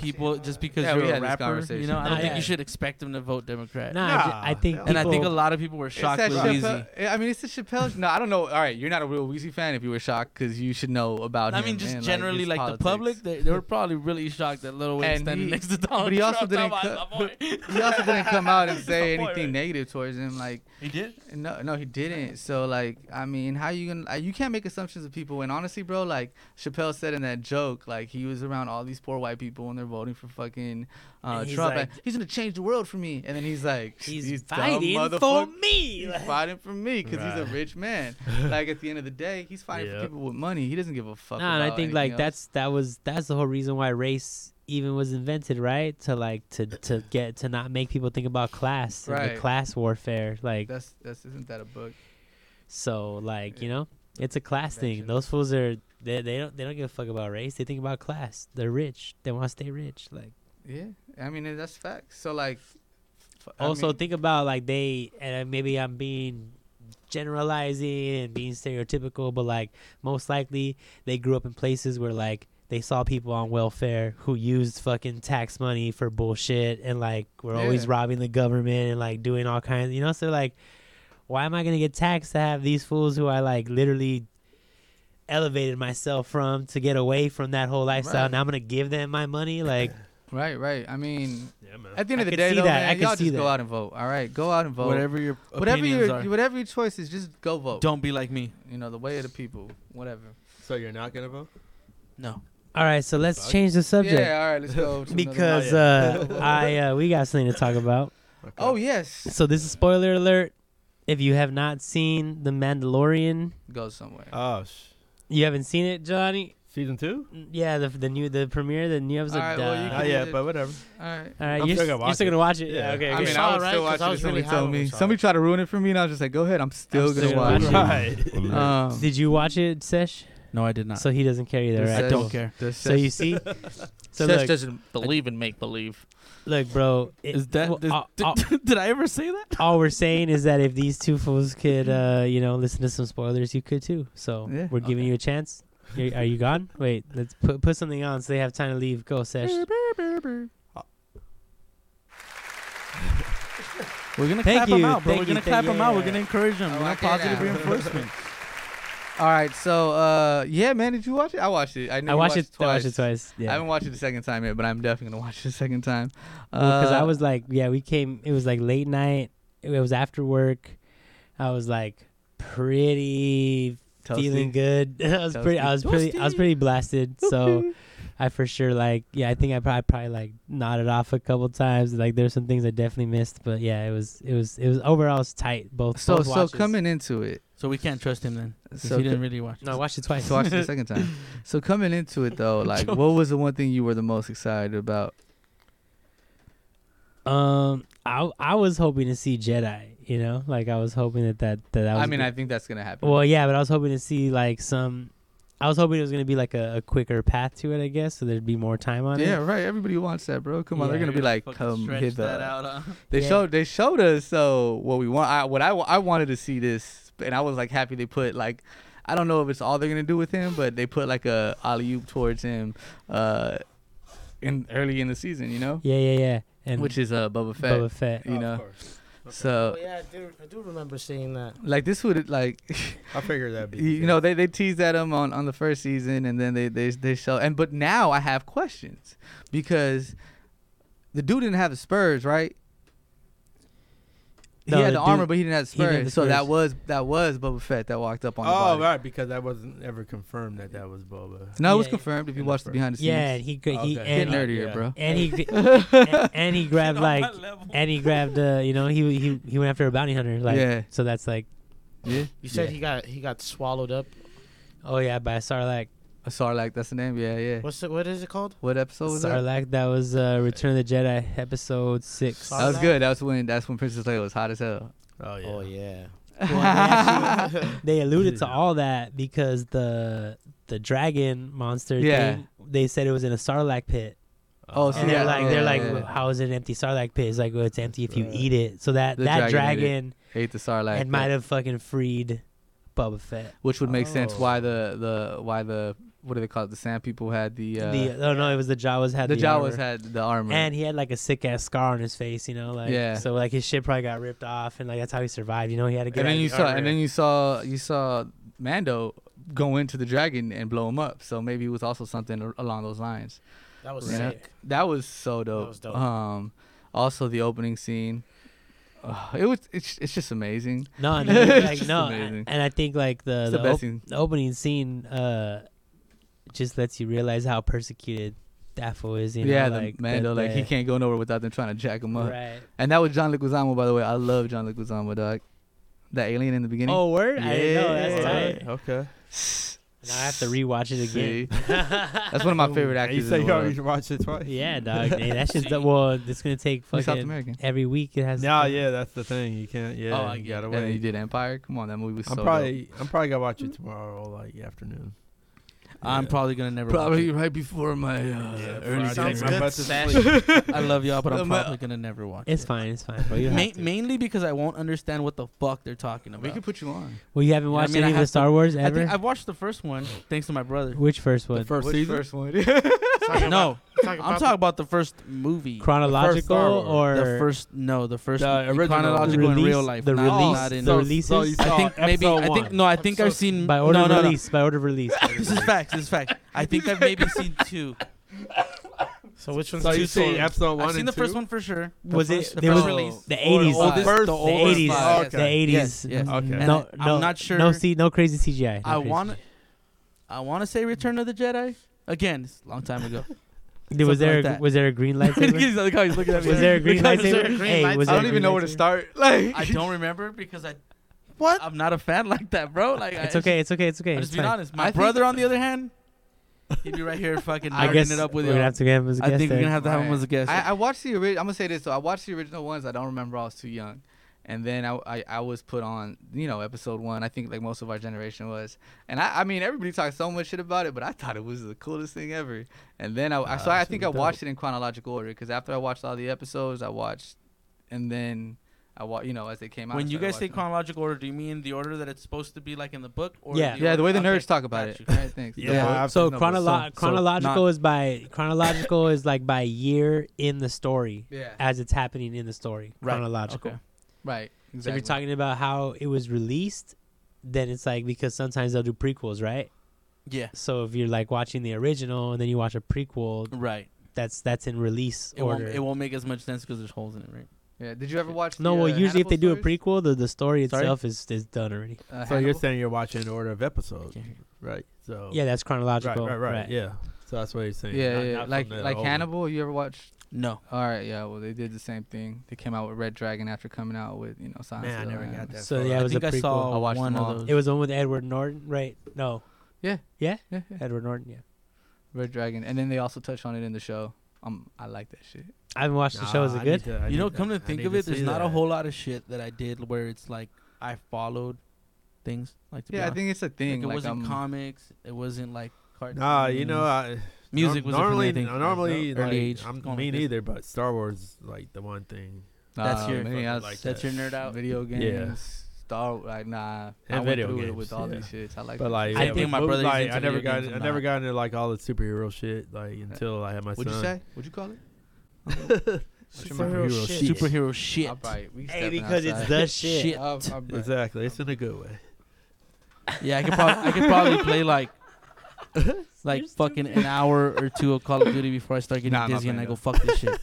Speaker 5: people just because
Speaker 1: Yeah, we
Speaker 5: you're a
Speaker 1: had this
Speaker 5: rapper. You
Speaker 1: conversation.
Speaker 5: know, I don't
Speaker 3: Nah,
Speaker 5: think
Speaker 3: yeah.
Speaker 5: you should expect them to vote Democrat.
Speaker 3: nah, I, ju- I
Speaker 4: Nah,
Speaker 3: think,
Speaker 4: hell
Speaker 5: and I think a
Speaker 3: people-
Speaker 5: lot of people were shocked
Speaker 1: it's
Speaker 5: with
Speaker 1: that
Speaker 5: Weezy.
Speaker 1: Chappelle- I mean, it's the Chappelle. No, I don't know. All right, you're not a real Weezy fan if you were shocked because you should know about
Speaker 5: I
Speaker 1: him.
Speaker 5: mean, just
Speaker 1: and,
Speaker 5: generally,
Speaker 1: his
Speaker 5: like, the
Speaker 1: politics.
Speaker 5: public, they, they were probably really shocked that Little Wayne
Speaker 1: And
Speaker 5: standing
Speaker 1: he-
Speaker 5: next to Donald
Speaker 1: but he also
Speaker 5: Trump.
Speaker 1: didn't
Speaker 5: I'm like, "My boy."
Speaker 1: He also didn't come out and say
Speaker 5: Boy,
Speaker 1: anything
Speaker 5: right.
Speaker 1: negative towards him. Like,
Speaker 5: He did.
Speaker 1: no, no, he didn't. So, like, I mean, how you gonna? You can't make assumptions of people. And honestly, bro, like Chappelle said in that joke, like he was around all these poor white people. people and they're voting for fucking uh,
Speaker 3: And he's
Speaker 1: Trump.
Speaker 3: like-
Speaker 1: and he's gonna change the world for me. And then he's like,
Speaker 3: He's,
Speaker 1: "These dumb
Speaker 3: fighting for
Speaker 1: motherfuck-
Speaker 3: me. (laughs)
Speaker 1: He's
Speaker 3: Like,
Speaker 1: fighting for me because he's
Speaker 4: Right.
Speaker 1: a rich man. (laughs) like at the end of the day, he's fighting
Speaker 4: Yep.
Speaker 1: for people with money. He doesn't give a fuck.
Speaker 3: Nah, and I
Speaker 1: about
Speaker 3: think like
Speaker 1: anything else.
Speaker 3: that's that was that's the whole reason why race even was invented, right? To like to to get to not make people think about class and
Speaker 1: Right.
Speaker 3: the class warfare, like
Speaker 1: that's that's isn't that a book?
Speaker 3: so, like you know, it's a class thing.
Speaker 1: Invention.
Speaker 3: Those fools are they, they don't they don't give a fuck about race. They think about class. They're rich. They want to stay rich. Like
Speaker 1: Yeah, I mean and that's facts. So like, f- I
Speaker 3: also
Speaker 1: mean,
Speaker 3: think about like they and uh, maybe I'm being generalizing and being stereotypical, but like most likely they grew up in places where like they saw people on welfare who used fucking tax money for bullshit and like were always
Speaker 1: Yeah.
Speaker 3: robbing the government and like doing all kinds, you know. So like, why am I gonna get taxed to have these fools who I like literally elevated myself from to get away from that whole lifestyle?
Speaker 1: Right.
Speaker 3: Now I'm gonna give them my money,
Speaker 1: (laughs)
Speaker 3: like.
Speaker 1: right, right. I mean,
Speaker 4: Yeah, man.
Speaker 1: at the end
Speaker 3: I
Speaker 1: of the
Speaker 3: could
Speaker 1: day
Speaker 3: see
Speaker 1: though,
Speaker 3: that. I
Speaker 1: man,
Speaker 3: could
Speaker 1: y'all
Speaker 3: see
Speaker 1: just go
Speaker 3: that.
Speaker 1: out and vote. All right, go out and vote.
Speaker 5: Whatever your
Speaker 1: whatever
Speaker 5: opinions
Speaker 1: your
Speaker 5: are,
Speaker 1: whatever your choice is, just go vote.
Speaker 5: don't be like me.
Speaker 1: you know the way of the people, whatever.
Speaker 4: So you're not gonna vote?
Speaker 5: No.
Speaker 3: All right, so let's
Speaker 4: Fuck.
Speaker 3: change the subject.
Speaker 1: Yeah, all right,
Speaker 3: (laughs)
Speaker 1: let's go. to another-
Speaker 3: because
Speaker 1: (laughs)
Speaker 4: Not
Speaker 3: uh, I uh, we got something to talk about.
Speaker 4: Okay.
Speaker 1: oh yes,
Speaker 3: So this is spoiler alert. If you have not seen The Mandalorian,
Speaker 1: go somewhere.
Speaker 4: Oh, sh-
Speaker 3: you haven't seen it, Johnny.
Speaker 4: season two?
Speaker 3: Yeah, the the new the premiere, the new episode.
Speaker 1: Alright, well, you
Speaker 3: uh,
Speaker 4: Not
Speaker 1: can-
Speaker 4: yet, but whatever.
Speaker 1: all right.
Speaker 3: all right, you're,
Speaker 4: I'm still
Speaker 3: s-
Speaker 4: gonna
Speaker 3: you're
Speaker 4: watch
Speaker 3: still
Speaker 4: it.
Speaker 3: gonna watch it. Yeah,
Speaker 4: Yeah.
Speaker 3: okay.
Speaker 1: I
Speaker 3: okay.
Speaker 1: mean,
Speaker 2: saw
Speaker 1: I
Speaker 2: it,
Speaker 1: was
Speaker 2: right?
Speaker 1: still
Speaker 2: 'Cause
Speaker 1: watching
Speaker 2: I was
Speaker 1: this when
Speaker 2: really
Speaker 1: he
Speaker 2: high
Speaker 1: told
Speaker 2: when
Speaker 1: me.
Speaker 2: we saw
Speaker 1: Somebody tried to ruin it for me, and I was just like, "Go ahead, I'm still
Speaker 3: still
Speaker 1: gonna
Speaker 3: gonna
Speaker 1: watch."
Speaker 3: watch
Speaker 1: it. (laughs)
Speaker 4: Right.
Speaker 5: Uh,
Speaker 1: Um,
Speaker 3: Did you watch it, Sesh?
Speaker 5: No, I did not.
Speaker 3: So he doesn't care either.
Speaker 1: This
Speaker 3: Right?
Speaker 1: says-
Speaker 5: I don't care.
Speaker 1: the
Speaker 3: So
Speaker 1: sesh-
Speaker 3: you
Speaker 4: (laughs)
Speaker 3: see, so
Speaker 1: sesh
Speaker 3: look,
Speaker 1: doesn't believe in make believe.
Speaker 3: look, bro. It,
Speaker 5: Is that
Speaker 3: well,
Speaker 5: (laughs) is-
Speaker 3: all- all-
Speaker 5: did, did I ever say that?
Speaker 3: all we're saying is that if these two fools
Speaker 5: (laughs)
Speaker 3: could, uh, you know, listen to some spoilers, you could too. So
Speaker 1: Yeah.
Speaker 3: we're giving you a chance. You're, are you gone? Wait, let's put put something on so they have time to leave. Go, Sesh.
Speaker 5: We're gonna
Speaker 3: Thank
Speaker 5: clap him
Speaker 3: you,
Speaker 5: out, bro.
Speaker 3: thank
Speaker 5: We're
Speaker 3: you,
Speaker 5: gonna
Speaker 3: thank-
Speaker 5: clap him out. We're
Speaker 3: yeah.
Speaker 5: gonna encourage him.
Speaker 1: I
Speaker 5: you know,
Speaker 1: like it
Speaker 5: positive
Speaker 1: now.
Speaker 5: reinforcement.
Speaker 1: All right, so uh, yeah, man, did you watch it? I watched it. I, know
Speaker 3: I
Speaker 1: you
Speaker 3: watched it.
Speaker 1: watched
Speaker 3: I watched it twice.
Speaker 1: I
Speaker 3: Yeah,
Speaker 1: haven't watched it the second time yet, but I'm definitely gonna watch it the second time.
Speaker 3: because I
Speaker 1: Uh,
Speaker 3: was like, yeah, we came. It was like late night. It was after work. I was like pretty
Speaker 1: toasty.
Speaker 3: feeling good. (laughs) I was pretty. I
Speaker 1: Toasty.
Speaker 3: was pretty. I was pretty blasted.
Speaker 1: (laughs)
Speaker 3: So. I for sure like yeah I think I probably, probably like nodded off a couple times like there's some things I definitely missed but yeah it was it was it was overall it was tight both
Speaker 1: So
Speaker 3: both
Speaker 1: so
Speaker 3: watches.
Speaker 1: coming into it,
Speaker 5: So we can't trust him then, because
Speaker 1: so
Speaker 5: he didn't really watch.
Speaker 3: no I watched it twice
Speaker 1: so watch it the second time.
Speaker 3: (laughs)
Speaker 1: So coming into it though, like, what was the one thing you were the most excited about?
Speaker 3: um I I was hoping to see Jedi you know like I was hoping that that that, that was
Speaker 1: I mean,
Speaker 3: gonna-
Speaker 1: I think that's gonna happen.
Speaker 3: well yeah but I was hoping to see like some I was hoping it was gonna be like a, a quicker path to it I guess so there'd be more time on it
Speaker 1: yeah, right. Everybody wants that, bro. Come on, they're
Speaker 3: Yeah.
Speaker 1: gonna be like, come
Speaker 5: stretch that
Speaker 1: hither.
Speaker 5: out. Huh?
Speaker 1: They
Speaker 3: Yeah.
Speaker 1: showed they showed us so what we want. I, what I wa- I wanted to see this, and I was like happy they put like. I don't know if it's all they're gonna do with him, but they put like a alley oop towards him, uh, in early in the season, you know,
Speaker 3: yeah yeah yeah and
Speaker 1: which is uh Boba Fett,
Speaker 3: Boba Fett
Speaker 1: you know.
Speaker 2: Oh
Speaker 1: So
Speaker 2: yeah, dude, I do remember seeing that.
Speaker 1: like this would like (laughs)
Speaker 4: I figured that'd be.
Speaker 1: you you know they they teased at him on on the first season and then they they they show and but now I have questions because the dude didn't have the Spurs right.
Speaker 3: No,
Speaker 1: he had
Speaker 3: the
Speaker 1: the,
Speaker 3: dude-
Speaker 1: armor, but he didn't have the
Speaker 3: he didn't
Speaker 1: Spurs.
Speaker 3: have the
Speaker 1: so that
Speaker 3: Spurs.
Speaker 1: was that was Boba Fett that walked up on the
Speaker 4: Oh
Speaker 1: body.
Speaker 4: right, because that wasn't ever confirmed that that was Boba.
Speaker 1: No, it was
Speaker 3: Yeah.
Speaker 1: confirmed if you
Speaker 4: In the
Speaker 1: watch the
Speaker 4: Spurs.
Speaker 1: behind the scenes.
Speaker 3: yeah and he, could he
Speaker 4: Okay.
Speaker 1: Get
Speaker 3: and, he-
Speaker 1: nerdier,
Speaker 4: Yeah.
Speaker 1: bro.
Speaker 3: and
Speaker 1: (laughs)
Speaker 3: he and, and he grabbed
Speaker 5: On
Speaker 3: like
Speaker 5: my level.
Speaker 3: and he grabbed uh you know he he he went after a bounty hunter like
Speaker 1: Yeah.
Speaker 3: so that's like
Speaker 1: Yeah,
Speaker 2: You said
Speaker 3: Yeah.
Speaker 2: he got he got swallowed up.
Speaker 3: oh yeah by a sarlacc
Speaker 1: a Sarlacc. That's the name. Yeah, yeah.
Speaker 2: What's the, what is it called?
Speaker 1: What episode was that?
Speaker 3: sarlacc that was uh return of the jedi episode six
Speaker 1: That was
Speaker 2: Sarlacc?
Speaker 1: good. That's when that's when Princess Leia was hot as hell.
Speaker 4: Oh yeah.
Speaker 2: Oh (laughs) yeah.
Speaker 1: (laughs)
Speaker 3: they alluded to all that because the the dragon monster
Speaker 1: Yeah.
Speaker 3: thing they said it was in a sarlacc pit
Speaker 4: Uh,
Speaker 1: Oh, so
Speaker 3: and they're
Speaker 1: yeah,
Speaker 3: like
Speaker 1: yeah,
Speaker 3: they're
Speaker 1: yeah,
Speaker 3: like
Speaker 1: yeah.
Speaker 3: "Well, how is it an empty sarlacc pit it's like well it's empty if you
Speaker 4: Right.
Speaker 3: eat it so that
Speaker 1: The
Speaker 3: that
Speaker 1: dragon ate it.
Speaker 3: dragon
Speaker 1: Hate the Sarlacc.
Speaker 3: had
Speaker 1: pit,
Speaker 3: might have fucking freed Boba Fett
Speaker 1: which would make sense
Speaker 4: Oh.
Speaker 1: why the the why the what do they call it? The sand people had the uh,
Speaker 3: the oh no it was the Jawas had
Speaker 1: the,
Speaker 3: the
Speaker 1: Jawas
Speaker 3: armor.
Speaker 1: had the armor.
Speaker 3: And he had like a sick ass scar on his face, you know, like
Speaker 1: Yeah.
Speaker 3: so like his shit probably got ripped off and like that's how he survived, you know, he had to get
Speaker 1: and
Speaker 3: out
Speaker 1: then
Speaker 3: of
Speaker 1: you
Speaker 3: the
Speaker 1: saw
Speaker 3: armor.
Speaker 1: and then you saw you saw Mando go into the dragon and blow him up. So maybe it was also something a- along those lines.
Speaker 2: That was
Speaker 1: Yeah.
Speaker 2: sick.
Speaker 1: That was so dope.
Speaker 2: was dope.
Speaker 1: Um, also the opening scene. Uh, it was it's, it's just amazing.
Speaker 3: No,
Speaker 1: (laughs)
Speaker 3: and then,
Speaker 1: It's
Speaker 3: like
Speaker 1: just
Speaker 3: no
Speaker 1: amazing.
Speaker 3: and I think like the
Speaker 1: It's
Speaker 3: Uh, the,
Speaker 1: the best
Speaker 3: op-
Speaker 1: scene.
Speaker 3: the opening scene uh just lets you realize how persecuted that fool is. You know,
Speaker 1: yeah,
Speaker 3: like,
Speaker 1: the man, though, like he can't go nowhere without them trying to jack him up.
Speaker 3: Right.
Speaker 1: And that was John Leguizamo, by the way. I love John Leguizamo, dog. That alien in the beginning.
Speaker 3: Oh, word! I didn't know. That's tight.
Speaker 4: Okay.
Speaker 3: Now I have to rewatch it (laughs)
Speaker 1: See?
Speaker 3: again.
Speaker 1: That's one of my favorite actors.
Speaker 4: You
Speaker 1: in
Speaker 4: say
Speaker 1: the
Speaker 4: you
Speaker 1: world.
Speaker 4: already watched it twice.
Speaker 3: yeah, dog. Hey, that's just well. It's gonna take
Speaker 1: He's South
Speaker 3: fucking
Speaker 1: American.
Speaker 3: every week. It has.
Speaker 4: No, yeah, that's the thing. You can't. Yeah,
Speaker 1: Oh, I
Speaker 4: you
Speaker 1: get
Speaker 4: gotta
Speaker 1: And then
Speaker 4: wait.
Speaker 1: you did Empire. Come on, that movie was
Speaker 4: I'm
Speaker 1: so. dope.
Speaker 4: probably I'm probably gonna watch it tomorrow, like afternoon.
Speaker 5: I'm probably gonna never.
Speaker 1: probably
Speaker 5: Watch
Speaker 1: right before my uh, earnings.
Speaker 5: sounds
Speaker 4: I'm
Speaker 5: good.
Speaker 4: about to
Speaker 5: Sash.
Speaker 4: sleep.
Speaker 5: it.
Speaker 2: (laughs)
Speaker 5: I love y'all, but I'm
Speaker 1: My-
Speaker 5: probably gonna never watch.
Speaker 3: It's
Speaker 5: it.
Speaker 3: fine. It's fine, bro. You
Speaker 5: Ma-
Speaker 3: have to.
Speaker 5: mainly because I won't understand what the fuck they're talking about.
Speaker 1: We could put you on.
Speaker 3: Well, you haven't
Speaker 5: Yeah, I
Speaker 3: watched
Speaker 5: mean, I
Speaker 3: any of the
Speaker 5: have
Speaker 3: Star Wars
Speaker 5: I
Speaker 3: ever.
Speaker 5: think I've watched the first one thanks to my brother.
Speaker 3: Which first one?
Speaker 4: first
Speaker 1: Which
Speaker 4: season.
Speaker 1: first one? yeah,
Speaker 5: No,
Speaker 2: talking
Speaker 5: I'm
Speaker 2: about
Speaker 5: talking about the first movie.
Speaker 3: Chronological or
Speaker 5: the first no, the first
Speaker 4: The original.
Speaker 5: chronological in
Speaker 3: Release-
Speaker 5: real life.
Speaker 3: the
Speaker 5: not,
Speaker 3: release-
Speaker 5: not in
Speaker 3: the
Speaker 5: So-
Speaker 3: releases?
Speaker 4: So you
Speaker 5: I
Speaker 4: saw
Speaker 5: think maybe
Speaker 4: episode
Speaker 5: I think
Speaker 4: one.
Speaker 5: no, I think I've seen
Speaker 3: by order
Speaker 5: no,
Speaker 3: of
Speaker 5: no, no.
Speaker 3: release. By order of release.
Speaker 5: This is facts. This is (laughs) fact. I think I've maybe seen (laughs) two.
Speaker 2: So which one's
Speaker 4: So
Speaker 2: two
Speaker 4: you see
Speaker 2: swords?
Speaker 4: episode one.
Speaker 5: I've seen
Speaker 4: and
Speaker 5: the first
Speaker 4: two?
Speaker 5: one for sure.
Speaker 3: Was
Speaker 5: first-
Speaker 3: it?
Speaker 5: the
Speaker 3: There
Speaker 5: first
Speaker 3: was
Speaker 5: release.
Speaker 3: the
Speaker 5: Or
Speaker 3: eighties.
Speaker 5: oldest-
Speaker 4: First-
Speaker 3: The
Speaker 4: the
Speaker 5: the oldest
Speaker 3: eighties.
Speaker 5: five.
Speaker 3: The
Speaker 4: Okay.
Speaker 5: Yes,
Speaker 3: eighties.
Speaker 5: yes.
Speaker 4: Okay.
Speaker 5: And
Speaker 3: No,
Speaker 5: I-
Speaker 3: no,
Speaker 5: I'm not sure.
Speaker 3: No, see, no crazy CGI. No
Speaker 5: I
Speaker 3: crazy
Speaker 5: want.
Speaker 3: CGI.
Speaker 5: I want to say Return of the Jedi. Again, it's a long time ago.
Speaker 3: Dude, was
Speaker 5: something
Speaker 3: there
Speaker 5: like
Speaker 3: a,
Speaker 5: that.
Speaker 3: was there a green
Speaker 5: (laughs) He's
Speaker 3: lightsaber?
Speaker 5: like,
Speaker 2: (laughs)
Speaker 5: oh, he's looking at me.
Speaker 3: was there a green
Speaker 5: Because-
Speaker 3: lightsaber? Hey, was
Speaker 1: I
Speaker 3: there
Speaker 1: don't
Speaker 3: a
Speaker 1: even
Speaker 3: green
Speaker 1: know where to
Speaker 3: lightsaber?
Speaker 1: start. Like,
Speaker 5: (laughs) I don't remember because I. What? I'm not a fan like that, bro. Like I-
Speaker 3: It's okay. It's okay. It's okay.
Speaker 5: I'm
Speaker 3: It's
Speaker 5: just being
Speaker 3: fine.
Speaker 5: honest. My
Speaker 1: I think-
Speaker 5: brother, on the other hand, he'd be right here fucking
Speaker 3: I
Speaker 5: nerding
Speaker 3: guess
Speaker 5: it up with
Speaker 3: we're
Speaker 5: you.
Speaker 3: gonna have to get him as a
Speaker 5: I
Speaker 3: guest.
Speaker 5: think we're
Speaker 3: then.
Speaker 5: gonna have to have him
Speaker 1: Alright.
Speaker 5: as a guest.
Speaker 1: I, I watched the original. I'm gonna say this though. I watched the original ones. I don't remember. I was too young, and then I, I, I was put on. You know, episode one. I think like most of our generation was. And I, I mean, everybody talks so much shit about it, but I thought it was the coolest thing ever. And then I, I so I think I watched it in chronological order because after I watched all the episodes, I watched, and then I wa- You know, as they came out. I
Speaker 5: when you
Speaker 1: started
Speaker 5: guys say
Speaker 1: watching them.
Speaker 5: chronological order, do you mean the order that it's supposed to be like in the book? Or
Speaker 3: Yeah.
Speaker 1: Yeah, the way the
Speaker 5: order-
Speaker 1: nerds
Speaker 5: okay,
Speaker 1: talk about
Speaker 5: got
Speaker 1: it.
Speaker 5: you.
Speaker 1: Alright, thanks.
Speaker 4: Yeah,
Speaker 1: Yeah.
Speaker 4: I've-
Speaker 3: So
Speaker 1: No, but
Speaker 3: chronolo-
Speaker 5: so- so
Speaker 3: chronological
Speaker 5: not-
Speaker 3: is by chronological is like by year in the story
Speaker 1: Yeah.
Speaker 3: as it's happening in the story.
Speaker 5: Right,
Speaker 3: Chronological.
Speaker 5: okay.
Speaker 1: Right. Exactly.
Speaker 3: So if you're talking about how it was released, then it's like because sometimes they'll do prequels, right?
Speaker 5: Yeah.
Speaker 3: So if you're like watching the original and then you watch a prequel,
Speaker 5: Right.
Speaker 3: that's that's in release
Speaker 5: It won't,
Speaker 3: order.
Speaker 5: it won't make as much sense because there's holes in it, right?
Speaker 1: yeah. Did you ever watch?
Speaker 3: no,
Speaker 1: the,
Speaker 3: well,
Speaker 1: uh,
Speaker 3: usually if they
Speaker 1: Hannibal
Speaker 3: do a
Speaker 1: stories?
Speaker 3: prequel, the, the story
Speaker 5: Sorry?
Speaker 3: itself is, is done already.
Speaker 1: Uh,
Speaker 4: So you're
Speaker 1: Hannibal?
Speaker 4: saying you're watching in order of episodes, right? So
Speaker 3: Yeah, that's
Speaker 4: right,
Speaker 3: chronological.
Speaker 4: right, right, Yeah. So that's what you're saying.
Speaker 1: Yeah,
Speaker 4: Not-
Speaker 1: yeah,
Speaker 4: not from
Speaker 1: like
Speaker 4: the
Speaker 1: like
Speaker 4: old-
Speaker 1: Hannibal. You ever watched?
Speaker 5: No.
Speaker 1: All right, yeah. Well, they did the same thing. They came out with Red Dragon after coming out with you know Science.
Speaker 4: Man, I never got that.
Speaker 3: So
Speaker 4: far.
Speaker 3: yeah, it
Speaker 5: I
Speaker 3: was
Speaker 5: think
Speaker 3: a
Speaker 5: I
Speaker 3: prequel.
Speaker 5: saw
Speaker 1: I watched
Speaker 5: one
Speaker 1: them all.
Speaker 5: of those.
Speaker 3: It was the one with Edward Norton, right? No,
Speaker 1: Yeah, yeah,
Speaker 3: Edward Norton. Yeah,
Speaker 1: (laughs) Red Dragon, and then they also touched on it in the show. Um, I like that shit.
Speaker 3: I haven't watched the show. Is
Speaker 4: Nah,
Speaker 3: it
Speaker 4: I
Speaker 3: good?
Speaker 4: need to- I
Speaker 5: you know,
Speaker 4: need
Speaker 5: come to
Speaker 4: I
Speaker 5: think
Speaker 4: need
Speaker 5: of it, there's
Speaker 4: see
Speaker 5: not a
Speaker 4: that.
Speaker 5: whole lot of shit that I did where it's like I followed things. Like to be
Speaker 1: Yeah, I
Speaker 5: honest.
Speaker 1: think it's a thing.
Speaker 5: Like, it
Speaker 1: Like,
Speaker 5: wasn't
Speaker 1: um,
Speaker 5: comics. It wasn't like cartoons.
Speaker 4: Nah, you know, I,
Speaker 5: Music was
Speaker 4: normally
Speaker 5: definitely a thing.
Speaker 4: normally
Speaker 5: Early
Speaker 4: like,
Speaker 5: age,
Speaker 4: I'm,
Speaker 5: going
Speaker 4: me
Speaker 5: like this.
Speaker 4: neither, but Star Wars is like the one thing.
Speaker 5: that's
Speaker 1: uh,
Speaker 5: your-
Speaker 1: maybe
Speaker 4: fucking
Speaker 1: I was-
Speaker 4: like
Speaker 5: that's your nerd out.
Speaker 1: Video games.
Speaker 4: Yeah.
Speaker 1: Star like nah. I
Speaker 4: And
Speaker 1: went
Speaker 4: video
Speaker 1: through it
Speaker 4: games,
Speaker 1: with all
Speaker 4: yeah.
Speaker 1: these shits. I like.
Speaker 4: But
Speaker 1: that
Speaker 4: like,
Speaker 1: shit.
Speaker 3: I
Speaker 4: yeah,
Speaker 3: think
Speaker 5: my
Speaker 4: but,
Speaker 5: brother's
Speaker 4: like,
Speaker 5: into
Speaker 4: I never
Speaker 5: video
Speaker 4: got
Speaker 5: games,
Speaker 4: I
Speaker 5: I'm
Speaker 4: never
Speaker 5: not.
Speaker 4: got into like all the superhero shit like until I had my
Speaker 1: what'd you
Speaker 4: son.
Speaker 1: say? What'd you call it? What's your
Speaker 4: Superhero
Speaker 1: name?
Speaker 4: shit.
Speaker 5: (laughs) superhero shit.
Speaker 1: I'll probably- we
Speaker 3: Hey,
Speaker 1: stepping
Speaker 3: because it's
Speaker 1: outside.
Speaker 3: the (laughs) shit.
Speaker 1: (laughs)
Speaker 5: Shit.
Speaker 1: I'll- I'll probably-
Speaker 4: Exactly, it's in a good way.
Speaker 5: (laughs) Yeah, I could probably I could probably play like like fucking an hour or two of Call of Duty before I start getting
Speaker 1: Nah, I'm not
Speaker 5: dizzy and I
Speaker 1: playing
Speaker 5: go fuck this shit.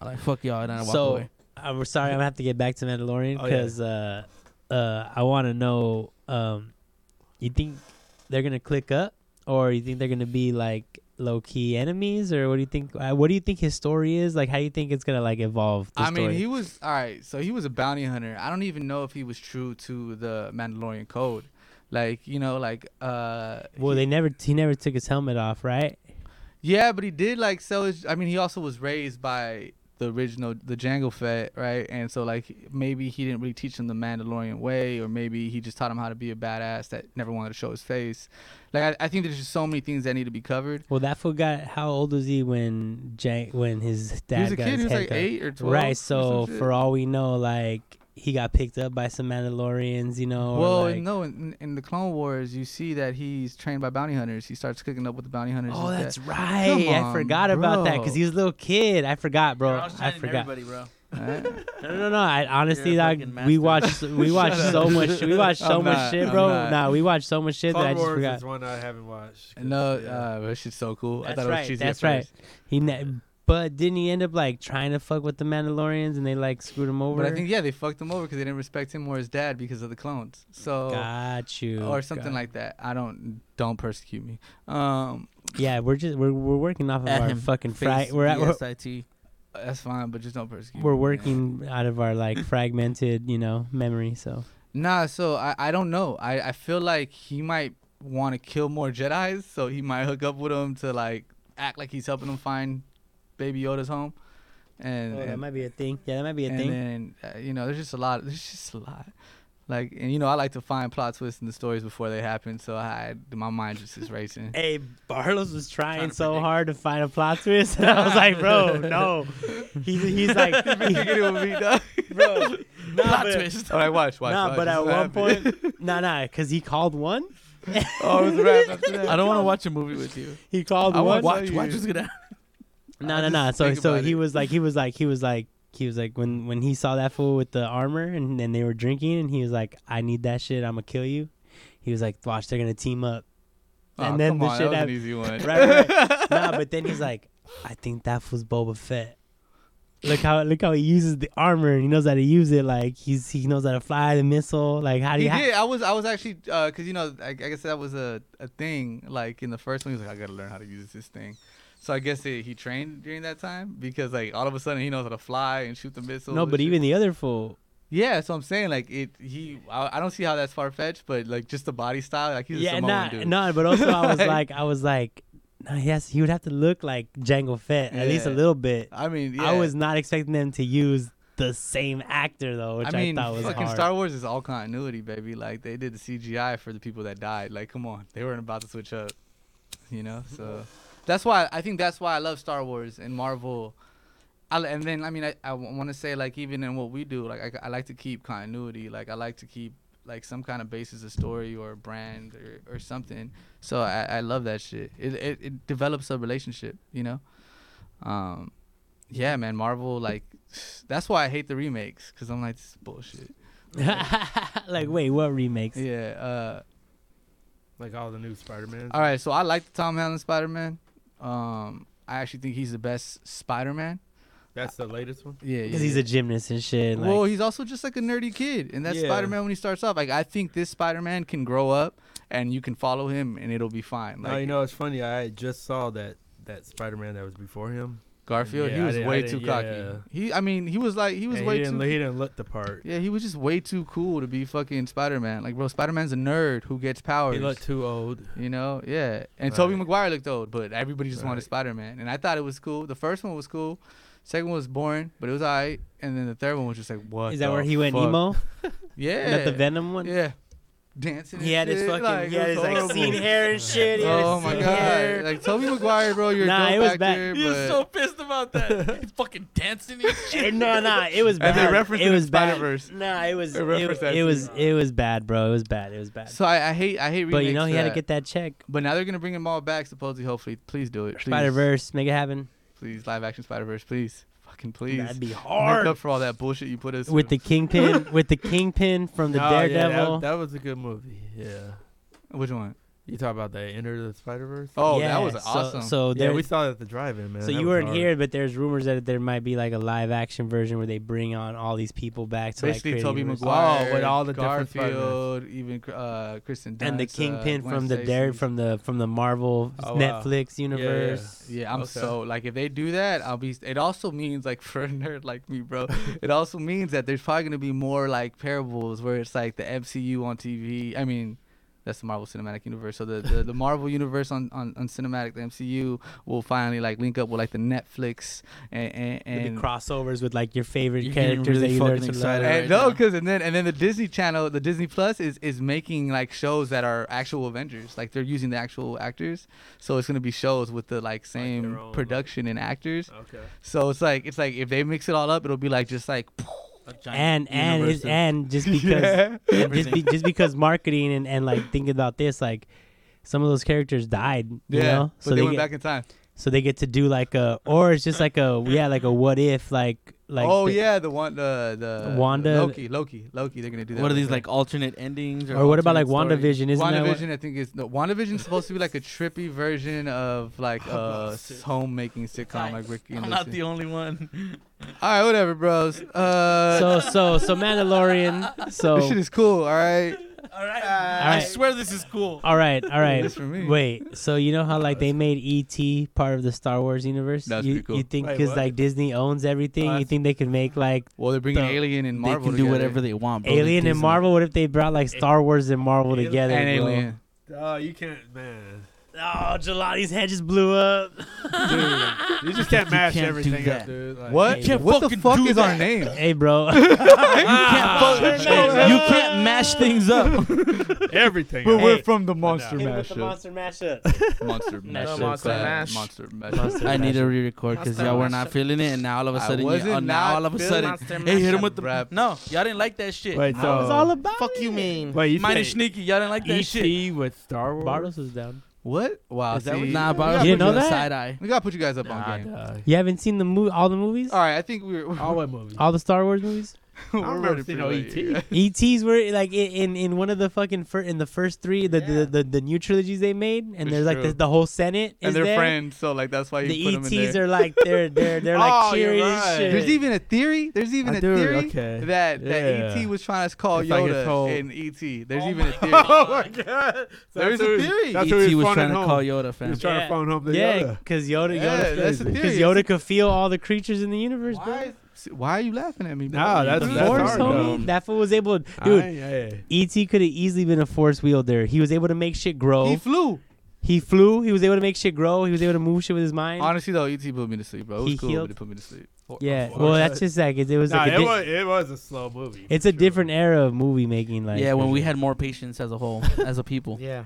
Speaker 5: I like fuck y'all and I walk
Speaker 3: So
Speaker 5: away.
Speaker 3: I'm sorry, I'm gonna have to get back to Mandalorian
Speaker 4: Oh, yeah.
Speaker 3: because uh, uh, I want to know. Um, you think they're gonna click up, or you think they're gonna be like low key enemies, or what do you think? Uh, what do you think his story is? Like, how do you think it's gonna like evolve? The
Speaker 1: I mean,
Speaker 3: story?
Speaker 1: he was all right. So he was a bounty hunter. I don't even know if he was true to the Mandalorian code. Like you know, like uh,
Speaker 3: well, they never he never took his helmet off, right?
Speaker 1: yeah, but he did like sell his. I mean, he also was raised by the original the Jango Fett, right? And so like maybe he didn't really teach him the Mandalorian way, or maybe he just taught him how to be a badass that never wanted to show his face. Like I, I think there's just so many things that need to be covered.
Speaker 3: Well, that fool got how old was he when Jank when his dad
Speaker 1: he was a
Speaker 3: got
Speaker 1: kid.
Speaker 3: his
Speaker 1: He was
Speaker 3: head
Speaker 1: like
Speaker 3: cut?
Speaker 1: eight or twelve. or
Speaker 3: right?
Speaker 1: some
Speaker 3: So
Speaker 1: shit.
Speaker 3: for all we know, like he got picked up by some Mandalorians, you know? or,
Speaker 1: Well,
Speaker 3: like-
Speaker 1: no, in, in the Clone Wars, you see that he's trained by bounty hunters. He starts cooking up with the bounty hunters.
Speaker 3: Oh,
Speaker 1: and
Speaker 3: that's
Speaker 1: that-
Speaker 3: right. I
Speaker 1: on,
Speaker 3: forgot about that because
Speaker 1: bro.
Speaker 3: he was a little kid. I forgot, bro. I, forgot.
Speaker 5: Everybody, bro.
Speaker 1: Alright. (laughs)
Speaker 3: No, no, no. I honestly,
Speaker 5: You're a
Speaker 3: dog,
Speaker 5: fucking
Speaker 3: we
Speaker 5: master.
Speaker 3: watched,
Speaker 5: (laughs)
Speaker 3: we watched so much,
Speaker 1: (laughs)
Speaker 3: we watched so
Speaker 1: I'm
Speaker 3: much
Speaker 1: not,
Speaker 3: shit,
Speaker 1: I'm
Speaker 3: bro.
Speaker 1: not.
Speaker 3: Nah, we watched so much shit that I
Speaker 4: Clone
Speaker 3: just
Speaker 4: Wars
Speaker 3: forgot.
Speaker 4: is one I haven't watched. 'cause,
Speaker 1: No,
Speaker 4: yeah.
Speaker 1: uh, that shit's so cool. I
Speaker 3: That's
Speaker 1: thought it
Speaker 3: right.
Speaker 1: was cheesy. at
Speaker 3: that's right.
Speaker 1: first.
Speaker 3: He, ne- but didn't he end up like trying to fuck with the Mandalorians and they like screwed him over?
Speaker 1: But I think yeah, they fucked him over because they didn't respect him or his dad because of the clones. So
Speaker 3: got you,
Speaker 1: Oh, or something
Speaker 3: got-
Speaker 1: like that. I don't don't persecute me. Um,
Speaker 3: Yeah, we're just we're we're working off of
Speaker 5: At
Speaker 3: our
Speaker 5: him.
Speaker 3: fucking frag.
Speaker 5: Face
Speaker 3: We're, at, we're
Speaker 5: BSIT.
Speaker 1: That's fine, but just don't persecute.
Speaker 3: we're
Speaker 1: me, man.
Speaker 3: working out of our like fragmented, you know, memory. So
Speaker 1: Oh, Nah, so I, I don't know. I, I feel like he might want to kill more Jedi's, so he might hook up with them to like act like he's helping them find Baby Yoda's home, and
Speaker 3: Oh, that
Speaker 1: and,
Speaker 3: might be a thing. Yeah, that might be a
Speaker 1: and
Speaker 3: thing.
Speaker 1: then uh, you know there's just a lot. There's just a lot. Like and you know I like to find plot twists in the stories before they happen, so I my mind just
Speaker 3: (laughs)
Speaker 1: is racing.
Speaker 3: Hey, Barlos was trying
Speaker 5: to
Speaker 3: so
Speaker 5: predict.
Speaker 3: hard to find a plot twist, (laughs) and I was like,
Speaker 1: (laughs)
Speaker 3: "Bro, no." He's he's like, (laughs)
Speaker 1: (laughs)
Speaker 3: "Bro, nah,
Speaker 5: Plot
Speaker 3: but,
Speaker 5: twist.
Speaker 1: All right, watch, watch.
Speaker 3: nah,
Speaker 1: watch.
Speaker 3: but at
Speaker 1: This
Speaker 3: one
Speaker 1: is what happened.
Speaker 3: point, nah, nah, because he called one.
Speaker 1: oh, it was a wrap
Speaker 3: (laughs)
Speaker 1: after that.
Speaker 5: I don't want to watch a movie with you.
Speaker 3: He called
Speaker 1: (laughs) I
Speaker 3: one.
Speaker 1: wanna
Speaker 5: Watch,
Speaker 1: you-
Speaker 5: watch what's gonna.
Speaker 3: No,
Speaker 1: I
Speaker 3: no,
Speaker 1: just
Speaker 3: no. So,
Speaker 1: think
Speaker 3: so
Speaker 1: about
Speaker 3: he
Speaker 1: it.
Speaker 3: was like, he was like, he was like, he was like, when when he saw that fool with the armor and then they were drinking, and he was like, "I need that shit. I'm gonna kill you." He was like, "Watch, they're gonna team up."
Speaker 1: Aw,
Speaker 3: and then
Speaker 1: come
Speaker 3: the
Speaker 1: on,
Speaker 3: shit
Speaker 1: that was an
Speaker 3: happened.
Speaker 1: easy one.
Speaker 3: Right,
Speaker 1: (laughs)
Speaker 3: right. nah, but then he's like, "I think that was Boba Fett." Look how look how he uses the armor. and He knows how to use it. Like he's he knows how to fly the missile. Like how do
Speaker 1: He
Speaker 3: you? ha-
Speaker 1: did. I was. I was actually because you know. I, I guess that was a, a thing. Like in the first one, he was like, "I gotta learn how to use this thing." So I guess it, he trained during that time because like all of a sudden he knows how to fly and shoot the missiles.
Speaker 3: no,
Speaker 1: and
Speaker 3: but
Speaker 1: shit.
Speaker 3: even the other fool.
Speaker 1: yeah. So I'm saying like it. He. I, I don't see how that's far fetched, but like just the body style. Like he's a
Speaker 3: yeah,
Speaker 1: Samoan
Speaker 3: nah,
Speaker 1: dude.
Speaker 3: nah. But also,
Speaker 1: (laughs)
Speaker 3: I was
Speaker 1: Like-
Speaker 3: like, I was like, nah, yes, he would have to look like Jango Fett at least a
Speaker 1: Yeah.
Speaker 3: little bit.
Speaker 1: I mean, yeah.
Speaker 3: I was not expecting them to use the same actor though, which
Speaker 1: I
Speaker 3: I,
Speaker 1: mean,
Speaker 3: thought was
Speaker 1: fucking
Speaker 3: hard. (laughs)
Speaker 1: Star Wars is all continuity, baby. Like they did the CGI for the people that died. Like, come on, they weren't about to switch up, you know. So that's why I think that's why I love Star Wars and Marvel. I, and then I mean, I, I want to say like even in what we do, like I, I like to keep continuity. Like I like to keep like some kind of basis of story or brand or, or something. So I, I love that shit. It, it it develops a relationship, you know. Um, yeah, man, Marvel like that's why I hate the remakes because I'm like this is
Speaker 4: (laughs)
Speaker 1: bullshit.
Speaker 3: like, wait, what remakes?
Speaker 1: Yeah. Uh,
Speaker 4: Like all the new Spider-Man.
Speaker 1: all right. So I like the Tom Holland Spider Man. Um, I actually think he's the best Spider Man.
Speaker 4: That's the latest one.
Speaker 1: Yeah.
Speaker 3: Because he's a gymnast and shit. Like,
Speaker 1: well, he's also just like a nerdy kid, and that's
Speaker 4: Yeah.
Speaker 1: Spider Man when he starts off. Like I think this Spider Man can grow up, and you can follow him, and it'll be fine. Like
Speaker 4: no, you know it's funny. I just saw that that Spider-Man that was before him.
Speaker 1: Garfield,
Speaker 4: Yeah, I
Speaker 1: he was
Speaker 4: didn't- I
Speaker 1: way too
Speaker 4: didn't-
Speaker 1: cocky.
Speaker 4: yeah.
Speaker 1: He, I mean, he was like he was
Speaker 4: And
Speaker 1: way
Speaker 4: he didn't,
Speaker 1: too.
Speaker 4: he didn't look the part.
Speaker 1: yeah, he was just way too cool to be fucking Spider Man. Like, bro, Spider Man's a nerd who gets powers.
Speaker 4: He looked too old.
Speaker 1: You know, yeah. And Toby
Speaker 4: Right.
Speaker 1: Maguire looked old, but everybody just wanted
Speaker 4: Right.
Speaker 1: Spider Man. And I thought it was cool. The first one was cool. Second one was boring, but it was alright. And then the third one was just like, what?
Speaker 3: is that
Speaker 1: the
Speaker 3: where he went
Speaker 1: Oh, fuck?
Speaker 3: emo?
Speaker 1: Yeah.
Speaker 3: Not the Venom one?
Speaker 1: Yeah. Dancing. and
Speaker 3: He had his
Speaker 1: shit,
Speaker 3: fucking,
Speaker 1: like,
Speaker 3: he
Speaker 1: it
Speaker 3: had
Speaker 1: was
Speaker 3: his like
Speaker 1: horrible.
Speaker 3: seed hair and shit. He had
Speaker 1: Oh
Speaker 3: his
Speaker 1: my
Speaker 3: seed
Speaker 1: god!
Speaker 3: hair. (laughs)
Speaker 1: Like Toby Maguire, bro, you're
Speaker 3: Nah,
Speaker 1: a
Speaker 3: it
Speaker 1: dope
Speaker 3: was
Speaker 1: actor,
Speaker 3: bad.
Speaker 5: He was
Speaker 1: but-
Speaker 5: so pissed
Speaker 1: (laughs)
Speaker 5: about that. He fucking dancing and shit.
Speaker 3: Eh, no, no, it was bad.
Speaker 1: And they referenced
Speaker 3: it
Speaker 1: it in
Speaker 3: was bad.
Speaker 1: Spider-Verse.
Speaker 3: Nah, it was
Speaker 1: They
Speaker 3: it,
Speaker 1: referenced that
Speaker 3: it was it was bad, bro. It was bad. It was bad.
Speaker 1: So I, I hate, I hate.
Speaker 3: but you know,
Speaker 1: remakes
Speaker 3: he
Speaker 1: for
Speaker 3: had to
Speaker 1: that.
Speaker 3: get that check.
Speaker 1: But now they're gonna bring them all back, supposedly. Hopefully, please do it. Please.
Speaker 3: Spider Verse, make it happen.
Speaker 1: Please, live action Spider Verse, please. Fucking please.
Speaker 3: That'd be
Speaker 1: Make
Speaker 3: hard.
Speaker 1: up for all that bullshit you put
Speaker 3: (laughs)
Speaker 1: us
Speaker 3: With the
Speaker 1: (laughs)
Speaker 3: kingpin, with the kingpin from the
Speaker 4: Oh, yeah, that-
Speaker 3: Daredevil.
Speaker 4: that, was a good movie. Yeah.
Speaker 1: Which one?
Speaker 4: You talk about that Enter the Spider Verse.
Speaker 1: Oh,
Speaker 3: Yeah,
Speaker 1: that was
Speaker 3: so-
Speaker 1: awesome.
Speaker 3: So
Speaker 4: yeah,
Speaker 3: there,
Speaker 4: we saw it at the drive-in, man.
Speaker 3: so
Speaker 4: That
Speaker 3: you
Speaker 4: was
Speaker 3: weren't
Speaker 4: hard.
Speaker 3: here, but there's rumors that there might be like a live action version where they bring on all these people back to
Speaker 1: basically
Speaker 3: like create a
Speaker 1: Toby
Speaker 3: universe.
Speaker 1: Maguire,
Speaker 4: Oh, with all the different
Speaker 1: Garfield, even uh, Kristen Dunst,
Speaker 3: and the
Speaker 1: uh,
Speaker 3: kingpin
Speaker 1: Gwen
Speaker 3: from the Dare
Speaker 1: Stacy.
Speaker 3: from the from the Marvel
Speaker 4: Oh, wow.
Speaker 3: Netflix
Speaker 4: Yeah, yeah.
Speaker 3: universe.
Speaker 1: Yeah, I'm
Speaker 4: Okay.
Speaker 1: so like if they do that, I'll be. It also means like (laughs) for a nerd like me, bro. it also means that there's probably gonna be more like parables where it's like the MCU on TV. I mean, that's the Marvel Cinematic Universe. So the the, the Marvel Universe on, on on cinematic, the MCU will finally like link up with like the Netflix and and,
Speaker 3: There'll
Speaker 1: and
Speaker 3: be crossovers with like your favorite
Speaker 5: You're getting
Speaker 3: characters
Speaker 5: really
Speaker 3: that you learn
Speaker 5: fucking
Speaker 3: to
Speaker 5: excited
Speaker 3: love.
Speaker 5: right
Speaker 1: And no,
Speaker 5: now.
Speaker 1: because and then and then the Disney Channel, the Disney Plus is is making like shows that are actual Avengers. Like they're using the actual actors, so it's gonna be shows with the like same
Speaker 4: own, like-
Speaker 1: production and actors.
Speaker 5: oh.
Speaker 4: Okay.
Speaker 1: So it's like it's like if they mix it all up, it'll be like just like
Speaker 3: And and it's,
Speaker 5: universes.
Speaker 3: and
Speaker 1: (laughs)
Speaker 3: just because
Speaker 1: yeah.
Speaker 3: and just, be, just because marketing and and like thinking about this like. Some of those characters died, you
Speaker 1: Yeah,
Speaker 3: know.
Speaker 1: but they, went
Speaker 3: get,
Speaker 1: back in time.
Speaker 3: so they get to do like a, or it's just like a, yeah, like a what if, like, like.
Speaker 1: oh
Speaker 3: the-
Speaker 1: yeah, the one the the
Speaker 3: Wanda-
Speaker 1: Loki Loki Loki. They're gonna do that.
Speaker 5: What are
Speaker 1: with
Speaker 5: these
Speaker 1: her.
Speaker 5: like alternate endings? Or,
Speaker 3: Or what about like
Speaker 5: alternate stories?
Speaker 3: WandaVision? Isn't that what-
Speaker 1: WandaVision, I think is no. WandaVision's supposed to be like a trippy version of like a homemaking sitcom, like Ricky and
Speaker 5: I'm not
Speaker 1: Lucy.
Speaker 5: the only one.
Speaker 1: all right, whatever, bros. Uh,
Speaker 3: so so so Mandalorian.
Speaker 1: this shit
Speaker 3: So
Speaker 1: (laughs) is cool. All right.
Speaker 5: (laughs) All right.
Speaker 10: I
Speaker 3: right.
Speaker 10: swear this is cool.
Speaker 3: All right, all right.
Speaker 1: That's for me.
Speaker 3: Wait, so you know how like they made ET part of the Star Wars universe?
Speaker 1: That's
Speaker 3: you,
Speaker 1: pretty cool.
Speaker 3: you think
Speaker 4: Wait,
Speaker 3: because
Speaker 4: what?
Speaker 3: like Disney owns everything, you
Speaker 10: that's-
Speaker 3: think they could make like
Speaker 1: Well, they're bringing
Speaker 3: The-
Speaker 1: Alien and
Speaker 5: They
Speaker 1: Marvel.
Speaker 5: can do
Speaker 1: together.
Speaker 5: whatever they want, bro.
Speaker 3: Alien and
Speaker 5: Disney.
Speaker 3: Marvel? What if they brought like Star Wars and Marvel
Speaker 4: Alien-
Speaker 3: together?
Speaker 1: And
Speaker 3: bro?
Speaker 1: Alien.
Speaker 4: Oh, you can't, man.
Speaker 3: Oh, Jelani's head just blew (laughs) up.
Speaker 4: Dude, you
Speaker 3: (laughs)
Speaker 4: just can't mash
Speaker 5: can't do
Speaker 4: everything
Speaker 5: that.
Speaker 4: up, dude. Like,
Speaker 1: What?
Speaker 3: You can't
Speaker 1: What the fuck is our name?
Speaker 3: hey, bro. (laughs)
Speaker 5: you can't mash things up.
Speaker 4: (laughs) Everything.
Speaker 1: But
Speaker 4: up.
Speaker 1: we're from the Monster
Speaker 3: Hit with the
Speaker 1: Mashup.
Speaker 3: monster
Speaker 1: (laughs)
Speaker 3: mashup.
Speaker 1: (laughs) Monster
Speaker 3: Mashup
Speaker 1: Mashup.
Speaker 11: class.
Speaker 1: class. Monster Mashup.
Speaker 3: Monster
Speaker 5: I need
Speaker 3: (laughs)
Speaker 5: to
Speaker 3: mashup.
Speaker 5: re-record because y'all were not feeling it, and now all of a
Speaker 1: I
Speaker 5: sudden,
Speaker 1: wasn't
Speaker 5: you, now
Speaker 1: not
Speaker 5: all of a
Speaker 1: feeling
Speaker 5: sudden,
Speaker 1: Monster
Speaker 5: hey, hit him
Speaker 1: Mashup
Speaker 5: with the
Speaker 1: rap.
Speaker 10: No, y'all didn't like that shit.
Speaker 4: Wait, so
Speaker 1: How is
Speaker 3: all about
Speaker 11: Fuck you mean?
Speaker 4: wait, you
Speaker 10: Mine and
Speaker 4: say
Speaker 10: Sneaky, y'all didn't like that
Speaker 4: ET
Speaker 10: shit.
Speaker 4: with Star Wars?
Speaker 3: Bartos was down.
Speaker 1: What? Wow.
Speaker 4: Is that
Speaker 1: see,
Speaker 4: what
Speaker 5: Nah,
Speaker 1: we
Speaker 5: bro,
Speaker 1: gotta
Speaker 3: You didn't
Speaker 1: put
Speaker 3: know
Speaker 1: you on
Speaker 3: that?
Speaker 5: Side eye.
Speaker 1: We gotta put you guys up
Speaker 4: Nah,
Speaker 1: on game.
Speaker 4: dog. (laughs)
Speaker 3: You haven't seen the mo- all the movies,
Speaker 1: All right, I think we're. (laughs)
Speaker 4: All my movies.
Speaker 3: all the Star Wars movies.
Speaker 1: we're
Speaker 4: remember
Speaker 1: running
Speaker 4: seeing E
Speaker 1: pretty
Speaker 4: OET.
Speaker 1: late.
Speaker 3: ETs were like i- in in one of the fucking fir- in the first three the, the, the the new trilogies they made, and
Speaker 1: It's
Speaker 3: there's like
Speaker 1: true.
Speaker 3: the, the whole Senate is
Speaker 1: and they're
Speaker 3: there.
Speaker 1: friends, so like that's why you
Speaker 3: the E
Speaker 1: put them in
Speaker 3: ETs
Speaker 1: there.
Speaker 3: are like they're
Speaker 1: (laughs)
Speaker 3: they're they're like
Speaker 1: Oh, you're
Speaker 3: cheering
Speaker 1: right.
Speaker 3: and shit.
Speaker 1: There's even a theory. There's even
Speaker 4: I
Speaker 1: a
Speaker 4: do,
Speaker 1: theory
Speaker 4: okay. (laughs)
Speaker 1: that that
Speaker 4: Yeah.
Speaker 1: ET was trying to call
Speaker 4: It's like
Speaker 1: Yoda
Speaker 4: his whole-
Speaker 1: in ET. There's
Speaker 10: Oh
Speaker 1: even a
Speaker 10: my
Speaker 1: theory.
Speaker 4: Oh my god.
Speaker 1: There is a theory.
Speaker 4: That's who
Speaker 5: ET
Speaker 4: he
Speaker 5: E was
Speaker 4: was
Speaker 5: trying to
Speaker 4: home.
Speaker 5: call Yoda,
Speaker 4: He
Speaker 5: fam.
Speaker 4: was trying
Speaker 3: Yeah.
Speaker 4: to phone home the
Speaker 3: yeah,
Speaker 4: Yoda.
Speaker 3: because Yoda
Speaker 1: yeah,
Speaker 3: Yoda
Speaker 1: that's the
Speaker 3: because
Speaker 1: theory.
Speaker 3: Yoda could feel all the creatures in the universe,
Speaker 1: Why,
Speaker 3: bro.
Speaker 1: is- why are you laughing at me? Bro?
Speaker 4: Nah, that's-
Speaker 3: The
Speaker 4: that's
Speaker 3: force,
Speaker 4: hard,
Speaker 3: homie.
Speaker 4: though.
Speaker 3: That fool was able,
Speaker 4: I,
Speaker 3: dude.
Speaker 4: hey.
Speaker 3: ET could have easily been a force wielder. He was able to make shit grow.
Speaker 1: He flew.
Speaker 3: He flew. He was able to make shit grow. He was able to move shit with his mind.
Speaker 1: Honestly though, ET put me to sleep, bro. It was
Speaker 3: He
Speaker 1: cool,
Speaker 3: healed.
Speaker 1: but it put me
Speaker 10: (laughs)
Speaker 1: to sleep.
Speaker 3: yeah.
Speaker 4: Or-
Speaker 3: Well, that's just like it, it was
Speaker 4: Nah,
Speaker 3: like a
Speaker 4: it,
Speaker 3: di-
Speaker 4: was, it was a slow movie.
Speaker 3: it's a
Speaker 4: for sure.
Speaker 3: different era of movie making. Like
Speaker 5: Yeah, when we had more patience as a whole, as a people.
Speaker 2: Yeah.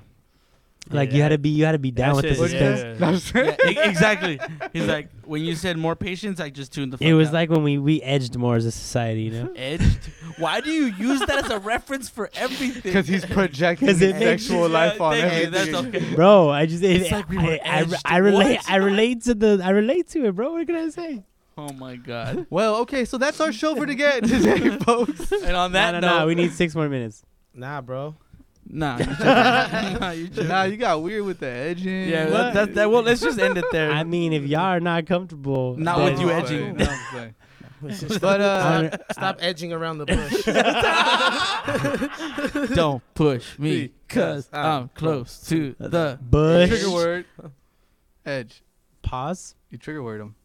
Speaker 3: like you
Speaker 4: Yeah.
Speaker 3: had to be you had to be down with
Speaker 4: shit
Speaker 3: the
Speaker 4: is-
Speaker 3: suspense.
Speaker 4: yeah.
Speaker 5: Yeah,
Speaker 10: E- exactly. He's like, when you said more patience, I just tuned the. Fuck
Speaker 3: It was
Speaker 10: out.
Speaker 3: like when we we edged more as a society, you know.
Speaker 10: (laughs) edged. Why do you use that as a reference for everything?
Speaker 1: Because he's projecting
Speaker 3: 'Cause
Speaker 1: his
Speaker 3: it makes
Speaker 1: sexual
Speaker 10: Yeah,
Speaker 1: life on
Speaker 10: thank you,
Speaker 1: everything.
Speaker 10: That's okay.
Speaker 3: Bro, I just it,
Speaker 10: It's like we
Speaker 3: I-
Speaker 10: were
Speaker 3: I, I,
Speaker 10: edged.
Speaker 3: I relate
Speaker 10: What?
Speaker 3: I relate to the I relate to it, bro. What can I say?
Speaker 10: Oh my god.
Speaker 1: (laughs) Well, okay, so that's our show for today, today folks.
Speaker 10: And on
Speaker 3: No,
Speaker 10: that
Speaker 3: no,
Speaker 10: note,
Speaker 3: no. We need six more minutes.
Speaker 2: Nah, bro.
Speaker 10: (laughs) Nah,
Speaker 1: (laughs)
Speaker 10: you tripping. nah, you tripping.
Speaker 1: nah, you got weird with the edging.
Speaker 10: yeah,
Speaker 3: What?
Speaker 10: that, that, that, well, let's just end it there.
Speaker 3: (laughs) I mean, if y'all are not comfortable,
Speaker 10: Not
Speaker 3: then-
Speaker 10: with you,
Speaker 1: No, I'm
Speaker 10: edging.
Speaker 1: playing, no, I'm
Speaker 10: (laughs)
Speaker 1: playing.
Speaker 3: (laughs)
Speaker 2: Stop
Speaker 1: (laughs) But uh,
Speaker 3: I-
Speaker 2: edging around the (laughs) bush.
Speaker 5: Don't push me,
Speaker 4: uh,
Speaker 5: cause
Speaker 2: Ah,
Speaker 5: I'm close to the
Speaker 3: Bush.
Speaker 1: trigger word, edge.
Speaker 3: Pause.
Speaker 1: You trigger word him.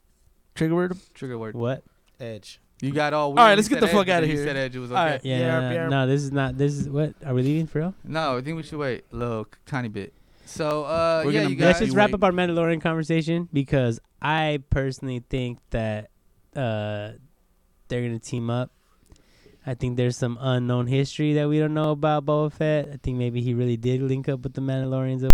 Speaker 5: trigger word.
Speaker 1: Trigger word.
Speaker 3: What?
Speaker 2: Edge.
Speaker 1: You got all. Weird.
Speaker 10: right, let's
Speaker 1: You
Speaker 10: get the
Speaker 1: said
Speaker 10: fuck
Speaker 1: edge,
Speaker 10: outta
Speaker 1: and You
Speaker 10: here.
Speaker 1: said edge. It was okay.
Speaker 10: All right.
Speaker 3: Yeah,
Speaker 2: Yeah,
Speaker 3: no,
Speaker 2: yeah.
Speaker 3: no, this is not. This is what are we leaving for real?
Speaker 1: No, I think we should wait a little tiny bit. So uh,
Speaker 5: We're
Speaker 1: yeah,
Speaker 5: gonna
Speaker 1: you
Speaker 3: Let's
Speaker 1: guys.
Speaker 3: just wrap up our Mandalorian conversation because I personally think that uh, they're gonna team up. I think there's some unknown history that we don't know about Boba Fett. I think maybe he really did link up with the Mandalorians.